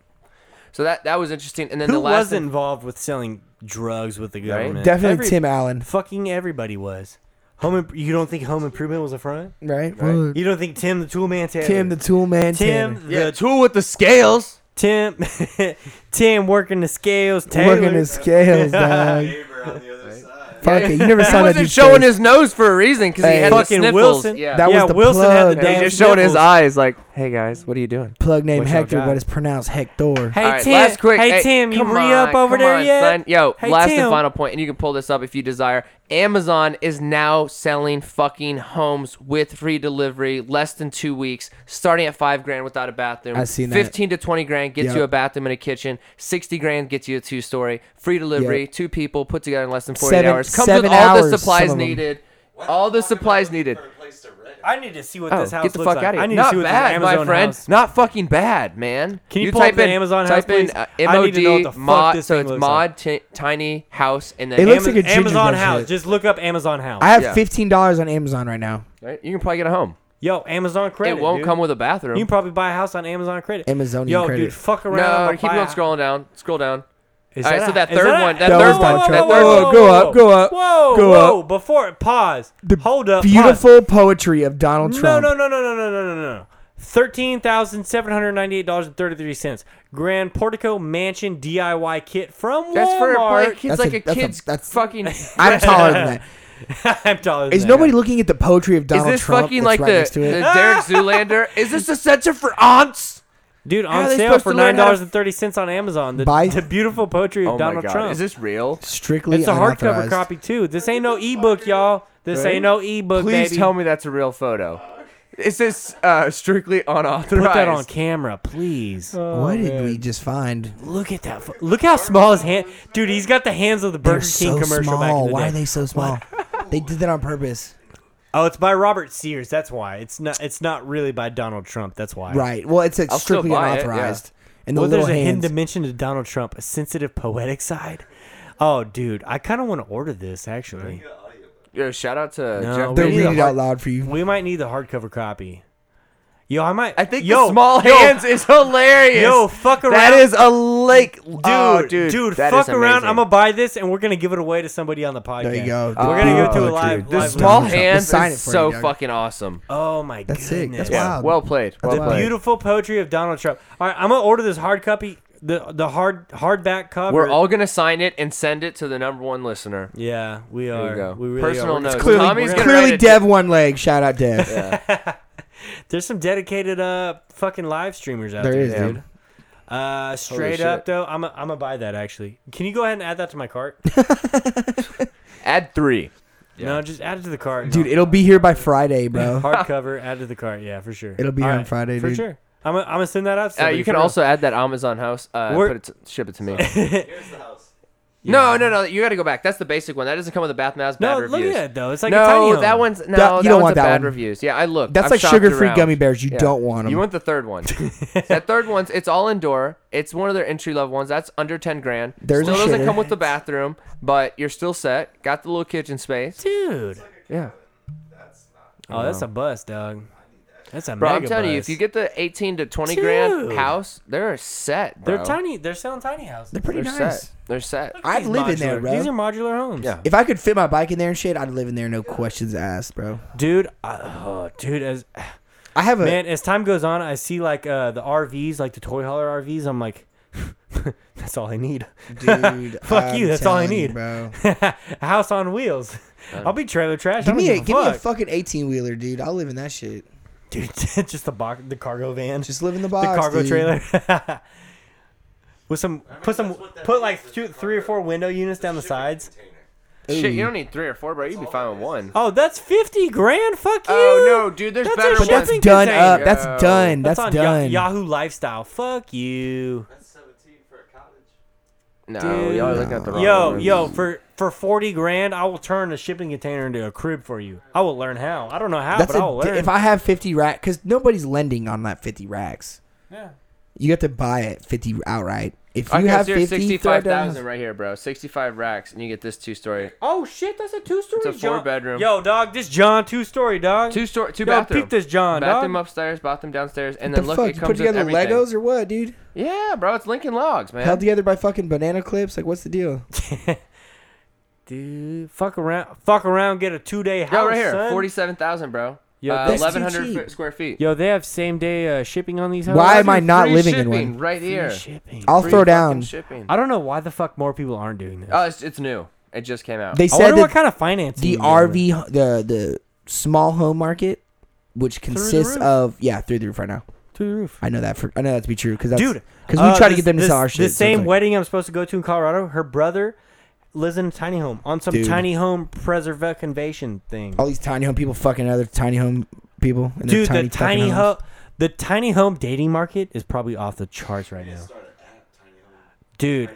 Speaker 4: So that that was interesting. And then
Speaker 1: Who
Speaker 4: the last
Speaker 1: was involved with selling drugs with the government?
Speaker 3: Definitely
Speaker 1: Every-
Speaker 3: Tim Allen,
Speaker 1: Fucking everybody was. Home. Imp- you don't think Home Improvement was a front?
Speaker 3: right?
Speaker 1: You don't think Tim the Tool Man? Taylor?
Speaker 3: Tim the Tool Man.
Speaker 1: Tim
Speaker 3: Tanner.
Speaker 1: the
Speaker 4: tool with the scales.
Speaker 1: Tim Tim working the scales. Taylor.
Speaker 3: working his scales, dog.
Speaker 5: Neighbor on the other side.
Speaker 3: Fuck it. You never
Speaker 4: He
Speaker 3: saw that
Speaker 4: wasn't
Speaker 3: dude.
Speaker 4: showing his nose for a reason because he
Speaker 3: Hey.
Speaker 4: had the
Speaker 1: fucking
Speaker 4: sniffles.
Speaker 1: Wilson.
Speaker 4: Yeah,
Speaker 3: That was
Speaker 1: yeah,
Speaker 3: the
Speaker 1: Wilson had
Speaker 3: plug.
Speaker 1: the
Speaker 3: He
Speaker 1: damn.
Speaker 4: he just showing his
Speaker 1: nipples.
Speaker 4: eyes like, "Hey guys, what are you doing?"
Speaker 3: plug named
Speaker 1: What y'all
Speaker 3: Hector,
Speaker 1: got?
Speaker 3: but it's pronounced Hector.
Speaker 1: Hey
Speaker 4: All right,
Speaker 1: Tim,
Speaker 4: last quick.
Speaker 1: hey, Tim, you
Speaker 4: come
Speaker 1: re up
Speaker 4: on,
Speaker 1: over
Speaker 4: come
Speaker 1: there
Speaker 4: on,
Speaker 1: yet?
Speaker 4: son. Yo,
Speaker 1: Hey,
Speaker 4: last
Speaker 1: Tim.
Speaker 4: and final point, and you can pull this up if you desire. Amazon is now selling fucking homes with free delivery, less than two weeks, starting at five grand without a bathroom.
Speaker 3: I seen that.
Speaker 4: Fifteen to twenty grand gets
Speaker 3: Yep.
Speaker 4: you a bathroom and a kitchen. Sixty grand gets you a two story. Free delivery,
Speaker 3: Yep.
Speaker 4: two people put together in less than forty eight
Speaker 3: Seven-
Speaker 4: hours. Comes
Speaker 3: seven
Speaker 4: with all
Speaker 3: hours,
Speaker 4: the
Speaker 3: some
Speaker 4: supplies
Speaker 3: of 'em.
Speaker 4: needed. All the supplies needed.
Speaker 1: I need to see what
Speaker 4: Oh,
Speaker 1: this house
Speaker 4: get the
Speaker 1: looks
Speaker 4: fuck
Speaker 1: like.
Speaker 4: out of here!
Speaker 1: I need to
Speaker 4: Not
Speaker 1: see what
Speaker 4: bad,
Speaker 1: this Amazon
Speaker 4: my friend.
Speaker 1: house.
Speaker 4: Not fucking bad, man.
Speaker 1: Can you pull up the Amazon house,
Speaker 4: type in,
Speaker 1: please?
Speaker 4: uh,
Speaker 1: I
Speaker 4: MOD
Speaker 1: need to know what the fuck
Speaker 4: mod,
Speaker 1: this
Speaker 4: so
Speaker 1: thing
Speaker 4: it's
Speaker 1: looks
Speaker 4: mod
Speaker 1: like.
Speaker 4: ti- tiny house, and then
Speaker 3: It looks
Speaker 4: Amaz-
Speaker 3: like a ginger
Speaker 1: Amazon
Speaker 3: bread
Speaker 1: house.
Speaker 3: shit.
Speaker 1: Just look up Amazon house.
Speaker 3: I have
Speaker 4: Yeah.
Speaker 3: fifteen dollars on Amazon right now.
Speaker 4: right? You can probably get a home.
Speaker 1: Yo, Amazon credit.
Speaker 4: it won't
Speaker 1: dude.
Speaker 4: come with a bathroom.
Speaker 1: You can probably buy a house on Amazon credit.
Speaker 3: Amazonian
Speaker 1: Yo,
Speaker 3: credit.
Speaker 1: dude, fuck around. I'm
Speaker 4: no,
Speaker 1: gonna
Speaker 4: keep
Speaker 1: buy a-
Speaker 4: on scrolling down. Scroll down.
Speaker 1: Is
Speaker 4: All right,
Speaker 1: that
Speaker 4: so
Speaker 1: a-
Speaker 4: that
Speaker 1: is
Speaker 4: third
Speaker 1: a-
Speaker 4: one- that
Speaker 3: That third was one- Donald that Trump. third Whoa, one- go up, go up,
Speaker 1: whoa,
Speaker 3: go
Speaker 1: whoa,
Speaker 3: up.
Speaker 1: Before pause, hold up, pause.
Speaker 3: Beautiful poetry of Donald
Speaker 1: No,
Speaker 3: Trump.
Speaker 1: no, no, no, no, no, no, no, no. Thirteen thousand seven hundred ninety-eight dollars and thirty-three cents. Grand Portico Mansion DIY kit from
Speaker 4: That's for a play.
Speaker 1: Walmart.
Speaker 4: Kids
Speaker 3: That's
Speaker 4: like
Speaker 3: a-
Speaker 4: a
Speaker 3: that's a-
Speaker 4: kid's
Speaker 3: that's-
Speaker 4: fucking.
Speaker 3: I'm taller than that.
Speaker 1: I'm taller than
Speaker 3: Is
Speaker 1: that.
Speaker 3: nobody looking at the poetry of
Speaker 4: Is
Speaker 3: Donald
Speaker 4: this
Speaker 3: Trump?
Speaker 4: fucking
Speaker 3: that's
Speaker 4: like
Speaker 3: right
Speaker 4: the,
Speaker 3: next to
Speaker 4: the
Speaker 3: it?
Speaker 4: Derek Zoolander? Is this a censor for aunts?
Speaker 1: dude
Speaker 4: are
Speaker 1: on
Speaker 4: they
Speaker 1: sale
Speaker 4: supposed
Speaker 1: for
Speaker 4: to
Speaker 1: nine
Speaker 4: learn how to-
Speaker 1: dollars and thirty cents on Amazon? The,
Speaker 3: Buy-
Speaker 1: the beautiful poetry of
Speaker 4: Oh my
Speaker 1: Donald
Speaker 4: god!
Speaker 1: Trump.
Speaker 4: Is this real?
Speaker 3: Strictly
Speaker 1: it's a hardcover
Speaker 3: unauthorized.
Speaker 1: copy too. This ain't no ebook, y'all. This
Speaker 4: Right?
Speaker 1: ain't no ebook,
Speaker 4: Please
Speaker 1: baby.
Speaker 4: tell me that's a real photo. Is this uh, strictly unauthorized?
Speaker 1: Put that on camera, please.
Speaker 4: Uh.
Speaker 3: What did we just find?
Speaker 1: Look at that. fo- Look how small his hand. Dude, he's got the hands of the Burger
Speaker 3: They're
Speaker 1: King
Speaker 3: so
Speaker 1: commercial back in
Speaker 3: small.
Speaker 1: the
Speaker 3: Why
Speaker 1: day.
Speaker 3: are they so small? they did that on purpose.
Speaker 1: Oh, it's by Robert Sears. That's why. It's not. It's not really by Donald Trump. That's why.
Speaker 3: Right. Well, it's, it's
Speaker 4: I'll still
Speaker 3: strictly
Speaker 4: buy it,
Speaker 3: unauthorized. And the
Speaker 1: well,
Speaker 3: little
Speaker 1: there's a hidden
Speaker 3: hands.
Speaker 1: dimension to Donald Trump, a sensitive, poetic side. Oh, dude, I kind of want to order this actually.
Speaker 4: Yo, shout out to
Speaker 1: No,
Speaker 4: Jeff.
Speaker 3: They'll
Speaker 1: We need
Speaker 4: Bezos.
Speaker 3: read
Speaker 1: a
Speaker 3: it out loud for you.
Speaker 1: We might need the hardcover copy. Yo, I might.
Speaker 4: I think
Speaker 1: yo,
Speaker 4: the small
Speaker 1: yo,
Speaker 4: hands is hilarious.
Speaker 1: Yo, fuck around.
Speaker 4: That is a lake, Oh, dude.
Speaker 1: Dude, dude,
Speaker 3: Oh,
Speaker 1: fuck around. I'm gonna buy this, and we're gonna give it away to somebody on the podcast.
Speaker 3: There you go.
Speaker 1: We're gonna give it to a
Speaker 3: Oh,
Speaker 1: live. live
Speaker 3: dude.
Speaker 4: The
Speaker 3: Donald
Speaker 4: small
Speaker 3: Trump.
Speaker 4: hands
Speaker 3: Just sign
Speaker 4: is
Speaker 3: it for
Speaker 4: so
Speaker 3: him, Doug.
Speaker 4: fucking awesome.
Speaker 1: Oh my
Speaker 3: That's sick.
Speaker 1: goodness.
Speaker 3: That's
Speaker 4: Yeah,
Speaker 3: wild.
Speaker 4: well played. Well
Speaker 1: The
Speaker 4: played.
Speaker 1: beautiful poetry of Donald Trump. All right, I'm gonna order this hard copy, the the hard hardback cover.
Speaker 4: We're all gonna sign it and send it to the number one listener.
Speaker 1: Yeah, we
Speaker 4: There
Speaker 1: are.
Speaker 4: you go.
Speaker 1: We really
Speaker 4: Personal
Speaker 1: are.
Speaker 4: note.
Speaker 1: It's
Speaker 3: Clearly,
Speaker 4: Tommy's gonna write
Speaker 3: clearly
Speaker 4: it-
Speaker 3: Dev one leg. Shout out Dev.
Speaker 1: There's some dedicated uh fucking live streamers out there.
Speaker 3: There is,
Speaker 1: dude.
Speaker 3: dude.
Speaker 1: Uh, straight
Speaker 4: shit.
Speaker 1: up though, I'm i I'm gonna buy that actually. Can you go ahead and add that to my cart?
Speaker 4: Add three.
Speaker 1: No, just add it to the cart,
Speaker 3: Dude, it'll be here by Friday, bro.
Speaker 1: Hardcover, add to the cart. Yeah, for sure.
Speaker 3: It'll be
Speaker 1: All
Speaker 3: here on Friday,
Speaker 1: for
Speaker 3: dude.
Speaker 1: sure. I'm gonna, I'm gonna send that out. to
Speaker 4: Uh,
Speaker 1: somebody
Speaker 4: you can
Speaker 1: for real.
Speaker 4: also add that Amazon house. Uh,
Speaker 1: We're-
Speaker 4: put it to, ship it to me. Here's the house. No, no, no. You got to go back. That's the basic one. That doesn't come with a bath mask.
Speaker 1: no.
Speaker 4: bad
Speaker 1: Look
Speaker 4: reviews.
Speaker 1: at it though. It's like a tiny
Speaker 4: no,
Speaker 1: home.
Speaker 4: that one's no.
Speaker 3: That-
Speaker 4: that
Speaker 3: you don't
Speaker 4: one's
Speaker 3: want
Speaker 4: a
Speaker 3: that
Speaker 4: bad
Speaker 3: one.
Speaker 4: reviews. Yeah, I looked.
Speaker 3: That's
Speaker 4: I've
Speaker 3: like
Speaker 4: shopped
Speaker 3: sugar-free
Speaker 4: around.
Speaker 3: gummy bears. You don't want 'em.
Speaker 4: You want the third one. that third one's it's all indoor. It's one of their entry level ones. That's under ten grand.
Speaker 3: There's
Speaker 4: still
Speaker 3: a
Speaker 4: doesn't
Speaker 3: shitter.
Speaker 4: come with the bathroom, but you're still set. Got the little kitchen space.
Speaker 1: dude.
Speaker 4: Yeah,
Speaker 1: Oh, that's a bus, dog. That's a
Speaker 4: bro.
Speaker 1: mega
Speaker 4: I'm telling you, if
Speaker 1: bus.
Speaker 4: you get the eighteen to twenty
Speaker 1: Dude.
Speaker 4: grand house, they're set. Bro.
Speaker 1: they're tiny. They're selling tiny houses.
Speaker 3: They're pretty
Speaker 4: They're
Speaker 3: nice.
Speaker 4: set. They're set.
Speaker 3: I'd
Speaker 1: These
Speaker 3: live in there,
Speaker 1: modular-
Speaker 3: bro.
Speaker 1: These are modular homes.
Speaker 4: Yeah.
Speaker 3: If I could fit my bike in there and shit, I'd live in there, no questions asked, bro.
Speaker 1: dude. I, oh, dude, as
Speaker 3: I have a
Speaker 1: man, as time goes on, I see like uh, the RVs, like the toy hauler RVs. I'm like, that's all I need.
Speaker 3: dude.
Speaker 1: Fuck you,
Speaker 3: I'm
Speaker 1: that's all I
Speaker 3: telling you,
Speaker 1: need.
Speaker 3: bro.
Speaker 1: A House on wheels. I'll be trailer trash.
Speaker 3: Uh, Give
Speaker 1: I don't
Speaker 3: me a
Speaker 1: give a,
Speaker 3: give me a
Speaker 1: fuck.
Speaker 3: fucking eighteen wheeler, dude. I'll live in that shit.
Speaker 1: dude. just the box, the cargo van,
Speaker 3: Just live in the
Speaker 1: the
Speaker 3: box.
Speaker 1: cargo
Speaker 3: dude.
Speaker 1: trailer. With some, put some, put like two, three or four window units down the sides.
Speaker 4: Shit, you don't need three or four, bro. You'd be fine with one.
Speaker 1: Oh, that's fifty grand. Fuck you.
Speaker 4: Oh no, dude. There's
Speaker 1: That's a
Speaker 4: better
Speaker 1: shit
Speaker 4: ones.
Speaker 3: But that's
Speaker 1: shipping
Speaker 3: done
Speaker 1: container.
Speaker 3: up.
Speaker 4: Yo.
Speaker 3: That's done. That's,
Speaker 1: on Ya-
Speaker 3: done.
Speaker 1: Yahoo Lifestyle. Fuck you.
Speaker 4: no,
Speaker 1: Dude.
Speaker 4: y'all are looking at the wrong.
Speaker 1: Yo,
Speaker 4: one.
Speaker 1: yo, for for forty grand, I will turn a shipping container into a crib for you. I will learn how. I don't know how,
Speaker 3: That's
Speaker 1: but
Speaker 3: a,
Speaker 1: I will learn.
Speaker 3: if I have fifty rack, because nobody's lending on that fifty racks.
Speaker 1: Yeah.
Speaker 3: You have to buy it fifty outright. If you
Speaker 4: Okay,
Speaker 3: have
Speaker 4: so you're
Speaker 3: fifty, throw it
Speaker 4: sixty-five
Speaker 3: down.
Speaker 4: thousand right here, bro. Sixty-five racks, and you get this two-story,
Speaker 1: oh shit, that's a two story.
Speaker 4: It's a four-bedome.
Speaker 1: Yo, dog, this John two story dog.
Speaker 4: two-story, two
Speaker 1: Yo,
Speaker 4: bathroom.
Speaker 1: peep this John
Speaker 4: bathroom
Speaker 1: dog.
Speaker 4: upstairs, bathroom downstairs, and
Speaker 3: The
Speaker 4: then look,
Speaker 3: fuck?
Speaker 4: it
Speaker 3: You
Speaker 4: comes
Speaker 3: put together
Speaker 4: with everything.
Speaker 3: Legos or what, dude?
Speaker 4: Yeah, bro, it's Lincoln Logs, man.
Speaker 3: Held together by fucking banana clips? Like, what's the deal?
Speaker 1: Dude, fuck around, fuck around, get a two day house.
Speaker 4: Yo, right here,
Speaker 1: son.
Speaker 4: forty-seven thousand, bro.
Speaker 1: Yo,
Speaker 4: uh,
Speaker 1: that's too
Speaker 4: eleven hundred
Speaker 3: cheap.
Speaker 4: fi- square feet.
Speaker 1: Yo, they have same day uh, shipping on these.
Speaker 3: Why
Speaker 1: houses?
Speaker 3: am I not
Speaker 4: Free
Speaker 3: living in
Speaker 4: shipping
Speaker 3: one?
Speaker 4: Right here.
Speaker 1: Shipping.
Speaker 3: I'll
Speaker 4: Free
Speaker 3: throw
Speaker 4: fucking
Speaker 3: down.
Speaker 4: Shipping.
Speaker 1: I don't know why the fuck more people aren't doing this.
Speaker 4: Oh, it's, it's new. It just came out.
Speaker 1: I
Speaker 3: They Uh, said
Speaker 1: wonder what
Speaker 3: that
Speaker 1: kind of financing.
Speaker 3: the
Speaker 1: you guys went.
Speaker 3: RV, the the small home market, which consists
Speaker 1: roof.
Speaker 3: of yeah, through the roof right now.
Speaker 1: through the roof.
Speaker 3: I know that for I know that to be true because
Speaker 1: Dude,
Speaker 3: because we
Speaker 1: uh,
Speaker 3: try to
Speaker 1: this-
Speaker 3: get them to
Speaker 1: this,
Speaker 3: sell our shit.
Speaker 1: The
Speaker 3: so it's
Speaker 1: same
Speaker 3: like-
Speaker 1: wedding I'm supposed to go to in Colorado, her brother lives in a tiny home on some
Speaker 3: Dude.
Speaker 1: tiny home preservation thing.
Speaker 3: all these tiny home people fucking other tiny home people. And
Speaker 1: Dude, the
Speaker 3: fucking
Speaker 1: tiny
Speaker 3: homes.
Speaker 1: home, the tiny home dating market is probably off the charts right now. Dude,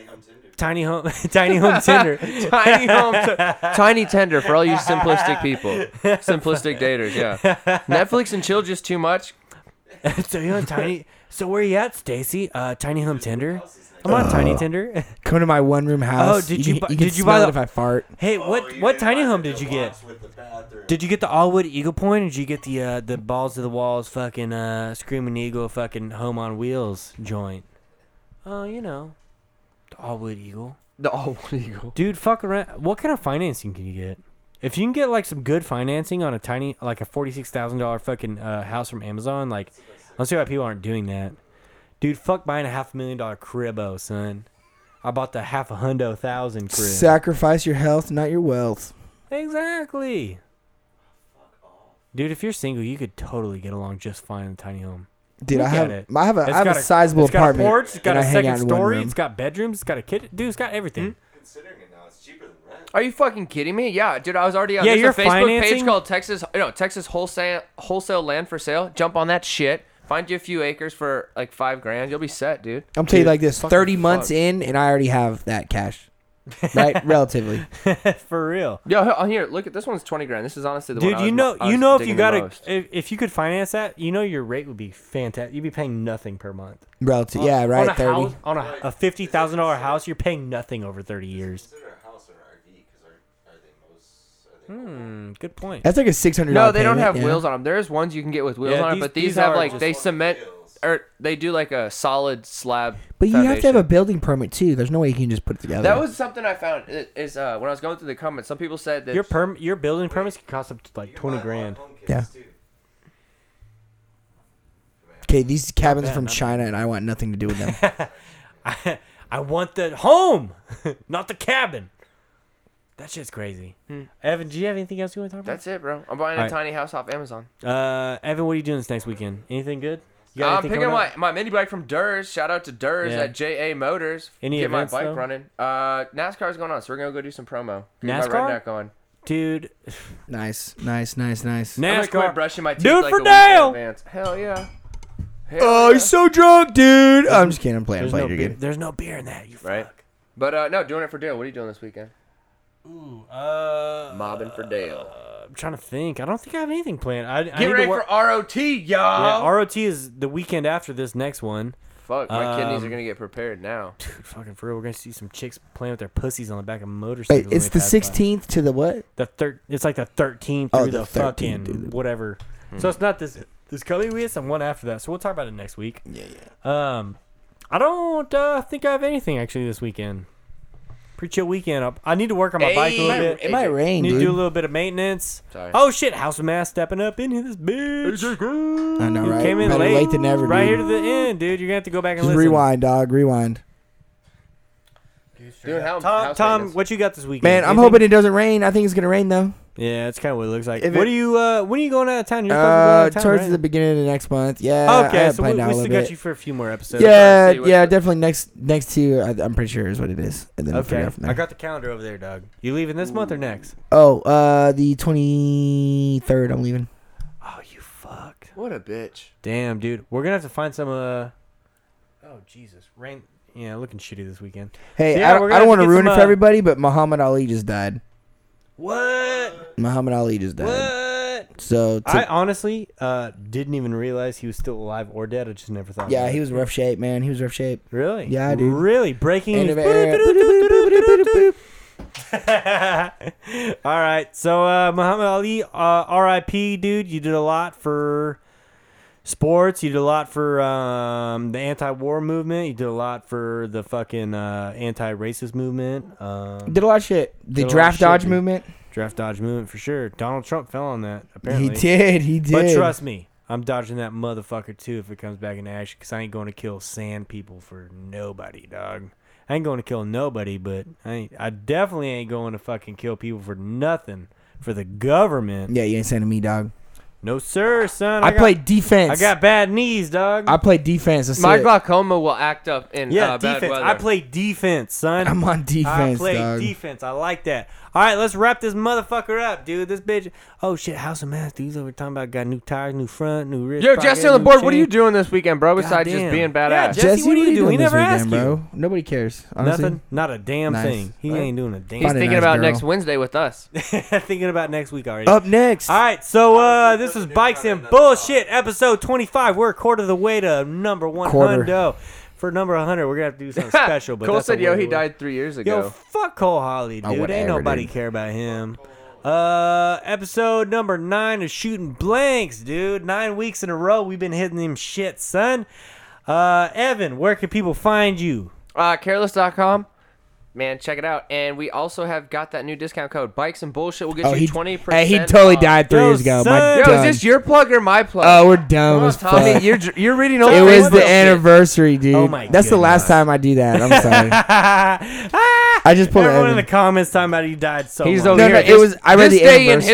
Speaker 1: tiny home, tiny home Tinder.
Speaker 4: tiny home, t- tiny tender for all you simplistic people, simplistic daters. Yeah, Netflix and chill just too much.
Speaker 1: so you know, tiny. So where you at, Stacy? Uh, tiny home Tinder. I'm
Speaker 3: Uh.
Speaker 1: on tiny Tinder.
Speaker 3: Come to my one room house.
Speaker 1: Oh, did you
Speaker 3: you,
Speaker 1: bu-
Speaker 3: can, you can
Speaker 1: did you
Speaker 3: smell
Speaker 1: buy
Speaker 3: it
Speaker 1: the-
Speaker 3: if I fart?
Speaker 1: hey, what what tiny home did you get? Did you get the all wood eagle point? Or did you get the uh, the balls to the walls fucking uh, screaming eagle fucking home on wheels joint? Oh, you know, the all wood eagle.
Speaker 4: The all eagle.
Speaker 1: Dude, fuck around. What kind of financing can you get? If you can get like some good financing on a tiny, like a forty-six thousand dollar fucking uh, house from Amazon, like, I don't see why people aren't doing that. Dude, fuck buying a half a million dollar cribbo, son. I bought the half a hundo thousand crib.
Speaker 3: Sacrifice your health, not your wealth.
Speaker 1: Exactly. Dude, if you're single, you could totally get along just fine in a tiny home.
Speaker 3: Dude,
Speaker 1: Look
Speaker 3: I
Speaker 1: at
Speaker 3: have
Speaker 1: it.
Speaker 3: I have a
Speaker 1: It's
Speaker 3: I have
Speaker 1: got
Speaker 3: a sizable
Speaker 1: it's
Speaker 3: apartment.
Speaker 1: Got a porch, it's got
Speaker 3: and
Speaker 1: a
Speaker 3: I hang out
Speaker 1: second
Speaker 3: in one
Speaker 1: story,
Speaker 3: room.
Speaker 1: it's got bedrooms, it's got a kitchen. Dude, it's got everything.
Speaker 5: Considering it now, it's cheaper than rent.
Speaker 4: Are you fucking kidding me? Yeah, dude, I was already on
Speaker 1: Yeah,
Speaker 4: yeah,
Speaker 1: you're
Speaker 4: there's a Facebook
Speaker 1: financing-
Speaker 4: page called Texas no, Texas wholesale wholesale land for sale. Jump on that shit. Find you a few acres for like five grand. You'll be set, dude.
Speaker 3: I'm telling you
Speaker 4: Dude,
Speaker 3: like this:
Speaker 4: fucking
Speaker 3: thirty months
Speaker 4: fuck.
Speaker 3: in, and I already have that cash, right? Relatively.
Speaker 1: For real.
Speaker 4: Yo, he- oh, here, look at this onene's twenty grand. This is honestly the one.
Speaker 1: Dude,
Speaker 4: I
Speaker 1: you
Speaker 4: was mo-
Speaker 1: know,
Speaker 4: I
Speaker 1: you
Speaker 4: was
Speaker 1: know, if you
Speaker 4: digging
Speaker 1: got
Speaker 4: the
Speaker 1: a,
Speaker 4: most.
Speaker 1: if, if you could finance that, you know, your rate would be fantastic. You'd be paying nothing per month.
Speaker 3: Relative. Yeah,
Speaker 1: on
Speaker 3: right.
Speaker 1: a
Speaker 3: Thirty.
Speaker 1: house, on a, a fifty thousand dollar house, you're paying nothing over thirty years.
Speaker 5: Consider a house or RV, because are, are they most? Are they
Speaker 1: Hmm, good point.
Speaker 3: That's like a six hundred.
Speaker 4: No, they don't have
Speaker 3: yeah.
Speaker 4: wheels on them. There's ones you can get with wheels
Speaker 1: Yeah,
Speaker 4: on
Speaker 1: these-
Speaker 4: it, but
Speaker 1: these
Speaker 4: these, have
Speaker 1: are
Speaker 4: like
Speaker 1: just
Speaker 4: they cement
Speaker 5: wheels.
Speaker 4: or they do like a solid slab.
Speaker 3: But you have to have
Speaker 4: foundation.
Speaker 3: a building permit too. There's no way you can just put it together.
Speaker 4: That was something I found i- is uh, when I was going through the comments. Some people said that
Speaker 1: Your perm, your building permits could cost up to like
Speaker 5: You can
Speaker 1: twenty
Speaker 5: buy a lot of
Speaker 1: grand.
Speaker 5: home kits,
Speaker 3: Yeah.
Speaker 5: too.
Speaker 3: okay. These cabins
Speaker 1: bad,
Speaker 3: are from
Speaker 1: not bad.
Speaker 3: China, and I want nothing to do with them.
Speaker 1: I, I want the home, not the cabin. That shit's crazy. Evan, do you have anything else you want to talk about?
Speaker 4: Hmm. that's it, bro. I'm buying a
Speaker 1: Alright.
Speaker 4: tiny house off Amazon.
Speaker 1: Uh, Evan, what are you doing this next weekend? Anything good? You
Speaker 4: I'm
Speaker 1: anything
Speaker 4: Uh, picking
Speaker 1: coming
Speaker 4: my,
Speaker 1: up?
Speaker 4: my mini bike from Durs. Shout out to Durs
Speaker 1: Yeah.
Speaker 4: at JA Motors.
Speaker 1: Any
Speaker 4: Get
Speaker 1: events,
Speaker 4: my bike
Speaker 1: though?
Speaker 4: running. Uh, NASCAR's going on, so we're gonna go do some promo. Get
Speaker 1: NASCAR?
Speaker 4: my redneck on.
Speaker 1: dude.
Speaker 6: Nice, nice, nice, nice.
Speaker 4: I'm gonna quit
Speaker 1: NASCAR.
Speaker 4: brushing my teeth
Speaker 1: Do it
Speaker 4: like
Speaker 1: for
Speaker 4: a week in
Speaker 1: Dale! Uh,
Speaker 4: advance. Hell yeah. Hell
Speaker 3: Oh,
Speaker 4: yeah.
Speaker 3: he's so drunk, dude. I'm just kidding. I'm playing. I'm
Speaker 1: There's
Speaker 3: playing.
Speaker 1: no,
Speaker 3: You're
Speaker 1: beer,
Speaker 3: good.
Speaker 1: there's no beer in that. You
Speaker 4: Right.
Speaker 1: fuck.
Speaker 4: But uh, no, doing it for Dale. What are you doing this weekend?
Speaker 1: Ooh, uh,
Speaker 4: Mobbing for Dale.
Speaker 1: I'm trying to think. I don't think I have anything planned. I, I
Speaker 4: Get
Speaker 1: need
Speaker 4: ready
Speaker 1: to work.
Speaker 4: for ROT,
Speaker 1: yeah,
Speaker 4: y'all.
Speaker 1: ROT is the weekend after this next one.
Speaker 4: Fuck, my kidneys
Speaker 1: Um,
Speaker 4: are gonna get prepared now.
Speaker 1: Dude, fucking for real, we're gonna see some chicks playing with their pussies on the back of motorcycles.
Speaker 3: Wait,
Speaker 1: when
Speaker 3: it's
Speaker 1: we
Speaker 3: the
Speaker 1: pass by.
Speaker 3: 16th to the what?
Speaker 1: The thir- It's like the 13th through
Speaker 3: Oh,
Speaker 1: the,
Speaker 3: the 13th,
Speaker 1: fucking
Speaker 3: dude.
Speaker 1: whatever. So it's not this this coming week. It's the one after that. So we'll talk about it next week. Yeah, yeah. Um, I don't uh, think I have anything actually this weekend. Pretty chill weekend. Up. I need to work on my bike a
Speaker 4: Hey,
Speaker 1: little
Speaker 4: hey,
Speaker 1: bit.
Speaker 3: It might
Speaker 4: dude.
Speaker 3: rain,
Speaker 1: Need to do a
Speaker 3: dude.
Speaker 1: little bit of maintenance.
Speaker 4: Sorry.
Speaker 1: Oh shit, House of Mass stepping up in here this bitch.
Speaker 3: I know,
Speaker 1: You
Speaker 3: right?
Speaker 1: Came in
Speaker 3: Better
Speaker 1: late,
Speaker 3: late than never,
Speaker 1: Right
Speaker 3: dude.
Speaker 1: here to the end, dude. You're gonna have to go back and
Speaker 3: Just
Speaker 1: listen.
Speaker 3: rewind, dog. Rewind.
Speaker 4: Doing how,
Speaker 1: Tom,
Speaker 4: house
Speaker 1: Tom,
Speaker 4: maintenance.
Speaker 1: what you got this weekend?
Speaker 3: Man, I'm
Speaker 1: Anything?
Speaker 3: hoping it doesn't rain. I think it's gonna rain though.
Speaker 1: Yeah, that's kind of what it looks like.
Speaker 3: If
Speaker 1: what
Speaker 3: it-
Speaker 1: are you? Uh, when are you going out of town? You're supposed
Speaker 3: Uh,
Speaker 1: to be going out
Speaker 3: towards
Speaker 1: of town,
Speaker 3: the
Speaker 1: right?
Speaker 3: beginning of next month. Yeah. Uh, I
Speaker 1: okay,
Speaker 3: have
Speaker 1: so we,
Speaker 3: planned
Speaker 1: we
Speaker 3: out a
Speaker 1: still
Speaker 3: little
Speaker 1: got
Speaker 3: bit.
Speaker 1: you for a few more episodes.
Speaker 3: Yeah,
Speaker 4: See what
Speaker 3: yeah,
Speaker 4: the-
Speaker 3: definitely next next two. I, I'm pretty sure is what it is, and then we'll figure
Speaker 1: Okay,
Speaker 3: out from
Speaker 1: I
Speaker 3: there.
Speaker 1: got the calendar over there, Doug. You leaving this month or next?
Speaker 3: oh, uh, the 23rd. I'm leaving.
Speaker 1: Oh, you fuck!
Speaker 4: What a bitch.
Speaker 1: Damn, dude, we're gonna have to find some. Uh, oh Jesus, rain. Yeah, looking shitty this weekend.
Speaker 3: Hey,
Speaker 1: Yeah,
Speaker 3: I
Speaker 1: we're
Speaker 3: don't,
Speaker 1: gonna
Speaker 3: I
Speaker 1: have
Speaker 3: don't want
Speaker 1: to
Speaker 3: to
Speaker 1: get
Speaker 3: ruin
Speaker 1: some,
Speaker 3: it for
Speaker 1: uh,
Speaker 3: everybody, but Muhammad Ali just died.
Speaker 1: What?
Speaker 3: Muhammad Ali just died.
Speaker 1: What?
Speaker 3: So to-
Speaker 1: I honestly uh, didn't even realize he was still alive or dead. I just never thought.
Speaker 3: yeah,
Speaker 1: about
Speaker 3: he
Speaker 1: it.
Speaker 3: was rough shape, man. He was rough shape.
Speaker 1: Really?
Speaker 3: Yeah, dude.
Speaker 1: Really breaking
Speaker 3: End
Speaker 1: news.
Speaker 3: of era.
Speaker 1: All right. So uh, Muhammad Ali, uh, RIP, dude. You did a lot for sports. You did a lot for um, the anti-war movement. You did a lot for the fucking uh, anti-racist movement. Um,
Speaker 3: Did a lot of shit.
Speaker 1: Did a
Speaker 3: The
Speaker 1: lot of
Speaker 3: draft
Speaker 1: shit,
Speaker 3: dodge
Speaker 1: dude.
Speaker 3: movement.
Speaker 1: draft dodge movement for sure. Donald Trump fell on that apparently.
Speaker 3: He did. He did.
Speaker 1: But trust me, I'm dodging that motherfucker too if it comes back into action because I ain't going to kill sand people for nobody, dog. I ain't going to kill nobody, but I ain't, I definitely ain't going to fucking kill people for nothing for the government.
Speaker 6: Yeah, you ain't sending me, dog.
Speaker 1: No sir, son.
Speaker 3: I,
Speaker 1: got-
Speaker 3: played defense.
Speaker 1: I got bad knees, dog.
Speaker 3: I played defense. That's
Speaker 4: My
Speaker 3: it.
Speaker 4: glaucoma will act up in
Speaker 1: yeah,
Speaker 4: uh, bad
Speaker 1: defense.
Speaker 4: weather.
Speaker 1: I play defense, son.
Speaker 3: I'm on defense,
Speaker 1: I play
Speaker 3: dog.
Speaker 1: defense. I like that. All right, let's wrap this motherfucker up, dude. This bitch. Oh shit, House of Mass dudes over talking about got new tires, new front, new wrist.
Speaker 4: Yo,
Speaker 1: pocket,
Speaker 4: Jesse on the
Speaker 1: new
Speaker 4: board. What are
Speaker 1: chain.
Speaker 4: you doing this weekend, bro? Besides
Speaker 1: Goddamn.
Speaker 4: just being badass.
Speaker 1: Yeah, Jesse, what do you do? We
Speaker 6: this
Speaker 1: never ask you.
Speaker 6: bro. Nobody cares. Honestly.
Speaker 1: Nothing. Not a damn
Speaker 6: Nice.
Speaker 1: thing. He ain't doing a damn.
Speaker 4: He's
Speaker 6: Fine. Friday
Speaker 4: thinking
Speaker 6: night,
Speaker 4: about
Speaker 6: girl.
Speaker 4: next Wednesday with us.
Speaker 1: Thinking about next week already.
Speaker 6: Up next.
Speaker 1: All right, so uh, this
Speaker 5: put
Speaker 1: is
Speaker 5: the new
Speaker 1: Bikes
Speaker 5: front
Speaker 1: and
Speaker 5: end up
Speaker 1: Bullshit, episode 25. We're a quarter of the way to number one
Speaker 6: Quarter.
Speaker 1: hundo. For number 100, we're going to have to do something special. But
Speaker 4: Cole
Speaker 1: that's a
Speaker 4: said, "Yo,
Speaker 1: way-
Speaker 4: he died three years ago."
Speaker 1: Yo, fuck Cole Holly, dude. Ain't
Speaker 6: whatever,
Speaker 1: nobody
Speaker 6: dude.
Speaker 1: care about him. Uh, episode number nine is shooting blanks, dude. Nine weeks in a row, we've been hitting them shit, son. Uh, Evan, where can people find you?
Speaker 4: uh, careless.com. Man, check it out. And we also have got that new discount code, Bikes and Bullshit. We'll get
Speaker 3: Oh, he,
Speaker 4: you 20%.
Speaker 3: hey, he totally
Speaker 4: off.
Speaker 3: died three
Speaker 1: Yo,
Speaker 3: years ago.
Speaker 1: son.
Speaker 3: My
Speaker 4: Yo,
Speaker 3: dumb-
Speaker 4: is this your plug or my plug?
Speaker 3: oh, we're
Speaker 4: Come
Speaker 3: dumb
Speaker 4: on,
Speaker 3: as
Speaker 4: Tommy.
Speaker 3: fuck.
Speaker 4: You're, dr- you're reading all
Speaker 3: It
Speaker 4: the
Speaker 3: was
Speaker 4: real
Speaker 3: the
Speaker 4: shit.
Speaker 3: anniversary, dude.
Speaker 1: Oh my
Speaker 3: That's the last
Speaker 1: goodness.
Speaker 3: time I do that. I'm sorry.
Speaker 1: Ah!
Speaker 3: I just pulled
Speaker 1: Everyone in
Speaker 3: Evan.
Speaker 1: the comments talking about he died so
Speaker 4: He's
Speaker 1: long.
Speaker 4: over
Speaker 3: oh no,
Speaker 4: here.
Speaker 3: no, it
Speaker 4: This-
Speaker 3: was. I read
Speaker 4: this
Speaker 3: the
Speaker 4: day in
Speaker 3: anniversary.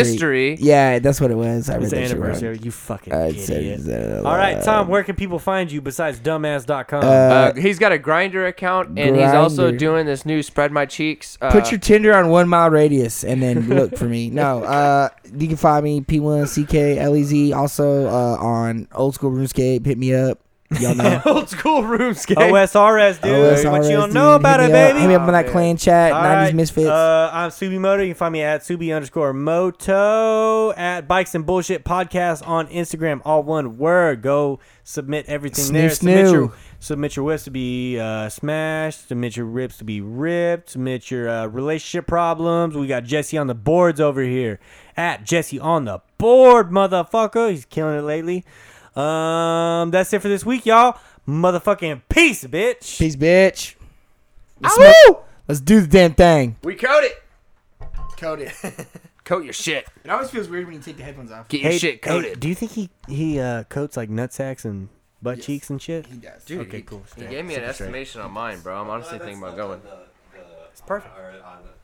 Speaker 4: history.
Speaker 3: Yeah, that's what it was. I read
Speaker 1: It's
Speaker 3: that
Speaker 1: an
Speaker 3: shit wrong.
Speaker 1: anniversary. You fucking
Speaker 3: Uh, it's-
Speaker 1: idiot.
Speaker 3: it's, uh,
Speaker 1: All right, Tom, where can people find you besides dumbass.com?
Speaker 4: Uh, he's got a grinder account, and he's also
Speaker 3: Grindr.
Speaker 4: doing this new spread my cheeks. Uh,
Speaker 3: Put your Tinder on one mile radius and then look for me. No, uh, you can find me P1CKLEZ. E Also uh, on Old School RuneScape. Hit me up. Y'all know.
Speaker 4: old school roomscape.
Speaker 3: Oh,
Speaker 1: OSRS, dude. what you
Speaker 3: OSRS,
Speaker 1: don't
Speaker 3: dude.
Speaker 1: know about
Speaker 3: Hit
Speaker 1: it,
Speaker 3: me up.
Speaker 1: baby.
Speaker 3: Hit me up on that
Speaker 4: Oh,
Speaker 3: clan chat.
Speaker 1: All
Speaker 3: 90s
Speaker 1: right,
Speaker 3: Misfits.
Speaker 1: Uh, I'm Subi Moto. You can find me at Subi underscore Moto at Bikes and Bullshit Podcast on Instagram. All one word. Go submit everything there.
Speaker 3: Snoo,
Speaker 1: Submit
Speaker 3: snoo.
Speaker 1: your, submit your whips to be uh, smashed. Submit your rips to be ripped. Submit your uh, relationship problems. We got Jesse on the boards over here at Jesse on the board, motherfucker. He's killing it lately. Um, that's it for this week, y'all. Motherfucking peace, bitch.
Speaker 3: Peace, bitch.
Speaker 1: Ah,
Speaker 3: Let's, smoke- Let's do the damn thing.
Speaker 4: We coat it.
Speaker 6: Code it.
Speaker 4: Coat your shit.
Speaker 6: It always feels weird when you take the headphones off.
Speaker 4: Get your shit coated.
Speaker 1: do you think he he uh, coats like nutsacks and butt cheeks and shit? He does.
Speaker 4: Dude,
Speaker 1: okay,
Speaker 4: he,
Speaker 1: cool.
Speaker 4: He gave me an estimation on mine, bro. I'm honestly thinking about going.
Speaker 1: It's perfect.
Speaker 5: Or on the-